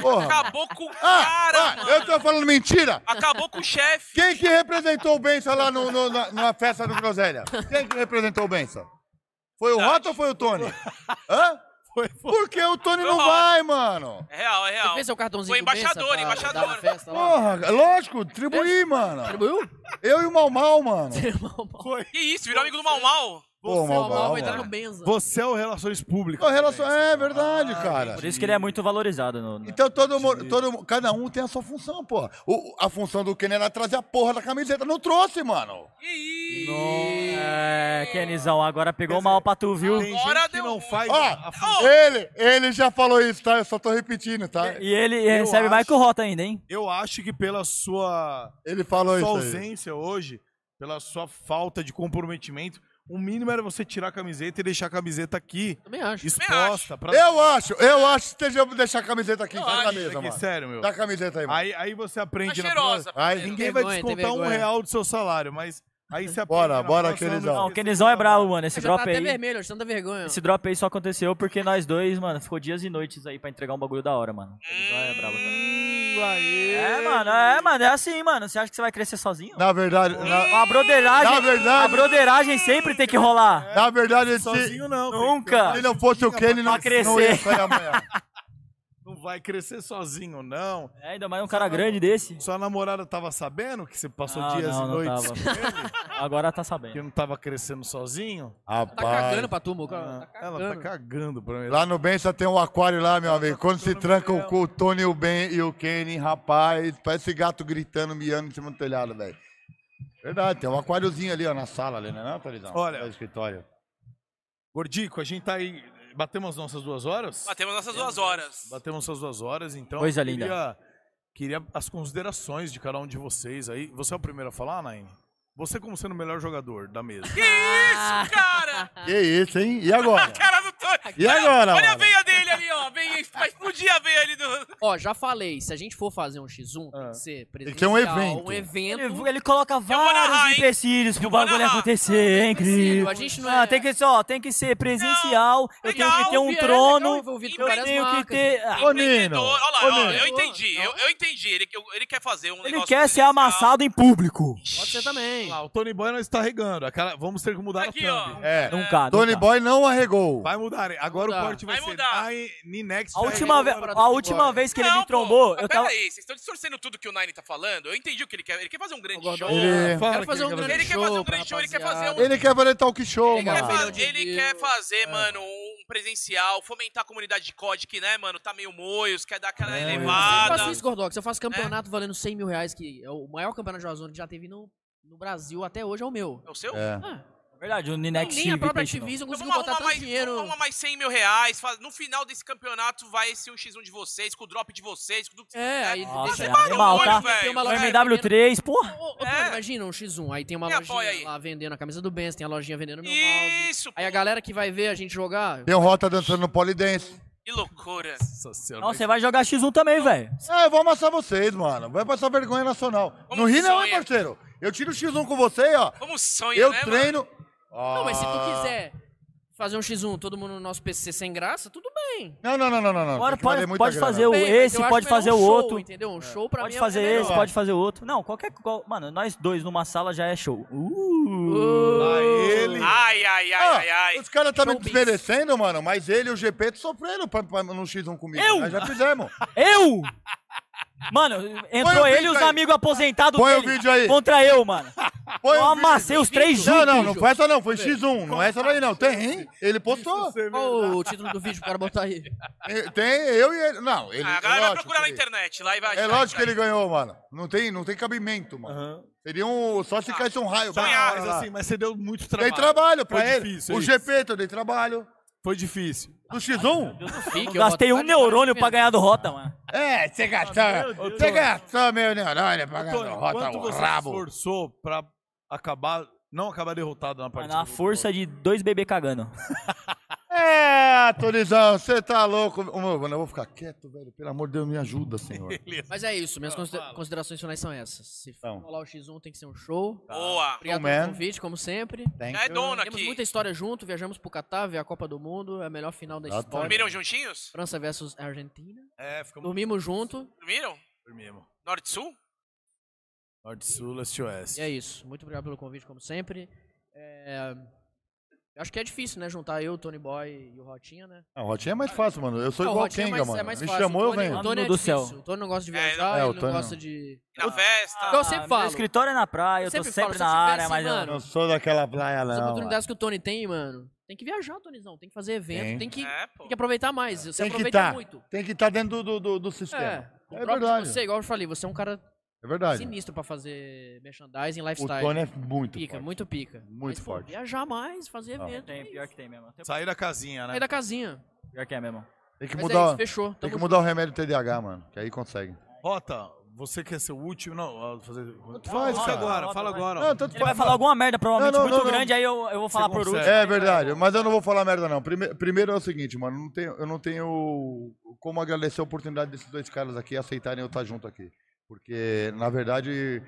Speaker 3: Porra.
Speaker 2: Acabou com o
Speaker 3: Ah,
Speaker 2: cara,
Speaker 3: ah,
Speaker 2: mano.
Speaker 3: eu tô falando mentira?
Speaker 2: Acabou com o chefe.
Speaker 3: Quem que representou o Bença lá no, no- na, na festa do Groselha? Quem que representou o Bença? Foi o Rota ou foi o Tony? Hã?
Speaker 1: Foi-
Speaker 3: Porque o Tony não
Speaker 2: Foi o
Speaker 3: vai, mano.
Speaker 2: É real, é real.
Speaker 4: Você fez seu cartãozinho
Speaker 2: Foi
Speaker 4: do Bença
Speaker 2: embaixador,
Speaker 4: pra
Speaker 2: embaixador.
Speaker 4: dar na festa lá?
Speaker 3: Porra, é lógico, distribuí, mano.
Speaker 4: Atribuiu?
Speaker 3: Eu e o Mal Mal, mano.
Speaker 4: <laughs> Irmão, mal.
Speaker 1: Foi.
Speaker 2: Que isso, virou amigo do Mal Mal.
Speaker 3: Pô,
Speaker 4: Mal, mal, vai entrar no
Speaker 3: mano.
Speaker 4: Benza.
Speaker 1: Você é o Relações Públicas.
Speaker 3: Pô, relação... É verdade, cara.
Speaker 5: Por isso que ele é muito valorizado. No, no-
Speaker 3: Então todo mundo, todo mundo- cada um tem a sua função, porra. O- a função do Kenner era trazer a porra da camiseta. Não trouxe, mano.
Speaker 2: Que isso.
Speaker 5: É, Kenizão, agora pegou mal pra tu, viu?
Speaker 1: Tem
Speaker 2: Agora
Speaker 1: gente que
Speaker 2: deu um.
Speaker 1: não
Speaker 2: ruim.
Speaker 1: faz. a-
Speaker 3: Ó,
Speaker 1: a-
Speaker 3: ele, ele já falou isso, tá? Eu só tô repetindo, tá?
Speaker 5: E ele recebe mais
Speaker 1: acho-
Speaker 5: que o Rota ainda, hein?
Speaker 1: Eu acho que pela sua,
Speaker 3: Ele falou
Speaker 1: sua
Speaker 3: isso aí.
Speaker 1: ausência hoje, pela sua falta de comprometimento, o mínimo era você tirar a camiseta e deixar a camiseta aqui,
Speaker 4: Também acho.
Speaker 1: exposta. Pra...
Speaker 3: Eu acho, eu acho que estejamos deixar a camiseta aqui,
Speaker 1: Acho
Speaker 3: tá na mesa,
Speaker 1: aqui,
Speaker 3: mano.
Speaker 1: É Sério, meu.
Speaker 3: Dá a camiseta aí, mano.
Speaker 1: Aí, aí você aprende
Speaker 2: Tá
Speaker 1: na próxima-
Speaker 2: cheirosa.
Speaker 3: Ai,
Speaker 2: primeiro.
Speaker 1: Ninguém vai
Speaker 4: Vergonha, tem
Speaker 1: descontar um
Speaker 4: vergonha.
Speaker 1: real do seu salário, mas aí você aprende.
Speaker 3: Bora,
Speaker 1: na
Speaker 3: bora,
Speaker 1: próxima,
Speaker 3: Kenizão.
Speaker 5: Não,
Speaker 1: não
Speaker 5: o
Speaker 1: esquecer
Speaker 5: Kenizão é
Speaker 1: de-
Speaker 5: bravo, mano.
Speaker 4: Esse
Speaker 5: Esse
Speaker 4: já tá
Speaker 5: drop
Speaker 4: até
Speaker 5: aí.
Speaker 4: vermelho, hoje tanta vergonha.
Speaker 5: Esse drop aí só aconteceu porque nós dois, mano, ficou dias e noites aí pra entregar um bagulho da hora, mano. O Kenizão é brabo também.
Speaker 1: Hum, aê.
Speaker 5: É, mano, é, mano, é assim, mano. Você acha que você vai crescer sozinho?
Speaker 3: Na verdade, na,
Speaker 5: A broderagem,
Speaker 3: Na verdade-
Speaker 5: a broderagem sempre tem que rolar.
Speaker 3: na verdade, se,
Speaker 1: Sozinho não. tem que
Speaker 5: Nunca.
Speaker 1: ter-
Speaker 3: se não fosse o Kenny, não,
Speaker 5: crescer.
Speaker 3: não ia sair amanhã.
Speaker 1: Não vai crescer sozinho, não.
Speaker 5: É, ainda mais um cara grande desse.
Speaker 1: Sua namorada tava sabendo que você passou
Speaker 5: Não,
Speaker 1: dias
Speaker 5: Ah, não,
Speaker 1: e
Speaker 5: não
Speaker 1: noites
Speaker 5: tava.
Speaker 1: com ele?
Speaker 5: Agora tá
Speaker 1: Que
Speaker 5: sabendo.
Speaker 1: não tava crescendo sozinho?
Speaker 4: Tá cagando
Speaker 3: Rapaz,
Speaker 4: pra tu, meu cara.
Speaker 1: Ah,
Speaker 4: Tá cagando.
Speaker 1: ela tá cagando pra mim.
Speaker 3: lá no Bença tem um aquário lá, meu amigo. Quando se tranca
Speaker 1: céu.
Speaker 3: o, o Tony, o Ben e o Kenny, rapaz, parece gato gritando, miando em cima do telhado, velho. Verdade, tem um aquáriozinho ali, ó, na sala ali, né, não, Torizão?
Speaker 1: Olha.
Speaker 3: No escritório.
Speaker 1: Gordico, a gente tá aí. Batemos as nossas duas
Speaker 3: Ah.
Speaker 1: horas?
Speaker 2: Batemos nossas duas horas.
Speaker 1: Batemos as duas horas, então.
Speaker 5: Coisa
Speaker 1: eu
Speaker 5: linda.
Speaker 1: Queria, queria as considerações de cada um de vocês aí. Você é o primeiro a falar, Naine? Você, como sendo o melhor jogador da mesa.
Speaker 2: Que isso, cara?
Speaker 5: Ah.
Speaker 2: Ah.
Speaker 3: Que isso, hein? E agora?
Speaker 2: <laughs> Cara do Tony.
Speaker 3: E agora,
Speaker 2: Olha a
Speaker 3: mano?
Speaker 2: veia dele ali, ó. ó, vem isso, vai explodir a veia ali do.
Speaker 4: Ó, já falei, se a gente for fazer um X1, tem que ser
Speaker 3: que
Speaker 4: presencial.
Speaker 3: ser um evento.
Speaker 4: Um evento.
Speaker 5: Ele, ele coloca
Speaker 2: narrar,
Speaker 5: vários
Speaker 2: hein?
Speaker 5: empecilhos pro
Speaker 2: Eu vou
Speaker 5: bagulho
Speaker 2: narrar.
Speaker 5: acontecer, hein,
Speaker 4: Empecilho,
Speaker 5: incrível.
Speaker 4: a gente não
Speaker 5: Ah,
Speaker 4: é-
Speaker 5: tem que ser, ó, tem que ser presencial, eu tenho que
Speaker 4: né?
Speaker 5: ter um trono,
Speaker 2: eu
Speaker 5: eu tenho que ter... ah,
Speaker 3: Ô, Nino,
Speaker 2: Empreendedor. Olha lá,
Speaker 3: ô,
Speaker 2: ó,
Speaker 3: Nino.
Speaker 2: eu entendi, eu, eu entendi. Ele, eu- ele quer fazer um
Speaker 5: ele
Speaker 2: negócio
Speaker 5: quer ser
Speaker 2: presencial.
Speaker 5: amassado em público.
Speaker 4: Pode ser também.
Speaker 1: Lá, Ah, o Tony Boy não está regando. Aquela- Vamos ter que mudar
Speaker 2: Aqui,
Speaker 1: a thumb.
Speaker 2: ó.
Speaker 3: É.
Speaker 5: Nunca,
Speaker 3: Tony
Speaker 5: nunca.
Speaker 3: Boy não arregou.
Speaker 1: Vai mudar. hein? Agora
Speaker 4: Mudar.
Speaker 1: o corte vai,
Speaker 2: Vai
Speaker 1: ser.
Speaker 2: mudar.
Speaker 1: Ai, Ninex
Speaker 5: A
Speaker 1: tá
Speaker 5: última,
Speaker 1: regando
Speaker 5: ve-
Speaker 1: agora
Speaker 5: a
Speaker 1: do
Speaker 5: última
Speaker 1: Tony
Speaker 5: vez que ele
Speaker 2: Não,
Speaker 5: me
Speaker 2: pô,
Speaker 5: trombou,
Speaker 2: mas
Speaker 5: eu tava...
Speaker 2: Pera aí, vocês estão distorcendo tudo que o Nine tá falando? Eu entendi o que ele quer. Ele quer fazer um grande
Speaker 4: Gordão.
Speaker 2: show.
Speaker 3: Ele-
Speaker 1: Boy. Fala
Speaker 4: Quero fazer
Speaker 1: que
Speaker 4: um
Speaker 1: ele
Speaker 4: grande
Speaker 2: Ele quer
Speaker 4: show,
Speaker 2: fazer um
Speaker 4: pra
Speaker 2: grande show, ele quer fazer
Speaker 4: rapaziada.
Speaker 2: um-
Speaker 3: Ele quer fazer talk show,
Speaker 4: Ele
Speaker 2: Ele quer,
Speaker 4: Mano.
Speaker 2: fa-
Speaker 3: mano. É.
Speaker 4: fazer-
Speaker 2: ele quer fazer, mano, um presencial, fomentar a comunidade de COD que, né, mano, tá meio moios, quer dar aquela
Speaker 3: É,
Speaker 4: Eu
Speaker 2: elevada.
Speaker 4: faço isso, assim, Gordox. Eu faço campeonato valendo 100 mil reais, que é o maior campeonato de Warzone que já teve no, no Brasil até hoje, é o meu.
Speaker 2: É o seu?
Speaker 3: É.
Speaker 4: Ah,
Speaker 5: Verdade, o
Speaker 4: não,
Speaker 5: Ninex
Speaker 4: nem a
Speaker 5: Chip
Speaker 4: própria
Speaker 5: Patient.
Speaker 2: Então
Speaker 4: Activision conseguiu botar tanto
Speaker 2: mais,
Speaker 4: dinheiro.
Speaker 2: vamos arrumar mais 100 mil reais. faz- No final desse campeonato vai ser um X1 de vocês, com o drop de vocês. Com o...
Speaker 4: É, aí
Speaker 5: Nossa,
Speaker 4: tem-
Speaker 5: é
Speaker 4: tem
Speaker 5: animal,
Speaker 4: uma
Speaker 5: tá?
Speaker 4: loja- tem uma
Speaker 5: O
Speaker 4: loja vendendo-
Speaker 5: MW3, porra.
Speaker 4: Ô, ô, Pedro,
Speaker 2: É.
Speaker 4: Imagina um X1, aí tem uma
Speaker 2: Me apoia
Speaker 4: lojinha
Speaker 2: aí.
Speaker 4: lá vendendo a camisa do Benz, tem a lojinha vendendo meu mouse.
Speaker 2: Isso, pô.
Speaker 4: Aí a galera que vai ver a gente jogar,
Speaker 3: Tem o Rota dançando no Polidense.
Speaker 2: Que loucura.
Speaker 1: Nossa senhora.
Speaker 5: Não, você vai jogar X1 também, velho.
Speaker 3: Ah, eu vou amassar vocês, mano. Vai passar vergonha nacional.
Speaker 2: Como
Speaker 3: no Rio não,
Speaker 2: sonha.
Speaker 3: hein, parceiro. Eu tiro o X1 com você, ó.
Speaker 2: Como sonha,
Speaker 3: Eu
Speaker 2: né, mano?
Speaker 3: treino.
Speaker 4: Não, mas se tu
Speaker 3: Ah.
Speaker 4: quiser fazer um X1, todo mundo no nosso PC sem graça, tudo bem.
Speaker 3: Não, não, não, não, não. não.
Speaker 5: Bora,
Speaker 3: Tem que valer
Speaker 5: pode-
Speaker 3: muita
Speaker 5: pode
Speaker 3: grana.
Speaker 5: fazer o-
Speaker 4: Bem, mas
Speaker 5: esse,
Speaker 4: eu acho
Speaker 5: pode
Speaker 4: melhor
Speaker 5: fazer
Speaker 4: um
Speaker 5: o
Speaker 4: show,
Speaker 5: outro.
Speaker 4: Entendeu? Um show pra
Speaker 5: Pode
Speaker 4: mim
Speaker 5: fazer
Speaker 4: é
Speaker 5: esse,
Speaker 4: melhor.
Speaker 5: pode fazer outro. Não, qualquer. qual- mano, nós dois numa sala já é show. Uh.
Speaker 4: Uh,
Speaker 1: Lá ele.
Speaker 2: Ai, ai, ai,
Speaker 3: Ah,
Speaker 2: ai, ai.
Speaker 3: Os caras tá me
Speaker 4: Showbiz.
Speaker 3: desmerecendo, mano. Mas ele e o GP sofreram pra, pra, no X1 comigo.
Speaker 5: Eu?
Speaker 3: Nós já fizemos.
Speaker 4: <laughs>
Speaker 5: Eu! Mano, entrou
Speaker 3: o
Speaker 5: ele e
Speaker 3: vídeo
Speaker 5: os
Speaker 3: aí.
Speaker 5: amigos aposentados
Speaker 3: Põe o
Speaker 5: dele
Speaker 3: vídeo aí.
Speaker 5: contra eu, mano.
Speaker 3: Foi
Speaker 5: eu
Speaker 3: o
Speaker 5: amassei um os três
Speaker 3: vídeo.
Speaker 5: juntos.
Speaker 3: Não, não, não foi essa não. Foi X1. Não é essa daí não. Tem, hein? Ele postou.
Speaker 1: Você vê-
Speaker 4: Qual <laughs> o título do vídeo pro cara botar aí?
Speaker 3: Eh, Tem eu e ele. Não, ele.
Speaker 2: Ah, a
Speaker 3: é
Speaker 2: galera vai procurar
Speaker 3: lógico que
Speaker 2: na
Speaker 3: ele-
Speaker 2: internet, lá e vai
Speaker 3: É
Speaker 2: achar
Speaker 3: lógico que
Speaker 2: isso
Speaker 3: ele ganhou, mano. Não tem, não tem cabimento, mano.
Speaker 1: Aham.
Speaker 3: Seria um. Só se caísse um raio.
Speaker 1: Tá,
Speaker 2: Sonhar,
Speaker 3: Bah,
Speaker 1: mas
Speaker 3: lá.
Speaker 1: assim, mas você deu muito
Speaker 3: Dei
Speaker 1: trabalho.
Speaker 3: trabalho pra
Speaker 1: Foi
Speaker 3: ele.
Speaker 1: difícil
Speaker 3: o
Speaker 1: isso. Ah,
Speaker 3: GP, eu dei trabalho.
Speaker 1: Foi difícil.
Speaker 3: Do X1?
Speaker 4: Fique, eu
Speaker 5: Gastei
Speaker 4: boto vários-
Speaker 5: um neurônio
Speaker 4: vários
Speaker 5: pra ganhar do Rota, mano.
Speaker 3: É,
Speaker 1: Ah,
Speaker 3: você gastou. Você gastou meu neurônio pra ganhar.
Speaker 1: Antônio,
Speaker 3: é Rota
Speaker 1: quanto
Speaker 3: o
Speaker 1: você se
Speaker 3: rabo.
Speaker 1: esforçou pra acabar, não acabar derrotado na partida?
Speaker 5: Mano, a força de dois bebês cagando.
Speaker 3: É, Tonizão, você tá louco. Ô, meu, mano, eu vou ficar quieto, velho. Pelo amor de Deus, me ajuda, senhor.
Speaker 4: Mas é isso, minhas considera- considerações finais são essas. Se for
Speaker 3: Então.
Speaker 4: rolar o X1, tem que ser um show.
Speaker 2: aí. Boa.
Speaker 4: Obrigado
Speaker 3: Bom,
Speaker 4: pelo
Speaker 3: man.
Speaker 4: convite, como sempre.
Speaker 2: Já é dono
Speaker 4: Temos
Speaker 2: aqui.
Speaker 4: muita história junto, viajamos pro Catar, ver a Copa do Mundo, é a melhor final da
Speaker 3: Exatamente.
Speaker 4: história.
Speaker 2: Dormiram juntinhos?
Speaker 4: França versus Argentina.
Speaker 1: É, ficamos
Speaker 4: Dormimos junto.
Speaker 2: Dormiram?
Speaker 1: por mesmo.
Speaker 2: Norte-Sul?
Speaker 1: Norte, Sul, Leste, Oeste.
Speaker 4: E é isso. Muito obrigado pelo convite, como sempre. É, eu Acho que é difícil, né? Juntar eu, o Tony Boy e o Rotinha, né?
Speaker 3: Não, Rotinha é mais fácil, mano. Eu sou
Speaker 4: Não, o
Speaker 3: igual o
Speaker 4: Rotinha
Speaker 3: Kenga,
Speaker 4: é mais,
Speaker 3: mano.
Speaker 4: é mais
Speaker 3: me
Speaker 4: fácil.
Speaker 3: chamou, eu
Speaker 4: o Tony,
Speaker 3: venho.
Speaker 4: O Tony é
Speaker 5: Mano do
Speaker 4: difícil.
Speaker 5: céu.
Speaker 4: O Tony não gosta de
Speaker 2: É,
Speaker 4: viajar,
Speaker 3: é, o
Speaker 4: ele não
Speaker 3: Tony
Speaker 4: gosta
Speaker 3: não.
Speaker 4: de...
Speaker 2: Na festa?
Speaker 4: Então, eu sempre
Speaker 5: Ah,
Speaker 4: falo.
Speaker 5: Meu escritório é na praia, eu,
Speaker 4: Eu
Speaker 5: tô
Speaker 4: sempre falo,
Speaker 5: sempre
Speaker 4: se
Speaker 5: na
Speaker 4: eu
Speaker 5: área,
Speaker 4: tivesse,
Speaker 5: mas eu-
Speaker 4: mano,
Speaker 3: Não sou daquela praia,
Speaker 4: As
Speaker 3: não. mano.
Speaker 4: oportunidades que o Tony tem, mano. Tem que viajar, Tonizão. Tem que fazer evento,
Speaker 3: Tem.
Speaker 4: tem, que,
Speaker 2: É, pô.
Speaker 4: tem que aproveitar mais. Você
Speaker 3: Tem que
Speaker 4: aproveita
Speaker 3: tá.
Speaker 4: muito.
Speaker 3: Tem que estar dentro do, do, do, do sistema. É,
Speaker 4: O próprio
Speaker 3: verdade.
Speaker 4: Você, igual eu falei, você é um cara
Speaker 3: É verdade.
Speaker 4: sinistro pra fazer merchandising,
Speaker 3: O
Speaker 4: lifestyle.
Speaker 3: Tony é muito
Speaker 4: pica,
Speaker 3: forte.
Speaker 4: muito pica.
Speaker 3: Muito
Speaker 4: Mas, pô,
Speaker 3: forte.
Speaker 4: viajar mais, fazer
Speaker 3: Ah.
Speaker 4: evento.
Speaker 5: Tem,
Speaker 4: Aí
Speaker 5: pior que tem mesmo. Tem-
Speaker 1: Sair da casinha, né?
Speaker 4: da casinha.
Speaker 5: Pior que é mesmo.
Speaker 3: Tem que
Speaker 4: Mas é
Speaker 3: mudar,
Speaker 4: isso, fechou.
Speaker 3: tem
Speaker 4: Tamo
Speaker 3: que mudar o remédio TDAH, mano. Que aí consegue.
Speaker 1: Rota, você quer ser o último? Não, ah, fazer... Tanto
Speaker 3: faz, cara.
Speaker 1: agora, fala agora. ó.
Speaker 3: Não, tanto
Speaker 5: Ele
Speaker 3: faz,
Speaker 5: vai falar alguma merda, provavelmente
Speaker 3: Não, não,
Speaker 5: muito
Speaker 3: não, não.
Speaker 5: grande, aí eu, eu vou falar por
Speaker 1: consegue.
Speaker 5: último.
Speaker 3: É verdade, mas eu não vou falar merda não. Prime- Primeiro é o seguinte, mano, não tenho- eu não tenho como agradecer a oportunidade desses dois caras aqui aceitarem eu estar junto aqui. Porque, na verdade,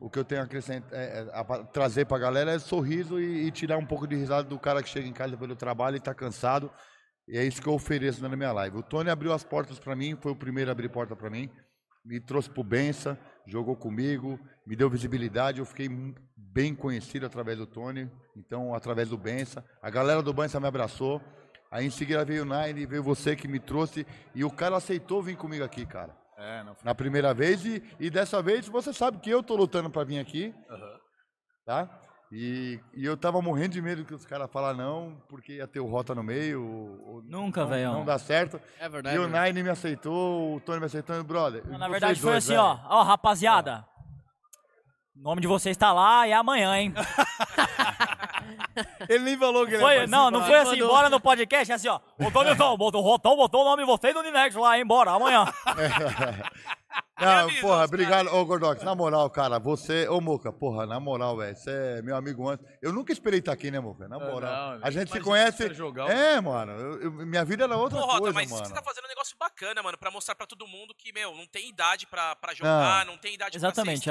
Speaker 3: o que eu tenho a, acrescent- é, é, a pa- trazer pra galera é sorriso e, e tirar um pouco de risada do cara que chega em casa pelo trabalho e tá cansado. E é isso que eu ofereço na minha live. O Tony abriu as portas pra mim, foi o primeiro a abrir porta pra mim. Me trouxe pro Bença, jogou comigo, me deu visibilidade. Eu fiquei mu- bem conhecido através do Tony, então através do Bença. A galera do Bença me abraçou. Aí em seguida veio o Nine, veio você que me trouxe. E o cara aceitou vir comigo aqui, cara
Speaker 1: É, não.
Speaker 3: na primeira vez e, e dessa vez você sabe que eu tô lutando pra vir aqui, tá? E, e eu tava morrendo de medo que os caras falar não, porque ia ter o Rota no meio, ou- ou
Speaker 5: Nunca,
Speaker 3: não-
Speaker 5: velhão.
Speaker 3: Não dá certo.
Speaker 4: É verdade.
Speaker 3: E o
Speaker 4: mano.
Speaker 3: Nine me aceitou, o Tony me aceitou, brother.
Speaker 5: Não, na
Speaker 3: vocês
Speaker 5: verdade foi
Speaker 3: dois, né?
Speaker 5: assim,
Speaker 3: velho.
Speaker 5: ó. Ó, rapaziada. O nome de vocês tá lá e é amanhã,
Speaker 3: <laughs>
Speaker 5: hein?
Speaker 1: Ele nem falou que ele
Speaker 5: Foi,
Speaker 1: ia
Speaker 5: não, não
Speaker 1: participar.
Speaker 5: foi assim, embora no podcast, é assim, ó.
Speaker 3: <laughs> Tipo
Speaker 5: Ô, Donilton, botou, o Rotão botou o nome de vocês no Ninex lá, hein? Bora, amanhã.
Speaker 2: Me
Speaker 3: Não,
Speaker 2: avisa,
Speaker 3: porra,
Speaker 2: os
Speaker 3: obrigado, ô Gordox. Na moral, cara, você, ô Moca, porra, na moral, velho, você é meu amigo antes. Eu nunca esperei estar aqui, né, Moca? Na moral.
Speaker 7: não,
Speaker 3: a gente se
Speaker 7: imagina
Speaker 3: conhece.
Speaker 7: você jogar o-
Speaker 3: É, mano, eu- eu- minha vida era outra
Speaker 2: Pô, Rota,
Speaker 3: coisa,
Speaker 2: mas isso
Speaker 3: mano.
Speaker 2: que você tá fazendo é um negócio bacana, mano, pra mostrar pra todo mundo que, meu, não tem idade pra, pra jogar, não, tem idade
Speaker 5: Exatamente,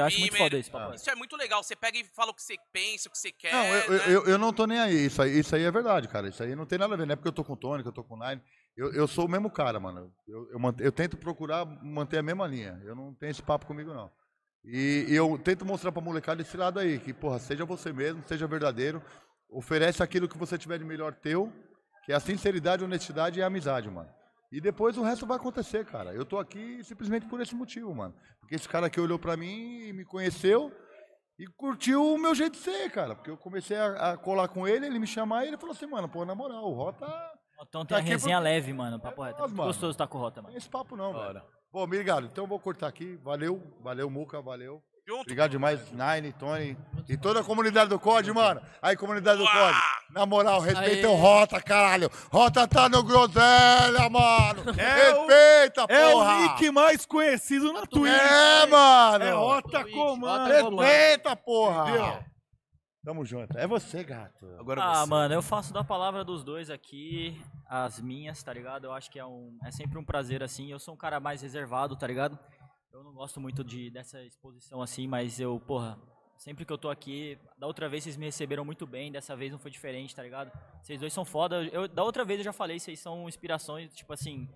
Speaker 2: pra ser
Speaker 3: assim,
Speaker 5: eu acho muito
Speaker 2: streamer.
Speaker 5: foda isso, papai.
Speaker 2: Isso é muito legal, você pega e fala o que você pensa, o que você quer,
Speaker 3: Não, eu,
Speaker 2: né?
Speaker 3: eu, eu- eu não tô nem aí. Isso, aí. isso aí é verdade, cara. Isso aí não tem nada a ver. Não é porque eu tô com o Tony, que eu tô com o Nine. Eu, eu sou o mesmo cara, mano. Eu, eu, mant- eu tento procurar manter a mesma linha. Eu não tenho esse papo comigo, não. E, e eu tento mostrar pra molecada esse lado aí, que, porra, seja você mesmo, seja verdadeiro. Oferece aquilo que você tiver de melhor teu, que é a sinceridade, honestidade e a amizade, mano. E depois o resto vai acontecer, cara. Eu tô aqui simplesmente por esse motivo, mano. Porque esse cara aqui olhou pra mim e me conheceu e curtiu o meu jeito de ser, cara. Porque eu comecei a, a colar com ele, ele me chamar e ele falou assim, mano, pô, na moral, o Rota
Speaker 5: Então
Speaker 3: Tá
Speaker 5: tem a
Speaker 3: aqui
Speaker 5: resenha
Speaker 3: pro-
Speaker 5: leve, mano, papo reto. É muito
Speaker 3: mano.
Speaker 5: gostoso tá com o Rota,
Speaker 3: não
Speaker 5: mano.
Speaker 3: tem esse papo não,
Speaker 7: Bora.
Speaker 3: velho. Bom, obrigado. Então eu vou cortar aqui. Valeu, valeu, Muca, valeu.
Speaker 2: Junto.
Speaker 3: Obrigado demais, Nine, Tony e toda a comunidade do COD, mano. Aí, comunidade do
Speaker 2: Uá!
Speaker 3: COD. Na moral,
Speaker 4: Aê.
Speaker 3: respeita o Rota, caralho. Rota tá no groselha, mano.
Speaker 1: É o-
Speaker 3: respeita,
Speaker 1: É
Speaker 3: porra.
Speaker 1: o nick mais conhecido na Twitch.
Speaker 3: É, mano.
Speaker 1: É Rota
Speaker 4: Twitch,
Speaker 1: Comando.
Speaker 4: Rota Comando.
Speaker 3: Respeita, porra. Tamo junto. É você, gato.
Speaker 7: Agora
Speaker 5: Ah,
Speaker 7: você.
Speaker 5: mano, eu faço da palavra dos dois aqui, as minhas, tá ligado? Eu acho que é, um, é sempre um prazer, assim. Eu sou um cara mais reservado, tá ligado? Eu não gosto muito de, dessa exposição assim, mas eu, porra, sempre que eu tô aqui, da outra vez vocês me receberam muito bem, dessa vez não foi diferente, tá ligado? Vocês dois são foda. Eu, da outra vez eu já falei, vocês são inspirações, tipo assim,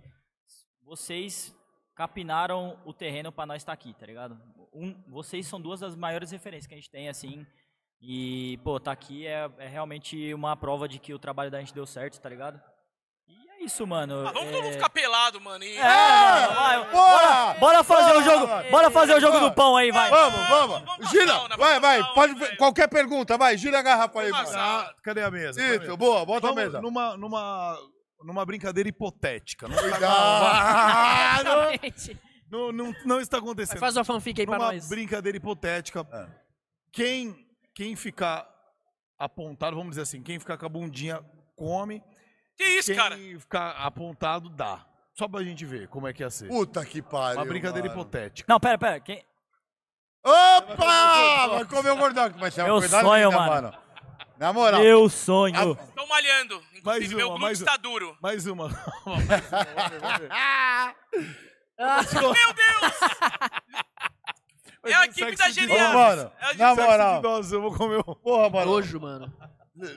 Speaker 5: vocês capinaram o terreno pra nós estar aqui, tá ligado? Um, vocês são duas das maiores referências que a gente tem, assim. E, pô, tá aqui é, é realmente uma prova de que o trabalho da gente deu certo, tá ligado? E é isso, mano.
Speaker 2: Ah, vamos todo
Speaker 5: é...
Speaker 2: mundo ficar pelado, mano. E...
Speaker 5: É, mano, vai,
Speaker 3: Bora!
Speaker 5: Bora fazer o jogo, bora fazer o jogo
Speaker 3: Bora.
Speaker 5: do pão aí, vai.
Speaker 3: Vamos,
Speaker 2: Vamos
Speaker 3: vamos!
Speaker 2: pra
Speaker 3: Gira!
Speaker 4: né?
Speaker 2: sauna,
Speaker 3: Vai,
Speaker 2: vamos pra
Speaker 3: vai!
Speaker 2: sauna,
Speaker 3: Pode,
Speaker 2: velho.
Speaker 3: qualquer pergunta, vai! Gira a garrafa aí,
Speaker 2: Vamos pra
Speaker 3: mano!
Speaker 2: sauna.
Speaker 1: Ah, Cadê a mesa? Cadê a mesa?
Speaker 3: Isso, boa, bota a
Speaker 1: Vamos
Speaker 3: mesa!
Speaker 1: Numa, numa, numa brincadeira hipotética. Não, <laughs>
Speaker 3: Cuidado!
Speaker 4: Exatamente.
Speaker 1: não, não, não está acontecendo.
Speaker 4: Mas faz uma fanfic aí pra
Speaker 1: numa
Speaker 4: nós.
Speaker 1: brincadeira hipotética.
Speaker 3: Ah.
Speaker 2: É.
Speaker 1: Quem, quem ficar apontado, vamos dizer assim, quem ficar com a bundinha come,
Speaker 2: Que isso,
Speaker 1: quem
Speaker 2: cara?
Speaker 1: ficar apontado dá. Só pra gente ver como é que ia ser.
Speaker 3: Puta que pariu!
Speaker 1: Uma brincadeira
Speaker 3: mano.
Speaker 1: hipotética.
Speaker 5: Não, pera, pera. Quem...
Speaker 3: Opa! Vai comer o gordão que vai ser uma
Speaker 5: Meu
Speaker 3: coisa
Speaker 5: sonho,
Speaker 3: linda,
Speaker 5: mano.
Speaker 3: Na moral!
Speaker 5: Meu sonho.
Speaker 2: Estão malhando. Inclusive,
Speaker 1: Mais
Speaker 2: meu
Speaker 1: uma,
Speaker 2: glúteo
Speaker 1: mais
Speaker 2: está duro.
Speaker 1: Mais uma.
Speaker 2: Meu Deus!
Speaker 1: um
Speaker 2: é a equipe da
Speaker 3: Ô,
Speaker 2: Genial.
Speaker 3: mano!
Speaker 2: É a gente
Speaker 3: Na
Speaker 2: sabe
Speaker 3: moral!
Speaker 1: Nossa, eu vou comer um.
Speaker 3: Porra, mano!
Speaker 4: Nojo, mano.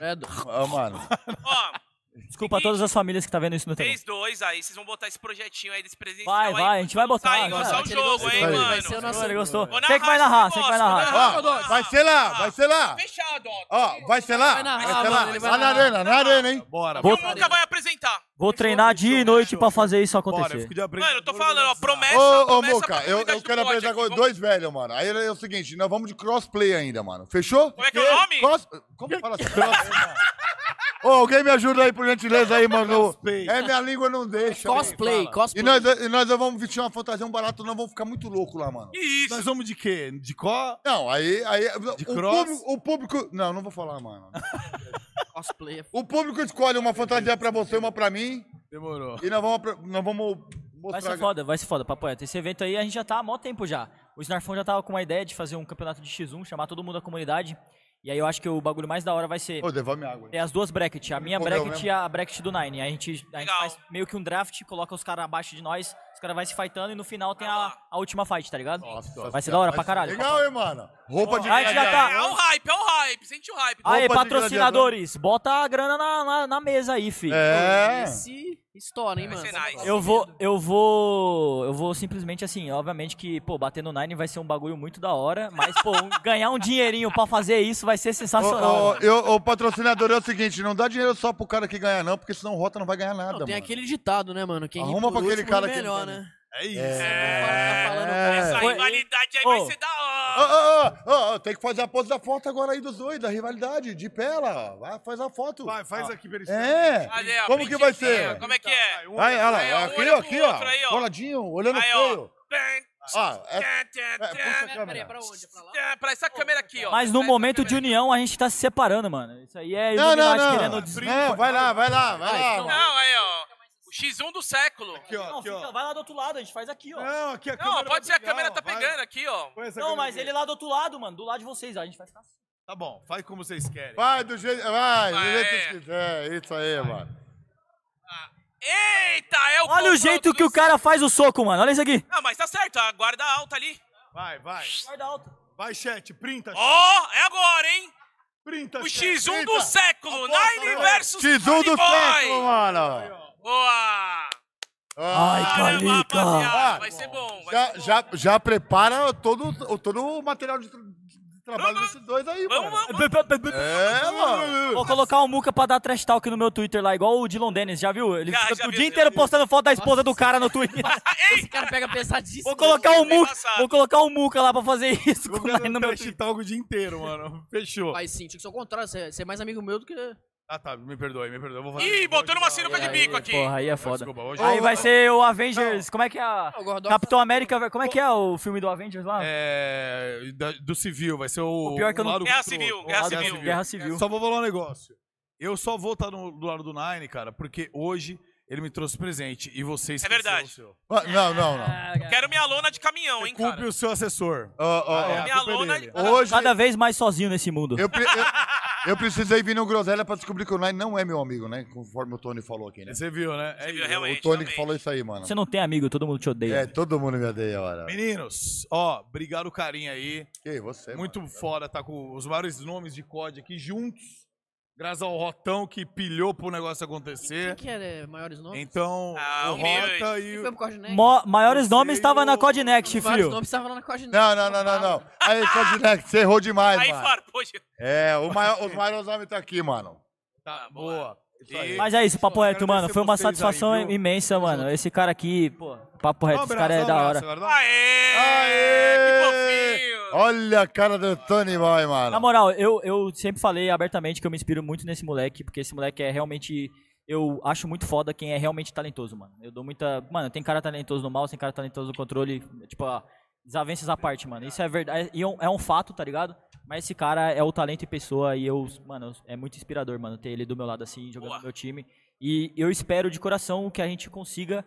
Speaker 4: É do...
Speaker 3: Ô,
Speaker 4: <laughs>
Speaker 3: mano!
Speaker 2: Ó,
Speaker 5: Desculpa a todas as famílias que tá vendo isso no tempo.
Speaker 2: vocês dois aí, vocês vão botar esse projetinho aí desse presencial
Speaker 5: Vai,
Speaker 2: aí.
Speaker 5: vai, a gente vai botar.
Speaker 2: Sai,
Speaker 5: vai.
Speaker 2: Gonçalo. só o
Speaker 4: aquele
Speaker 2: jogo,
Speaker 4: gostou,
Speaker 2: hein,
Speaker 4: Vai
Speaker 2: mano?
Speaker 4: ser o nosso...
Speaker 5: Gostou, ele gostou.
Speaker 2: Vou
Speaker 5: Quem é que vai
Speaker 2: narrar
Speaker 5: narrar?
Speaker 2: esse
Speaker 5: Quem é que vai
Speaker 2: negócio,
Speaker 5: narrar?
Speaker 2: vou narrar.
Speaker 3: Ó, vai ser lá! Vai ser lá!
Speaker 2: Fechado, ó.
Speaker 3: Ó, vai ser lá!
Speaker 4: Vai narrar,
Speaker 3: Vai ser
Speaker 4: mano, ele vai
Speaker 3: lá! Lá na
Speaker 4: narrar.
Speaker 3: arena, na arena, hein!
Speaker 1: Bora,
Speaker 5: Vou-
Speaker 2: E o Muca vai apresentar.
Speaker 5: Vou treinar dia e noite pra fazer isso
Speaker 1: bora. Eu
Speaker 5: acontecer.
Speaker 1: fico de aprender.
Speaker 2: Mano, eu tô falando, ó, promessa.
Speaker 3: Ô, ô
Speaker 2: promessa
Speaker 3: Moca,
Speaker 2: pra
Speaker 3: eu,
Speaker 2: comunidade
Speaker 3: eu
Speaker 2: do
Speaker 3: quero
Speaker 2: Pod
Speaker 3: apresentar
Speaker 2: aqui,
Speaker 3: com
Speaker 2: vamos-
Speaker 3: dois velhos, mano. Aí é o seguinte, nós vamos de crossplay ainda, mano. Fechou?
Speaker 2: Como é que é o nome?
Speaker 3: Cross... Como fala assim? Crossplay, mano. Ô, alguém me ajuda aí, por gentileza, aí, mano.
Speaker 1: Crossplay.
Speaker 3: É, minha língua não deixa.
Speaker 4: Cosplay,
Speaker 3: E
Speaker 4: cosplay.
Speaker 3: nós, e nós vamos vestir uma fantasia, um barato, nós vamos ficar muito louco lá, mano.
Speaker 2: Que <laughs> isso?
Speaker 1: Nós vamos de quê? De có?
Speaker 3: Não, aí... aí
Speaker 1: De
Speaker 3: o,
Speaker 1: cross?
Speaker 3: público, o público... Não, não vou falar, mano.
Speaker 4: Cosplay. é f-
Speaker 3: O público escolhe uma fantasia pra você, uma pra mim.
Speaker 1: Demorou.
Speaker 3: E nós vamos... apre- Nós vamos
Speaker 5: Vai
Speaker 3: mostrar...
Speaker 5: ser foda, vai ser foda, papoeta. Esse evento aí a gente já tá há mó tempo já. O Snarfão já tava com uma ideia de fazer um campeonato de X1, chamar todo mundo da comunidade. E aí eu acho que o bagulho mais da hora vai ser
Speaker 3: Ô, devolve minha água.
Speaker 5: é as duas brackets, a minha
Speaker 3: Comeu
Speaker 5: bracket
Speaker 3: mesmo?
Speaker 5: e a bracket do Nine. Aí a gente, a gente
Speaker 2: Legal.
Speaker 5: faz meio que um draft, coloca os caras abaixo de nós, os caras vão se fightando e no final tem
Speaker 2: Vai
Speaker 5: a,
Speaker 2: lá.
Speaker 5: a última fight, tá ligado?
Speaker 3: Nossa,
Speaker 5: vai ser da hora pra caralho.
Speaker 3: Legal, hein, mano? Roupa de
Speaker 5: A gente já
Speaker 2: É o
Speaker 5: tá.
Speaker 2: hype, é o hype. Sente o hype.
Speaker 5: Aí,
Speaker 3: Roupa de
Speaker 5: patrocinadores, bota a grana na, na, na mesa aí, fi.
Speaker 3: É.
Speaker 4: né? Esse estoura, hein,
Speaker 2: Vai
Speaker 4: mano.
Speaker 2: ser nice.
Speaker 4: Tá
Speaker 5: Eu vou, eu vou, eu vou simplesmente assim, obviamente que, pô, bater no Nine vai ser um bagulho muito da hora, mas, pô, um- ganhar um dinheirinho pra fazer isso vai ser sensacional.
Speaker 3: Ô, ô,
Speaker 5: mano.
Speaker 3: eu- ô, patrocinador, é o seguinte, não dá dinheiro só pro cara que ganha, não, porque senão o Rota não vai ganhar nada,
Speaker 4: Não, tem
Speaker 3: mano.
Speaker 4: aquele ditado, né, mano? Quem ri
Speaker 3: Arruma
Speaker 4: por
Speaker 3: pra aquele
Speaker 4: último,
Speaker 3: cara
Speaker 4: ri
Speaker 3: que-
Speaker 4: melhor, né?
Speaker 1: É isso.
Speaker 4: Tá falando
Speaker 3: É.
Speaker 2: Essa
Speaker 5: Foi-
Speaker 2: rivalidade aí
Speaker 5: Ô.
Speaker 2: vai ser da
Speaker 3: Ô,
Speaker 2: hora.
Speaker 3: ô, ô, ô, ô, tem que fazer a pose da foto agora aí dos dois, da rivalidade, de pé lá, ó. Vai, faz a foto.
Speaker 1: Vai, faz aqui pra eles.
Speaker 3: É.
Speaker 2: Olha aí, ó,
Speaker 3: Como que vai
Speaker 2: brinquedinho,
Speaker 3: ser?
Speaker 2: Como é que é?
Speaker 3: Aí, olha
Speaker 2: Aí, ó,
Speaker 3: lá,
Speaker 2: um
Speaker 3: aqui,
Speaker 2: olha
Speaker 3: ó,
Speaker 2: pro
Speaker 3: aqui,
Speaker 2: outro aí, ó.
Speaker 3: ó. Coladinho, olhando
Speaker 2: Aí, ó.
Speaker 3: feio. Ah, é- puxa a
Speaker 4: Pera, pera aí,
Speaker 3: câmera.
Speaker 4: pra onde? Pra lá?
Speaker 2: É, pra essa câmera aqui, ó.
Speaker 5: Mas no
Speaker 2: Pra essa
Speaker 5: momento
Speaker 2: câmera
Speaker 5: de união a gente tá se separando, mano. Isso aí é
Speaker 3: Não, É, não,
Speaker 5: Illuminati querendo
Speaker 3: não.
Speaker 5: des-
Speaker 2: então.
Speaker 3: Não, vai lá, vai lá, vai lá.
Speaker 2: aqui. Não, aí, ó. O X1 do século.
Speaker 1: Aqui, ó,
Speaker 5: Não,
Speaker 1: aqui,
Speaker 5: fica-
Speaker 1: ó.
Speaker 5: vai lá do outro lado, a gente faz
Speaker 3: É,
Speaker 5: aqui, ó.
Speaker 1: Não, aqui a câmera
Speaker 2: Não,
Speaker 1: vai
Speaker 2: pode ser, a
Speaker 1: pegar,
Speaker 2: câmera
Speaker 1: ó,
Speaker 2: tá
Speaker 1: vai.
Speaker 2: pegando aqui, ó.
Speaker 1: Põe essa
Speaker 5: Não,
Speaker 1: câmera
Speaker 5: mas
Speaker 1: aqui.
Speaker 5: ele lá do outro lado, mano, do lado de vocês, ó, a gente faz assim.
Speaker 1: Tá bom, faz como vocês querem.
Speaker 3: Vai do jeito. Vai, do
Speaker 2: Vai. é.
Speaker 3: jeito que vocês quiser. é Isso aí, mano.
Speaker 2: Eita, é o
Speaker 5: Olha o
Speaker 2: confronto
Speaker 5: jeito que o
Speaker 2: dos-
Speaker 5: cara faz o soco, mano, olha isso aqui.
Speaker 2: Ah, mas tá certo, a guarda alta ali.
Speaker 1: Vai, vai.
Speaker 5: Guarda alta.
Speaker 1: Vai, chat, printa,
Speaker 2: Ó, é agora, hein?
Speaker 1: printa,
Speaker 2: O
Speaker 1: chat.
Speaker 2: X1 do
Speaker 3: Eita.
Speaker 2: século,
Speaker 3: Aposta,
Speaker 2: Nine
Speaker 3: velho.
Speaker 2: versus
Speaker 3: X1
Speaker 2: Funny
Speaker 3: do
Speaker 2: Boy.
Speaker 3: século, mano.
Speaker 2: Boa!
Speaker 5: Ai,
Speaker 3: Ah,
Speaker 2: Caramba,
Speaker 5: Calica.
Speaker 2: rapaziada, vai ser bom, vai
Speaker 3: já,
Speaker 2: ser bom. né?
Speaker 3: já, já prepara todo, o- todo o material de, tra- de trabalho desses dois aí,
Speaker 2: Vamos,
Speaker 3: mano.
Speaker 2: vamos,
Speaker 3: É, mano.
Speaker 5: Vou colocar o Muca pra dar trash talk no meu Twitter lá, igual o Dylan Dennis, já viu? Ele
Speaker 2: Já,
Speaker 5: fica
Speaker 2: já
Speaker 5: o
Speaker 2: vi,
Speaker 5: dia
Speaker 2: já
Speaker 5: inteiro
Speaker 2: vi.
Speaker 5: postando foto da esposa do cara no Twitter.
Speaker 4: Esse cara pega né? pesadíssimo.
Speaker 5: Vou colocar o
Speaker 2: Bem
Speaker 5: Muca,
Speaker 2: passado.
Speaker 5: vou colocar o Muca lá pra fazer isso
Speaker 1: Vou
Speaker 5: com o
Speaker 1: ficar
Speaker 5: Nine
Speaker 1: dando
Speaker 5: no meu
Speaker 1: trash
Speaker 5: Twitter.
Speaker 1: talk tá o dia inteiro, mano. <laughs> Fechou.
Speaker 4: Aí sim, tinha que ser o contrário, você você é mais amigo meu do que...
Speaker 1: Ah, tá, me perdoe, me perdoe. Eu vou fazer
Speaker 2: Ih, botou numa sinuca de
Speaker 4: Aí,
Speaker 2: bico aqui.
Speaker 5: Porra, aí é foda.
Speaker 1: Desculpa, hoje
Speaker 5: Aí
Speaker 1: eu-
Speaker 5: vai ser o Avengers, como é que é a...
Speaker 4: Ah, o Gordon
Speaker 3: Tá
Speaker 5: Capitão América, como é que é o filme do Avengers lá?
Speaker 1: É, da- do civil, vai ser o.
Speaker 5: O pior é que eu não-
Speaker 1: lado
Speaker 2: Guerra
Speaker 1: contra o
Speaker 2: civil,
Speaker 1: outro.
Speaker 2: guerra
Speaker 1: O lado
Speaker 2: civil.
Speaker 5: Guerra Civil.
Speaker 1: Só vou falar um negócio. Eu só vou estar no, do lado do Nine, cara, porque hoje ele me trouxe presente e você esqueceu
Speaker 2: É verdade.
Speaker 1: o seu.
Speaker 3: Ah, Não, não, não.
Speaker 5: Ah, cara.
Speaker 2: Quero minha lona de caminhão, hein,
Speaker 1: Cumpre
Speaker 2: cara.
Speaker 1: o seu assessor.
Speaker 3: Ó, ó, ó.
Speaker 1: É, a
Speaker 2: Minha
Speaker 1: culpa é
Speaker 2: lona-
Speaker 1: dele.
Speaker 3: Hoje
Speaker 5: Cada vez mais sozinho nesse mundo.
Speaker 3: eu, pre- eu, eu precisei vir no Groselha pra descobrir que o Nine não é meu amigo, né? Conforme o Tony falou aqui, né?
Speaker 1: Você viu, né? É
Speaker 2: viu,
Speaker 1: isso.
Speaker 2: realmente.
Speaker 3: O Tony que
Speaker 2: realmente.
Speaker 3: falou isso aí, mano.
Speaker 5: Você não tem amigo, todo mundo te odeia.
Speaker 3: É, todo mundo me odeia, hora.
Speaker 1: Meninos, ó, obrigado o carinho aí.
Speaker 3: Que você,
Speaker 1: Muito
Speaker 3: mano.
Speaker 1: foda tá com os maiores nomes de COD aqui juntos. Graças ao Rotão que pilhou pro negócio
Speaker 4: Quem
Speaker 1: acontecer.
Speaker 4: assim que era maiores
Speaker 5: é
Speaker 4: nomes?
Speaker 1: Então,
Speaker 2: Ah,
Speaker 1: o
Speaker 2: o Miro aí.
Speaker 1: Rota
Speaker 4: Quem
Speaker 1: e
Speaker 4: foi
Speaker 1: o.
Speaker 4: pro Codinec?
Speaker 5: Mo- maiores
Speaker 1: Você
Speaker 5: nomes
Speaker 1: e
Speaker 5: estava
Speaker 1: o-
Speaker 5: na Codnext,
Speaker 4: Vários
Speaker 5: filho.
Speaker 4: nomes estavam lá na Codinec.
Speaker 3: Não, não, não, não, não. Aí, Codinec, você errou demais,
Speaker 2: Aí,
Speaker 3: mano.
Speaker 2: farpou. gente.
Speaker 3: É, o maior, os maiores homens tá aqui, mano.
Speaker 1: Tá,
Speaker 2: boa.
Speaker 1: boa. E-
Speaker 5: Mas é isso, papo
Speaker 1: Eu
Speaker 5: reto, mano.
Speaker 1: agradecer
Speaker 5: Foi uma
Speaker 1: vocês aí,
Speaker 5: satisfação
Speaker 1: viu?
Speaker 5: imensa, mano. Esse cara aqui, pô, papo reto,
Speaker 1: Um
Speaker 5: esse
Speaker 1: abraço,
Speaker 5: cara é
Speaker 1: um
Speaker 5: da
Speaker 1: abraço,
Speaker 5: hora.
Speaker 1: agora dá um-
Speaker 2: Aê! Que
Speaker 3: Aê!
Speaker 2: fofinho!
Speaker 3: Olha a cara do Tony Boy, mano.
Speaker 5: Na moral, eu, eu sempre falei abertamente que eu me inspiro muito nesse moleque, porque esse moleque é realmente. Eu acho muito foda quem é realmente talentoso, mano. Eu dou muita. Mano, tem cara talentoso no mouse, tem cara talentoso no controle. Tipo, ó, desavenças à parte, mano. Isso é verdade. E é um, é um fato, tá ligado? Mas esse cara é o talento e pessoa. E eu, mano, é muito inspirador, mano, ter ele do meu lado assim, jogando
Speaker 2: Boa.
Speaker 5: no meu time. E eu espero de coração que a gente consiga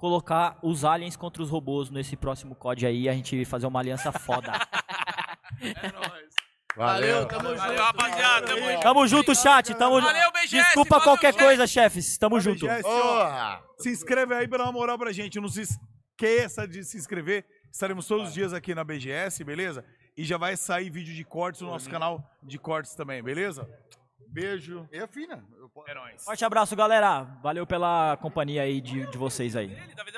Speaker 5: colocar os aliens contra os robôs nesse próximo COD aí e a gente fazer uma aliança foda.
Speaker 3: Valeu.
Speaker 4: tamo junto.
Speaker 2: É Valeu, rapaziada, <laughs> tamo junto.
Speaker 5: Tamo junto, chat. Tamo
Speaker 2: Valeu, BGS,
Speaker 5: Desculpa
Speaker 2: valeu,
Speaker 5: qualquer
Speaker 2: gente.
Speaker 5: coisa, chefes. Tamo junto.
Speaker 1: BGS, ó,
Speaker 3: Porra.
Speaker 1: Se inscreve aí pra dar uma moral pra gente. Não se esqueça de se inscrever. Estaremos todos os dias aqui na BGS, beleza? E já vai sair vídeo de cortes no nosso canal de cortes também, beleza? Beijo.
Speaker 3: E a fina. Eu-
Speaker 1: É nóis.
Speaker 5: Forte abraço, galera. Valeu pela companhia aí de, de vocês aí.
Speaker 2: Ele, Davi,